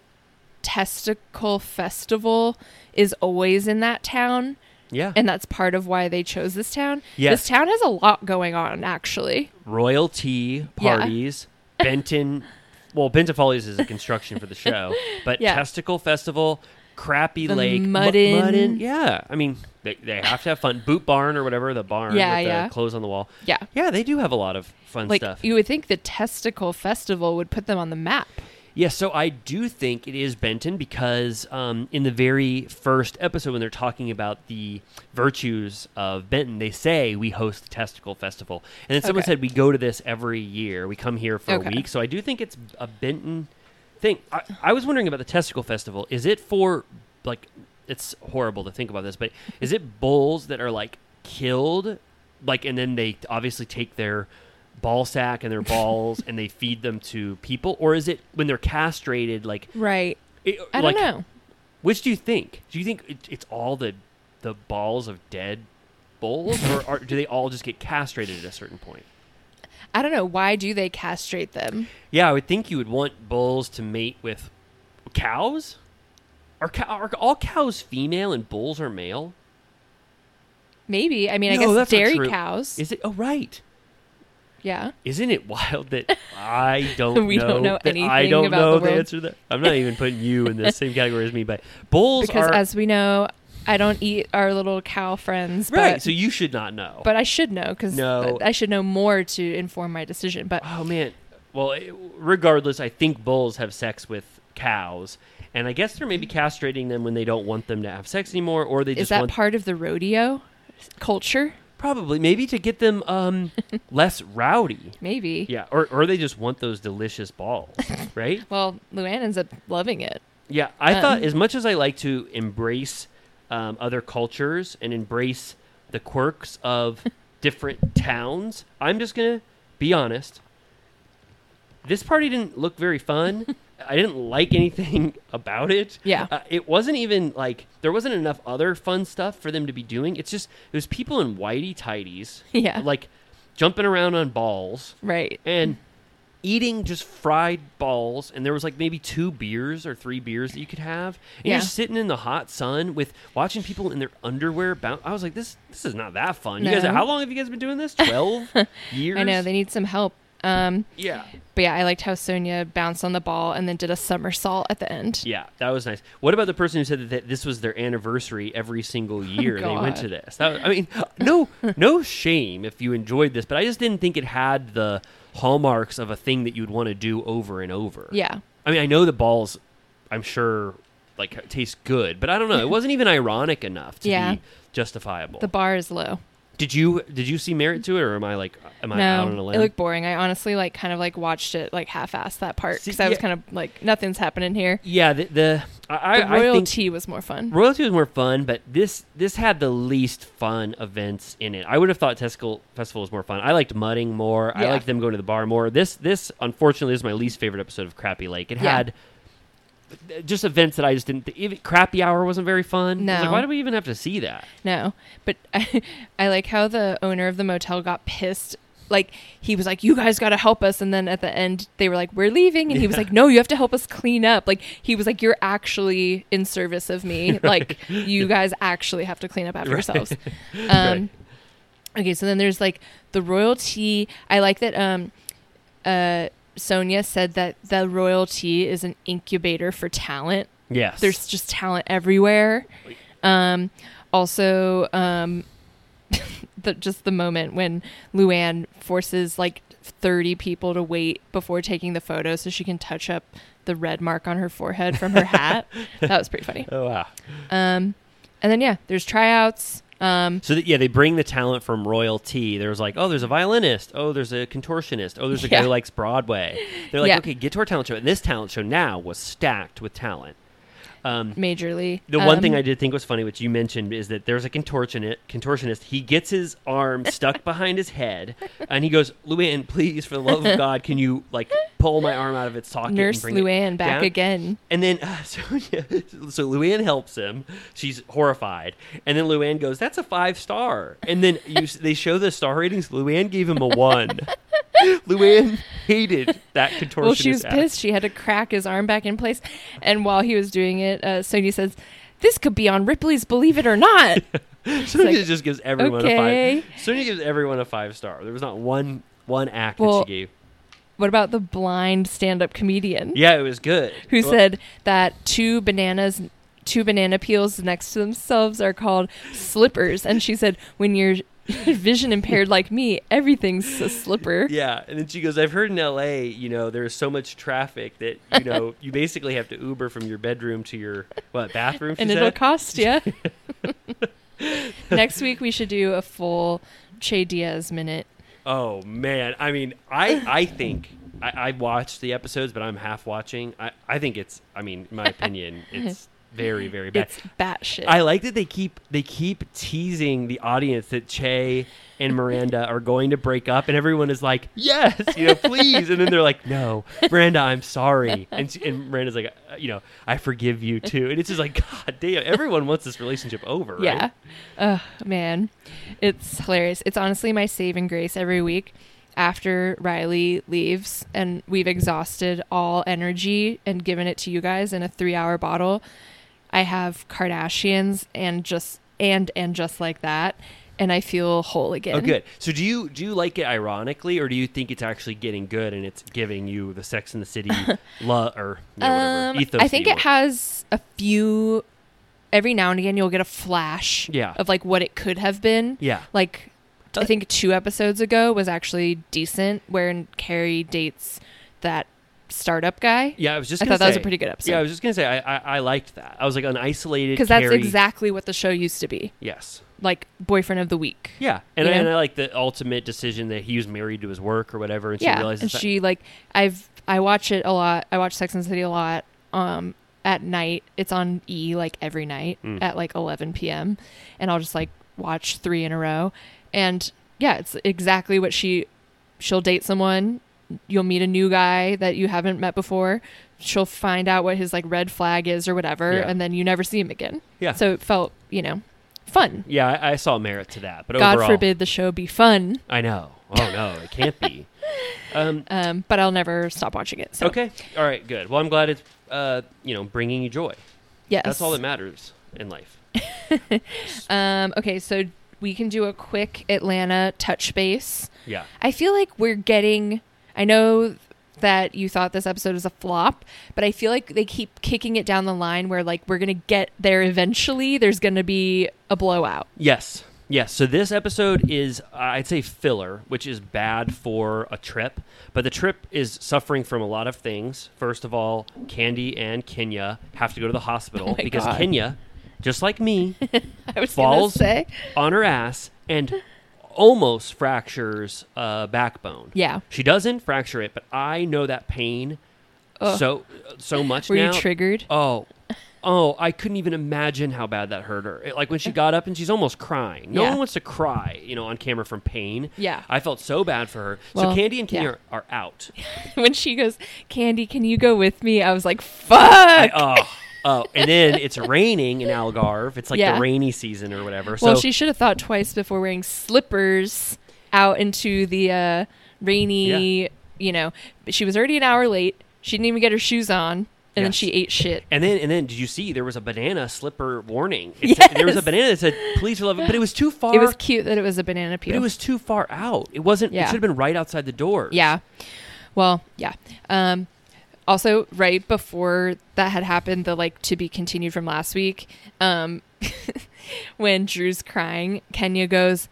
Speaker 4: testicle festival is always in that town?
Speaker 3: Yeah,
Speaker 4: And that's part of why they chose this town.
Speaker 3: Yes.
Speaker 4: This town has a lot going on, actually.
Speaker 3: royalty
Speaker 4: Yeah.
Speaker 3: parties, Benton. Well, Benton Follies is a construction for the show, but
Speaker 4: Yeah.
Speaker 3: Testicle Festival, Crappy
Speaker 4: The
Speaker 3: Lake, Mu-
Speaker 4: Muddin.
Speaker 3: yeah, I mean they, they have to have fun. Boot Barn or whatever the barn
Speaker 4: Yeah,
Speaker 3: with
Speaker 4: yeah.
Speaker 3: the clothes on the wall.
Speaker 4: Yeah.
Speaker 3: yeah, they do have a lot of fun
Speaker 4: Like
Speaker 3: stuff.
Speaker 4: you would think the testicle festival would put them on the map.
Speaker 3: Yeah, so I do think it is Benton because um, in the very first episode, when they're talking about the virtues of Benton, they say we host the Testicle Festival, and then someone
Speaker 4: Okay.
Speaker 3: said we go to this every year. We come here for
Speaker 4: Okay.
Speaker 3: a week, so I do think it's a Benton thing. I, I was wondering about the Testicle Festival. Is it for like? It's horrible to think about this, but is it bulls that are like killed, like, and then they obviously take their ball sack and their balls and they feed them to people or is it when they're castrated like
Speaker 4: Right.
Speaker 3: it-
Speaker 4: I
Speaker 3: like,
Speaker 4: don't know.
Speaker 3: which do you think do you think it, it's all the the balls of dead bulls or are, do they all just get castrated at a certain point
Speaker 4: I don't know. Why do they castrate them?
Speaker 3: yeah i would think you would want bulls to mate with cows are, cow, are all cows female and bulls are male
Speaker 4: Maybe. I
Speaker 3: No,
Speaker 4: mean, I guess
Speaker 3: that's not
Speaker 4: dairy
Speaker 3: true.
Speaker 4: cows.
Speaker 3: is it oh right
Speaker 4: Yeah.
Speaker 3: Isn't it wild that I don't
Speaker 4: We
Speaker 3: know,
Speaker 4: don't know
Speaker 3: that I
Speaker 4: anything
Speaker 3: don't
Speaker 4: about
Speaker 3: know
Speaker 4: the
Speaker 3: the,
Speaker 4: world.
Speaker 3: answer to that? I'm not even putting you in the same category as me, but bulls
Speaker 4: Because
Speaker 3: are
Speaker 4: as we know, I don't eat our little cow friends.
Speaker 3: right.
Speaker 4: But,
Speaker 3: so you should not know.
Speaker 4: but I should know because
Speaker 3: No.
Speaker 4: I should know more to inform my decision. But
Speaker 3: oh man, well, it- regardless, I think bulls have sex with cows, and I guess they're maybe castrating them when they don't want them to have sex anymore, or they
Speaker 4: Mm. is
Speaker 3: just
Speaker 4: that
Speaker 3: want
Speaker 4: part of the rodeo culture?
Speaker 3: probably maybe to get them um, less rowdy.
Speaker 4: Maybe.
Speaker 3: Yeah, or or they just want those delicious balls, right?
Speaker 4: Well, Luann ends up loving it.
Speaker 3: Yeah, I
Speaker 4: Um,
Speaker 3: thought as much as I like to embrace um, other cultures and embrace the quirks of different towns, I'm just gonna be honest. This party didn't look very fun. I didn't like anything about it.
Speaker 4: Yeah.
Speaker 3: Uh, it wasn't even like there wasn't enough other fun stuff for them to be doing. It's just it was people in whitey tighties,
Speaker 4: Yeah.
Speaker 3: like jumping around on balls
Speaker 4: Right.
Speaker 3: and eating just fried balls and there was like maybe two beers or three beers that you could have and
Speaker 4: Yeah.
Speaker 3: you're just sitting in the hot sun with watching people in their underwear bounce i was like this this is not that fun you guys
Speaker 4: No.
Speaker 3: how long have you guys been doing this 12 years
Speaker 4: I know they need some help. Um,
Speaker 3: yeah
Speaker 4: but yeah, I liked how Sonia bounced on the ball and then did a somersault at the end.
Speaker 3: yeah that was nice what about the person who said that, that this was their anniversary every single year they went
Speaker 4: Oh, God.
Speaker 3: to this That- i mean uh, no no shame if you enjoyed this but i just didn't think it had the hallmarks of a thing that you'd want to do over and over
Speaker 4: Yeah.
Speaker 3: I mean, I know the balls, I'm sure, like taste good, but I don't know. It wasn't even ironic enough to
Speaker 4: Yeah.
Speaker 3: be justifiable.
Speaker 4: The bar is low.
Speaker 3: did you did you see merit to it, or am I like am I out on a
Speaker 4: no, it
Speaker 3: limb?
Speaker 4: looked boring. I honestly like kind of like watched it like half-assed that part
Speaker 3: See,
Speaker 4: because I was
Speaker 3: yeah.
Speaker 4: kind of like nothing's happening here.
Speaker 3: yeah, the, the I,
Speaker 4: the
Speaker 3: I, I think
Speaker 4: royalty was more fun.
Speaker 3: royalty was more fun, but this this had the least fun events in it. I would have thought Testicle Festival was more fun. I liked mudding more. I
Speaker 4: Yeah.
Speaker 3: liked them going to the bar more. This this unfortunately is my least favorite episode of Crappy Lake. It
Speaker 4: Yeah.
Speaker 3: had uh, just events that I just didn't. Th- even Crappy Hour wasn't very fun. I was like,
Speaker 4: No.
Speaker 3: why do we even have to see that?
Speaker 4: No, but I, I like how the owner of the motel got pissed. Like he was like, "You guys got to help us," and then at the end they were like, "We're leaving," and he was like, "No, you have to help us clean up." Like he was like, "You're actually in service of me. Like you guys actually have to clean up after yourselves." Um, Okay, so then there's like the royalty. I like that. Um, uh, Sonia said that the royalty is an incubator for talent
Speaker 3: Yes.
Speaker 4: there's just talent everywhere. Um, also, um, the, just the moment when Luann forces like 30 people to wait before taking the photo so she can touch up the red mark on her forehead from her hat. that was pretty funny.
Speaker 3: oh wow.
Speaker 4: Um, and then, yeah, there's tryouts. Um,
Speaker 3: So that, yeah, they bring the talent from royalty. There was like, oh, there's a violinist. Oh, there's a contortionist. Oh, there's a guy
Speaker 4: Yeah.
Speaker 3: who likes Broadway. They're like,
Speaker 4: Yeah.
Speaker 3: okay, get to our talent show. And this talent show now was stacked with talent.
Speaker 4: majorly.
Speaker 3: The one
Speaker 4: Um,
Speaker 3: thing I did think was funny, which you mentioned, is that there's a contortionist. Contortionist. He gets his arm stuck behind his head, and he goes, "Luann, please, for the love of God, can you like pull my arm out of its socket?"
Speaker 4: Nurse
Speaker 3: and bring it
Speaker 4: Luann back
Speaker 3: down?"
Speaker 4: again.
Speaker 3: And then uh, so, so Luann helps him. She's horrified, and then Luann goes, "That's a five star." And then you, they show the star ratings. Luann gave him a one. Luann hated that contortionist.
Speaker 4: Well, she was
Speaker 3: act.
Speaker 4: pissed. She had to crack his arm back in place. And while he was doing it, uh, Sonia says, This could be on Ripley's Believe It or Not.
Speaker 3: Sonya
Speaker 4: like,
Speaker 3: just gives everyone a
Speaker 4: okay.
Speaker 3: five. Sonya gives everyone a five star. There was not one one act
Speaker 4: Well-
Speaker 3: that she gave.
Speaker 4: What about the blind stand-up comedian
Speaker 3: Yeah, it was good.
Speaker 4: who
Speaker 3: Well,
Speaker 4: said that two bananas two banana peels next to themselves are called slippers and she said when you're vision impaired like me everything's a slipper.
Speaker 3: Yeah, and then she goes, "I've heard in L.A., you know, there's so much traffic that you know you basically have to Uber from your bedroom to your what bathroom." She
Speaker 4: And it'll
Speaker 3: said?
Speaker 4: cost you. next week we should do a full Che Diaz minute.
Speaker 3: Oh man, I mean, I I think I, I watched the episodes, but I'm half watching. I I think it's, I mean, in my opinion, it's very very bad.
Speaker 4: It's batshit.
Speaker 3: I like that they keep they keep teasing the audience that Che and Miranda are going to break up, and everyone is like, "Yes, you know, please," and then they're like, "No, Miranda, I'm sorry," and, she, and Miranda's like, uh, "You know, I forgive you too," and it's just like, "God damn, everyone wants this relationship over." Right?
Speaker 4: Yeah. Oh man, it's hilarious. It's honestly my saving grace every week after Riley leaves and we've exhausted all energy and given it to you guys in a 3-hour bottle. I have Kardashians and just and and just like that and I feel whole again.
Speaker 3: Oh, good. So do you do you like it ironically, or do you think it's actually getting good and it's giving you the Sex in the City love or you know, whatever
Speaker 4: Um,
Speaker 3: ethos?
Speaker 4: I
Speaker 3: that
Speaker 4: think
Speaker 3: you
Speaker 4: it
Speaker 3: want?
Speaker 4: has a few. Every now and again, you'll get a flash
Speaker 3: Yeah.
Speaker 4: of like what it could have been.
Speaker 3: Yeah.
Speaker 4: Like, I think two episodes ago was actually decent, where Carrie dates that startup guy.
Speaker 3: Yeah, I was just.
Speaker 4: I
Speaker 3: gonna
Speaker 4: thought that was a
Speaker 3: say-
Speaker 4: pretty good episode.
Speaker 3: Yeah, I was just gonna say I I, I liked that. I was like an isolated
Speaker 4: because that's
Speaker 3: Carrie-
Speaker 4: exactly what the show used to be,
Speaker 3: Yes.
Speaker 4: like boyfriend of the week.
Speaker 3: Yeah, and,
Speaker 4: You
Speaker 3: I,
Speaker 4: know?
Speaker 3: and I like the ultimate decision that he was married to his work or whatever, and she
Speaker 4: yeah,
Speaker 3: realizes
Speaker 4: and
Speaker 3: that-
Speaker 4: she like I've I watch it a lot. I watch Sex and the City a lot. Um, at night it's on E like every night
Speaker 3: Mm.
Speaker 4: at like 11 p.m. and I'll just like watch three in a row, and yeah, it's exactly what she she'll date someone. You'll meet a new guy that you haven't met before. She'll find out what his like red flag is or whatever,
Speaker 3: Yeah.
Speaker 4: and then you never see him again.
Speaker 3: Yeah.
Speaker 4: So it felt you know fun.
Speaker 3: Yeah, I, I saw merit to that, but
Speaker 4: God
Speaker 3: overall,
Speaker 4: forbid the show be fun,
Speaker 3: I know. Oh no, it can't be. Um,
Speaker 4: um, but I'll never stop watching it. So.
Speaker 3: okay, all right, good. Well, I'm glad it's uh, you know bringing you joy.
Speaker 4: Yes.
Speaker 3: That's all that matters in life.
Speaker 4: Um, okay, so we can do a quick Atlanta touch base.
Speaker 3: Yeah.
Speaker 4: I feel like we're getting. I know that you thought this episode was a flop, but I feel like they keep kicking it down the line where like we're gonna get there eventually. There's gonna be a blowout.
Speaker 3: Yes. Yes. So this episode is, uh, I'd say, filler, which is bad for a trip. But the trip is suffering from a lot of things. First of all, Candy and Kenya have to go to the hospital
Speaker 4: Oh my
Speaker 3: because
Speaker 4: God.
Speaker 3: Kenya, just like me,
Speaker 4: I was
Speaker 3: falls
Speaker 4: gonna say.
Speaker 3: on her ass and almost fractures uh, backbone.
Speaker 4: Yeah.
Speaker 3: She doesn't fracture it, but I know that pain so so much
Speaker 4: Were you
Speaker 3: now.
Speaker 4: triggered?
Speaker 3: Oh. Oh, I couldn't even imagine how bad that hurt her. It- like when she got up and she's almost crying. No
Speaker 4: Yeah.
Speaker 3: one wants to cry, you know, on camera from pain.
Speaker 4: Yeah.
Speaker 3: I felt so bad for her.
Speaker 4: Well,
Speaker 3: so Candy and Kenya
Speaker 4: yeah.
Speaker 3: are, are out.
Speaker 4: when she goes, Candy, can you go with me? I was like, fuck.
Speaker 3: Oh. Oh, and then it's raining in Algarve. It's like
Speaker 4: Yeah.
Speaker 3: the rainy season or whatever. So
Speaker 4: well, she should have thought twice before wearing slippers out into the uh, rainy. You know, she was already an hour late. She didn't even get her shoes on, and then
Speaker 3: Yes.
Speaker 4: she ate shit.
Speaker 3: And then, and then, did you see there was a banana slipper warning? It
Speaker 4: Yes.
Speaker 3: said, there was a banana that said "Please for love," but it was too far.
Speaker 4: It was cute that it was a banana
Speaker 3: but
Speaker 4: peel.
Speaker 3: it was too far out. It wasn't. It
Speaker 4: Yeah.
Speaker 3: should have been right outside the door.
Speaker 4: yeah. Well, yeah. Um, also, right before that had happened, the like to be continued from last week, um, when Drew's crying, Kenya goes,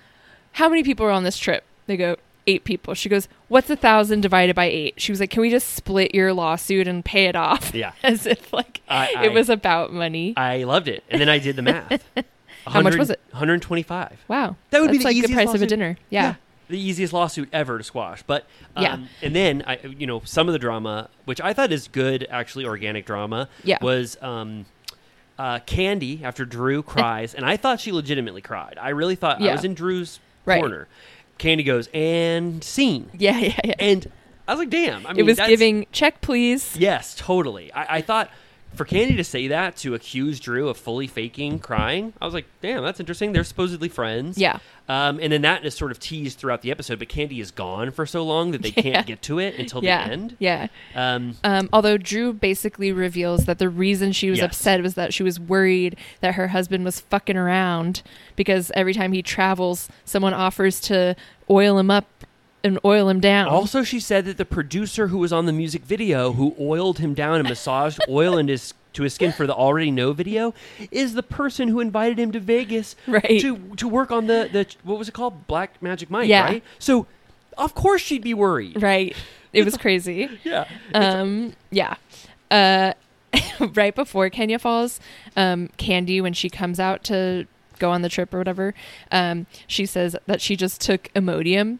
Speaker 4: How many people are on this trip? They go, Eight people. She goes, What's a thousand divided by eight? She was like, Can we just split your lawsuit and pay it off?
Speaker 3: Yeah.
Speaker 4: As if like
Speaker 3: I- I-
Speaker 4: it was about money.
Speaker 3: I loved it. And then I did the math.
Speaker 4: How much was it?
Speaker 3: One hundred twenty-five.
Speaker 4: wow.
Speaker 3: That would be
Speaker 4: That's,
Speaker 3: the
Speaker 4: like
Speaker 3: easiest
Speaker 4: the price of a
Speaker 3: lawsuit.
Speaker 4: dinner. Yeah.
Speaker 3: The easiest lawsuit ever to squash, but um,
Speaker 4: Yeah.
Speaker 3: And then I, you know, some of the drama, which I thought is good, actually organic drama,
Speaker 4: Yeah.
Speaker 3: was um, uh, Candy after Drew cries, and I thought she legitimately cried. I really thought I
Speaker 4: Yeah.
Speaker 3: was in Drew's
Speaker 4: Right.
Speaker 3: corner. Candy goes and scene,
Speaker 4: Yeah, yeah, yeah.
Speaker 3: and I was like, damn. I mean,
Speaker 4: it was
Speaker 3: that's-
Speaker 4: giving check, please.
Speaker 3: Yes, totally. I, I thought for Candy to say that to accuse Drew of fully faking crying, I was like, damn, that's interesting. They're supposedly friends.
Speaker 4: Yeah.
Speaker 3: Um, and then that is sort of teased throughout the episode, but Candy is gone for so long that they
Speaker 4: Yeah.
Speaker 3: can't get to it until
Speaker 4: yeah.
Speaker 3: the end.
Speaker 4: Yeah.
Speaker 3: Um,
Speaker 4: Um, although Drew basically reveals that the reason she was
Speaker 3: Yes.
Speaker 4: upset was that she was worried that her husband was fucking around because every time he travels, someone offers to oil him up and oil him down.
Speaker 3: also, she said that the producer who was on the music video, who oiled him down and massaged oil into his to his skin for the already know video, is the person who invited him to Vegas
Speaker 4: Right.
Speaker 3: to to work on the the what was it called Black Magic Mike,
Speaker 4: Yeah.
Speaker 3: right? So, of course, she'd be worried.
Speaker 4: right. It was crazy.
Speaker 3: Yeah.
Speaker 4: um yeah uh right before kenya falls um candy when she comes out to go on the trip or whatever um she says that she just took imodium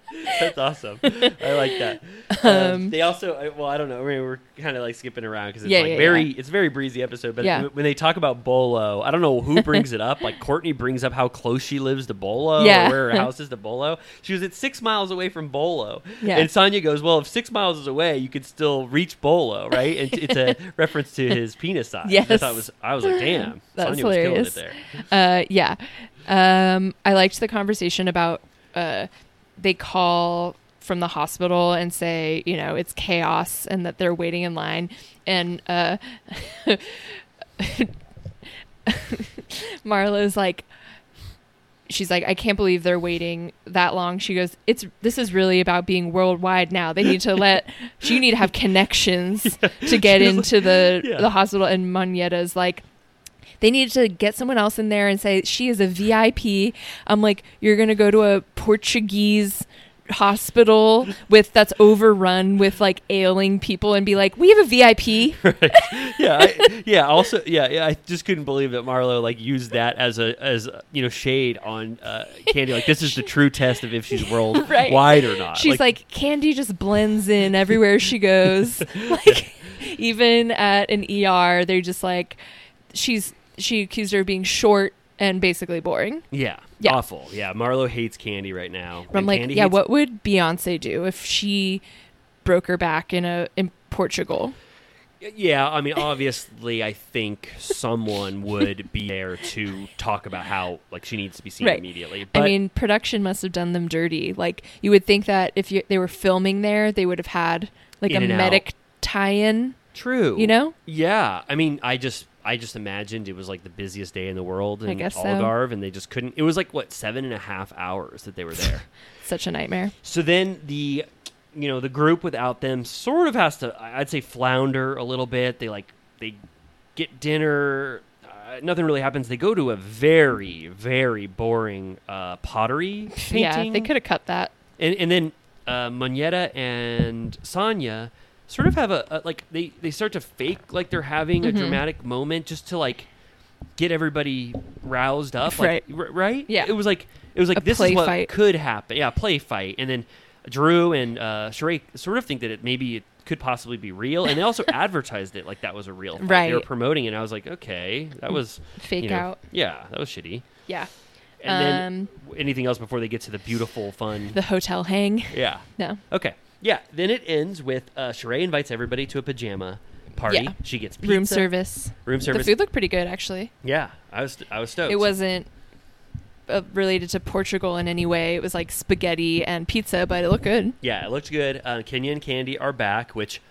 Speaker 3: That's awesome. I like that. Um,
Speaker 4: Um,
Speaker 3: they also, I- well, I don't know. I mean, we're kind of like skipping around because it's
Speaker 4: Yeah,
Speaker 3: like
Speaker 4: yeah,
Speaker 3: very,
Speaker 4: yeah.
Speaker 3: it's a very breezy episode. But
Speaker 4: Yeah.
Speaker 3: when they talk about Bolo, I don't know who brings it up. Like Courtney brings up how close she lives to Bolo
Speaker 4: Yeah.
Speaker 3: or where her house is to Bolo. She was at six miles away from Bolo.
Speaker 4: Yeah.
Speaker 3: And Sonya goes, well, if six miles is away, you could still reach Bolo, right? And it's a reference to his penis size. I
Speaker 4: Yes.
Speaker 3: thought it was, I was like, damn,
Speaker 4: That's
Speaker 3: Sonya was killing it
Speaker 4: hilarious.
Speaker 3: there.
Speaker 4: Uh, yeah. Um, I liked the conversation about uh, they call from the hospital and say, you know, it's chaos and that they're waiting in line. And uh, Marlo's like, she's like, I can't believe they're waiting that long. She goes, it's this is really about being worldwide now. They need to let you need to have connections to get
Speaker 3: She's like-
Speaker 4: into the
Speaker 3: Yeah.
Speaker 4: the hospital. And Manietta's like. They needed to get someone else in there and say she is a VIP. I'm like, you're gonna go to a Portuguese hospital with that's overrun with like ailing people and be like, we have a VIP.
Speaker 3: yeah, I, yeah. Also, yeah, yeah. I just couldn't believe that Marlo like used that as a as a, you know shade on uh, Candy. Like this is the true test of if she's world
Speaker 4: Right.
Speaker 3: wide or not.
Speaker 4: She's like, Candy just blends in everywhere she goes. like even at an ER, they're just like she's she accused her of being short and basically boring.
Speaker 3: yeah,
Speaker 4: Yeah.
Speaker 3: awful. Yeah, Marlo hates Candy right now.
Speaker 4: But I'm
Speaker 3: And
Speaker 4: like,
Speaker 3: Candy
Speaker 4: yeah,
Speaker 3: hates-
Speaker 4: what would Beyonce do if she broke her back in a in Portugal?
Speaker 3: Yeah, I mean, obviously, I think someone would be there to talk about how like she needs to be seen
Speaker 4: Right.
Speaker 3: immediately.
Speaker 4: I
Speaker 3: But
Speaker 4: mean, production must have done them dirty. Like you would think that if you, they were filming there, they would have had like
Speaker 3: In
Speaker 4: a
Speaker 3: and out.
Speaker 4: medic tie-in.
Speaker 3: True.
Speaker 4: You know?
Speaker 3: Yeah. I mean, I just I just imagined it was like the busiest day in the world in
Speaker 4: I guess so.
Speaker 3: Algarve, and they just couldn't. It was like what seven and a half hours that they were there.
Speaker 4: Such a nightmare.
Speaker 3: so then the you know the group without them sort of has to I- I'd say flounder a little bit. They like they get dinner. Uh, nothing really happens. They go to a very very boring uh, pottery painting.
Speaker 4: Yeah, they could have cut that.
Speaker 3: And, and then uh, Moneta and Sonya sort of have a, a like they they start to fake like they're having a
Speaker 4: Mhm.
Speaker 3: dramatic moment just to like get everybody roused up, like,
Speaker 4: Right.
Speaker 3: r- right?
Speaker 4: Yeah.
Speaker 3: It was like it was like
Speaker 4: A
Speaker 3: this
Speaker 4: play
Speaker 3: is what
Speaker 4: fight.
Speaker 3: could happen. Yeah, play fight, and then Drew and uh, Sheree sort of think that it maybe it could possibly be real, and they also advertised it like that was a real fight. They were
Speaker 4: Right.
Speaker 3: promoting it. And I was like, okay, that was
Speaker 4: Fake
Speaker 3: you know,
Speaker 4: out.
Speaker 3: Yeah, that was shitty.
Speaker 4: Yeah.
Speaker 3: And then w- anything else before they get to the beautiful, fun
Speaker 4: The hotel hang.
Speaker 3: yeah.
Speaker 4: No.
Speaker 3: Okay. Yeah. Then it ends with uh, Sheree invites everybody to a pajama party.
Speaker 4: Yeah.
Speaker 3: She gets pizza.
Speaker 4: Room service.
Speaker 3: Room service. Oh,
Speaker 4: The food looked pretty good actually.
Speaker 3: Yeah. I was I was stoked.
Speaker 4: It wasn't uh, related to Portugal in any way. It was like spaghetti and pizza, but it looked good.
Speaker 3: Yeah. It looked good. Uh, Kenya and Candy are back, which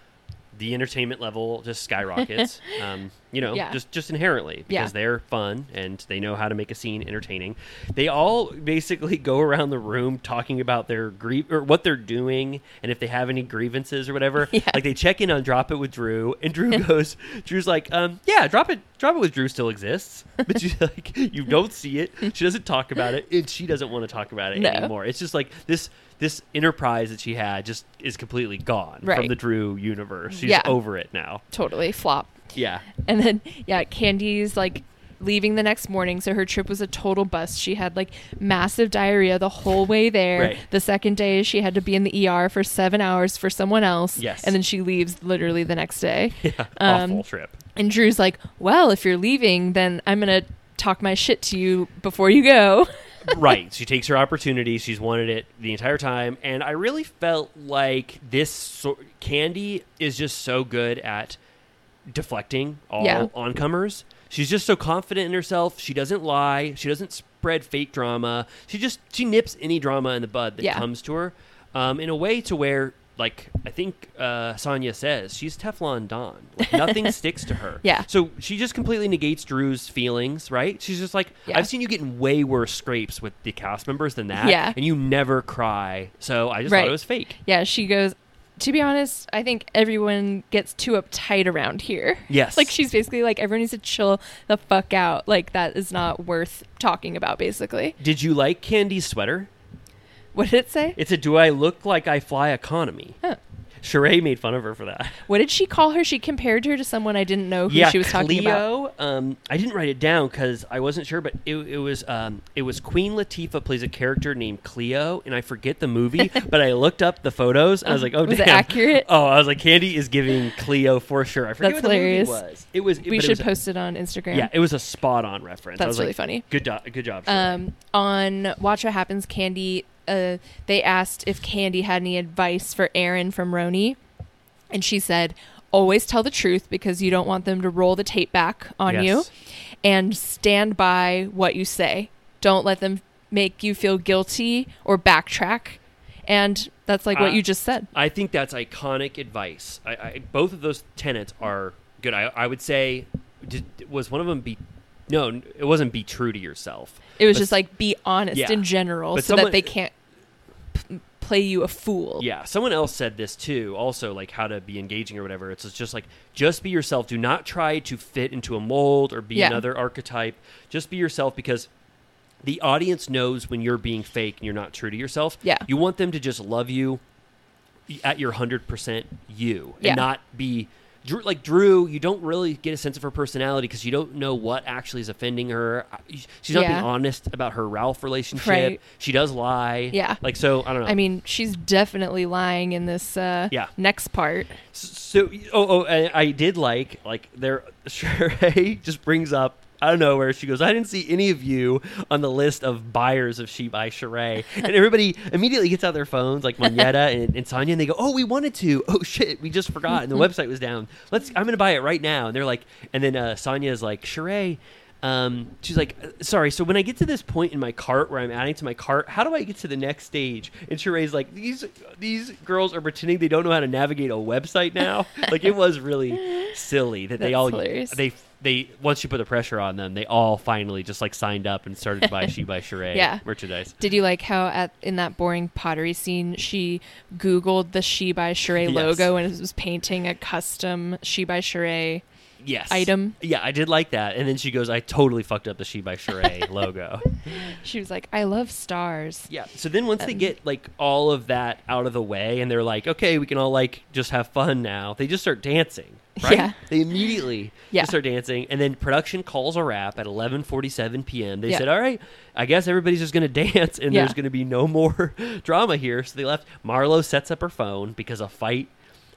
Speaker 3: the entertainment level just skyrockets. um, you know,
Speaker 4: Yeah.
Speaker 3: just just inherently
Speaker 4: Yeah.
Speaker 3: because they're fun and they know how to make a scene entertaining. They all basically go around the room talking about their grief or what they're doing and if they have any grievances or whatever. Like they check in on Drop It with Drew and Drew goes Drew's like, um, yeah, Drop It Drop It with Drew still exists. But you like you don't see it. She doesn't talk about it and she doesn't want to talk about it
Speaker 4: No.
Speaker 3: anymore. It's just like this this enterprise that she had just is completely gone
Speaker 4: Right.
Speaker 3: from the Drew universe. She's
Speaker 4: Yeah.
Speaker 3: over it now.
Speaker 4: Totally flop.
Speaker 3: Yeah.
Speaker 4: And then yeah, Candy's like leaving the next morning, so her trip was a total bust. She had like massive diarrhea the whole way there.
Speaker 3: Right.
Speaker 4: The second day she had to be in the ER for 7 hours for someone else.
Speaker 3: Yes.
Speaker 4: And then she leaves literally the next day. Um,
Speaker 3: Awful trip.
Speaker 4: And Drew's like, "Well, if you're leaving, then I'm going to talk my shit to you before you go."
Speaker 3: right. She takes her opportunity. She's wanted it the entire time. And I really felt like this sort Candy is just so good at deflecting all
Speaker 4: Yeah.
Speaker 3: oncomers. She's just so confident in herself. She doesn't lie. She doesn't spread fake drama. She just she nips any drama in the bud that
Speaker 4: Yeah.
Speaker 3: comes to her, um, in a way to where like I think uh, Sonia says she's Teflon Don. Like, nothing sticks to her.
Speaker 4: Yeah.
Speaker 3: So she just completely negates Drew's feelings. Right. She's just like
Speaker 4: Yeah.
Speaker 3: I've seen you get in way worse scrapes with the cast members than that.
Speaker 4: Yeah.
Speaker 3: And you never cry. So I just thought
Speaker 4: Right.
Speaker 3: it was fake.
Speaker 4: Yeah, she goes, To be honest, I think everyone gets too uptight around here.
Speaker 3: Yes.
Speaker 4: like she's basically like, Everyone needs to chill the fuck out. Like, that is not worth talking about, basically.
Speaker 3: Did you like Candy's sweater?
Speaker 4: What did it say?
Speaker 3: It's a do I look like I fly economy? Sheree made fun of her for that.
Speaker 4: What did she call her? She compared her to someone I didn't know who
Speaker 3: yeah,
Speaker 4: she was
Speaker 3: Cleo,
Speaker 4: talking about.
Speaker 3: Um, I didn't write it down because I wasn't sure, but it, it was um, it was Queen Latifah plays a character named Cleo, and I forget the movie, but I looked up the photos and I was like, oh,
Speaker 4: Was it
Speaker 3: damn.
Speaker 4: accurate?
Speaker 3: Oh, I was like, Candy is giving Cleo for sure. I forget
Speaker 4: That's
Speaker 3: what
Speaker 4: hilarious.
Speaker 3: the movie was. It was.
Speaker 4: we
Speaker 3: but
Speaker 4: should
Speaker 3: it was
Speaker 4: post it on Instagram.
Speaker 3: Yeah, it was a spot on reference. I was
Speaker 4: That's
Speaker 3: like,
Speaker 4: really funny.
Speaker 3: Good, do- good job. Sheree.
Speaker 4: um, on Watch What Happens, Candy, uh, they asked if Candy had any advice for Aaron from Roni, and she said, "Always tell the truth because you don't want them to roll the tape back on
Speaker 3: Yes.
Speaker 4: you, and stand by what you say. Don't let them make you feel guilty or backtrack." And that's like what
Speaker 3: Uh,
Speaker 4: you just said.
Speaker 3: I think that's iconic advice. I, I, both of those tenets are good. I, I would say, did, was one of them be? No, n- it wasn't. Be true to yourself.
Speaker 4: It was
Speaker 3: But
Speaker 4: just like be honest
Speaker 3: Yeah.
Speaker 4: in general,
Speaker 3: But
Speaker 4: so
Speaker 3: someone-
Speaker 4: that they can't p- play you a fool.
Speaker 3: Yeah, someone else said this too. Also, like how to be engaging or whatever. It's just like just be yourself. Do not try to fit into a mold or be
Speaker 4: Yeah.
Speaker 3: another archetype. Just be yourself because the audience knows when you're being fake and you're not true to yourself.
Speaker 4: Yeah.
Speaker 3: you want them to just love you at your hundred percent you and
Speaker 4: Yeah.
Speaker 3: not be. Drew, like Drew, you don't really get a sense of her personality because you don't know what actually is offending her. She's not
Speaker 4: Yeah.
Speaker 3: being honest about her Ralph relationship.
Speaker 4: Right.
Speaker 3: She does lie.
Speaker 4: Yeah.
Speaker 3: Like so, I don't know.
Speaker 4: I mean, she's definitely lying in this uh,
Speaker 3: Yeah.
Speaker 4: next part.
Speaker 3: So, oh, oh, I, I did like, like, there, Sheree just brings up, I don't know where she goes, I didn't see any of you on the list of buyers of She by Sheree. And everybody immediately gets out their phones, like Moneta and, and Sonia, and they go, oh, we wanted to. Oh, shit, we just forgot. And the website was down. Let's, I'm going to buy it right now. And they're like, and then uh, Sonia is like, Sheree, um, she's like, sorry, so when I get to this point in my cart where I'm adding to my cart, how do I get to the next stage? And Sheree's like, these these girls are pretending they don't know how to navigate a website now. like it was really silly that they
Speaker 4: That's
Speaker 3: all
Speaker 4: hilarious.
Speaker 3: they they once you put the pressure on them, they all finally just like signed up and started to buy She by Sheree
Speaker 4: Yeah.
Speaker 3: merchandise.
Speaker 4: Did you like how at in that boring pottery scene she Googled the She by Sheree
Speaker 3: Yes.
Speaker 4: logo and was painting a custom She by Sheree?
Speaker 3: Yes,
Speaker 4: Item.
Speaker 3: Yeah, I did like that. And then she goes, I totally fucked up the She by Sheree logo.
Speaker 4: She was like, "I love stars."
Speaker 3: Yeah. So then once
Speaker 4: Um,
Speaker 3: they get like all of that out of the way and they're like, okay, we can all like just have fun now, they just start dancing. Right?
Speaker 4: Yeah.
Speaker 3: They immediately
Speaker 4: Yeah.
Speaker 3: just start dancing, and then production calls a wrap at 11:47 p.m. They
Speaker 4: Yeah.
Speaker 3: said, "All right, I guess everybody's just going to dance, and
Speaker 4: Yeah.
Speaker 3: there's going to be no more drama here." So they left. Marlo sets up her phone because a fight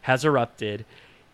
Speaker 3: has erupted.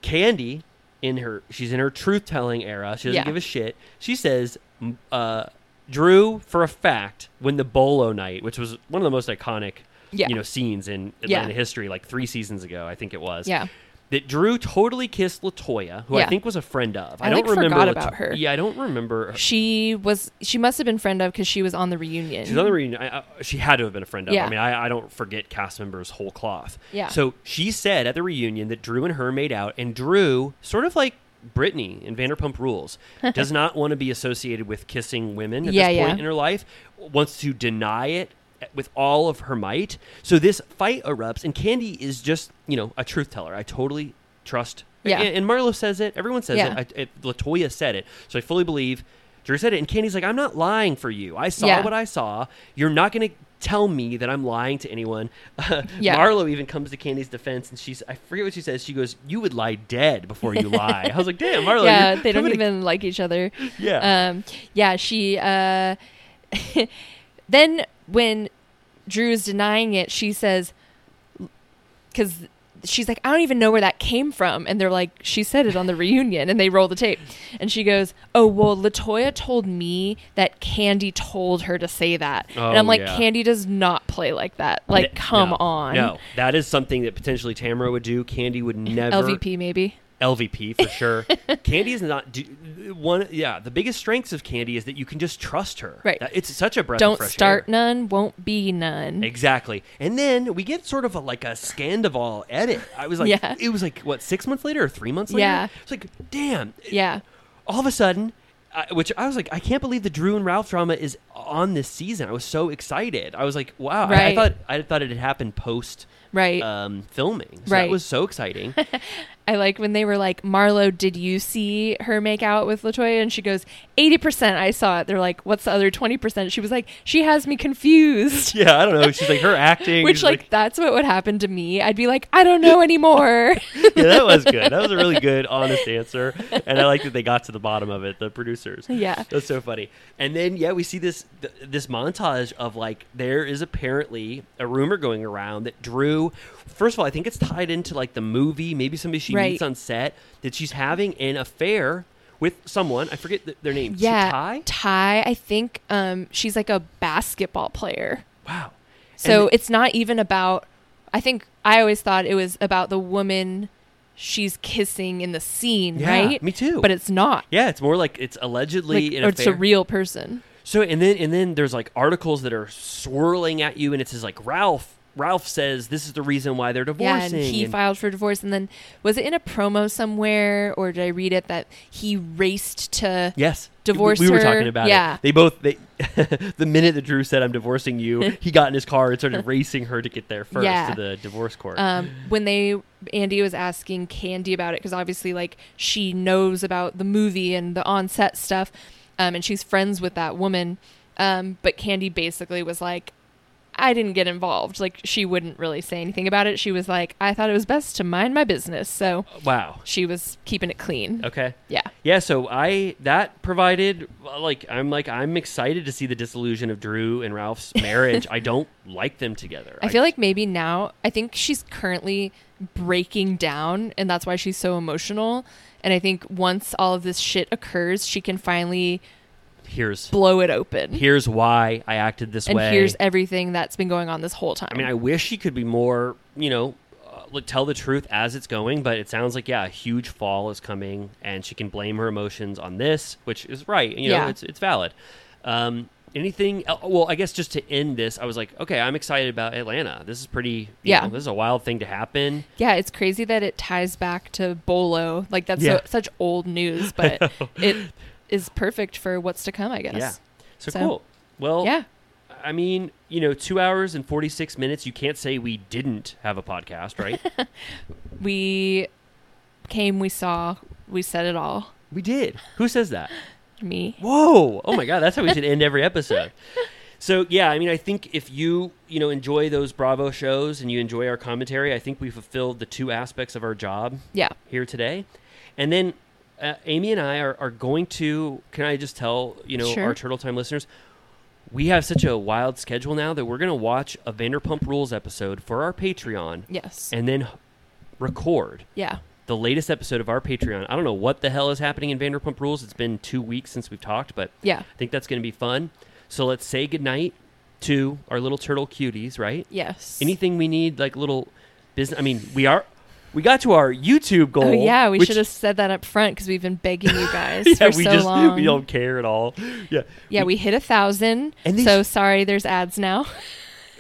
Speaker 3: Candy, in her, she's in her truth-telling era. She doesn't
Speaker 4: Yeah.
Speaker 3: give a shit. She says, m- uh, "Drew, for a fact, when the Bolo night, which was one of the most iconic,
Speaker 4: Yeah.
Speaker 3: you know, scenes in
Speaker 4: Yeah.
Speaker 3: Atlanta history, like three seasons ago, I think it was."
Speaker 4: Yeah.
Speaker 3: That Drew totally kissed Latoya, who I
Speaker 4: Yeah.
Speaker 3: think was a friend of. I,
Speaker 4: I,
Speaker 3: don't
Speaker 4: like,
Speaker 3: remember
Speaker 4: forgot
Speaker 3: Lato-
Speaker 4: about her.
Speaker 3: Yeah, I don't remember.
Speaker 4: She was she must have been friend of because she was on the reunion.
Speaker 3: She's on the reunion. I, I, she had to have been a friend of.
Speaker 4: Yeah.
Speaker 3: I mean, I, I don't forget cast members whole cloth.
Speaker 4: Yeah.
Speaker 3: So she said at the reunion that Drew and her made out, and Drew, sort of like Brittany in Vanderpump Rules, does not want to be associated with kissing women at
Speaker 4: Yeah,
Speaker 3: this point
Speaker 4: yeah.
Speaker 3: in her life, wants to deny it eh, with all of her might. So this fight erupts, and Candy is just, you know, a truth teller. I totally trust.
Speaker 4: Yeah.
Speaker 3: And, and Marlo says it. Everyone says
Speaker 4: Yeah.
Speaker 3: it. I, it. Latoya said it. So I fully believe. Drew said it, and Candy's like, "I'm not lying for you. I saw
Speaker 4: Yeah.
Speaker 3: what I saw. You're not going to tell me that I'm lying to anyone.
Speaker 4: Yeah.
Speaker 3: Marlo even comes to Candy's defense, and she's I forget what she says. She goes, "You would lie dead before you lie." I was like, "Damn, Marlo,
Speaker 4: yeah,
Speaker 3: you're
Speaker 4: they don't
Speaker 3: coming to-
Speaker 4: even like each other.
Speaker 3: Yeah.
Speaker 4: Um, yeah, she. Uh, then when Drew's denying it, she says, because she's like, I don't even know where that came from. And they're like, she said it on the reunion, and they roll the tape. And she goes, Oh, well, Latoya told me that Candy told her to say that.
Speaker 3: Oh,
Speaker 4: and I'm like,
Speaker 3: yeah.
Speaker 4: Candy does not play like that. Like,
Speaker 3: N-
Speaker 4: come
Speaker 3: no,
Speaker 4: on.
Speaker 3: No, that is something that potentially Tamara would do. Candy would never.
Speaker 4: LVP, maybe.
Speaker 3: LVP for sure. Candy is not do, one. Yeah, the biggest strengths of Candy is that you can just trust her.
Speaker 4: Right.
Speaker 3: That- it's such a breath. of
Speaker 4: Don't
Speaker 3: fresh
Speaker 4: start
Speaker 3: air.
Speaker 4: none, won't be none.
Speaker 3: Exactly. And then we get sort of a, like a Scandival edit. I was like,
Speaker 4: Yeah.
Speaker 3: it was like, what, six months later or three months later?
Speaker 4: Yeah.
Speaker 3: It's like, damn.
Speaker 4: Yeah.
Speaker 3: All of a sudden, I, which I was like, I can't believe the Drew and Ralph drama is on this season. I was so excited. I was like, wow. I- I,
Speaker 4: Right.
Speaker 3: thought I thought it had happened post
Speaker 4: Right.
Speaker 3: um, filming. So that
Speaker 4: Right.
Speaker 3: was so exciting.
Speaker 4: I like when they were like, Marlo, did you see her make out with Latoya? And she goes, 80% I saw it. They're like, what's the other 20%? She was like, she has me confused.
Speaker 3: Yeah, I don't know. She's like her acting,
Speaker 4: Which,
Speaker 3: she's
Speaker 4: like, that's what would happen to me. I'd be like, I don't know anymore.
Speaker 3: yeah, that was good. That was a really good, honest answer, and I like that they got to the bottom of it. The producers,
Speaker 4: Yeah.
Speaker 3: that's so funny. And then yeah, we see this th- this montage of like there is apparently a rumor going around that Drew. First of all, I think it's tied into like the movie, maybe somebody she
Speaker 4: Right.
Speaker 3: meets on set that she's having an affair with someone. I forget th- their name. Is it
Speaker 4: yeah.
Speaker 3: Ty.
Speaker 4: Ty, I think um, she's like a basketball player.
Speaker 3: Wow.
Speaker 4: So
Speaker 3: And-
Speaker 4: it's not even about. I think I always thought it was about the woman she's kissing in the scene,
Speaker 3: Yeah,
Speaker 4: right?
Speaker 3: me too.
Speaker 4: But it's not.
Speaker 3: Yeah, it's more like it's allegedly
Speaker 4: Like,
Speaker 3: an
Speaker 4: or it's
Speaker 3: affair.
Speaker 4: a real person.
Speaker 3: So and then and then there's like articles that are swirling at you, and it says like Ralph. Ralph says this is the reason why they're
Speaker 4: Yeah,
Speaker 3: divorcing.
Speaker 4: and he
Speaker 3: and-
Speaker 4: filed for divorce, and then was it in a promo somewhere, or did I read it that he raced to
Speaker 3: yes,
Speaker 4: divorce
Speaker 3: We, we were
Speaker 4: her?
Speaker 3: talking about
Speaker 4: yeah.
Speaker 3: it. They both they the minute that Drew said I'm divorcing you, he got in his car and started racing her to get there first
Speaker 4: Yeah.
Speaker 3: to the divorce court.
Speaker 4: um, when they Andy was asking Candy about it because obviously like she knows about the movie and the on-set stuff, um, and she's friends with that woman. Um, but Candy basically was like, "I didn't get involved." Like she wouldn't really say anything about it. She was like, "I thought it was best to mind my business." So
Speaker 3: wow.
Speaker 4: she was keeping it clean.
Speaker 3: Okay.
Speaker 4: Yeah.
Speaker 3: Yeah, so I that provided like I'm like I'm excited to see the disillusion of Drew and Ralph's marriage. I don't like them together.
Speaker 4: I feel like maybe now I think she's currently breaking down and that's why she's so emotional. And I think once all of this shit occurs, she can finally
Speaker 3: here's
Speaker 4: blow it open.
Speaker 3: here's why I acted this
Speaker 4: and
Speaker 3: way.
Speaker 4: here's everything that's been going on this whole time.
Speaker 3: I mean, I wish he could be more, you know, uh, like, tell the truth as it's going, but it sounds like, yeah, a huge fall is coming, and she can blame her emotions on this, which is right. You know,
Speaker 4: Yeah.
Speaker 3: it's, it's valid. Um, anything, el- well, I guess just to end this, I was like, okay, I'm excited about Atlanta. This is pretty, you
Speaker 4: Yeah.
Speaker 3: know, this is a wild thing to happen.
Speaker 4: yeah, it's crazy that it ties back to Bolo. Like that's
Speaker 3: Yeah.
Speaker 4: so, such old news, but it is perfect for what's to come, I guess.
Speaker 3: Yeah. So, cool. Well,
Speaker 4: Yeah.
Speaker 3: I mean, you know, two hours and 46 minutes, you can't say we didn't have a podcast, right?
Speaker 4: We came, we saw, we said it all.
Speaker 3: we did. Who says that?
Speaker 4: Me.
Speaker 3: Whoa! Oh my god, that's how we should end every episode. So yeah, I mean, I think if you you know enjoy those Bravo shows and you enjoy our commentary, I think we fulfilled the two aspects of our job
Speaker 4: Yeah.
Speaker 3: here today. And then uh, Amy and I are, are going to. Can I just tell you know
Speaker 4: Sure.
Speaker 3: our Turtle Time listeners? We have such a wild schedule now that we're going to watch a Vanderpump Rules episode for our Patreon,
Speaker 4: Yes.
Speaker 3: and then h- record
Speaker 4: yeah.
Speaker 3: the latest episode of our Patreon. I don't know what the hell is happening in Vanderpump Rules. It's been two weeks since we've talked, but
Speaker 4: Yeah.
Speaker 3: I think that's going to be fun. So let's say goodnight to our little turtle cuties, right?
Speaker 4: Yes.
Speaker 3: Anything we need, like little business. I mean, we are we got to our YouTube goal.
Speaker 4: Oh yeah, we
Speaker 3: which-
Speaker 4: should have said that up front because we've been begging you guys
Speaker 3: Yeah,
Speaker 4: for
Speaker 3: we
Speaker 4: so
Speaker 3: just
Speaker 4: long.
Speaker 3: we don't care at all. Yeah.
Speaker 4: yeah, we hit a thousand.
Speaker 3: And these-
Speaker 4: so sorry, there's ads now.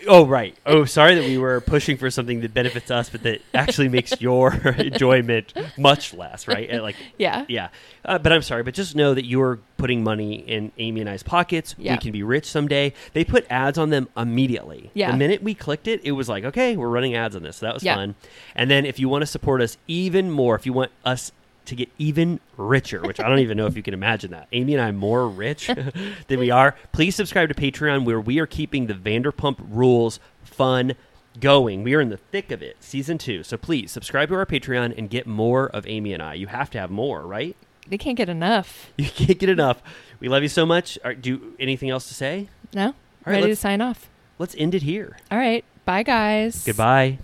Speaker 3: Oh right. Oh, sorry that we were pushing for something that benefits us, but that actually makes your enjoyment much less, right? And, Like,
Speaker 4: Yeah.
Speaker 3: yeah. Uh, but I'm sorry, but just know that you are putting money in Amy and I's pockets.
Speaker 4: Yeah.
Speaker 3: We can be rich someday. They put ads on them immediately.
Speaker 4: Yeah.
Speaker 3: The minute we clicked it, it was like, okay, we're running ads on this. So that was
Speaker 4: Yeah.
Speaker 3: fun. And then if you want to support us even more, if you want us to get even richer, which I don't even know if you can imagine that. Amy and I more rich than we are. Please subscribe to Patreon where we are keeping the Vanderpump rules fun going. We are in the thick of it, season 2. So please subscribe to our Patreon and get more of Amy and I. You have to have more, right?
Speaker 4: They can't get enough.
Speaker 3: You can't get enough. We love you so much. All right, do you- anything else to say?
Speaker 4: No?
Speaker 3: right,
Speaker 4: Ready to
Speaker 3: let's-
Speaker 4: sign off.
Speaker 3: Let's end it here.
Speaker 4: All right. Bye, guys.
Speaker 3: Goodbye.